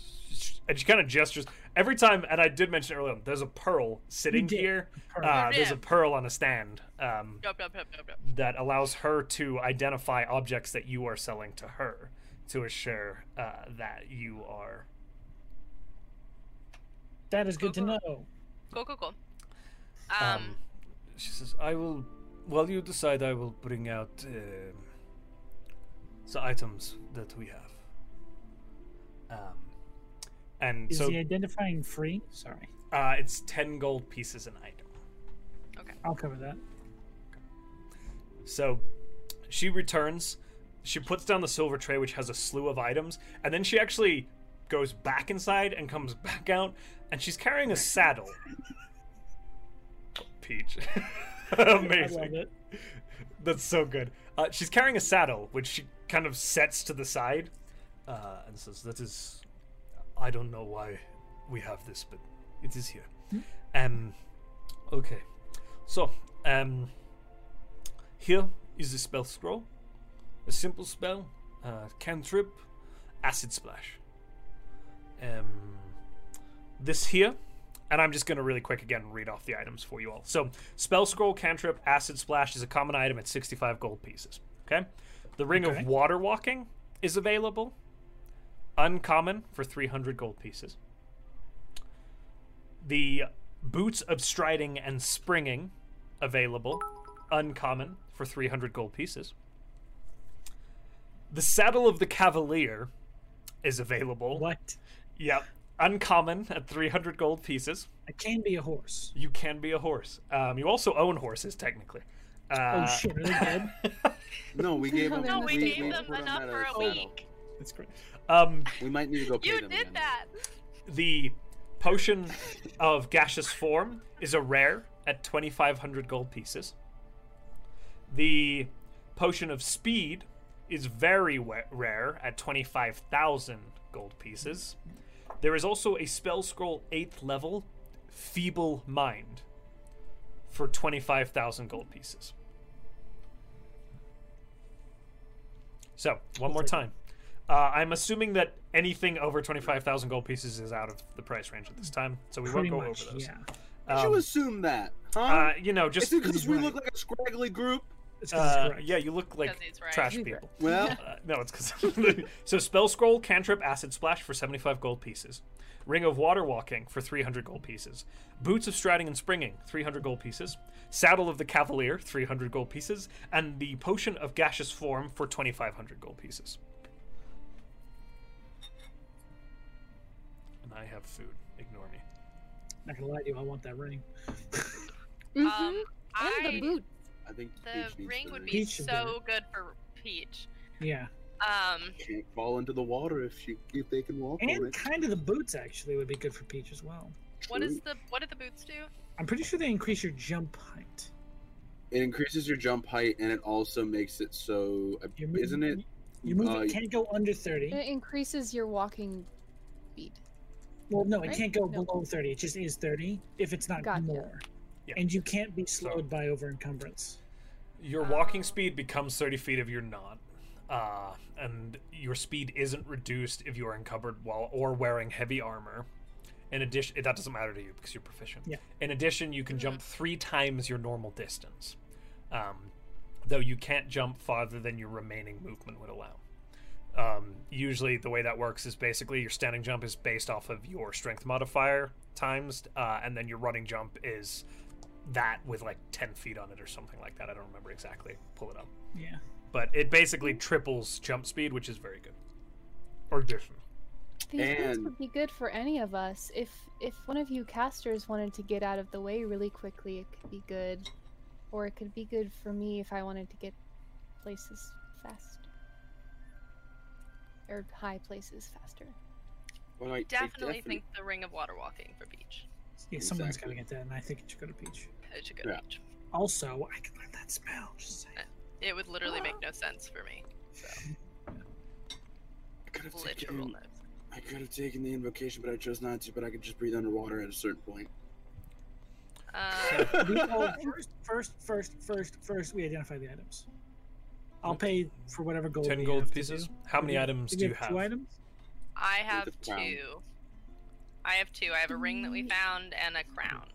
Speaker 8: And she kind of gestures every time. And I did mention it earlier. There's a pearl sitting
Speaker 2: did.
Speaker 8: here.
Speaker 2: Pearl.
Speaker 8: Uh, there's a
Speaker 3: Yeah.
Speaker 8: pearl on a stand um,
Speaker 3: Yup, yup, yup, yup, yup.
Speaker 8: that allows her to identify objects that you are selling to her to assure uh, that you are
Speaker 2: That is good to
Speaker 3: Uh-huh.
Speaker 2: know.
Speaker 3: Cool, cool, cool.
Speaker 1: Um,
Speaker 3: um
Speaker 1: she says, I will. While you decide, I will bring out
Speaker 8: uh,
Speaker 1: um the items that we have.
Speaker 8: Um, and
Speaker 2: Is
Speaker 8: so
Speaker 2: the identifying free? Sorry.
Speaker 8: uh, it's 10 gold pieces an item.
Speaker 2: I'll cover that.
Speaker 8: So she returns, she puts down the silver tray, which has a slew of items, and then she actually goes back inside and comes back out, and she's carrying a saddle. Peach.
Speaker 2: I love
Speaker 8: Amazing.
Speaker 2: it.
Speaker 8: That's so good. Uh, she's carrying a saddle, which she kind of sets to the side.
Speaker 1: Uh, and says, That is. I don't know why we have this, but it is here.
Speaker 2: Hmm?
Speaker 8: Um,
Speaker 1: Okay. So, um, here is the spell scroll.
Speaker 8: a simple spell, uh, cantrip, acid splash. Um, this here, and I'm just going to really quick again read off the items for you all. So, spell scroll, cantrip, acid splash is a common item at 65 gold pieces. Okay, the ring
Speaker 2: Okay.
Speaker 8: of water walking is available, uncommon for 300 gold pieces. The boots of striding and springing available, uncommon for 300 gold pieces. The saddle of the cavalier is available.
Speaker 2: What?
Speaker 8: Yep. Uncommon at 300 gold pieces.
Speaker 2: I can be a horse.
Speaker 8: You can be a horse. Um, you also own horses, technically. Uh,
Speaker 2: oh shit, are they dead?
Speaker 4: No, we gave them.
Speaker 5: No,
Speaker 3: we
Speaker 5: we-
Speaker 3: gave
Speaker 5: we
Speaker 3: them
Speaker 4: put
Speaker 3: enough
Speaker 4: at
Speaker 3: for a
Speaker 4: saddle.
Speaker 3: week.
Speaker 2: That's great.
Speaker 8: um,
Speaker 4: We might need to go pay
Speaker 3: You
Speaker 4: them
Speaker 3: did
Speaker 4: again.
Speaker 3: that.
Speaker 8: the potion of gaseous form is a rare at 2,500 gold pieces. The potion of speed is very wa- rare at 25,000 gold pieces. There is also a spell scroll 8th level, Feeble Mind, for 25,000 gold pieces. So, one more time. Uh, I'm assuming that anything over 25,000 gold pieces is out of the price range at this time, so we
Speaker 2: Pretty
Speaker 8: won't go
Speaker 2: much,
Speaker 8: over those.
Speaker 2: yeah.
Speaker 4: Did you
Speaker 8: Um,
Speaker 4: assume that? Huh?
Speaker 8: uh, you know, just
Speaker 4: Is it because we
Speaker 2: right.
Speaker 4: look like a scraggly group?
Speaker 2: That's 'cause it's
Speaker 8: uh,
Speaker 2: correct.
Speaker 8: yeah, you look like
Speaker 3: 'Cause he's right.
Speaker 8: trash
Speaker 5: He's
Speaker 8: people.
Speaker 4: Well,
Speaker 8: Uh, no, it's because so spell scroll, cantrip, acid splash for seventy-five gold pieces, ring of water walking for three hundred gold pieces, boots of striding and springing three hundred gold pieces, saddle of the cavalier three hundred gold pieces, and the potion of gaseous form for twenty-five hundred gold pieces. And I have food. Ignore me.
Speaker 2: Not gonna lie to you, I want that ring.
Speaker 5: Mhm.
Speaker 3: Um,
Speaker 5: and
Speaker 3: I
Speaker 5: the boot.
Speaker 4: I think Peach
Speaker 3: the
Speaker 4: needs
Speaker 3: ring
Speaker 4: to
Speaker 3: would be
Speaker 2: Peach should get
Speaker 3: so good for Peach.
Speaker 2: Yeah.
Speaker 3: Um,
Speaker 4: Can't fall into the water if she if they can walk on
Speaker 2: And
Speaker 4: it.
Speaker 2: kind of the boots actually would be good for Peach as well.
Speaker 3: what is
Speaker 4: True.
Speaker 3: the what do the boots do?
Speaker 2: I'm pretty sure they increase your jump height.
Speaker 4: It increases your jump height and it also makes it so uh,
Speaker 2: Your move-
Speaker 4: isn't it?
Speaker 2: Your move
Speaker 4: uh,
Speaker 2: can't go under 30.
Speaker 5: It increases your walking speed.
Speaker 2: Well, no, it
Speaker 5: Right?
Speaker 2: can't go
Speaker 5: No.
Speaker 2: below 30. It just is 30 if it's not
Speaker 5: Gotcha.
Speaker 2: more.
Speaker 8: Yeah.
Speaker 2: And you can't be slowed by over encumbrance.
Speaker 8: Your
Speaker 2: Um,
Speaker 8: walking speed becomes 30 feet if you're not. Uh, and your speed isn't reduced if you are encumbered while or wearing heavy armor. In addition, that doesn't matter to you because you're proficient.
Speaker 2: Yeah.
Speaker 8: In addition, you can jump three times your normal distance, um, though you can't jump farther than your remaining movement would allow. Um, usually, the way that works is basically your standing jump is based off of your strength modifier times, uh, and then your running jump is that with like 10 feet on it or something like that. I don't remember exactly. Pull it up.
Speaker 2: Yeah.
Speaker 8: But it basically triples jump speed, which is very good. Or different.
Speaker 5: These things
Speaker 4: And-
Speaker 5: would be good for any of us. If if one of you casters wanted to get out of the way really quickly, it could be good, or it could be good for me if I wanted to get places fast or high places faster.
Speaker 4: Well, I, I
Speaker 3: Definitely
Speaker 4: definite-
Speaker 3: think the ring of water walking for Peach.
Speaker 2: Yeah, someone's got to
Speaker 4: Exactly.
Speaker 2: get that, and I think it should go to Peach.
Speaker 3: It should go to
Speaker 4: Yeah.
Speaker 3: Peach.
Speaker 2: Also, I can learn that smell. Just saying.
Speaker 3: It would literally make no sense for me.
Speaker 4: I could have
Speaker 3: Literal
Speaker 4: taken,
Speaker 3: no sense.
Speaker 4: I could have taken the invocation, but I chose not to. But I could just breathe underwater at a certain point.
Speaker 3: Um,
Speaker 2: We- well, first, first, first, first, first, we identify the items. I'll pay for whatever gold.
Speaker 8: 10
Speaker 2: we
Speaker 8: gold
Speaker 2: have to
Speaker 8: pieces.
Speaker 2: do.
Speaker 8: How many
Speaker 2: We-
Speaker 8: items
Speaker 2: we
Speaker 8: do you
Speaker 2: have
Speaker 8: have?
Speaker 2: Two items.
Speaker 3: I have
Speaker 4: the crown.
Speaker 3: two. I have two. I have a ring that we found and a crown.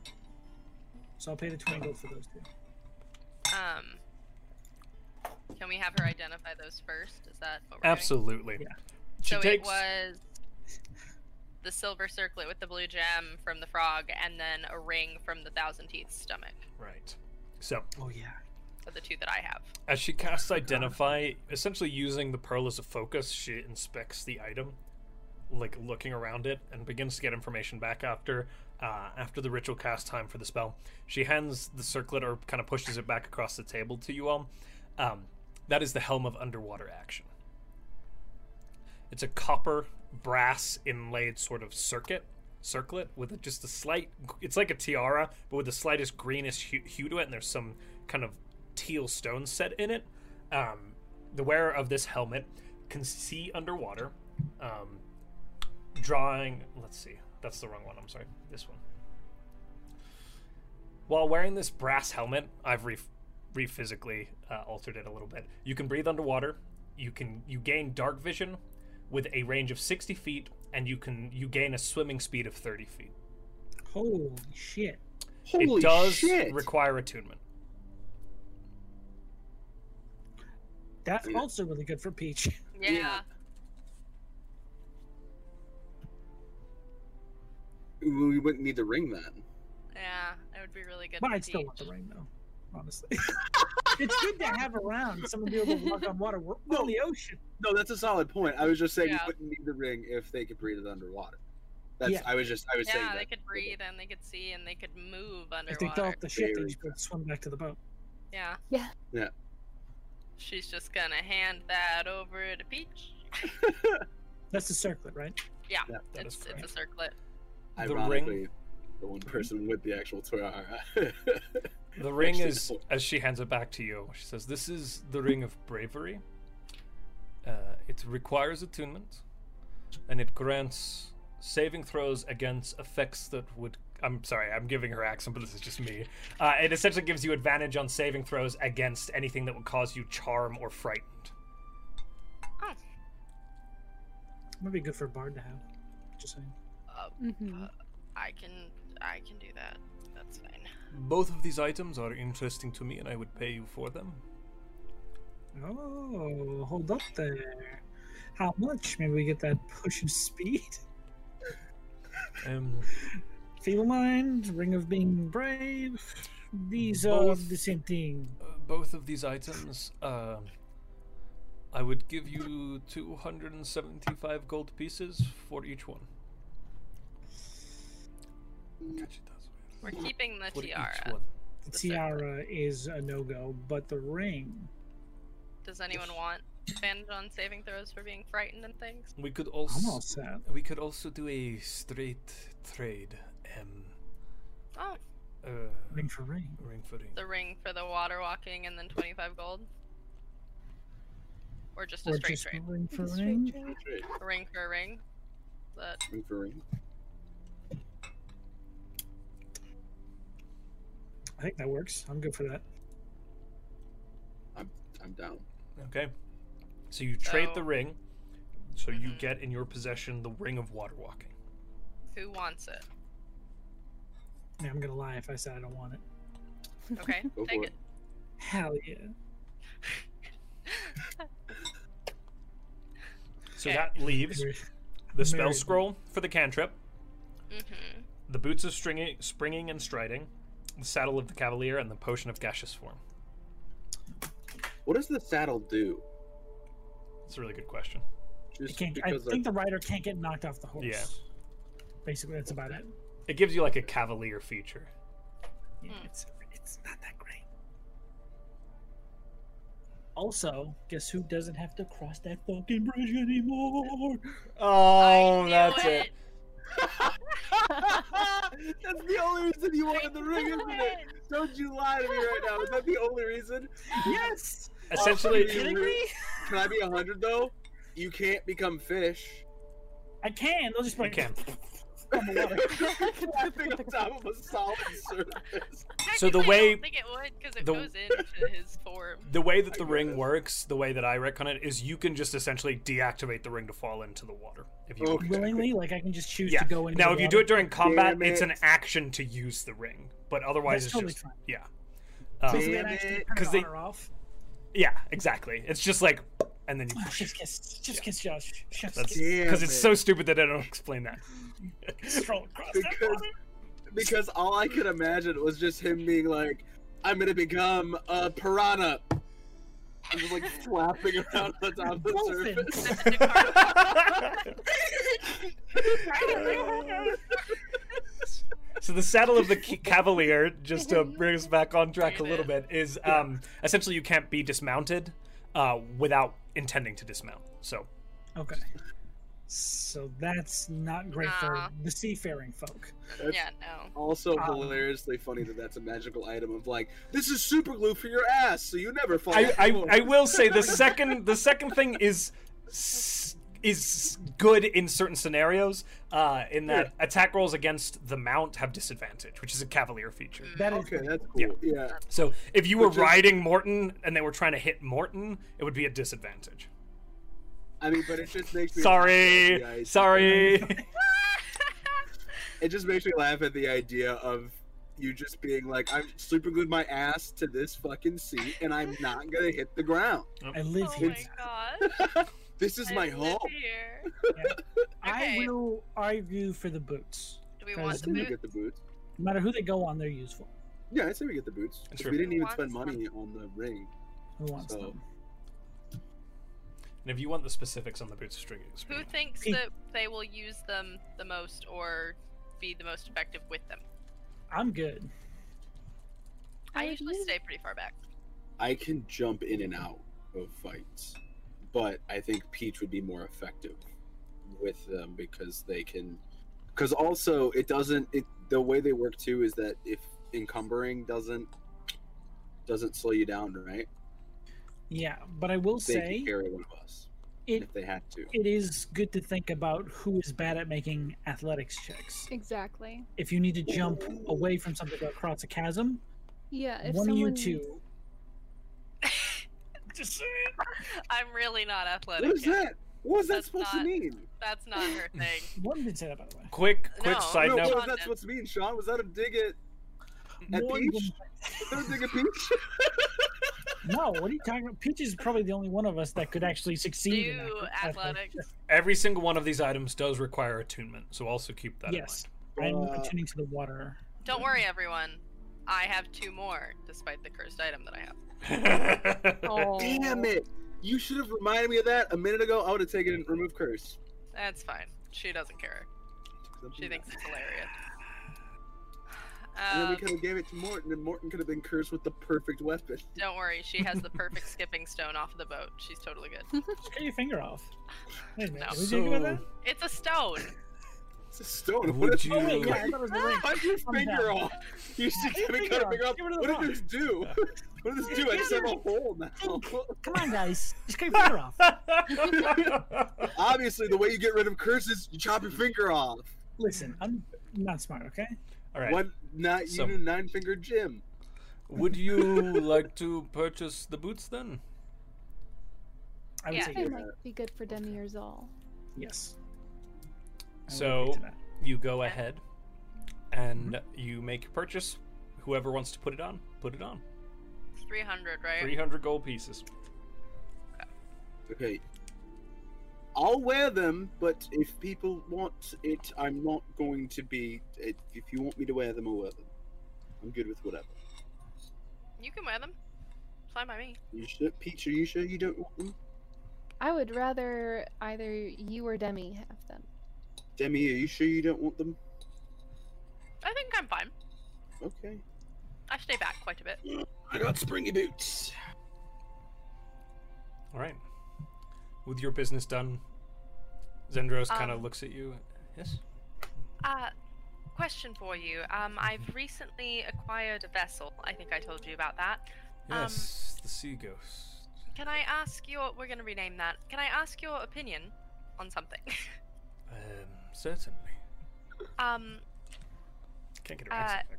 Speaker 2: So I'll pay the twenty gold for those two.
Speaker 3: Um, can we have her identify those first? Is that what we're doing?
Speaker 8: Absolutely.
Speaker 2: Yeah.
Speaker 8: She
Speaker 3: so
Speaker 8: takes
Speaker 3: it was the silver circlet with the blue gem from the frog, and then a ring from the thousand teeth stomach
Speaker 8: right. So
Speaker 2: Oh yeah.
Speaker 3: are the two that I have.
Speaker 8: as she casts identify, essentially using the pearl as a focus, she inspects the item, like looking around it, and begins to get information back after uh, after the ritual cast time for the spell. She hands the circlet or kind of pushes it back across the table to you all. Um, that is the helm of underwater action. It's a copper brass inlaid sort of circuit circlet with just a slight it's like a tiara but with the slightest greenish hue, hue to it and there's some kind of teal stone set in it um, the wearer of this helmet can see underwater um, drawing let's see that's the wrong one i'm sorry this one while wearing this brass helmet i've re, re- physically uh, altered it a little bit you can breathe underwater you can you gain dark vision with a range of 60 feet, and you can you gain a swimming speed of 30 feet.
Speaker 2: Holy shit.
Speaker 4: Holy
Speaker 8: it does
Speaker 4: shit!
Speaker 8: require attunement.
Speaker 2: That's
Speaker 4: Yeah.
Speaker 2: also really good for Peach.
Speaker 3: Yeah.
Speaker 4: we wouldn't need the ring then.
Speaker 3: Yeah. It would be really good.
Speaker 2: But
Speaker 3: for
Speaker 2: I'd still
Speaker 3: Peach.
Speaker 2: want the ring, though, honestly. it's good to have around someone be able to walk on water. We're on the ocean.
Speaker 4: No, that's a solid point. I was just saying
Speaker 3: Yeah.
Speaker 4: we wouldn't need the ring if they could breathe it underwater. That's
Speaker 2: Yeah.
Speaker 4: I was just I was saying
Speaker 3: Yeah, they
Speaker 4: that.
Speaker 3: could breathe and they could see and they could move
Speaker 2: If they
Speaker 3: underwater.
Speaker 2: fell off the ship, they
Speaker 4: Very
Speaker 2: just could swim back to the boat.
Speaker 3: Yeah.
Speaker 5: Yeah.
Speaker 4: Yeah.
Speaker 3: She's just gonna hand that over to Peach.
Speaker 2: That's the circlet, right?
Speaker 8: That is
Speaker 3: It's, it's a
Speaker 8: correct.
Speaker 3: circlet.
Speaker 8: ring-
Speaker 4: Ironically, the, one person with the actual tiara.
Speaker 8: The ring
Speaker 4: Actually,
Speaker 8: is,
Speaker 4: no.
Speaker 8: as she hands it back to you, she says, This is the ring of bravery. Uh, it requires attunement, and it grants saving throws against effects that would. I'm sorry, I'm giving her accent, but this is just me. Uh, it essentially gives you advantage on saving throws against anything that would cause you charm or frightened.
Speaker 3: Oh.
Speaker 2: It would be good for a bard to have. Just saying.
Speaker 3: Uh,
Speaker 5: Mm-hmm.
Speaker 3: I can I can do that. That's fine.
Speaker 8: Both of these items are interesting to me, and I would pay you for them.
Speaker 2: Oh, hold up there. How much? Maybe we get that push of speed?
Speaker 8: Um,
Speaker 2: Feeble mind, ring of being brave. These are
Speaker 8: Both.
Speaker 2: the same thing.
Speaker 8: Uh, both of these items, uh, I would give you 275 gold pieces for each one. Catch it those ways.
Speaker 3: We're keeping the
Speaker 8: For each
Speaker 3: tiara.
Speaker 8: one.
Speaker 2: The
Speaker 3: The circlet.
Speaker 2: tiara is a no go, but the ring.
Speaker 3: Does anyone want advantage on saving throws for being frightened and things?
Speaker 8: We could
Speaker 2: I'm
Speaker 8: also
Speaker 2: all set.
Speaker 8: we could also do a straight trade. Um,
Speaker 3: Oh,
Speaker 8: uh,
Speaker 2: Ring for ring.
Speaker 8: ring for ring.
Speaker 3: the ring for the water walking and then 25 gold? Or just a
Speaker 2: Or
Speaker 3: straight
Speaker 2: just
Speaker 3: trade?
Speaker 2: ring for ring.
Speaker 4: Right,
Speaker 3: A ring for a ring? That
Speaker 4: ring for ring.
Speaker 2: I think that works. I'm good for that.
Speaker 4: I'm down.
Speaker 8: Okay, so you trade the
Speaker 4: Oh.
Speaker 3: So-
Speaker 8: ring, so you
Speaker 4: Mm-hmm.
Speaker 3: Mhm.
Speaker 8: get in your possession the ring of water walking.
Speaker 3: who wants it?
Speaker 2: Yeah, I'm gonna lie if I said I don't want it.
Speaker 3: Okay,
Speaker 4: Go
Speaker 3: take
Speaker 4: for
Speaker 3: it.
Speaker 4: it.
Speaker 2: Hell yeah.
Speaker 8: So
Speaker 3: Okay.
Speaker 4: Eh.
Speaker 8: that leaves the spell
Speaker 2: Married.
Speaker 8: scroll for the cantrip.
Speaker 3: Mhm.
Speaker 8: the boots of stringy, springing and striding, the saddle of the cavalier, and the potion of gaseous form?
Speaker 4: What does the saddle do?
Speaker 8: That's a really good question.
Speaker 2: It
Speaker 4: Just
Speaker 2: can't, I
Speaker 4: because
Speaker 2: think the rider can't get knocked off the horse.
Speaker 8: Yeah.
Speaker 2: Basically, that's about it.
Speaker 8: It gives you like a cavalier feature.
Speaker 2: Yeah,
Speaker 3: Hmm.
Speaker 2: it's, it's not that great. Also, guess who doesn't have to cross that fucking bridge anymore?
Speaker 3: I
Speaker 8: Oh,
Speaker 3: knew
Speaker 8: that's it.
Speaker 3: it.
Speaker 4: That's the only reason you wanted the ring, isn't it? Don't you lie to me right now. Is that the only reason?
Speaker 2: Yes!
Speaker 8: Essentially,
Speaker 4: Are you kidding me? Can I be a hundred though? You can't become fish.
Speaker 2: I can! They'll just be
Speaker 8: you
Speaker 2: like,
Speaker 8: can.
Speaker 2: Oh
Speaker 4: Nothing on top of a solid surface.
Speaker 8: So
Speaker 3: Technically, I
Speaker 8: the way-
Speaker 3: don't think it would because it
Speaker 8: the-
Speaker 3: goes into his form.
Speaker 8: The way that the
Speaker 4: I
Speaker 8: ring
Speaker 4: guess.
Speaker 8: works, the way that I reckon it, is you can just essentially deactivate the ring to fall into the water if you. want.
Speaker 4: Okay.
Speaker 2: willingly, like I can just choose
Speaker 8: Yeah.
Speaker 2: to go in.
Speaker 8: Now, if you do it during combat,
Speaker 4: Damn
Speaker 8: it's an
Speaker 4: it.
Speaker 8: action to use the ring, but otherwise,
Speaker 2: That's
Speaker 8: it's
Speaker 2: totally
Speaker 8: just
Speaker 2: fine.
Speaker 8: yeah.
Speaker 2: Does
Speaker 8: Um,
Speaker 4: Damn
Speaker 2: that actually
Speaker 4: it.
Speaker 2: turn
Speaker 8: 'Cause
Speaker 2: it
Speaker 8: they-
Speaker 2: on or off?
Speaker 8: yeah, exactly. It's just like, and then you.
Speaker 2: Oh, just kiss, just
Speaker 8: Yeah.
Speaker 2: kiss Josh. Just
Speaker 8: That's
Speaker 2: kiss.
Speaker 4: Damn
Speaker 8: because it's
Speaker 4: it.
Speaker 8: so stupid that I don't explain that.
Speaker 2: Stroll across that
Speaker 4: Because-
Speaker 2: water.
Speaker 4: because all I could imagine was just him being like, "I'm gonna become a piranha." I'm just like flapping around on top of
Speaker 2: Dolphin.
Speaker 4: the surface.
Speaker 3: That's a card.
Speaker 8: So the saddle of the ca- cavalier, just to bring us back on track a little bit, is um, essentially you can't be dismounted uh, without intending to dismount. So
Speaker 2: Okay. So that's not great
Speaker 3: Nah.
Speaker 2: for the seafaring folk.
Speaker 8: Hmm.
Speaker 4: That's
Speaker 3: yeah, no.
Speaker 4: Also
Speaker 2: Um.
Speaker 4: hilariously funny that that's a magical item of like, "This is super glue for your ass, so you never fall."
Speaker 8: I, I,
Speaker 4: forward."
Speaker 8: I will say the second the second thing is s- is good in certain scenarios. Uh, in that attack rolls against the mount have disadvantage, which is a cavalier feature.
Speaker 2: That is
Speaker 4: Okay, that's cool.
Speaker 8: Yeah.
Speaker 4: yeah.
Speaker 8: So if you were
Speaker 4: Which is-
Speaker 8: riding Morton and they were trying to hit Morton, it would be a disadvantage.
Speaker 4: I mean, but it just makes me laugh at the
Speaker 8: Sorry,
Speaker 4: idea-
Speaker 8: sorry.
Speaker 4: It just makes me laugh at the idea of you just being like, I'm sleeping with my ass to this fucking seat, and I'm not gonna hit the ground.
Speaker 2: I live
Speaker 3: oh
Speaker 2: here.
Speaker 3: my gosh.
Speaker 4: This is
Speaker 3: I
Speaker 4: my
Speaker 3: live
Speaker 4: home.
Speaker 3: Here.
Speaker 2: I
Speaker 3: Okay.
Speaker 2: will argue for the boots.
Speaker 3: Do we
Speaker 2: Guys,
Speaker 4: I
Speaker 3: want
Speaker 2: What's
Speaker 4: say
Speaker 3: the
Speaker 4: we
Speaker 3: boot?
Speaker 4: get the boots.
Speaker 2: No matter who they go on, they're useful.
Speaker 4: Yeah, I say we get the boots. 'cause
Speaker 8: Sure.
Speaker 4: We didn't even
Speaker 3: Want
Speaker 4: spend
Speaker 3: some?
Speaker 4: money on the ring.
Speaker 2: Who wants
Speaker 4: So-
Speaker 2: them?
Speaker 8: And if you want the specifics on the boots of string,
Speaker 3: Who thinks
Speaker 2: Pink.
Speaker 3: that they will use them the most or be the most effective with them?
Speaker 2: I'm good.
Speaker 3: I
Speaker 5: Would
Speaker 3: usually
Speaker 5: you-
Speaker 3: stay pretty far back.
Speaker 4: I can jump in and out of fights, but I think Peach would be more effective with them because they can. Because also, it doesn't. It the way they work too is that if encumbering doesn't doesn't slow you down, right?
Speaker 2: Yeah, but I will
Speaker 4: They
Speaker 2: say
Speaker 4: can carry one of us
Speaker 2: it
Speaker 4: if they had to.
Speaker 2: it is good to think about who is bad at making athletics checks.
Speaker 5: Exactly.
Speaker 2: If you need to jump away from something to across a chasm,
Speaker 5: Yeah. If
Speaker 2: one of
Speaker 5: someone...
Speaker 2: you two.
Speaker 8: Just
Speaker 3: I'm really not athletic.
Speaker 4: What is
Speaker 3: yet.
Speaker 4: that? What was that
Speaker 3: That's
Speaker 4: supposed to
Speaker 3: not-
Speaker 4: mean?
Speaker 3: That's not her thing.
Speaker 2: One did say that, by the way.
Speaker 8: Quick, quick
Speaker 3: No,
Speaker 8: side
Speaker 4: no,
Speaker 3: know.
Speaker 8: note.
Speaker 4: what was that supposed to mean, Sean? Was that a dig at? At
Speaker 2: One
Speaker 4: Peach?
Speaker 2: woman-
Speaker 4: Was that a dig at Peach?
Speaker 2: No, what are you talking about? Peach is probably the only one of us that could actually succeed. in
Speaker 3: Do
Speaker 2: athletics.
Speaker 3: athletics.
Speaker 8: Every single one of these items does require attunement, so also keep that
Speaker 2: Yes, I'm
Speaker 4: Uh,
Speaker 2: attuning to the water.
Speaker 3: Don't worry, everyone. I have two more, despite the cursed item that I have.
Speaker 8: in mind.
Speaker 5: Oh.
Speaker 4: Damn it! You should have reminded me of that a minute ago. I would have taken remove curse.
Speaker 3: That's fine. She doesn't care. She thinks it's hilarious.
Speaker 4: And
Speaker 2: uh,
Speaker 4: then we
Speaker 3: Um,
Speaker 4: could have gave it to Morton, and Morton could have been cursed with the perfect weapon.
Speaker 3: don't worry, she has the perfect skipping stone off of the boat. She's totally good.
Speaker 2: Just cut your finger off. Wait a minute,
Speaker 3: No.
Speaker 2: did we think about that?
Speaker 8: So-
Speaker 3: It's a stone.
Speaker 4: It's a stone.
Speaker 8: Would
Speaker 4: What if
Speaker 8: you-
Speaker 4: you
Speaker 2: Oh wait, yeah, I thought it was the ring.
Speaker 4: cut your
Speaker 2: I'm
Speaker 4: finger
Speaker 2: down.
Speaker 4: off? You should
Speaker 2: Cut your
Speaker 4: have cut
Speaker 2: finger
Speaker 4: your
Speaker 2: off.
Speaker 4: finger off.
Speaker 2: Give it a
Speaker 4: What
Speaker 2: rock.
Speaker 4: did this do? What did this do? I just have a hole now.
Speaker 2: Come on, guys, just cut your finger off.
Speaker 4: Obviously, the way you get rid of curses, you chop your finger off.
Speaker 2: Listen, I'm not smart, okay?
Speaker 8: All right.
Speaker 4: What? Not
Speaker 8: So-
Speaker 4: you, nine finger Jim.
Speaker 8: Would you like to purchase the boots then?
Speaker 2: I would
Speaker 3: Yeah.
Speaker 2: say
Speaker 5: They
Speaker 2: yes.
Speaker 5: might be good for demiurge's all.
Speaker 2: yes. I would
Speaker 8: So-
Speaker 2: agree to that.
Speaker 8: You go ahead and you make your purchase. Whoever wants to put it on, put it on.
Speaker 3: 300, right?
Speaker 8: 300 gold pieces.
Speaker 4: Okay. I'll wear them, but if people want it, I'm not going to be. If if you want me to wear them, I'll wear them. I'm good with whatever.
Speaker 3: You can wear them. Fine by me.
Speaker 4: You sure, Peach? Are you sure you don't want them?
Speaker 5: I would rather either you or Demi have them.
Speaker 4: Demi, are you sure you don't want them?
Speaker 3: I think I'm fine.
Speaker 4: Okay.
Speaker 3: I stay back quite a bit.
Speaker 4: I got springy boots.
Speaker 8: All right. With your business done, Zendros kind of
Speaker 3: Um,
Speaker 8: looks at you. Yes?
Speaker 3: Uh, question for you. Um, I've recently acquired a vessel. I think I told you about that. um,
Speaker 8: Yes, the sea ghost.
Speaker 3: Can I ask your? We're gonna rename that. Can I ask your opinion on something?
Speaker 8: Um, certainly.
Speaker 3: um,
Speaker 8: Can't get her
Speaker 3: uh,
Speaker 8: accent back.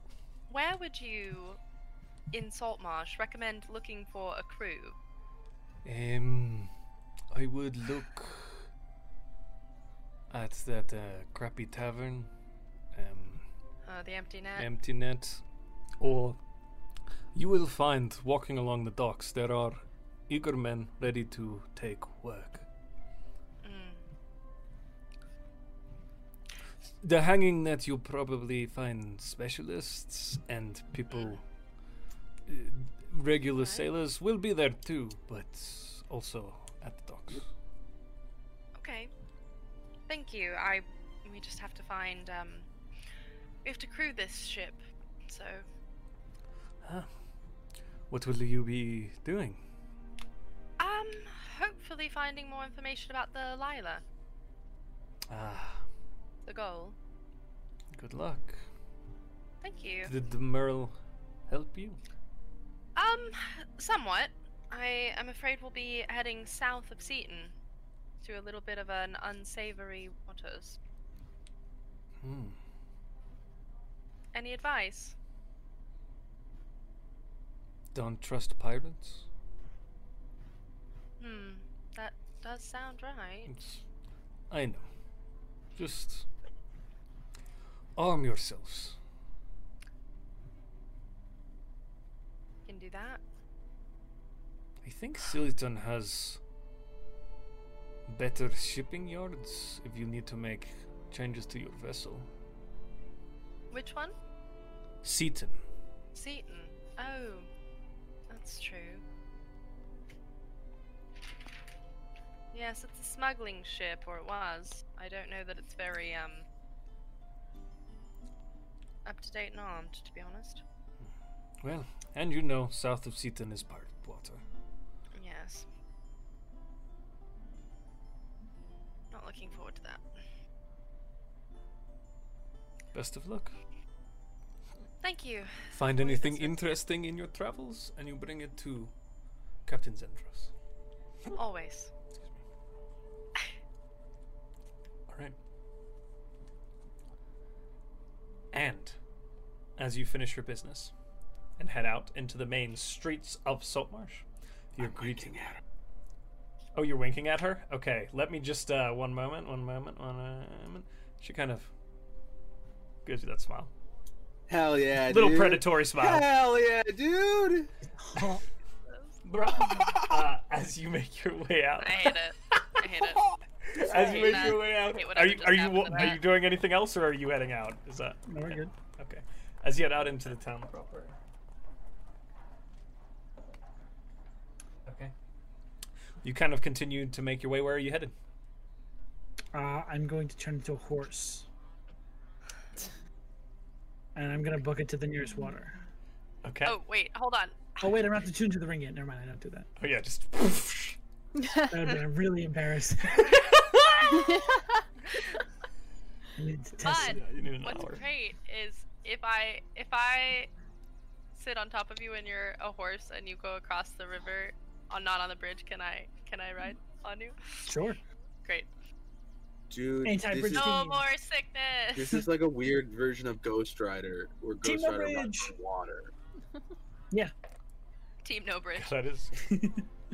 Speaker 3: where would you, in Saltmarsh, recommend looking for a crew?
Speaker 1: Um, I would look at that uh, crappy tavern, um,
Speaker 3: Uh, the empty net.
Speaker 1: empty net, or you will find walking along the docks there are eager men ready to take work.
Speaker 3: Mm.
Speaker 1: The hanging net you probably find specialists and people, uh, regular
Speaker 3: Right.
Speaker 1: sailors will be there too, but also at the docks.
Speaker 3: Okay. Thank you. I. We just have to find. Um, we have to crew this ship. So
Speaker 1: What will you be doing?
Speaker 3: Um, hopefully finding more information about the Lila,
Speaker 1: Ah,
Speaker 3: the goal.
Speaker 1: good luck.
Speaker 3: Thank you.
Speaker 1: Did the Merle help you?
Speaker 3: Um, somewhat. I am afraid we'll be heading south of Seaton to a little bit of an unsavory waters.
Speaker 1: Hmm.
Speaker 3: Any advice?
Speaker 1: Don't trust pirates?
Speaker 3: Hmm, that does sound right.
Speaker 8: It's- I know. Just arm yourselves.
Speaker 3: Can do that.
Speaker 8: I think Silliton has better shipping yards if you need to make changes to your vessel.
Speaker 3: Which one?
Speaker 8: Seaton.
Speaker 3: Seaton. Oh, that's true. Yes, it's a smuggling ship, or it was. I don't know that it's very um up to date and armed, to be honest.
Speaker 8: Well, and you know, south of Seaton is pirate water.
Speaker 3: Yes. Not looking forward to that.
Speaker 8: Best of luck.
Speaker 3: Thank you.
Speaker 8: Find
Speaker 3: Always
Speaker 8: anything
Speaker 3: best of luck.
Speaker 8: interesting in your travels, and you bring it to Captain Zendros.
Speaker 3: Always.
Speaker 8: All right. And as you finish your business and head out into the main streets of Saltmarsh, you're greeting her. Oh, you're winking at her? Okay, let me just uh, one moment, one moment, one moment. She kind of gives you that smile,
Speaker 4: Hell yeah,
Speaker 8: little
Speaker 4: dude.
Speaker 8: predatory smile.
Speaker 4: Hell yeah, dude.
Speaker 8: uh, as you make your way out,
Speaker 3: I hate it. I hate it.
Speaker 8: as you
Speaker 3: hate
Speaker 8: make
Speaker 3: that.
Speaker 8: your way out,
Speaker 3: Hate
Speaker 8: are
Speaker 3: whatever
Speaker 8: you
Speaker 3: just
Speaker 8: are you
Speaker 3: happened
Speaker 8: wa-
Speaker 3: to
Speaker 8: are
Speaker 3: that.
Speaker 8: you doing anything else, or are you heading out? Is that
Speaker 2: No, we're good.
Speaker 8: Okay. As you head out into the town proper. Okay. You kind of continue to make your way. Where are you headed?
Speaker 2: Uh, I'm going to turn into a horse. And I'm going to book it to the nearest water.
Speaker 8: Okay.
Speaker 3: Oh wait, hold on.
Speaker 2: Oh, wait, I'm not to tune to the ring yet. Never mind, I don't do that.
Speaker 8: Oh, yeah, just.
Speaker 2: That would have been really embarrassing. I need to test
Speaker 8: yeah,
Speaker 2: it.
Speaker 3: But
Speaker 8: you need an
Speaker 3: What's
Speaker 8: hour.
Speaker 3: great is if I if I sit on top of you and you're a horse and you go across the river on not on the bridge, can I can I ride on you?
Speaker 2: Sure.
Speaker 3: Great.
Speaker 4: Dude,
Speaker 2: Anti-bridge
Speaker 4: this is,
Speaker 3: No
Speaker 2: Christine.
Speaker 3: more sickness.
Speaker 4: this is like a weird version of Ghost Rider, where
Speaker 2: Team
Speaker 4: Ghost Rider
Speaker 2: Bridge.
Speaker 4: runs on water.
Speaker 3: Team no bridge.
Speaker 8: That is.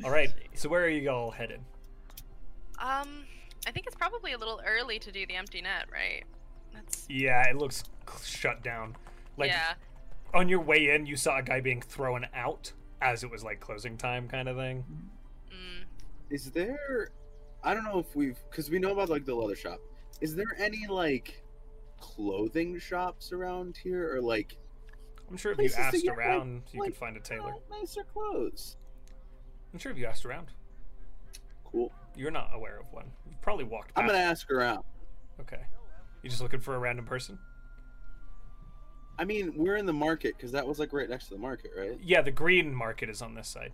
Speaker 8: All right. So, where are you all headed?
Speaker 3: Um I think it's probably a little early to do the empty net, right? That's
Speaker 8: Yeah, it looks cl- shut down. Like,
Speaker 3: yeah.
Speaker 8: on your way in, you saw a guy being thrown out as it was like closing time kind of thing.
Speaker 3: Mm.
Speaker 4: Is there? I don't know if we've, because we know about like the leather shop. Is there any like clothing shops around here, or like
Speaker 8: I'm sure if you
Speaker 4: Places to
Speaker 8: asked
Speaker 4: get, like-
Speaker 8: around, you
Speaker 4: like,
Speaker 8: could find a tailor.
Speaker 4: uh, nicer clothes?
Speaker 8: I'm sure if you asked around,
Speaker 4: Cool.
Speaker 8: you're not aware of one. You probably walked past
Speaker 4: I'm gonna ask around.
Speaker 8: Okay. You just looking for a random person?
Speaker 4: I mean, we're in the market because that was like right next to the market, right?
Speaker 8: Yeah, the green market is on this side.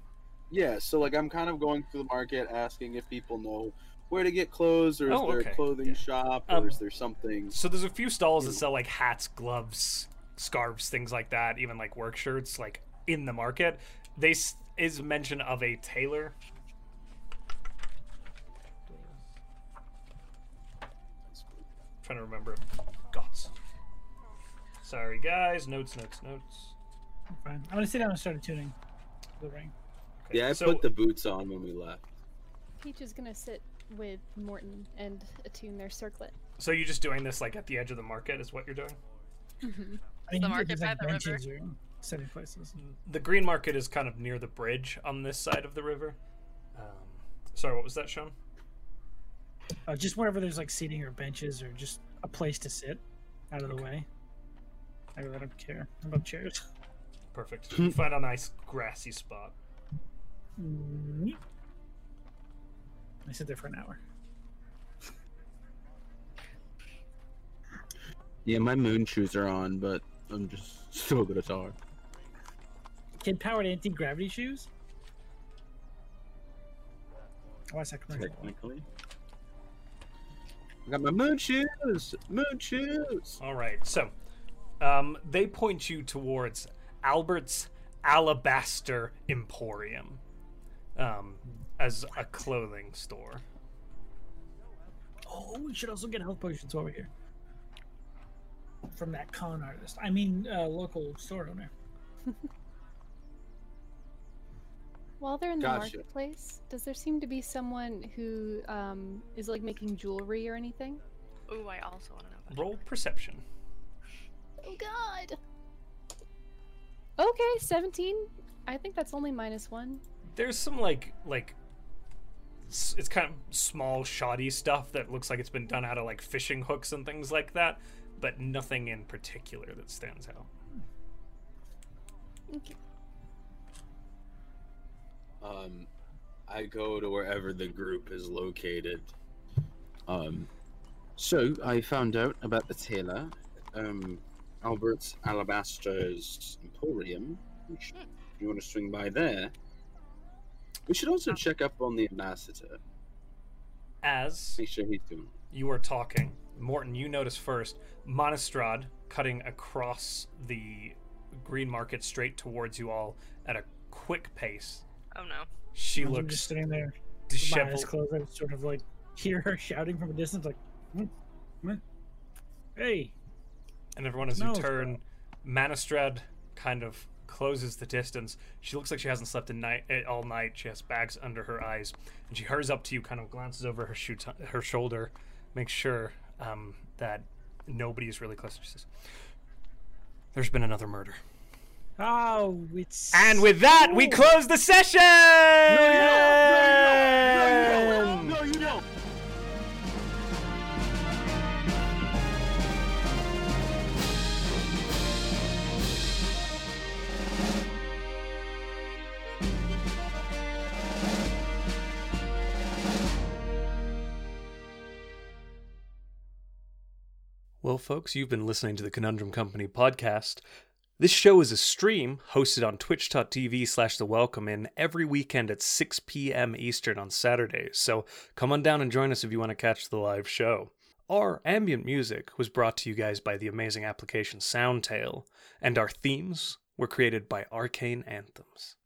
Speaker 4: Yeah. So like, I'm kind of going through the market, asking if people know where to get clothes, or is
Speaker 8: Oh,
Speaker 4: there
Speaker 8: okay,
Speaker 4: a clothing
Speaker 8: yeah.
Speaker 4: shop, or
Speaker 8: Um,
Speaker 4: is there something?
Speaker 8: So there's a few stalls that sell like hats, gloves, scarves, things like that, even like work shirts like in the market. They s- is mention of a tailor. trying to remember. Gods. Sorry guys, notes, notes, notes.
Speaker 2: I'm fine. I'm going to sit down and start tuning the ring.
Speaker 8: Okay,
Speaker 4: Yeah, I
Speaker 8: so-
Speaker 4: put the boots on when we left.
Speaker 5: Peach is gonna sit with Morton and attune their circlet.
Speaker 8: so you're just doing this like at the edge of the market is what you're doing?
Speaker 5: Mm-hmm.
Speaker 2: I mean,
Speaker 3: The
Speaker 2: you
Speaker 3: market
Speaker 2: could just,
Speaker 3: by
Speaker 2: like,
Speaker 3: the river.
Speaker 2: benches or setting places.
Speaker 8: the green market is kind of near the bridge on this side of the river. Um, sorry, what was that, Sean?
Speaker 2: Uh, just wherever there's like seating or benches or just a place to sit out of the way. I really don't care about chairs.
Speaker 8: Perfect. You find a nice grassy spot.
Speaker 2: Mm. I sit there for an hour.
Speaker 4: Yeah, my moon shoes are on, but I'm just still gonna guitar.
Speaker 2: Kid powered anti gravity shoes? Oh, that's that commercial.
Speaker 4: Technically. I got my moon shoes. Moon shoes.
Speaker 8: All right, so um, they point you towards Albert's Alabaster Emporium um, as a clothing store.
Speaker 2: Oh, we should also get health potions while we're here. From that con artist. I mean, uh, local store owner.
Speaker 5: While they're in the
Speaker 4: Gotcha.
Speaker 5: marketplace, does there seem to be someone who um, is like making jewelry or anything?
Speaker 3: Ooh, I also want to know. About
Speaker 8: Roll perception.
Speaker 5: Oh God. Okay, seventeen. I think that's only minus one.
Speaker 8: there's some like like s- it's kind of small shoddy stuff that looks like it's been done out of like fishing hooks and things like that but nothing in particular that stands out
Speaker 5: Okay.
Speaker 4: Um, I go to wherever the group is located. Um, so I found out about the tailor, um, Albert's Alabaster's Emporium. We should- If you want to swing by there, we should also check up on the ambassador.
Speaker 8: as
Speaker 4: Make sure he's doing.
Speaker 8: you are talking morton you notice first monastrad cutting across the green market straight towards you all at a quick pace
Speaker 3: Oh no.
Speaker 8: she
Speaker 2: I'm just
Speaker 8: looks
Speaker 2: sitting there, with my eyes
Speaker 8: disheveled
Speaker 2: closed. I sort of like hear her shouting from a distance, like, "Hmm? Hmm? "Hey,
Speaker 8: and everyone as you
Speaker 2: No.
Speaker 8: turn manistrad kind of closes the distance she looks like she hasn't slept a night eh, all night she has bags under her eyes and she hurries up to you kind of glances over her shoe her shoulder makes sure um, that nobody is really close she says there's been another murder
Speaker 2: oh, it's."
Speaker 8: and with that we close the session
Speaker 4: No, you don't.
Speaker 8: Well, folks, you've been listening to the Conundrum Company podcast. This show is a stream hosted on twitch.tv slash the welcome in every weekend at 6 p.m. Eastern on Saturdays, so come on down and join us if you want to catch the live show. Our ambient music was brought to you guys by the amazing application Soundtail, and our themes were created by Arcane Anthems.